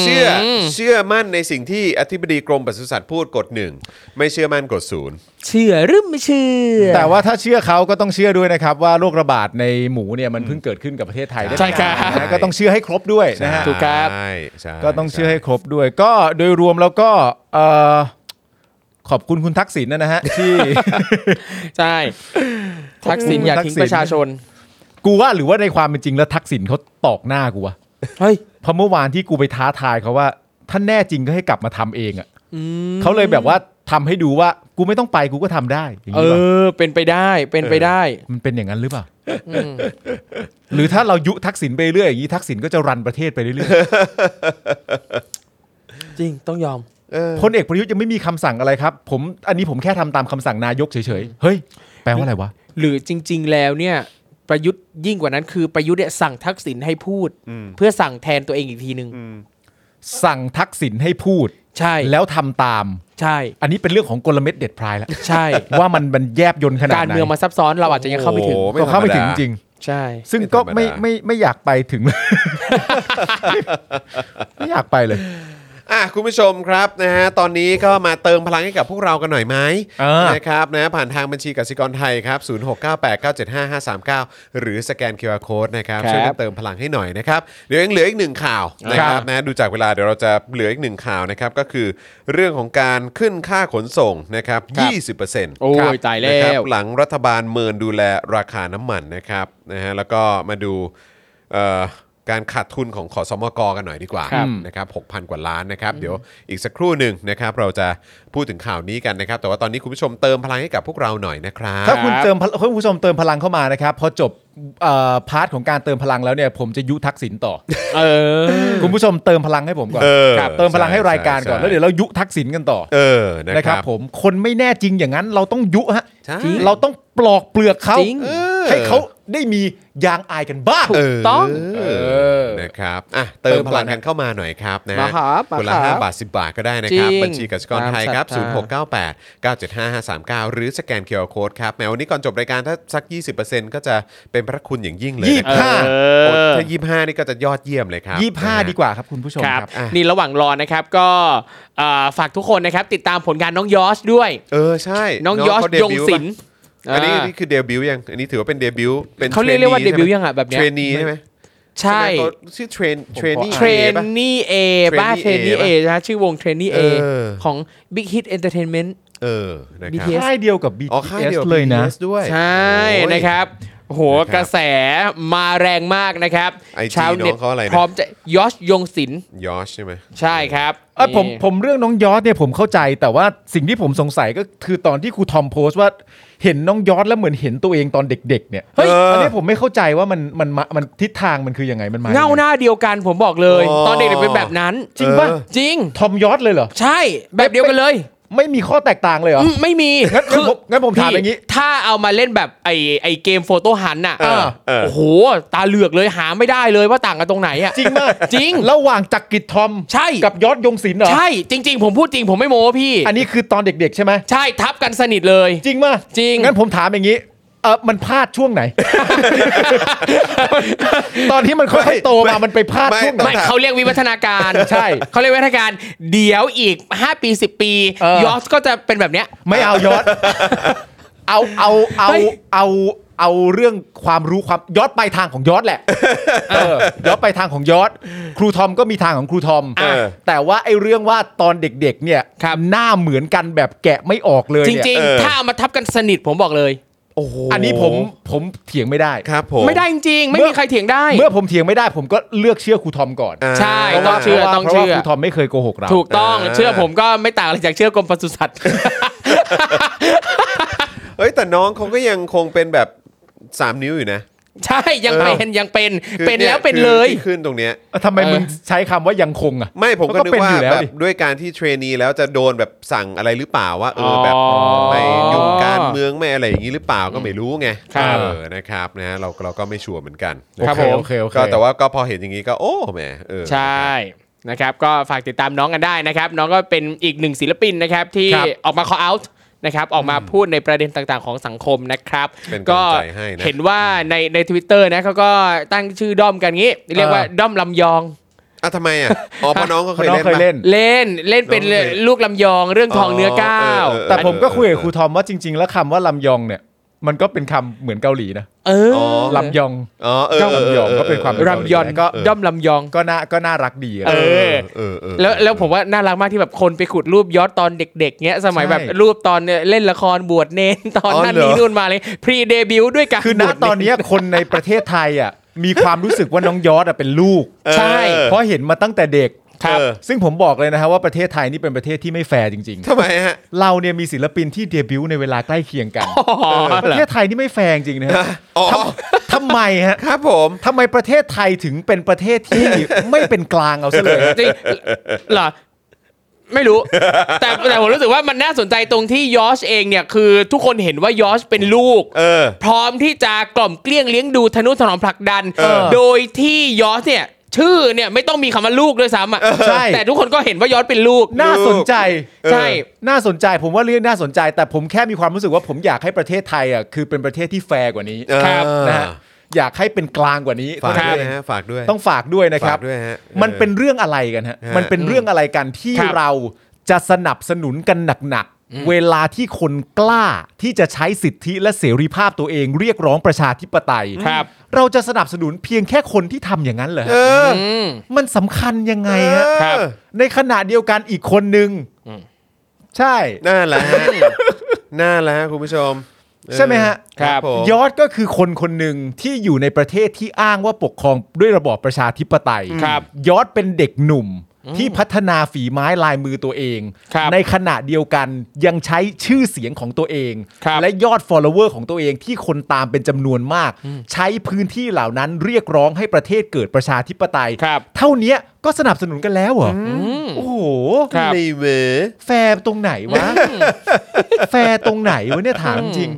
[SPEAKER 2] เชื่อเชื่อมั่นในสิ่งที่อธิบดีกรมปศุสัตว์พูดกดหนึ่งไม่เชื่อมั่นกดศูนย์
[SPEAKER 1] เชื่อหรือไม่เชื่อ
[SPEAKER 3] แต่ว่าถ้าเชื่อเขาก็ต้องเชื่อด้วยนะครับ ว่าโรคระบาดในหมูเนี่ยมันเพิ่งเกิดขึ้นกับประเทศไทยได้
[SPEAKER 1] ใช่ครับ
[SPEAKER 3] นะฮะก็ต้องเชื่อให้ครบด้วยนะฮะ
[SPEAKER 1] ถูกครับ
[SPEAKER 2] ใช่ใช่
[SPEAKER 3] ก็ต้องเชื่อให้ครบด้วย ก็โดยรวมแล้วก็เอ่อขอบคุณคุณทักษิณนะนะ ฮะ ที่
[SPEAKER 1] ใช่ทักษิณอย่าทิ้งประชาชน
[SPEAKER 3] กูว่าหรือว่าในความเป็นจริงแล้วทักษิณเขาตอกหน้ากูวะ
[SPEAKER 1] เฮ้ย
[SPEAKER 3] เพราะเมื่อวานที่กูไปท้าทายเขาว่าท่านแน่จริงก็ให้กลับมาทำเองอ่ะเขาเลยแบบว่าทำให้ดูว่ากูไม่ต้องไปกูก็ทำได้อย่าง
[SPEAKER 1] เอ
[SPEAKER 3] นี้ป่ะ
[SPEAKER 1] อ เป็นไปได้เป็นไปได้
[SPEAKER 3] มันเป็นอย่างนั้นหรือเปล่าหรือถ้าเรายุทักษิณไปเรื่อยอย่างนี้ทักษิณก็จะรันประเทศไปเรื่อย
[SPEAKER 1] จริงต้องยอม
[SPEAKER 3] ๆพลเอกประยุทธ์ยังไม่มีคำสั่งอะไรครับ ผมอันนี้ผมแค่ทำตามคำสั่งนายกเฉยๆเฮ้ยแปลว่าอะไรวะ
[SPEAKER 1] หรือจริง ๆ แล้วเนี่ย ประยุทธ์ยิ่งกว่านั้นคือประยุทธ์เนี่ยสั่งทักษิณให้พูด เพื่อสั่งแทนตัวเองอีกทีหนึ่ง
[SPEAKER 3] สั่งทักษิณให้พูด
[SPEAKER 1] ใช่
[SPEAKER 3] แล้วทำตาม
[SPEAKER 1] ใช่
[SPEAKER 3] อันนี้เป็นเรื่องของกลเม็ดเด็ดพลายแล้ว
[SPEAKER 1] ใช่
[SPEAKER 3] ว่ามันมันแยบย นขนาด
[SPEAKER 1] การ
[SPEAKER 3] ไหน
[SPEAKER 1] เมืองมาซับซ้อนเราอาจจะยังเข้าไม่ถึง
[SPEAKER 2] โอ้โห
[SPEAKER 3] ก็เข้าไม่ถึง
[SPEAKER 2] ธด
[SPEAKER 3] จริง
[SPEAKER 1] ใช่
[SPEAKER 3] ซึ่ง
[SPEAKER 2] ไม่ธรรมดา
[SPEAKER 3] ก็ไม่ไม่ไม่อยากไปถึง ไม่อยากไปเลย
[SPEAKER 2] อ่ะคุณผู้ชมครับนะฮะตอนนี้ก็มาเติมพลังให้กับพวกเรากันหน่อยไหม
[SPEAKER 3] เออ
[SPEAKER 2] นะครับนะผ่านทางบัญชีกสิกรไทยครับ 0698975539 หรือสแกน QR Code นะครับ
[SPEAKER 1] ครับ
[SPEAKER 2] ช่วยกันเติมพลังให้หน่อยนะครับ เดี๋ยวยังเหลืออีกหนึ่งข่าวนะครับนะดูจากเวลาเดี๋ยวเราจะเหลืออีกหนึ่งข่าวนะครับ ก็คือเรื่องของการขึ้นค่าขนส่งนะครับ 20%
[SPEAKER 1] โอ้
[SPEAKER 2] ครับ
[SPEAKER 1] ยตายแล้
[SPEAKER 2] นะครั
[SPEAKER 1] ว
[SPEAKER 2] บหลังรัฐบาลเมินดูแลราคาน้ำมันนะครับนะฮะแล้วก็มาดูเอ่อการขาดทุนของขอสมกกันหน่อยดีกว่า
[SPEAKER 1] ครับ
[SPEAKER 2] นะครับ6,000 กว่าล้านนะครับ เดี๋ยวอีกสักครู่หนึ่งนะครับ เราจะพูดถึงข่าวนี้กันนะครับ แต่ว่าตอนนี้คุณผู้ชมเติมพลังให้กับพวกเราหน่อยนะครับ
[SPEAKER 3] ถ้าคุณเติมพลังคุณผู้ชมเติมพลังเข้ามานะครับ พอจบเอ่อพาร์ทของการเติมพลังแล้วเนี่ย ผมจะยุทักษิณต่อ
[SPEAKER 1] เออ
[SPEAKER 3] คุณผู้ชมเติมพลังให้ผมก่อน
[SPEAKER 2] เออ
[SPEAKER 3] ครับเติมพลังให้รายการก่อน
[SPEAKER 2] ใช่
[SPEAKER 3] แล้วเดี๋ยวเรายุทักษิณกันต่อ
[SPEAKER 2] เออนะ
[SPEAKER 3] นะ
[SPEAKER 2] ค
[SPEAKER 3] ครั
[SPEAKER 2] รั
[SPEAKER 3] บบ ผมคนไม่แน่จริงอย่างนั้นเราต้องยุฮะ
[SPEAKER 2] ใช่
[SPEAKER 1] จริง
[SPEAKER 3] เราต้องปลอกเปลือกเขา
[SPEAKER 1] จริง
[SPEAKER 3] ให้เขาได้มียางอายกันบ้าง
[SPEAKER 2] เ
[SPEAKER 1] ต้อง
[SPEAKER 2] เออนะครับอ่ะ
[SPEAKER 3] เติ
[SPEAKER 2] เติม
[SPEAKER 3] ม
[SPEAKER 2] พ
[SPEAKER 3] พลั
[SPEAKER 2] ลัง
[SPEAKER 3] ง
[SPEAKER 2] กันเข้ามาหน่อยครับนะ
[SPEAKER 1] มาครับมาครับ
[SPEAKER 2] คนละ5บาท 10 บาทก็ได้นะครับ
[SPEAKER 1] จริง
[SPEAKER 2] บัญชีกสิกรไทยครับ
[SPEAKER 1] ตามศรัทธา
[SPEAKER 2] 0698 975539 หรือสแกนเคอร์โคดครับแหม้วันนี้ก่อนจบรายการถ้าสัก 20%ก็จะเป็นพระคุณอย่างยิ่งเลย
[SPEAKER 3] ยี่สิบ
[SPEAKER 2] นะครั
[SPEAKER 3] ห้า
[SPEAKER 4] เอ
[SPEAKER 2] โอ้
[SPEAKER 4] อ
[SPEAKER 2] ถ้า 25 นี่ก็จะยอดเยี่ยมเลยครับ
[SPEAKER 3] ยี่สิบห้า
[SPEAKER 2] นะฮะ
[SPEAKER 3] ดีกว่าครับคุณผู้ชม
[SPEAKER 1] ค
[SPEAKER 3] ค
[SPEAKER 1] รั
[SPEAKER 3] รั
[SPEAKER 1] บบ
[SPEAKER 2] อ่ะ
[SPEAKER 1] นี่ระหว่างรอนะครับก็เอ่อฝากทุกคนนะครับติดตามผลงานน้องยอชด้วย
[SPEAKER 2] เออ ใช่
[SPEAKER 1] น้องยอช
[SPEAKER 2] เขาเด
[SPEAKER 1] ยง
[SPEAKER 2] บิวต์
[SPEAKER 1] ศิล
[SPEAKER 2] ปะ
[SPEAKER 1] ป์
[SPEAKER 2] อันนี้
[SPEAKER 1] า
[SPEAKER 2] นี่คือเดบิวต์ยัง อันนี้ถือว่าเป็นเดบิวต์เป็น
[SPEAKER 1] เขาเรียกเรียกว่าเดบิวต์ยังอ่ะแบบเนี้ย
[SPEAKER 2] เทรนีใช่ไหม
[SPEAKER 1] ใช่
[SPEAKER 2] เขาชื่อเทรนเทรนนี่
[SPEAKER 1] เทรนนี่เอบ้าเทรน
[SPEAKER 2] Trainee
[SPEAKER 1] นี่เอ
[SPEAKER 2] ป่ะ
[SPEAKER 1] นะชื่อวงเทรนนี่เอ
[SPEAKER 2] เออ
[SPEAKER 1] ของ Big Hit Entertainment
[SPEAKER 2] เออนะครับ
[SPEAKER 1] BTS
[SPEAKER 3] ค่ายเดียวกับ
[SPEAKER 2] อ๋อค่าย
[SPEAKER 3] BTS
[SPEAKER 2] เดียวกับ
[SPEAKER 3] เลยนะ
[SPEAKER 2] BTS ด้วย
[SPEAKER 1] ใช่
[SPEAKER 2] โอ้ย
[SPEAKER 1] นะครับโอ้โห
[SPEAKER 2] นะครับ
[SPEAKER 1] กระแสมาแรงมากนะครับ
[SPEAKER 2] IG
[SPEAKER 1] ชาวเน็ต
[SPEAKER 2] น้องเขาอะไรนะ
[SPEAKER 1] พร้อมจะยอชยงศิลป์
[SPEAKER 2] ยอชใช่ไหม
[SPEAKER 1] ใช่ครับ
[SPEAKER 3] เอยผม
[SPEAKER 1] นี่
[SPEAKER 3] ผมเรื่องน้องยอดเนี่ยผมเข้าใจแต่ว่าสิ่งที่ผมสงสัยก็คือตอนที่ครูทอมโพสต์ว่าเห็นน้องยอดแล้วเหมือนเห็นตัวเองตอนเด็ก ๆ เนี่ยเฮ้ย
[SPEAKER 2] เอออั
[SPEAKER 3] อันนี้ผมไม่เข้าใจว่ามันมันมันมันทิศทางมันคือยังไงมันมา
[SPEAKER 1] เงาหน้าเดียวกันผมบอกเลย
[SPEAKER 2] อ๋อ
[SPEAKER 1] ตอนเด็กๆเป็นแบบนั้น
[SPEAKER 3] จริงป่ะ
[SPEAKER 2] เออ
[SPEAKER 1] จริง
[SPEAKER 3] ทอมยอดเลยเหรอ
[SPEAKER 1] ใช่แบบเดียวกันเลย
[SPEAKER 3] ไม่มีข้อแตกต่างเลยเหรอ
[SPEAKER 1] อืมไม่มี
[SPEAKER 3] งั้นงั้นผมงั้นผมถามอย่างงี้
[SPEAKER 1] นี้ ถ้าเอามาเล่นแบบไอไอเกมโฟโต้หันน่ะ
[SPEAKER 2] เออเออ
[SPEAKER 1] โอ้โห ตาเหลือกเลยหาไม่ได้เลยว่าต่างกันตรงไหนอ่ะ
[SPEAKER 3] จริงป่ะ
[SPEAKER 1] จริง
[SPEAKER 3] ระหว่างจักรกิจทอม
[SPEAKER 1] ใช่
[SPEAKER 3] กับยอดยงศิลป์เหรอ
[SPEAKER 1] ใช่จริง ๆ ผมพูดจริงผมไม่โม้พี่
[SPEAKER 3] อันนี้คือตอนเด็ก ๆ ใช่ไหม
[SPEAKER 1] ใช่ทับกันสนิทเลย
[SPEAKER 3] จริงป่ะ
[SPEAKER 1] จริง
[SPEAKER 3] งั้นผมถามอย่างนี้ เออมันพลาดช่วงไหน ตอนที่มันค่อยๆโตมา มันไปพลาดช่วงไหน
[SPEAKER 2] ไม่
[SPEAKER 1] ไม่เขาเรียกวิวัฒนาการ
[SPEAKER 3] ใช่
[SPEAKER 1] เขาเรียกวิวัฒนาการ เดี๋ยวอีก 5 ปี 10 ปี
[SPEAKER 3] เออ
[SPEAKER 1] ยอสก็จะเป็นแบบเนี้ย
[SPEAKER 3] ไม่เอายอด เอาเอาเอา
[SPEAKER 1] เฮ้ย
[SPEAKER 3] เอาเอาเรื่องความรู้ความยอดไปทางของยอดแหละเออยอดไปทางของยอด ครูทอมก็มีทางของครูทอม
[SPEAKER 2] เออ
[SPEAKER 3] แต่ว่าไอ้เรื่องว่าตอนเด็กๆ เนี่ยหน้าเหมือนกันแบบแกะไม่ออกเลย
[SPEAKER 1] จ
[SPEAKER 3] เนี่ย
[SPEAKER 1] ริง
[SPEAKER 2] เออ
[SPEAKER 1] ๆ ถ้าเอามาทับกันสนิทผมบอกเลย
[SPEAKER 2] โอ้โห
[SPEAKER 3] อันนี้ผมผมเถียงไม่ได้
[SPEAKER 2] ครับผม
[SPEAKER 1] ไม่ได้จริงๆไม่มีใครเถียงได้
[SPEAKER 3] เมื่อผมเถียงไม่ได้ ผมก็เลือกเชื่อครูทอมก่อน
[SPEAKER 2] อ่า
[SPEAKER 1] ใช่ ต้องเชื่อ
[SPEAKER 3] พราะว่า
[SPEAKER 1] ต้องเชื่อ
[SPEAKER 3] พราะว่าครูทอมไม่เคยโกหกเรา
[SPEAKER 1] ถูกต้อง
[SPEAKER 2] เออ
[SPEAKER 1] เชื่อผมก็ไม่ต่างอะไรจากเชื่อกรมปศุสัตว์
[SPEAKER 2] เอ้ยแต่น้องเขาก็ยังคงเป็นแบบสามนิ้วอยู่นะ
[SPEAKER 1] ใช่ยังเป็นยังเป็น
[SPEAKER 2] คือ
[SPEAKER 1] เป็น
[SPEAKER 2] ย
[SPEAKER 1] แล้วเป็น
[SPEAKER 2] คือ
[SPEAKER 1] เลย
[SPEAKER 2] ที่ขึ้นตรงเนี้ย
[SPEAKER 3] ทำไม
[SPEAKER 1] เออ
[SPEAKER 3] มึงใช้คำว่ายังคงอ่ะ
[SPEAKER 2] ไม่ผมก็นึก
[SPEAKER 3] เป็น
[SPEAKER 2] ว่า
[SPEAKER 3] อยู่แล้ว
[SPEAKER 2] แบบ
[SPEAKER 3] ดิ
[SPEAKER 2] ด้วยการที่เทรนนีแล้วจะโดนแบบสั่งอะไรหรือเปล่าว่าเอออ
[SPEAKER 1] อ
[SPEAKER 2] แบบไม่ยุ่งการเมืองไม่อะไรอย่างนี้หรือเปล่าก็ไม่รู้ไง
[SPEAKER 1] ครับ
[SPEAKER 2] เออนะครับนะฮะเราเราก็ไม่ชัวร์เหมือนกัน
[SPEAKER 1] ครับ
[SPEAKER 2] นะ
[SPEAKER 1] ผม
[SPEAKER 3] โอเคโอเค
[SPEAKER 2] ก็แต่ว่าก็พอเห็นอย่างนี้ก็โอ้แหมเออ
[SPEAKER 1] ใช่นะครับ ก็ฝากติดตามน้องกันได้นะครับ น้องก็เป็นอีกหนึ่งศิลปินนะครับ ที่
[SPEAKER 3] ครับ
[SPEAKER 1] ออกมา call out นะครับ ออกมาพูดในประเด็นต่างๆของสังคมนะครับ
[SPEAKER 2] เป็นกำลั
[SPEAKER 1] ก็
[SPEAKER 2] งใจให้นะ
[SPEAKER 1] เห็นว่าในในทวิตเตอร์นะเขาก็ตั้งชื่อด้อมกันงี้ เรียกว่าด้อมลำยอง
[SPEAKER 2] อ่ะทำไมอ่ะอ๋อเพราะน้องเขาเคย
[SPEAKER 3] น้อง
[SPEAKER 2] เล่น
[SPEAKER 3] เคย
[SPEAKER 2] ปะ
[SPEAKER 3] เล่น
[SPEAKER 1] เล่นเล่นเป็น
[SPEAKER 2] น้องเล่น
[SPEAKER 1] ลูกลำยองเรื่องทองเนื้ออ
[SPEAKER 2] อ
[SPEAKER 1] ก้าว
[SPEAKER 2] เออเออ
[SPEAKER 3] แต่ผมก็คุยกับครูทอมว่าจริง ๆ แล้วคำว่าลำยองเนี่ย มันก็เป็นคำเหมือนเกาหลีนะ
[SPEAKER 1] เออ
[SPEAKER 3] ลำยอง
[SPEAKER 2] อ๋อเออ
[SPEAKER 3] เจ้าลำยองก็เป็นความ
[SPEAKER 2] ออออ
[SPEAKER 1] รำยอน
[SPEAKER 3] ก็
[SPEAKER 1] ก็ด้อมลำยอง
[SPEAKER 3] ก็น่าก็น่ารักดีอะ
[SPEAKER 1] เออ
[SPEAKER 2] เออเออ
[SPEAKER 1] แล้วแล้วผมว่าน่ารักมากที่แบบคนไปขุดรูปย้อนตอนเด็กๆเงี้ยสมัย
[SPEAKER 3] ใช่
[SPEAKER 1] แบบรูปตอนเนี่ยเล่นละครบวชเน น ตอนนั่นนี่นู่นมาเลยพรีเดบิวด้วยกัน
[SPEAKER 3] คือณ
[SPEAKER 1] บวชเร
[SPEAKER 3] ตอนเนี้ยคนในประเทศไทยอ่ะมีความรู้สึกว่าน้องยอดอะเป็นลูก
[SPEAKER 2] ออ
[SPEAKER 1] ใช่
[SPEAKER 2] ออ
[SPEAKER 3] เพราะเห็นมาตั้งแต่เด็ก
[SPEAKER 2] เออ
[SPEAKER 3] ซึ่งผมบอกเลยนะฮะว่าประเทศไทยนี่เป็นประเทศที่ไม่แฟร์จริง
[SPEAKER 2] ทำไมฮะ
[SPEAKER 3] ๆ เราเนี่ยมีศิลปินที่เดบิวต์ในเวลาใกล้เคียงกัน
[SPEAKER 1] อ๋อ
[SPEAKER 3] ป
[SPEAKER 1] เหร
[SPEAKER 3] ระ
[SPEAKER 1] อ
[SPEAKER 3] เทศไทยนี่ไม่แฟร์จริงๆนะฮะ
[SPEAKER 2] อ๋อ
[SPEAKER 3] ทำทำไมฮะ
[SPEAKER 2] ครับผม
[SPEAKER 3] ทำไมประเทศไทยถึงเป็นประเทศที่ ไม่เป็นกลางเอาซะเลยฮะ
[SPEAKER 1] จริงเหรอไม่รู้ แต่แต่ผมรู้สึกว่ามันน่าสนใจตรงที่ยอชเองเนี่ยคือทุกคนเห็นว่ายอชเป็นลูก
[SPEAKER 2] เออ
[SPEAKER 1] พร้อมที่จะกล่อมเกลี้ยงเลี้ยงดูทนุถนอมผลักดัน
[SPEAKER 2] เออ
[SPEAKER 1] โดยที่ยอสเนี่ยชื่อเนี่ยไม่ต้องมีคำว่าลูกด้วยซ้ำอ่ะ
[SPEAKER 3] ใช่
[SPEAKER 1] แต่ทุกคนก็เห็นว่ายอสเป็นลูก
[SPEAKER 3] น่าสนใจ
[SPEAKER 2] เออ
[SPEAKER 1] ใช่
[SPEAKER 3] น่าสนใจผมว่าเรื่องน่าสนใจ แต่ผมแค่มีความรู้สึกว่าผมอยากให้ประเทศไทยอ่ะคือเป็นประเทศที่แฟร์กว่านี้
[SPEAKER 2] ครับ
[SPEAKER 3] นะฮะอยากให้เป็นกลางกว่านี้
[SPEAKER 2] ฝาก
[SPEAKER 3] เท่า
[SPEAKER 2] ด้วน ย
[SPEAKER 3] นั้เอง
[SPEAKER 2] นะฮะฝากด้วย
[SPEAKER 3] ต้องฝากด้วยนะค
[SPEAKER 2] ฝา
[SPEAKER 3] รับ
[SPEAKER 2] กด้วยฮะ
[SPEAKER 3] มันเป็นเรื่องอะไรกันฮะ
[SPEAKER 2] ฮะ
[SPEAKER 3] มันเป็นเรื่องอะไรกันที่
[SPEAKER 1] ครับ
[SPEAKER 3] เราจะสนับสนุนกันหนักๆเวลาที่คนกล้าที่จะใช้สิทธิและเสรีภาพตัวเอง เรียกร้องประชาธิปไตย
[SPEAKER 1] ครับ
[SPEAKER 3] เราจะสนับสนุนเพียงแค่คนที่ทำอย่างนั้นเหรอฮะ
[SPEAKER 2] เออ
[SPEAKER 1] อืม
[SPEAKER 3] มันสำคัญยังไงฮะ
[SPEAKER 1] ครับ
[SPEAKER 2] เออ
[SPEAKER 3] ในขณะเดียวกันอีกคนนึงใช่
[SPEAKER 2] น่าละฮะน่าละฮะคุณผู้ชม
[SPEAKER 3] ใช่ไหมฮะ
[SPEAKER 2] ครับ ผม
[SPEAKER 3] ยอดก็คือคนคนหนึ่งที่อยู่ในประเทศที่อ้างว่าปกครองด้วยระบอบประชาธิปไตย
[SPEAKER 1] ครับ
[SPEAKER 3] ยอดเป็นเด็กหนุ่มที่พัฒนาฝีไม้ลายมือตัวเอง
[SPEAKER 1] ครับ
[SPEAKER 3] ในขณะเดียวกันยังใช้ชื่อเสียงของตัวเอง
[SPEAKER 1] ครับ
[SPEAKER 3] และยอด follower ของตัวเองที่คนตามเป็นจำนวนมาก ใช้พื้นที่เหล่านั้นเรียกร้องให้ประเทศเกิดประชาธิปไตย
[SPEAKER 1] ครับ
[SPEAKER 3] เท่าเนี้ยก็สนับสนุนกันแล้วเหรออ
[SPEAKER 1] อืม
[SPEAKER 3] โอ้โห
[SPEAKER 1] ครับ
[SPEAKER 2] รีเวอร์
[SPEAKER 3] แฟร์ตรงไหนวะ แฟร์ตรงไหนวะเนี่ยถามจริง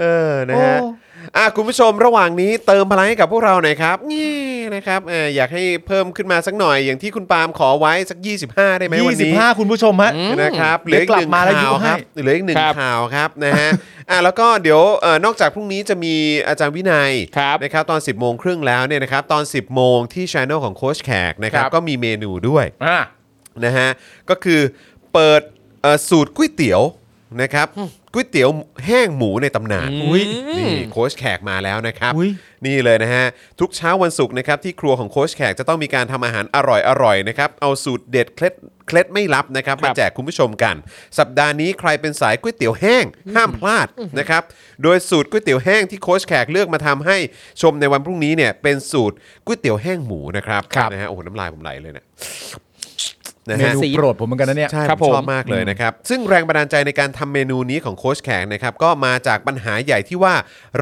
[SPEAKER 2] เออนะฮะ
[SPEAKER 3] โอ้
[SPEAKER 2] อ่ะคุณผู้ชมระหว่างนี้เติมพลังให้กับพวกเราหน่อยครับนี่นะครับเอออยากให้เพิ่มขึ้นมาสักหน่อยอย่างที่คุณปาล์มขอไว้สัก 25 ได้ไหมวันนี้
[SPEAKER 3] 25 คุณผู้ชมฮะ
[SPEAKER 2] นะครับ
[SPEAKER 3] เดี๋ยวกลับมาแล้ว
[SPEAKER 2] ข่าว
[SPEAKER 3] ยุ
[SPEAKER 2] ค
[SPEAKER 3] ให้
[SPEAKER 2] รับเหลืออีกหนึ่ง
[SPEAKER 1] ครับ
[SPEAKER 2] ข่าวครับนะฮะ อ่ะแล้วก็เดี๋ยวเอ่อนอกจากพรุ่งนี้จะมีอาจารย์วินัย
[SPEAKER 1] ครับ
[SPEAKER 2] นะครับตอน 10 โมงครึ่งแล้วเนี่ยนะครับตอน 10 โมงที่ช anel ของโค้ชแขกนะครับ
[SPEAKER 1] ครับ
[SPEAKER 2] ก็มีเมนูด้วย
[SPEAKER 3] อ่ะ
[SPEAKER 2] นะฮะก็คือเปิดเอ่อสูตรก๋วยเตี๋ยวนะครับก๋วยเตี๋ยวแห้งหมูในตำนาน
[SPEAKER 3] อุ๊ย
[SPEAKER 2] นี่โค้ชแขกมาแล้วนะครับ
[SPEAKER 3] อุ๊ย
[SPEAKER 2] นี่เลยนะฮะ ทุกเช้าวันศุกร์นะครับที่ครัวของโค้ชแขกจะต้องมีการทำอาหารอร่อยๆนะครับเอาสูตรเด็ดเคล็ดเคล็ดไม่ลับนะครับ
[SPEAKER 1] ครั
[SPEAKER 2] มา
[SPEAKER 1] บ
[SPEAKER 2] แจกคุณผู้ชมกัน สัปดาห์นี้ใครเป็นสายก๋วยเตี๋ยวแห้ง ห้ามพลาดนะครับโดยสูตรก๋วยเตี๋ยวแห้งที่โค้ชแขกเลือกมาทำให้ชมในวันพรุ่งนี้เนี่ยเป็นสูตรก๋วยเตี๋ยวแห้งหมูนะครับนะฮะโอ้โหน้ำลายผมไหลเลยเนะนะ
[SPEAKER 3] เม
[SPEAKER 2] ฮะ
[SPEAKER 3] นูโปรดผมเหมือนกันนะเนี่ย
[SPEAKER 2] ใช่
[SPEAKER 1] ครับ
[SPEAKER 2] ผ
[SPEAKER 1] ผมม
[SPEAKER 2] ชอบมากเลยนะครับ ซึ่งแรงบันดาลใจในการทำเมนูนี้ของโค้ชแขกนะครับ ก็มาจากปัญหาใหญ่ที่ว่า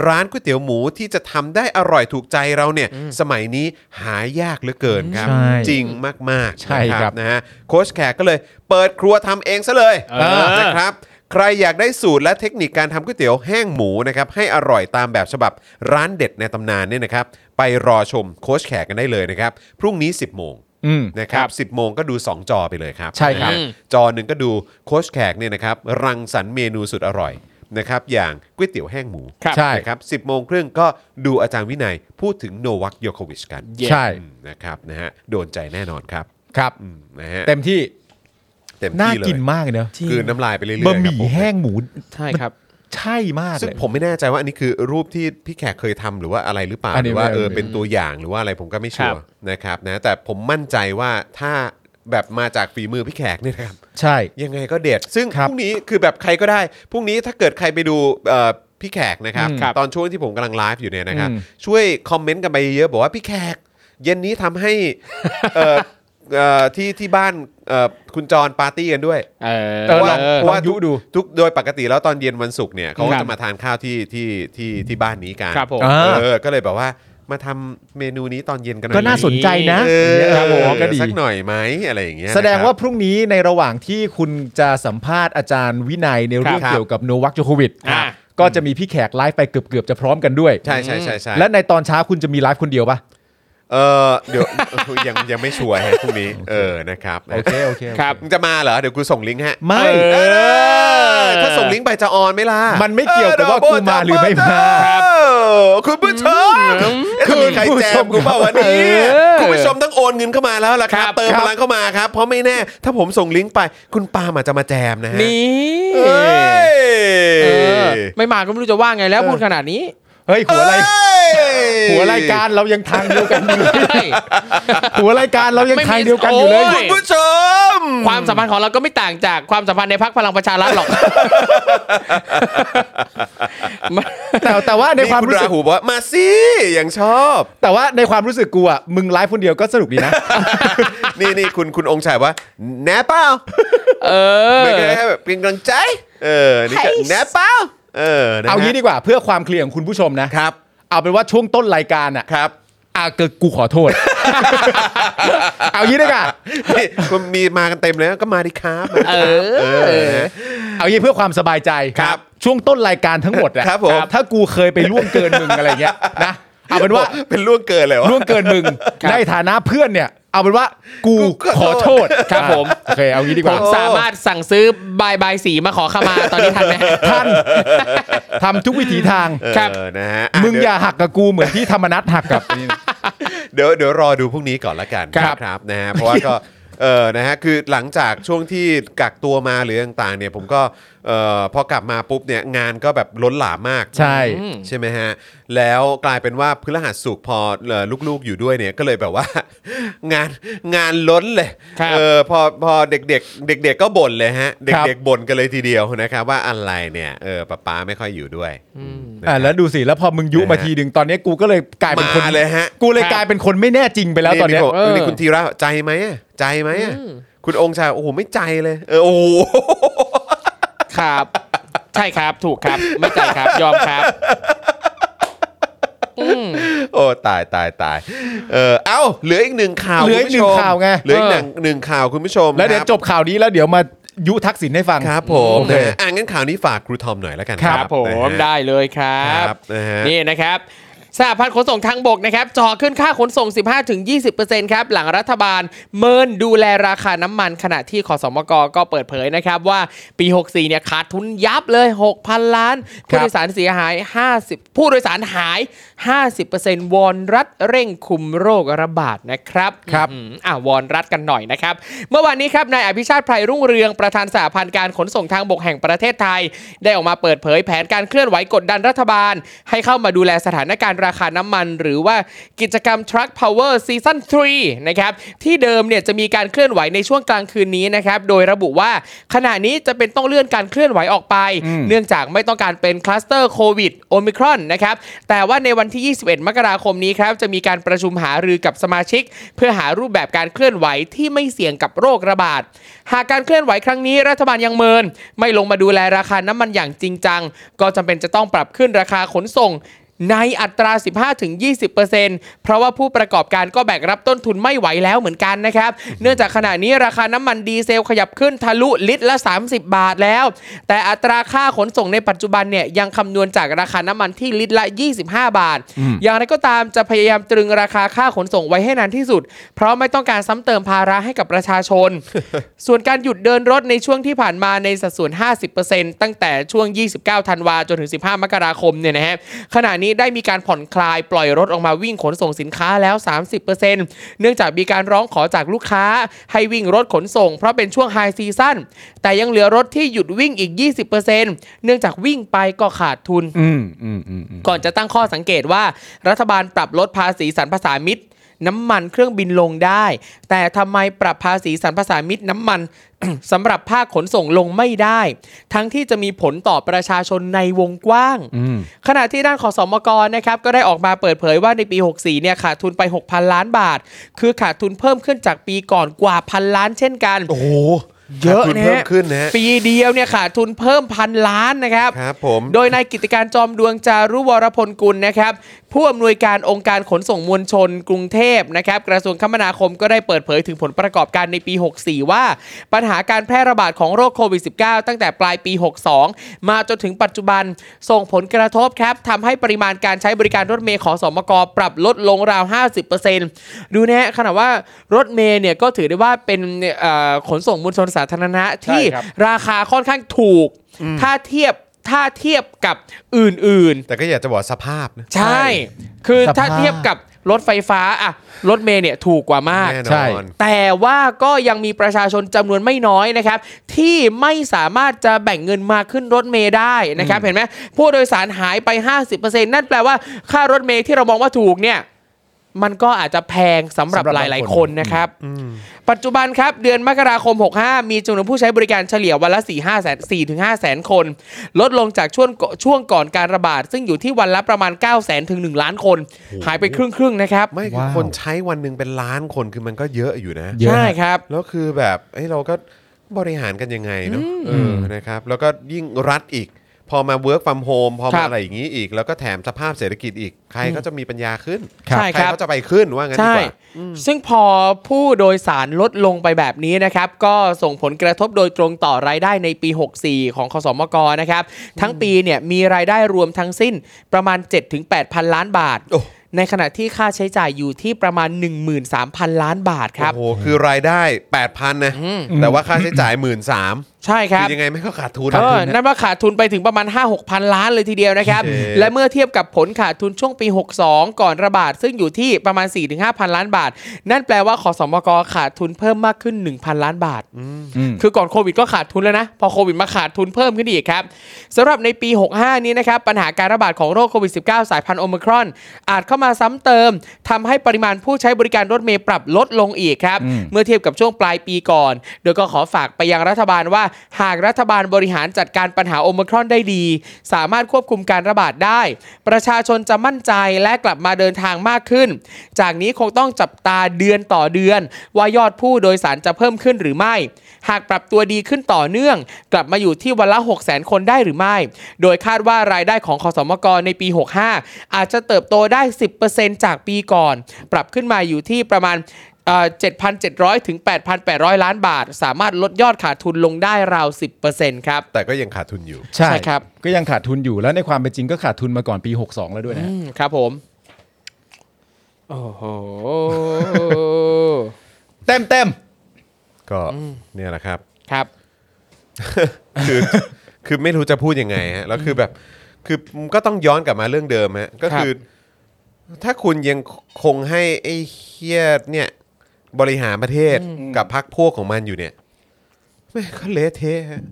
[SPEAKER 2] ร้านก๋วยเตี๋ยวหมูที่จะทำได้อร่อยถูกใจเราเนี่ย สมัยนี้หายากเหลือเกินครับ
[SPEAKER 3] ใช่
[SPEAKER 2] จริงมากๆ
[SPEAKER 3] ใช่ครับ
[SPEAKER 2] นะฮะโค้ชแขกก็เลยเปิดครัวทำเองซะเลย
[SPEAKER 4] เออ
[SPEAKER 2] นะครับ ใครอยากได้สูตรและเทคนิคการทำก๋วยเตี๋ยวแห้งหมูนะครับให้อร่อยตามแบบฉบับร้านเด็ดในตำนานเนี่ยนะครับ ไปรอชมโค้ชแขกกันได้เลยนะครับพรุ่งนี้ 10 โมง
[SPEAKER 3] อืม
[SPEAKER 2] นะครับ
[SPEAKER 1] ครับ
[SPEAKER 2] 10 โมงก็ดู 2 จอไปเลยครับ
[SPEAKER 3] ใช่ครับ
[SPEAKER 2] นะฮะจอหนึ่งก็ดูโค้ชแขกเนี่ยนะครับรังสรรค์เมนูสุดอร่อยนะครับอย่างก๋วยเตี๋ยวแห้งหมู
[SPEAKER 1] ครับ
[SPEAKER 3] ใช่
[SPEAKER 2] นะครับ10 โมงครึ่งก็ดูอาจารย์วินัยพูดถึงโนวัคโยโควิชกัน
[SPEAKER 1] เย้
[SPEAKER 3] ใช่
[SPEAKER 2] อืมนะครับนะฮะโดนใจแน่นอนครับ
[SPEAKER 3] ครับ
[SPEAKER 2] อืมนะฮะ
[SPEAKER 3] เต็มที่
[SPEAKER 2] เต็ม
[SPEAKER 3] น่า
[SPEAKER 2] ที่เลย
[SPEAKER 3] กินมากเนอะ
[SPEAKER 2] กลืนน้ำลายไปเรื่อยๆ
[SPEAKER 3] บะหมี่
[SPEAKER 2] ครัผ
[SPEAKER 3] แห้งหมู
[SPEAKER 1] ใช่ครับ
[SPEAKER 3] ใช่มาก
[SPEAKER 2] ซึ่ง
[SPEAKER 3] เลย
[SPEAKER 2] ผมไม่แน่ใจว่าอันนี้คือรูปที่พี่แขกเคยทำหรือว่าอะไรหรือเปล่า
[SPEAKER 3] อัน
[SPEAKER 2] ห
[SPEAKER 3] นี้
[SPEAKER 2] รือว่า
[SPEAKER 3] ไม่
[SPEAKER 2] เออ
[SPEAKER 3] ไม่
[SPEAKER 2] เป็นตัวอย่างหรือว่าอะไรผมก็ไม่ชัว
[SPEAKER 1] ครั
[SPEAKER 2] ร์
[SPEAKER 1] บ
[SPEAKER 2] นะครับนะแต่ผมมั่นใจว่าถ้าแบบมาจากฝีมือพี่แขกเนี่ยนะครับ
[SPEAKER 3] ใช่
[SPEAKER 2] ยังไงก็เด็ด ซึ่ง
[SPEAKER 3] ครับ
[SPEAKER 2] พรุ่งนี้คือแบบใครก็ได้ พรุ่งนี้ถ้าเกิดใครไปดูเอ่อพี่แขกนะครับ
[SPEAKER 3] อืมครับ
[SPEAKER 2] ตอนช่วงที่ผมกำลังไลฟ์อยู่เนี่ยนะครับ
[SPEAKER 3] อืม
[SPEAKER 2] ช่วยคอมเมนต์กันไปเยอะๆบอกว่าพี่แขก เย็นนี้ทำให้เอ่อ เอ่อที่ที่บ้านเอ่อคุณจรปาร์ตี้กันด้วย
[SPEAKER 1] เออ
[SPEAKER 3] เออลอง
[SPEAKER 2] เพราะว่า
[SPEAKER 3] ลองยุดู
[SPEAKER 2] ทุกโดยปกติแล้วตอนเย็นวันศุกร์เนี่ยเขาก็
[SPEAKER 1] ครับ
[SPEAKER 2] จะมาทานข้าวที่ที่ที่ที่บ้านนี้กัน
[SPEAKER 1] ครับผม
[SPEAKER 3] อ่า
[SPEAKER 2] เออก็เลยแบบว่ามาทำเมนูนี้ตอนเย็นกันหอย
[SPEAKER 3] ก็น่าสนใจนะ
[SPEAKER 2] เออ
[SPEAKER 3] ครับผมก็ดี
[SPEAKER 2] สักหน่อยไหมอะไรอย่างเงี้ย
[SPEAKER 3] แสดง
[SPEAKER 2] นะครับ
[SPEAKER 3] ว่าพรุ่งนี้ในระหว่างที่คุณจะสัมภาษณ์อาจารย์วินัยในเรื่อง
[SPEAKER 2] ครับ
[SPEAKER 3] เกี่ยวกับโนวัคโจโควิด
[SPEAKER 1] ครับ
[SPEAKER 3] ก็จะมีพี่แขกไลฟ์ไปเกือบๆจะพร้อมกันด้วย
[SPEAKER 2] ใช่ใช่ใช่ใช่
[SPEAKER 3] และในตอนเช้าคุณจะมีไลฟ์คนเดียวปะ
[SPEAKER 2] เออเดี๋ยว ยังยังไม่ชัวร์ฮะพรุ่งนี้ เออนะครับ
[SPEAKER 3] โอเคโอเค
[SPEAKER 1] ครับ
[SPEAKER 2] มึงจะมาเหรอ เดี๋ยวกูส่งลิงก์ฮะ
[SPEAKER 3] ไม่
[SPEAKER 2] เออ ถ้าส่งลิงก์ไปจะออนไหมล่ะ
[SPEAKER 3] มันไม่เกี่ยวกับว่า
[SPEAKER 2] เออ
[SPEAKER 3] กูมาหรือไม่มา
[SPEAKER 2] เออ คุณผู้ชมเอ๊ะจะมีใครแจมกูเปล่าวะเนี่ย
[SPEAKER 1] เออ
[SPEAKER 2] คุณผู้ชมต้องโอนเงินเข้ามาแล้วล่ะครับ
[SPEAKER 1] ครับ
[SPEAKER 2] เติมพลังเข้ามาครับ เพราะไม่แน่ ถ้าผมส่งลิงก์ไป คุณปาล์มอาจจะมาแจมนะฮะ
[SPEAKER 1] นี่
[SPEAKER 2] เอ้ย
[SPEAKER 1] เออไม่มาก็ไม่รู้จะว่าไงแล้วพูดขนาดนี้
[SPEAKER 3] เฮ้ยหัวอะไร
[SPEAKER 2] เอ้ย
[SPEAKER 3] หัวรายการเรายังทางเดียวกันอยู่ เลย หัวรายการเรายังทางเดียวกันอยู่เลย
[SPEAKER 1] ไม่มี
[SPEAKER 2] คุณผู้ชม
[SPEAKER 1] ความสัมพันธ์ของเราก็ไม่ต่างจากความสัมพันธ์ในพักพลังประชารัฐหรอก
[SPEAKER 3] แต่แต่ว่าในความ
[SPEAKER 2] คุณ
[SPEAKER 3] รู้สึ
[SPEAKER 2] ราก หูบอกว่ามาสิยังชอบ
[SPEAKER 3] แต่ว่าในความรู้สึกกูอ่ะมึงไลฟ์คนเดียวก็สนุกดีนะ
[SPEAKER 2] นี่นี่คุณคุณองค์ชายว่าแหนเปล่า
[SPEAKER 1] เออ
[SPEAKER 2] ไม่ได้ให้แบบเป็นกำลังใจ เออนี่ก็แหนเปล่าเออนะฮะ
[SPEAKER 3] เอางี้ดีกว่าเพื่อความเคลียร์ของคุณผู้ชมนะ
[SPEAKER 2] ครับ
[SPEAKER 3] เอาเป็นว่าช่วงต้นรายการอ่ะ
[SPEAKER 2] ครับ
[SPEAKER 3] อ่ะเกิดกูขอโทษ เอางี้ดีกว่า
[SPEAKER 2] นี่คุณมีมากันเต็มเลยก็มาดิครับมาดิครับ
[SPEAKER 1] เออ
[SPEAKER 2] เออนะ
[SPEAKER 3] เอางี้เพื่อความสบายใจ
[SPEAKER 2] ครับ
[SPEAKER 3] ช่วงต้นรายการทั้งหมดนะครับ
[SPEAKER 2] ผม
[SPEAKER 3] ถ้ากูเคยไปล่วงเกินมึงอะไรเงี้ยนะเอาเป็นว่า
[SPEAKER 2] เป็นล่วงเกินเลยวะ
[SPEAKER 3] ล่วงเกินมึงในฐานะเพื่อนเนี่ย เอาเป็นว่ากู
[SPEAKER 2] กูข
[SPEAKER 3] ข
[SPEAKER 2] อ
[SPEAKER 3] อ
[SPEAKER 2] โท
[SPEAKER 3] โท
[SPEAKER 2] ษ
[SPEAKER 3] ษ
[SPEAKER 1] ครับผม
[SPEAKER 3] โอเคเอางี้ดีก
[SPEAKER 1] ผ
[SPEAKER 3] ว่า
[SPEAKER 1] มสามารถสั่งซื้อบายบายสีมาขอขมาตอนนี้ทันไหม
[SPEAKER 3] ท่านทำทุกวิถีทาง
[SPEAKER 2] เออ
[SPEAKER 1] ครับ
[SPEAKER 2] นะฮะอ่ะ
[SPEAKER 3] มึง
[SPEAKER 2] เดี๋ว
[SPEAKER 3] อย่าหักกับกูเหมือนที่ธรรมนัตหักกับ
[SPEAKER 2] เดี๋ยวเดี๋ยวรอดูพรุ่งนี้ก่อนละกัน
[SPEAKER 3] ครับ
[SPEAKER 2] ครับนะฮะเพราะว่าก็เออนะฮะคือหลังจากช่วงที่กักตัวมาหรือต่างๆเนี่ยผมก็เอ่อพอกลับมาปุ๊บเนี่ยงานก็แบบล้นหลามมาก
[SPEAKER 3] ใช่
[SPEAKER 2] ใช่ไหมฮะแล้วกลายเป็นว่าพฤหัสสุกร์พอเอ่อลูกๆอยู่ด้วยเนี่ยก็เลยแบบว่า งานงานล้นเลย
[SPEAKER 1] ครับ
[SPEAKER 2] เออพอพอเด็กๆ เด็ก ๆ ก็บ่นเลยฮะเด็กๆบ่นกันเลยทีเดียวนะครับว่าอะไรเนี่ยเออป้าป๊าไม่ค่อยอยู่ด้วย
[SPEAKER 1] อืม
[SPEAKER 2] นะค
[SPEAKER 3] อ่ะ
[SPEAKER 2] รับ
[SPEAKER 3] แล้วดูสิแล้วพอมึงยุ
[SPEAKER 2] นะฮะ
[SPEAKER 3] มาทีหนึ่งตอนนี้กูก็เลยกลายเป็นคน
[SPEAKER 2] มาเลยฮะ
[SPEAKER 3] กูเลย
[SPEAKER 1] ครับ
[SPEAKER 3] กลายเป็นคนไม่แน่จริงไปแล้วตอนเนี้ย
[SPEAKER 2] นี่
[SPEAKER 1] เออ
[SPEAKER 2] นี่คุณธีระใจไหมอะใจไหมอะคุณองค์ชายโอ้โหไม่ใจเลยเออโอ้โห
[SPEAKER 1] ครับ ใช่ครับถูกครับ ไม่ใจครับยอมครับ
[SPEAKER 2] โอ้ตายตายตายเออเอ้าเหลืออีกหนึ่งข่าว
[SPEAKER 3] เหลืออีกหนึ่ง
[SPEAKER 2] คุณผู้ชม
[SPEAKER 3] ข่าวไง
[SPEAKER 2] เหลืออีกหนึ่งหนึ่งข่าวคุณผู้ชม
[SPEAKER 3] แล้วเดี๋ยว
[SPEAKER 2] ครับ
[SPEAKER 3] จบข่าวนี้แล้วเดี๋ยวมายุทักษิณให้ฟัง
[SPEAKER 2] ครับผม
[SPEAKER 3] โอเค
[SPEAKER 2] นะอ่างั้นข่าวนี้ฝากครูทอมหน่อยแล้วกัน
[SPEAKER 1] ค
[SPEAKER 2] ค
[SPEAKER 1] รั
[SPEAKER 2] รั
[SPEAKER 1] บบ ผม
[SPEAKER 2] นะฮะ
[SPEAKER 1] ได้เลยครั
[SPEAKER 2] ครับ บนะฮะ
[SPEAKER 1] นี่นะครับสหพันธ์ขนส่งทางบกนะครับจ่อขึ้นค่าขนส่ง 15-20%ครับ หลังรัฐบาลเมินดูแลราคาน้ำมัน ขณะที่ขอสมกก็เปิดเผยนะครับว่าปี 64 เนี่ยขาดทุนยับเลย 6,000 ล้าน ผู้โดยสารเสียหาย 50 ผู้โดยสารหาย 50%วอนรัฐเร่งคุมโรคระบาดนะครับ
[SPEAKER 3] ครับ
[SPEAKER 1] อืมอ่ะวอนรัฐกันหน่อยนะครับ เมื่อวานนี้ครับนายอภิชาติไพรรุ่งเรืองประธานสาพันธ์การขนส่งทางบกแห่งประเทศไทย ได้ออกมาเปิดเผยแผนการเคลื่อนไหวกดดันรัฐบาล ให้เข้ามาดูแลสถานการณ์ราคาน้ำมัน หรือว่ากิจกรรม Truck Power Season 3 นะครับ ที่เดิมเนี่ยจะมีการเคลื่อนไหวในช่วงกลางคืนนี้นะครับ โดยระบุว่าขณะนี้จะเป็นต้องเลื่อนการเคลื่อนไหวออกไป เนื่องจากไม่ต้องการเป็นคลัสเตอร์โควิดโอมิครอนนะครับ แต่ว่าในวันที่ 21 มกราคมนี้ครับ จะมีการประชุมหารือกับสมาชิก เพื่อหารูปแบบการเคลื่อนไหวที่ไม่เสี่ยงกับโรคระบาด หากการเคลื่อนไหวครั้งนี้รัฐบาลยังเมิน ไม่ลงมาดูแลราคาน้ำมันอย่างจริงจัง ก็จำเป็นจะต้องปรับขึ้นราคาขนส่ง ในอัตรา 15-20%เพราะว่าผู้ประกอบการก็แบกรับต้นทุนไม่ไหวแล้วเหมือนกันนะครับ เนื่องจากขณะนี้ราคาน้ำมันดีเซลขยับขึ้นทะลุลิตรละ 30 บาทแล้ว แต่อัตราค่าขนส่งในปัจจุบันเนี่ยยังคำนวณจากราคาน้ำมันที่ลิตรละ 25 บาท อย่างไรก็ตามจะพยายามตรึงราคาค่าขนส่งไว้ให้นานที่สุด เพราะไม่ต้องการซ้ำเติมภาระให้กับประชาช น ส่วนการหยุดเดินรถในช่วงที่ผ่านมาในสัดส่วน 50%ตั้งแต่ช่วง 29 ธันวาจนถึง 15 มกราคมเนี่ยนะฮะ ขณะนี้ได้มีการผ่อนคลายปล่อยรถออกมาวิ่งขนส่งสินค้าแล้ว 30%เนื่องจากมีการร้องขอจากลูกค้า ให้วิ่งรถขนส่งเพราะเป็นช่วงไฮซีซั่น แต่ยังเหลือรถที่หยุดวิ่งอีก 20%เนื่องจากวิ่งไปก็ขาดทุน
[SPEAKER 3] อืมอืมอืมอืม
[SPEAKER 1] ก่อนจะตั้งข้อสังเกตว่า รัฐบาลปรับลดภาษีสรรพสามิตน้ำมันเครื่องบินลงได้ แต่ทำไมปรับภาษีสรรพสามิตน้ำมัน สำหรับภาคขนส่งลงไม่ได้ ทั้งที่จะมีผลต่อประชาชนในวงกว้าง
[SPEAKER 3] อืม
[SPEAKER 1] ขณะที่ด้านขอสมกนะครับก็ได้ออกมาเปิดเผยว่าในปี 64 เนี่ยขาดทุนไป 6,000 ล้านบาท คือขาดทุนเพิ่มขึ้นจากปีก่อนกว่าพันล้านเช่นกัน
[SPEAKER 2] โอ้โห
[SPEAKER 1] เยอะ
[SPEAKER 2] ขาดทุน
[SPEAKER 1] นะ
[SPEAKER 2] เพิ่มขึ้นนะฮะ
[SPEAKER 1] ปีเดียวเนี่ยขาดทุนเพิ่มพันล้านนะครับ
[SPEAKER 2] ครับผม
[SPEAKER 1] โดยนายกิติการจอมดวงจารุวรพลกุลนะครับผู้อำนวยการองค์การขนส่งมวลชน กรุงเทพนะครับกระทรวงคมนาคมก็ได้เปิดเผยถึงผลประกอบการในปี 64 ว่า ปัญหาการแพร่ระบาดของโรคโควิด -19 ตั้งแต่ปลายปี 62 มาจนถึงปัจจุบัน ส่งผลกระทบครับทำให้ปริมาณการใช้บริการรถเมล์ของสมกปรับลดลงราว 50%ดูนะฮะขณะว่ารถเมล์เนี่ยก็ถือได้ว่าเป็นเอ่อขนส่งมวลชนสาธารณะที่
[SPEAKER 3] ใช่ครับ
[SPEAKER 1] ราคาค่อนข้างถูก ถ้าเทียบ ถ้าเทียบกับอื่น ๆ
[SPEAKER 2] แต่ก็อยากจะบอกสภาพนะ
[SPEAKER 1] ใช่ คือ
[SPEAKER 3] สภาพ
[SPEAKER 1] ถ้าเทียบกับรถไฟฟ้าอะรถเมล์เนี่ยถูกกว่ามาก
[SPEAKER 2] แน่นอน
[SPEAKER 3] ใช่
[SPEAKER 1] แต่ว่าก็ยังมีประชาชนจำนวนไม่น้อยนะครับ ที่ไม่สามารถจะแบ่งเงินมาขึ้นรถเมล์ได้นะครับ เห็นไหมผู้โดยสารหายไป 50%นั่นแปลว่าค่ารถเมล์ที่เรามองว่าถูกเนี่ย มันก็อาจจะแพงสำหรับ
[SPEAKER 3] สำหรับ
[SPEAKER 1] ห
[SPEAKER 3] บาง
[SPEAKER 1] ลาย
[SPEAKER 3] คน
[SPEAKER 1] ๆ คนนะครับ ปัจจุบันครับ เดือนมกราคม 65 มีจำนวนผู้ใช้บริการเฉลี่ยวันละ 4 5แสน4ถึง5แสนคน ลดลงจากช่วงก่อนช่วงก่อนการระบาด ซึ่งอยู่ที่วันละประมาณ 9 แสนถึง 1 ล้านคน หายไปครึ่ง ๆ นะครับ
[SPEAKER 2] ไม่คือ
[SPEAKER 3] ว้าว
[SPEAKER 2] คนใช้วันหนึ่งเป็นล้านคนคือมันก็เยอะอยู่นะ
[SPEAKER 3] เยอะ
[SPEAKER 1] ใช่ครับ
[SPEAKER 2] แล้วคือแบบเอ้ยเราก็บริหารกันยังไงเนาะเออนะครับ แล้วก็ยิ่งรัฐอีก พอมา work from home พอ
[SPEAKER 1] ครั
[SPEAKER 2] มา
[SPEAKER 1] บ
[SPEAKER 2] อะไรอย่างนี้อีก แล้วก็แถมสภาพเศรษฐกิจอีก ใครก็จะมีปัญญาขึ้น
[SPEAKER 1] ครับใช่
[SPEAKER 2] ใค
[SPEAKER 1] ค
[SPEAKER 2] ร
[SPEAKER 1] รับ
[SPEAKER 2] ก็จะไปขึ้นว่างั้นดี
[SPEAKER 1] ใช่
[SPEAKER 2] กว่า
[SPEAKER 1] ซึ่งพอผู้โดยสารลดลงไปแบบนี้นะครับ ก็ส่งผลกระทบโดยตรงต่อรายได้ในปี 64 ของคสมกนะครับ ทั้งปีเนี่ยมีรายได้รวมทั้งสิ้นประมาณ 7-8 พันล้านบาท
[SPEAKER 2] โอ้
[SPEAKER 1] ในขณะที่ค่าใช้จ่ายอยู่ที่ประมาณ 13,000 ล้านบาทครับ
[SPEAKER 2] โอ้โหคือรายได้ 8,000นะ
[SPEAKER 1] อืม
[SPEAKER 2] แต่ว่าค่าใช้จ่ายหมื่นสาม
[SPEAKER 1] ใช่ค
[SPEAKER 2] คื
[SPEAKER 1] รับ
[SPEAKER 2] อยังไงไม่ก็ขาดทุน
[SPEAKER 1] เออนั่นว่าขาดทุนไปถึงประมาณ 5 6 พันล้านเลยทีเดียวนะครับ
[SPEAKER 2] โอเค
[SPEAKER 1] และเมื่อเทียบกับผลขาดทุนช่วงปี 62 ก่อนระบาด ซึ่งอยู่ที่ประมาณ 4-5พันล้านบาท นั่นแปลว่าขอสมกขาดทุนเพิ่มมากขึ้น 1,000 ล้านบาท คือก่อนโควิดก็ขาดทุนแล้วนะ พอโควิดมาขาดทุนเพิ่มขึ้นอีกครับสำหรับในปี 65 นี้นะครับ ปัญหาการระบาดของโรคโควิด -19 สายพันธุ์โอมครอน อาจเข้ามาซ้ำเติมทำให้ปริมาณผู้ใช้บริการรถเมล์ปรับลดลงอีกครับ
[SPEAKER 3] อืม
[SPEAKER 1] เมื่อเทียบกับช่วงปลายปีก่อน โดยก็ขอฝากไปยังรัฐบาลว่า หากรัฐบาลบริหารจัดการปัญหาโอมครอนได้ดี สามารถควบคุมการระบาดได้ ประชาชนจะมั่นใจและกลับมาเดินทางมากขึ้น จากนี้คงต้องจับตาเดือนต่อเดือน ว่ายอดผู้โดยสารจะเพิ่มขึ้นหรือไม่ หากปรับตัวดีขึ้นต่อเนื่อง กลับมาอยู่ที่วันละ 6 0 0 0 0 คนได้หรือไม่ โดยคาดว่ารายได้ของคอสมกในปี 65 อาจจะเติบโตได้ 10%จากปีก่อน ปรับขึ้นมาอยู่ที่ประมาณเอ่อ7,700 ถึง 8,800 ล้านบาท สามารถลดยอดขาดทุนลงได้ราว 10%ครับ
[SPEAKER 2] แต่ก็ยังขาดทุนอยู่
[SPEAKER 3] ใช่
[SPEAKER 1] ใช่ครับ
[SPEAKER 3] ก็ยังขาดทุนอยู่แล้วในความเป็นจริงก็ขาดทุนมาก่อนปี 62 แล้วด้วยนะฮะ
[SPEAKER 1] อืมครับผม โอ้โห
[SPEAKER 3] เต็มเต็ม
[SPEAKER 2] ก็เนี่ยแหละครับ
[SPEAKER 1] ครับ
[SPEAKER 2] คือ คือไม่รู้จะพูดยังไงฮะแล้วคือแบบคือก็ต้องย้อนกลับมาเรื่องเดิมฮะก็คือ ถ้าคุณยังคงให้ไอ้เฮียเนี่ยบริหารประเทศกับพรรคพวกของมันอยู่เนี่ยไม่งก็เละเทะฮะ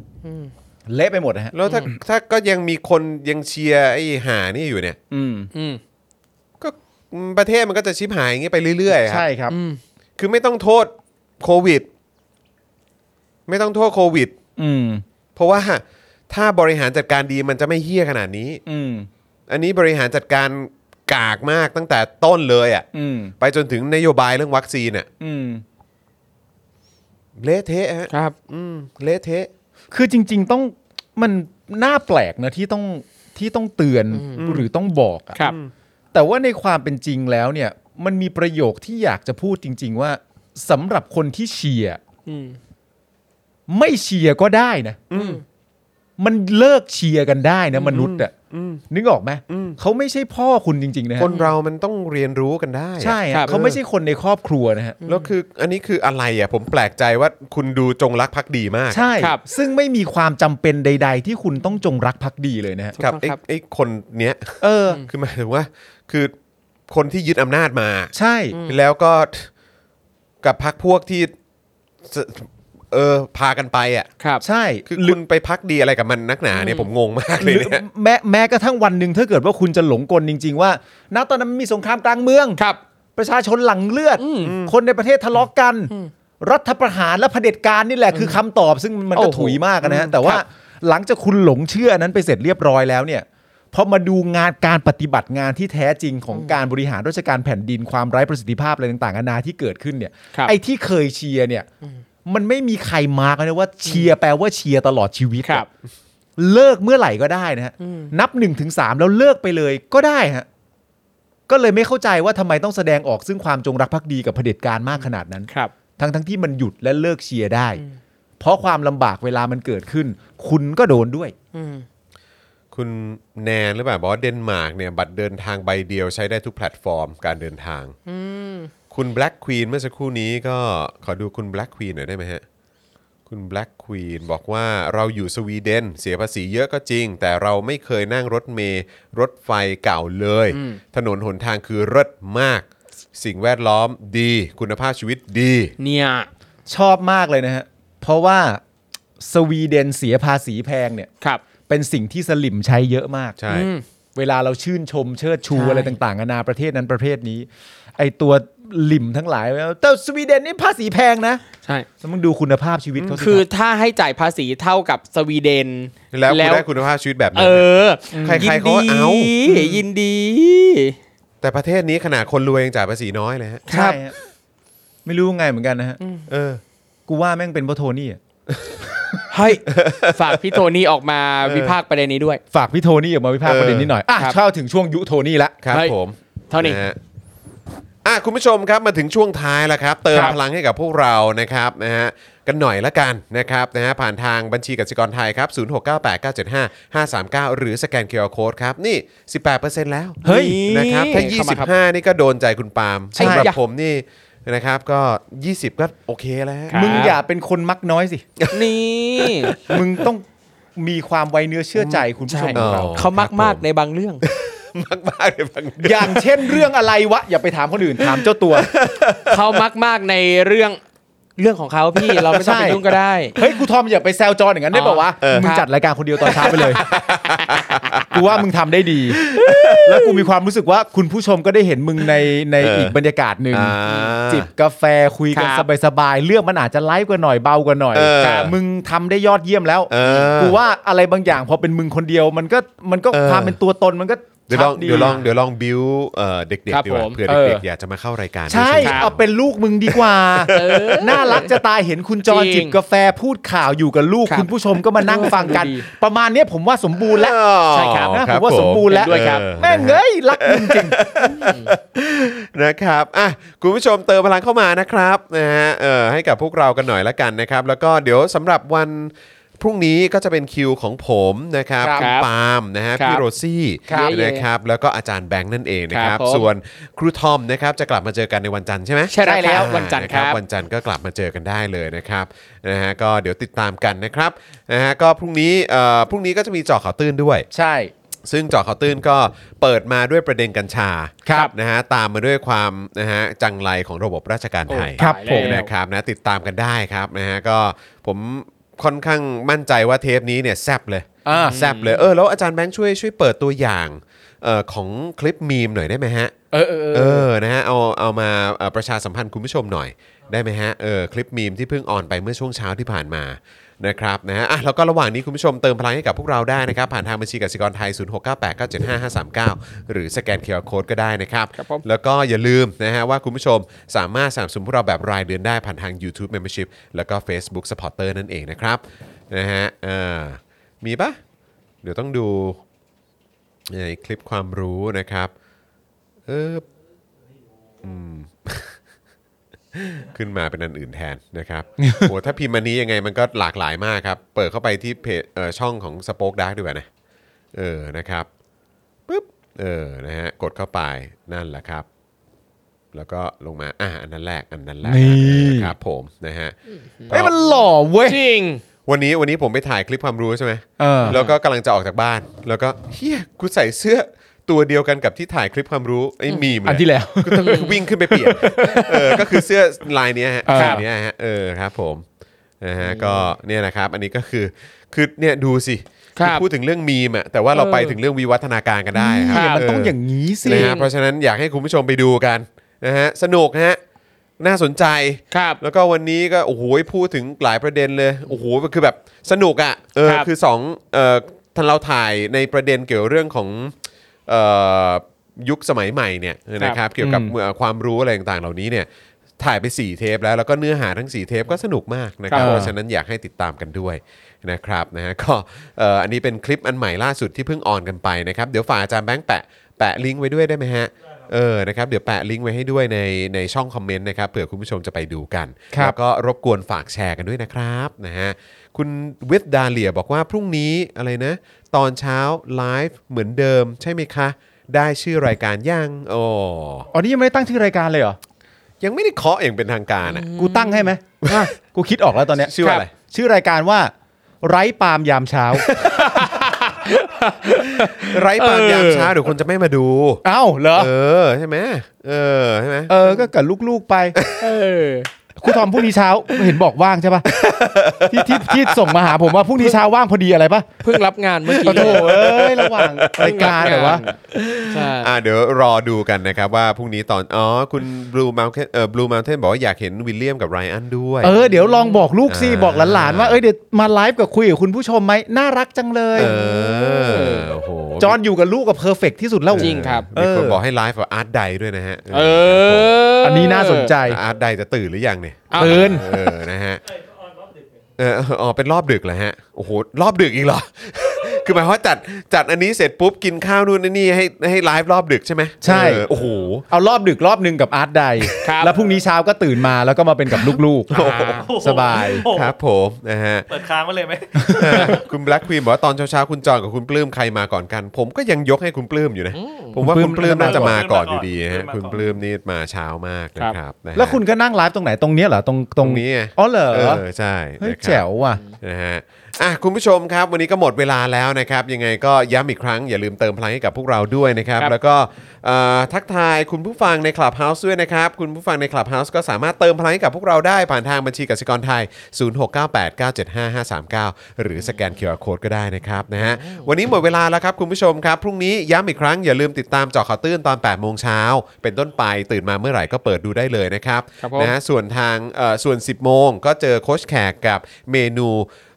[SPEAKER 3] เละไปหมดนะฮะ
[SPEAKER 2] แล้วถ้าถ้าก็ยังมีคนยังเชียร์ไอ้ห่านี่อยู่เนี่ย
[SPEAKER 3] อืม
[SPEAKER 1] อืม
[SPEAKER 2] ก็ประเทศมันก็จะชิบหายอย่างเงี้ยไปเรื่อยๆครับ
[SPEAKER 3] ใช่ครับ
[SPEAKER 1] อืม
[SPEAKER 2] คือไม่ต้องโทษโควิด ไม่ต้องโทษโควิด
[SPEAKER 3] อืม
[SPEAKER 2] เพราะว่าถ้าบริหารจัดการดีมันจะไม่เฮี้ยขนาดนี้
[SPEAKER 3] อืม
[SPEAKER 2] อันนี้บริหารจัดการกากมากตั้งแต่ต้นเลยอะ่ะ
[SPEAKER 3] อืม
[SPEAKER 2] ไปจนถึงนโยบายเรื่องวัคซีนอะ่ะ
[SPEAKER 3] อืม
[SPEAKER 2] เละเทะฮะ
[SPEAKER 1] ครับ
[SPEAKER 2] อืมเละเทะ
[SPEAKER 3] คือจริง ๆ ต้องมันน่าแปลกนะที่ต้องที่ต้องเตือนหรือต้องบอกอะ
[SPEAKER 1] ครับ
[SPEAKER 3] แต่ว่าในความเป็นจริงแล้วเนี่ย มันมีประโยคที่อยากจะพูดจริง ๆ ว่าสำหรับคนที่เชียร์
[SPEAKER 1] อืม
[SPEAKER 3] ไม่เชียร์ก็ได้นะ
[SPEAKER 2] อืม
[SPEAKER 3] มันเลิกเชียร์กันได้นะมนุษย์อ่ะนึกออกไหมเขาไม่ใช่พ่อคุณจริง ๆ นะฮะ
[SPEAKER 2] คนเรามันต้องเรียนรู้กันได้อะ
[SPEAKER 3] ใช่ฮะ
[SPEAKER 1] ครับ
[SPEAKER 3] เขาไม่ใช่คนในครอบครัวนะฮะ
[SPEAKER 2] แล้วคืออันนี้คืออะไรอะ่ะผมแปลกใจว่าคุณดูจงรักภักดีมาก
[SPEAKER 3] ใช่
[SPEAKER 1] ครับ
[SPEAKER 3] ซึ่งไม่มีความจำเป็นใด ๆ ที่คุณต้องจงรักภักดีเลยนะฮะ
[SPEAKER 2] กับ
[SPEAKER 1] ถูกต้อง
[SPEAKER 2] ไอ้
[SPEAKER 1] ครับ
[SPEAKER 2] ไอ้คนเนี้ย
[SPEAKER 3] เออ
[SPEAKER 2] คือหมายถึงว่า คือคนที่ยึดอำนาจมา
[SPEAKER 3] ใช่
[SPEAKER 2] แล้วก็กับพักพวกที่สเออพากันไปอะ่ะ
[SPEAKER 1] ครับ
[SPEAKER 3] ใช่
[SPEAKER 2] คือคุณไปพักดีอะไรกับมันนักหนาเนี่ยผมงงมาก
[SPEAKER 3] ห
[SPEAKER 2] เล
[SPEAKER 3] รื
[SPEAKER 2] ย
[SPEAKER 3] อ
[SPEAKER 2] เนี่ย
[SPEAKER 3] แม้แม้กระทั่งวันหนึ่งถ้าเกิดว่าคุณจะหลงกลจริง ๆ ว่า ณ ตอนนั้นมีสงครามกลางเมือง
[SPEAKER 1] ครับ
[SPEAKER 3] ประชาชนหลั่งเลือด คนในประเทศทะเลาะกัน รัฐประหารและเผด็จการนี่แหละคือคำตอบ ซึ่งมันก็
[SPEAKER 1] โอ้โห
[SPEAKER 3] ถุยมากนะฮะ แต่ว่าหลังจากคุณหลงเชื่ออันนั้นไปเสร็จเรียบร้อยแล้วเนี่ยพอมาดูงานการปฏิบัติงานที่แท้จริงของการบริหารราชการแผ่นดินความไร้ประสิทธิภาพอะไรต่างๆนานาที่เกิดขึ้นเนี่ย
[SPEAKER 1] ครับ
[SPEAKER 3] ไอ้ที่เคยเชียร์เนี่ย มันไม่มีใครมาร์กนะว่าเชียร์แปลว่าเชียร์ตลอดชีวิต
[SPEAKER 1] ครับ
[SPEAKER 3] เลิกเมื่อไหร่ก็ได้นะฮะนับหนึ่งถึงสามแล้วเลิกไปเลยก็ได้ฮะ ก็เลยไม่เข้าใจว่าทำไมต้องแสดงออกซึ่งความจงรักภักดีกับเผด็จการมากขนาดนั้น
[SPEAKER 1] ครับ
[SPEAKER 3] ทั้งทั้งที่มันหยุดและเลิกเชียร์ได้ เพราะความลำบากเวลามันเกิดขึ้น คุณก็โดนด้วย
[SPEAKER 1] อืม
[SPEAKER 2] คุณแนนหรือเปล่าบอกว่าเดนมาร์กเนี่ยบัตรเดินทางใบเดียวใช้ได้ทุกแพลตฟอร์มการเดินทาง คุณ Black Queen เมื่อสักครู่นี้ก็ขอดูคุณ Black Queen หน่อยได้ไหมฮะ คุณ คุณ Black Queen บอกว่าเราอยู่สวีเดน เสียภาษีเยอะก็จริง แต่เราไม่เคยนั่งรถเมล์รถไฟเก่าเลย ถนนหนทางคือเลิศมาก สิ่งแวดล้อมดี คุณภาพชีวิตดี
[SPEAKER 1] เนี่ย
[SPEAKER 3] ชอบมากเลยนะฮะ เพราะว่าสวีเดนเสียภาษีแพงเนี่ย
[SPEAKER 1] ครับ
[SPEAKER 3] เป็นสิ่งที่สลิมใช้เยอะมาก
[SPEAKER 2] ใช่
[SPEAKER 1] อืม
[SPEAKER 3] เวลาเราชื่นชมเชิดชู
[SPEAKER 1] ใช่
[SPEAKER 3] อะไรต่างๆนานาประเทศนั้นประเทศนี้ ไอตัวหลิมทั้งหลายแต่สวีเดนนี่ภาษีแพงนะ
[SPEAKER 1] ใช่
[SPEAKER 3] แล้วมึงดูคุณภาพชีวิตเขาสิ
[SPEAKER 1] คือ
[SPEAKER 3] รับ
[SPEAKER 1] ถ้าให้จ่ายภาษีเท่ากับสวีเดน
[SPEAKER 2] แล้วคุณได้คุณภาพชีวิตแบบ
[SPEAKER 1] เอ
[SPEAKER 2] นั้นเนี่ย
[SPEAKER 1] อ
[SPEAKER 2] ใครๆเขาก็เอา
[SPEAKER 1] ยินดี
[SPEAKER 2] แต่ประเทศนี้ขนาดคนรวยยังจ่ายภาษีน้อยเลยฮะ
[SPEAKER 3] ใช่ฮะไม่รู้ไงเหมือนกันนะฮะ
[SPEAKER 2] เออ
[SPEAKER 3] กูว่าแม่งเป็นเพราะโทนี่อะ
[SPEAKER 1] เฮ้ย ฝากพี่โทนี่ออกมาวิพากษ์ประเด็นนี้ด้วย
[SPEAKER 3] ฝากพี่โทนี่ออกมาวิพากษ์
[SPEAKER 2] เออ
[SPEAKER 3] ประเด็นนี้หน่อยอ่ะ
[SPEAKER 1] ครับ
[SPEAKER 3] เข้าถึงช่วงยุโทนี่ละ
[SPEAKER 2] ครับ
[SPEAKER 1] เฮ้ย
[SPEAKER 2] ผม
[SPEAKER 1] เท่านี้
[SPEAKER 2] ฮะอ่ะคุณผู้ชมครับมาถึงช่วงท้ายแล้วครับ เติม
[SPEAKER 1] ครับ
[SPEAKER 2] พลังให้กับพวกเรานะครับนะฮะกันหน่อยละกันนะครับนะฮะผ่านทางบัญชีกสิกรไทยครับ 0698975539 หรือสแกน QR Code ครับ นี่ 18%แล้ว
[SPEAKER 1] เฮ้ย
[SPEAKER 2] นะครับถ้า
[SPEAKER 1] เข้ามาครับ
[SPEAKER 2] 25 นี่ก็โดนใจคุณปาล์ม
[SPEAKER 1] ใช่
[SPEAKER 2] สำหรับ
[SPEAKER 1] ครับ
[SPEAKER 2] ผมนี่นะครับก็ 20 ก็โอเคแล้วฮะ
[SPEAKER 1] ครับ
[SPEAKER 3] มึงอย่าเป็นคนมักน้อยสิ
[SPEAKER 1] นี่
[SPEAKER 3] มึงต้องมีความไวเนื้อเชื่อใจคุณผู้ชม
[SPEAKER 1] ใช่
[SPEAKER 3] ของเรา
[SPEAKER 1] เขามากมากในบางเรื่อง
[SPEAKER 2] มากๆเลยบางเรื่อง
[SPEAKER 3] อย่างเช่นเรื่องอะไรวะ อย่าไปถามคนอื่นถามเจ้าตัว
[SPEAKER 1] เขามากมากในเรื่องเรื่องของเขาพี่เราไม่ต้องไป
[SPEAKER 3] ใช่
[SPEAKER 1] ยุ่งก็ได้
[SPEAKER 3] เฮ้ยครูทอมอย่าไปแซวจอนอย่างนั้นได้ป่าวะ
[SPEAKER 1] เออ
[SPEAKER 3] มึ
[SPEAKER 1] ค
[SPEAKER 3] ง
[SPEAKER 1] รับ
[SPEAKER 3] จัดรายการคนเดียวตอนเช้าไปเลย กูว่ามึงทำได้ดี แล้วกูมีความรู้สึกว่าคุณผู้ชมก็ได้เห็นมึงในในอีกบรรยากาศหนึ่ง
[SPEAKER 2] อ่า
[SPEAKER 3] จิบกาแฟคุยกัน
[SPEAKER 1] ครับ
[SPEAKER 3] สบายๆเรื่องมันอาจจะไลฟ์กว่าหน่อยเบากว่าหน่อย
[SPEAKER 2] เออ
[SPEAKER 3] แต่มึงทำได้ยอดเยี่ยมแล้ว
[SPEAKER 2] เออ
[SPEAKER 3] กูว่าอะไรบางอย่างพอเป็นมึงคนเดียว มันก็มันก็ความเป็นตัวตนมันก็
[SPEAKER 2] เดี๋ยวลอง
[SPEAKER 3] ชั
[SPEAKER 2] เดี๋ยวลอง
[SPEAKER 3] นะ
[SPEAKER 2] เดี๋ยวลองบิวเอ่อเด็กๆดี
[SPEAKER 1] ครับ
[SPEAKER 2] กว่า
[SPEAKER 1] ผม
[SPEAKER 2] เผื่อ
[SPEAKER 3] เออ
[SPEAKER 2] เด็กๆอยากจะมาเข้ารายการ
[SPEAKER 3] ใช่
[SPEAKER 2] ด้วย
[SPEAKER 3] เอาเป็นลูกมึงดีกว่า น่ารักจะตายเห็นคุณจอน
[SPEAKER 1] จริง
[SPEAKER 3] จิบกาแฟพูดข่าวอยู่กับลูก
[SPEAKER 1] ครับ
[SPEAKER 3] คุณผู้ชมก็มานั่งฟังกัน
[SPEAKER 1] ดูดี
[SPEAKER 3] ประมาณเนี้ยผมว่าสมบูรณ์แล้ว
[SPEAKER 1] ใช่ครับ
[SPEAKER 3] นะผมว่าสมบูรณ์แล้ว
[SPEAKER 2] เห็นเออ
[SPEAKER 3] แม่ง
[SPEAKER 2] นะฮะ
[SPEAKER 3] เอ้ยรักมึงจริง
[SPEAKER 2] นะครับอ่ะคุณผู้ชมเติมพลังเข้ามานะครับนะฮะเออให้กับพวกเรากันหน่อยละกันนะครับ แล้วก็เดี๋ยวสำหรับวันพรุ่งนี้ก็จะเป็นคิวของผมนะครับ
[SPEAKER 1] ครั
[SPEAKER 2] ณ
[SPEAKER 1] บ
[SPEAKER 2] ปาล์มนะฮะ
[SPEAKER 1] ครับ
[SPEAKER 2] พี่โรซี่
[SPEAKER 1] ครับ
[SPEAKER 2] นะครับแล้วก็อาจารย์แบงค์นั่นเองนะครับ
[SPEAKER 1] ครับผม
[SPEAKER 2] ส่วนครูทอมนะครับจะกลับมาเจอกันในวันจันทร์ใช่ไหม
[SPEAKER 1] ใช่แล้ว
[SPEAKER 2] อ่า
[SPEAKER 1] วันจันทร์ครับ
[SPEAKER 2] วันจันทร์ก็กลับมาเจอกันได้เลยนะครับนะฮะก็เดี๋ยวติดตามกันนะครับนะฮะก็พรุ่งนี้เอ่อพรุ่งนี้ก็จะมีเจาะข่าวตื้นด้วย
[SPEAKER 3] ใช่
[SPEAKER 2] ซึ่งเจาะข่าวตื้นก็เปิดมาด้วยประเด็นกัญชา
[SPEAKER 3] ครับ
[SPEAKER 2] นะฮะตามมาด้วยความนะฮะจังไรของระบบราชการไทย
[SPEAKER 1] โอ้ครับผม
[SPEAKER 2] นะครับนะติดตามกันได้ครับนะฮะก็ผมค่อนข้างมั่นใจว่าเทปนี้เนี่ยแซบเลย
[SPEAKER 3] อ่า
[SPEAKER 2] แซบเลยเออแล้วอาจารย์แบงค์ช่วยช่วยเปิดตัวอย่างเอ่อของคลิปมีมหน่อยได้ไหมฮะ
[SPEAKER 3] เออเออ
[SPEAKER 2] เอ
[SPEAKER 3] เออ
[SPEAKER 2] อ นะฮะ เอา เอามาเอ่อประชาสัมพันธ์คุณผู้ชมหน่อย ได้ไหมฮะ เออ คลิปมีมที่เพิ่งออนไปเมื่อช่วงเช้าที่ผ่านมา นะครับ นะฮะ อ่ะ แล้วก็ระหว่างนี้คุณผู้ชมเติมพลังให้กับพวกเราได้นะครับ ผ่านทางบัญชีกสิกรไทย 0698975539 หรือสแกนเคอร์โคดก็ได้นะครับ
[SPEAKER 1] ครับผม
[SPEAKER 2] แล้วก็อย่าลืมนะฮะว่าคุณผู้ชมสามารถสนับสนุนพวกเราแบบรายเดือนได้ผ่านทาง YouTube Membership แล้วก็ Facebook Supporter นั่นเองนะครับ นะฮะ เออ มีปะเดี๋ยวต้องดูในคลิปความรู้นะครับ เออ ขึ้นมาเป็นอันอื่นแทนนะครับ โหถ้าพิมพ์อันนี้ยังไงมันก็หลากหลายมากครับ เปิดเข้าไปที่เพจเอ่อช่องของสป็อคดักดีกว่านะ เออ นะครับปุ๊บ เออ นะฮะ กดเข้าไปนั่นแหละครับ แล้วก็ลงมา อ่ะ อันนั้นแรก อันนั้นแรก
[SPEAKER 3] นี่
[SPEAKER 2] เออครับผมนะฮะ
[SPEAKER 3] เฮ้ยมันหล่อเว้ย
[SPEAKER 1] จริง
[SPEAKER 2] วันนี้วันนี้ผมไปถ่ายคลิปความรู้ใช่ไหม
[SPEAKER 3] เออ
[SPEAKER 2] แล้วก็กำลังจะออกจากบ้าน แล้วก็เฮียกูใส่เสื้อตัวเดียวกันกับที่ถ่ายคลิปความรู้ไอ้มีม
[SPEAKER 3] อัน
[SPEAKER 2] เย
[SPEAKER 3] ที่แล้ว
[SPEAKER 2] ก็ต้องวิ่งขึ้นไปเปลี่ยน เออ ก็คือเสื้อลายเนี้ยฮะ
[SPEAKER 3] เออ
[SPEAKER 2] ลายเนี้ยฮะ เออครับผม นะฮะ ก็เนี่ยนะครับ อันนี้ก็คือ คือเนี่ยดูสิ
[SPEAKER 1] ครับ
[SPEAKER 2] อพูดถึงเรื่องมีมอะแต่ว่าเรา
[SPEAKER 1] เออ
[SPEAKER 2] ไปถึงเรื่องวิวัฒนาการกันได้ครับ
[SPEAKER 3] เนี่ยมันต้องอย่างนี้สิ
[SPEAKER 2] นะฮะเพราะฉะนั้นอยากให้คุณผู้ชมไปดูกันนะฮะ สนุกฮะ น่าสนใจ
[SPEAKER 1] ครับ
[SPEAKER 2] แล้วก็วันนี้ก็โอ้โหพูดถึงหลายประเด็นเลยโอ้โหคือแบบสนุกอะ่ะเออ
[SPEAKER 1] ครับ
[SPEAKER 2] คือสองเอ่อท่านเราถ่ายในประเด็นเกี่ยวเรื่องของเอ่อยุคสมัยใหม่เนี่ยนะครับเกี่ยวกับ
[SPEAKER 3] อืม
[SPEAKER 2] เอ่อความรู้อะไรต่างๆ เหล่านี้เนี่ยถ่ายไป 4 เทปแล้วแล้วก็เนื้อหาทั้ง 4 เทปก็สนุกมากนะครับ
[SPEAKER 1] ครับ
[SPEAKER 2] เพราะฉะนั้นอยากให้ติดตามกันด้วยนะครับนะฮ ะก็เอ่ออันนี้เป็นคลิปอันใหม่ล่าสุดที่เพิ่งออนกันไปนะครับเดี๋ยวฝากอาจารย์แบงค์แปะแปะลิงก์ไว้ด้วยได้ไหมฮะเออนะครับเดี๋ยวแปะลิงก์ไว้ให้ด้วยในในช่องคอมเมนต์นะครับเผื่อคุณผู้ชมจะไปดูกัน
[SPEAKER 3] ครับ
[SPEAKER 2] แล้วก็รบกวนฝากแชร์กันด้วยนะครับนะฮะคุณวิทดาเลียบอกว่าพรุ่งนี้อะไรนะ ตอนเช้าไลฟ์เหมือนเดิมใช่ไหมคะ ได้ชื่อรายการยังโอ้
[SPEAKER 3] อ๋อนี่ยังไม่ได้ตั้งชื่อรายการเลยเหรอ
[SPEAKER 2] ยังไม่ได้เคาะอย่างเป็นทางการอ่ะ
[SPEAKER 3] กูตั้งให้ไหมกูคิดออกแล้วตอนเนี้ย
[SPEAKER 2] ชื่อว่าอะไร
[SPEAKER 3] ชื่อรายการว่า ไร้ปาล์มยามเช้า
[SPEAKER 2] ไร้ปาน
[SPEAKER 3] เออ
[SPEAKER 2] ยามเช้าเดี๋ยวคนจะไม่มาดู
[SPEAKER 3] เอ้าเหรอ
[SPEAKER 2] เออใช่ไหมเออใช่ไหม
[SPEAKER 3] เออก็กับลูกๆไป
[SPEAKER 1] เออ
[SPEAKER 3] ครูทอมพรุ่งนี้เช้าเห็นบอกว่างใช่ปะที่ที่ที่ส่งมาหาผมว่าพรุ่งนี้เช้าว่างพอดีอะไรปะ
[SPEAKER 1] เพิ่งรับงานเมื่อ
[SPEAKER 3] โอ้
[SPEAKER 1] กี้
[SPEAKER 3] โหเอ้ยระหว่างรายการเหรอวะ
[SPEAKER 1] ใช่
[SPEAKER 2] อ่าเดี๋ยวรอดูกันนะครับว่าพรุ่งนี้ตอนอ๋อคุณบลูมา u n t เอ่อบลูมาเทนบอกว่าอยากเห็นวิลเลียมกับไรอันด้วย
[SPEAKER 3] เออเดี๋ยวลองบอกลูกสิ
[SPEAKER 2] อ่า
[SPEAKER 3] บอกหลานๆว่าเอ้ยเดี๋ยวมาไลฟ์กับคุยกับคุณผู้ชมไหมน่ารักจังเลย
[SPEAKER 2] เออโอ้โห
[SPEAKER 3] จอนอยู่กับลูกกับเพอร์เฟกที่สุดแล้ว
[SPEAKER 1] จริงครับ
[SPEAKER 2] มีคน
[SPEAKER 3] เออ
[SPEAKER 2] บอกให้ไลฟ์กับอาร์ตไดด้วยนะฮะ
[SPEAKER 1] เออ
[SPEAKER 3] อั
[SPEAKER 1] อั
[SPEAKER 3] นนี้น่าสนใจ
[SPEAKER 2] แต่อาร์ตไดจะตื่นหรือยังเนี่ย
[SPEAKER 1] เออ
[SPEAKER 3] เตือน
[SPEAKER 2] เออ นะฮะ เอออ๋อ เป็นรอบดึกเหรอฮะ โอ้โห รอบดึกอีก เหรอ คือหมายความว่าจัด จัดอันนี้เสร็จปุ๊บ กินข้าวนู่นนี่ให้ให้ไลฟ์รอบดึกใช่ไหม
[SPEAKER 3] ใช่
[SPEAKER 2] เออโอ้โห
[SPEAKER 3] เอารอบดึกรอบหนึ่งกับอาร์ตใดแล้วพรุ่งนี้เช้าก็ตื่นมาแล้วก็มาเป็นกับลูก
[SPEAKER 4] โอ้โห
[SPEAKER 3] สบาย
[SPEAKER 4] โอ้โห
[SPEAKER 2] ครับผม นะฮะ
[SPEAKER 4] เปิดค้างไว้เลยไหม
[SPEAKER 2] คุณแบล็กควีนบอกว่าตอนเช้าๆ คุณจอนกับคุณปลื้มใครมาก่อนกัน ผมก็ยังยกให้คุณปลื้มอยู่นะ ผมว่าคุณปลื้มน่าจะมาก่อนอยู่ดีฮะ
[SPEAKER 4] คุ
[SPEAKER 2] คุณ
[SPEAKER 4] ณ
[SPEAKER 2] ป
[SPEAKER 4] ปลื้
[SPEAKER 2] ลื้ม
[SPEAKER 4] ม
[SPEAKER 2] นี่มาเช้ามากนะครับนะฮะ
[SPEAKER 3] ๆ แล้วคุณก็นั่งไลฟ์ตรงไหนตรงเนี้ยเหรอตรงต
[SPEAKER 2] ต
[SPEAKER 3] ร
[SPEAKER 2] รง งนี้ไง
[SPEAKER 3] อ๋อเหรอ
[SPEAKER 2] เออ ใช่
[SPEAKER 3] เฮ้ย
[SPEAKER 2] นะครับ
[SPEAKER 3] แจ๋วว่ะ
[SPEAKER 2] นะฮะอ่ะคุณผู้ชมครับ วันนี้ก็หมดเวลาแล้วนะครับ ยังไงก็ย้ำอีกครั้ง อย่าลืมเติมพลังให้กับพวกเราด้วยนะครับ แล้วก็เอ่อทักทายคุณผู้ฟังใน Clubhouse ด้วยนะครับ คุณผู้ฟังใน Clubhouse ก็สามารถเติมพลังให้กับพวกเราได้ผ่านทางบัญชีกสิกรไทย 0698975539 หรือสแกน QR Code ก็ได้นะครับนะฮะวันนี้หมดเวลาแล้วครับคุณผู้ชมครับ พรุ่งนี้ย้ำอีกครั้ง อย่าลืมติดตามเจาะข่าวตื้นตอน8โมงเช้าเป็นต้นไปตื่นมาเมื่อไหร่ก็เปิดดูได้เลยนะครับ
[SPEAKER 1] ครับผม
[SPEAKER 2] นะฮะ ส่วนทางเอ่อส่วน 10 โมงก็เจอโค้ชแขกกับเมนู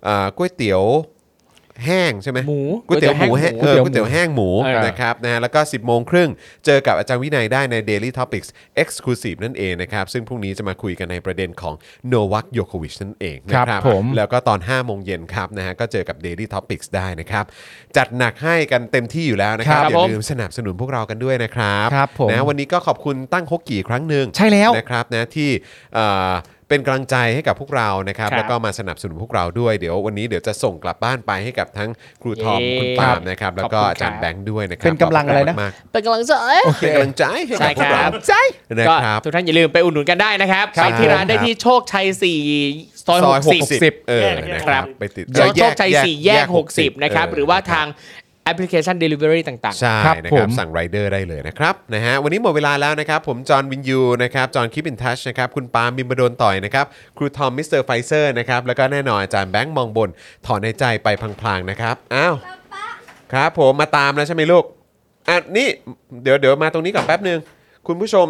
[SPEAKER 2] เอ่อก๋วยเตี๋ยวแห้งใช่ไหม
[SPEAKER 1] หมู
[SPEAKER 2] ก๋วยเตี๋ยวหมูแห้งเอ
[SPEAKER 1] ก๋วย
[SPEAKER 2] อ
[SPEAKER 1] เตี๋ยว
[SPEAKER 2] ก๋วยเตี๋ยวแห้งหมู
[SPEAKER 1] เออ
[SPEAKER 2] นะครับนะฮะแล้วก็ 10 โมงครึ่งเจอกับอาจารย์วินัยได้ใน Daily Topics Exclusive นั่นเองนะครับ ซึ่งพรุ่งนี้จะมาคุยกันในประเด็นของโนวัคโยโควิชนั่นเองนะค
[SPEAKER 3] ครั
[SPEAKER 2] รับบ
[SPEAKER 3] ผม
[SPEAKER 2] แล้วก็ตอน 5 โมงเย็นครับนะฮะก็เจอกับ Daily Topics ได้นะครับ จัดหนักให้กันเต็มที่อยู่แล้วนะครับ
[SPEAKER 1] ครับ
[SPEAKER 2] อย่า
[SPEAKER 1] ผม
[SPEAKER 2] ลืมสนับสนุนพวกเรากันด้วยนะครับ
[SPEAKER 3] ครับผม
[SPEAKER 2] นะวันนี้ก็ขอบคุณตั้งฮกกี่ครั้งหนึ่ง
[SPEAKER 3] ใช่แล้ว
[SPEAKER 2] นะครับนะที่เอ่อเป็นกำลังใจให้กับพวกเรานะครับ
[SPEAKER 1] ครับ
[SPEAKER 2] แล้วก็มาสนับสนุนพวกเราด้วยเดี๋ยววันนี้เดี๋ยวจะส่งกลับบ้านไปให้กับทั้งครูทอม
[SPEAKER 1] เย้
[SPEAKER 2] คุณปาล์มนะครับ แล้วก็
[SPEAKER 1] ขอบคุณครั
[SPEAKER 2] อาจาร
[SPEAKER 1] บ
[SPEAKER 2] ย์แบงค์ด้วยนะครับ
[SPEAKER 3] เป็นกำลังอะไรนะ
[SPEAKER 2] ขบคุณมาก
[SPEAKER 1] เป็นกำลังใจ
[SPEAKER 2] ๆเป็นกำลังใจให้
[SPEAKER 1] ใช่
[SPEAKER 2] กับพวก
[SPEAKER 1] ค
[SPEAKER 2] เรา
[SPEAKER 1] รับ
[SPEAKER 2] ใช่นะ
[SPEAKER 1] ก็
[SPEAKER 2] ครับ
[SPEAKER 1] ทุกท่านอย่าลืมไปอุดหนุนกันได้นะครับ
[SPEAKER 2] ครั
[SPEAKER 1] ไป
[SPEAKER 2] บ
[SPEAKER 1] ที่ร้านได้
[SPEAKER 2] ครับ
[SPEAKER 1] ที่โชคชัย4ซอย60
[SPEAKER 2] เออ
[SPEAKER 4] แยก
[SPEAKER 2] นะครับไปติด
[SPEAKER 1] โชคชัย4แยก 60 นะครับ
[SPEAKER 2] เห
[SPEAKER 1] รือว่าทางแอปพลิเคชัน Delivery ต่าง
[SPEAKER 2] ใช่
[SPEAKER 3] ครับ
[SPEAKER 2] นะ
[SPEAKER 3] ผ
[SPEAKER 2] ครับ
[SPEAKER 3] ม
[SPEAKER 2] สั่งไรเดอร์ได้เลยนะครับนะฮะวันนี้หมดเวลาแล้วนะครับ ผมจอห์นวินยูนะครับจอห์นคิปินทัชนะครับคุณปาล์มบิมบดนต่อยนะครับครูทอมมิสเตอร์ไฟเซอร์นะครับแล้วก็แน่นอนอาจารย์แบงค์มองบน ถอนในใจไปพลางๆนะครับอ้าวครับผมมาตามแล้วใช่ไหมลูกอ่ะนี่เดี๋ยวเดี๋ยวมาตรงนี้ก่อนแป๊บนึง คุณผู้ชม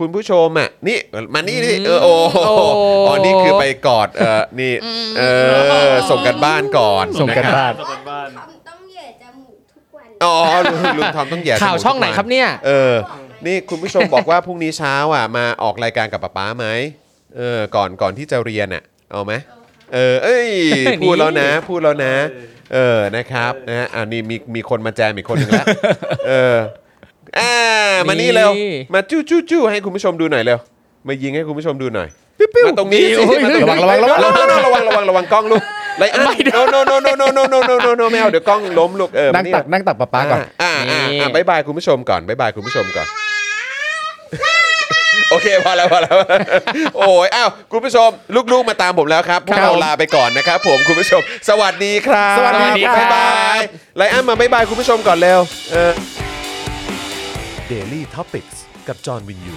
[SPEAKER 2] คุณผู้ชมอ่ะนี่มานี่นี่เออโอ้โห
[SPEAKER 1] โอ้
[SPEAKER 2] อ๋อนี่คือไปกอดเออนี่เออส่งกันบ้านก่อน
[SPEAKER 3] ส่งกัน
[SPEAKER 2] นะครับ
[SPEAKER 3] บ้าน
[SPEAKER 4] ส่งกันบ้าน
[SPEAKER 5] ทอมต้องเหย่จมูกทุกวัน
[SPEAKER 2] อ๋อลุงลุงทอมต้องแย่จมู
[SPEAKER 1] ๆ
[SPEAKER 2] ก
[SPEAKER 1] ข่าวช่องไหน
[SPEAKER 2] ทุก
[SPEAKER 1] ค
[SPEAKER 2] วั
[SPEAKER 1] รับเนี่ย
[SPEAKER 2] เออ นี่คุณผู้ชมบอกว่า พรุ่งนี้เช้าอ่ะมาออกรายการกับป๊าป๊าไหมเออ ก่อนก่อนที่จะเรียนอ่ะ เอาไหมเออ เอ้ ย พูดแล้วนะ พูดแล้วนะ เออ นะครับนะฮะอ่านี่มีมีคนมาแจมอีกคนหนึ่งแล้ว เอออ่ามานี่เร็ว
[SPEAKER 1] นี่
[SPEAKER 2] มาจู้จู้จู้ให้คุณผู้ชมดูหน่อยเร็ว มายิงให้คุณผู้ชมดูหน่อย มาตรงนี้สิมาตนี้
[SPEAKER 3] ระวังระวังระวัง
[SPEAKER 2] ระวังระวังระวังระวังกล้องลูกไรอัน no no no no no no no no no no ไม่เอาเดี๋ยวกล้องล้มลูกเออมา
[SPEAKER 3] นั่งตัก
[SPEAKER 2] เร็ว
[SPEAKER 3] นั่งตักปะป๊าก่อน
[SPEAKER 2] อ่าอ่า
[SPEAKER 1] นี่
[SPEAKER 2] อ่าบายบายคุณผู้ชมก่อนบายบายคุณผู้ชมก่อน โอเคพอแล้วพอแล้ว โอ้ยอ้าวคุณผู้ชม ลูกๆมาตามผมแล้วครับพวกเราลาไปก่อนนะครับ ผมคุณผู้ชม สวัสดีครับ
[SPEAKER 3] สวัสดีครับ
[SPEAKER 2] บ๊ายบายไลอ้อนมาบายบายคุณผู้ชมก่อนเร็วเออ Daily Topics กับจอห์นวินยู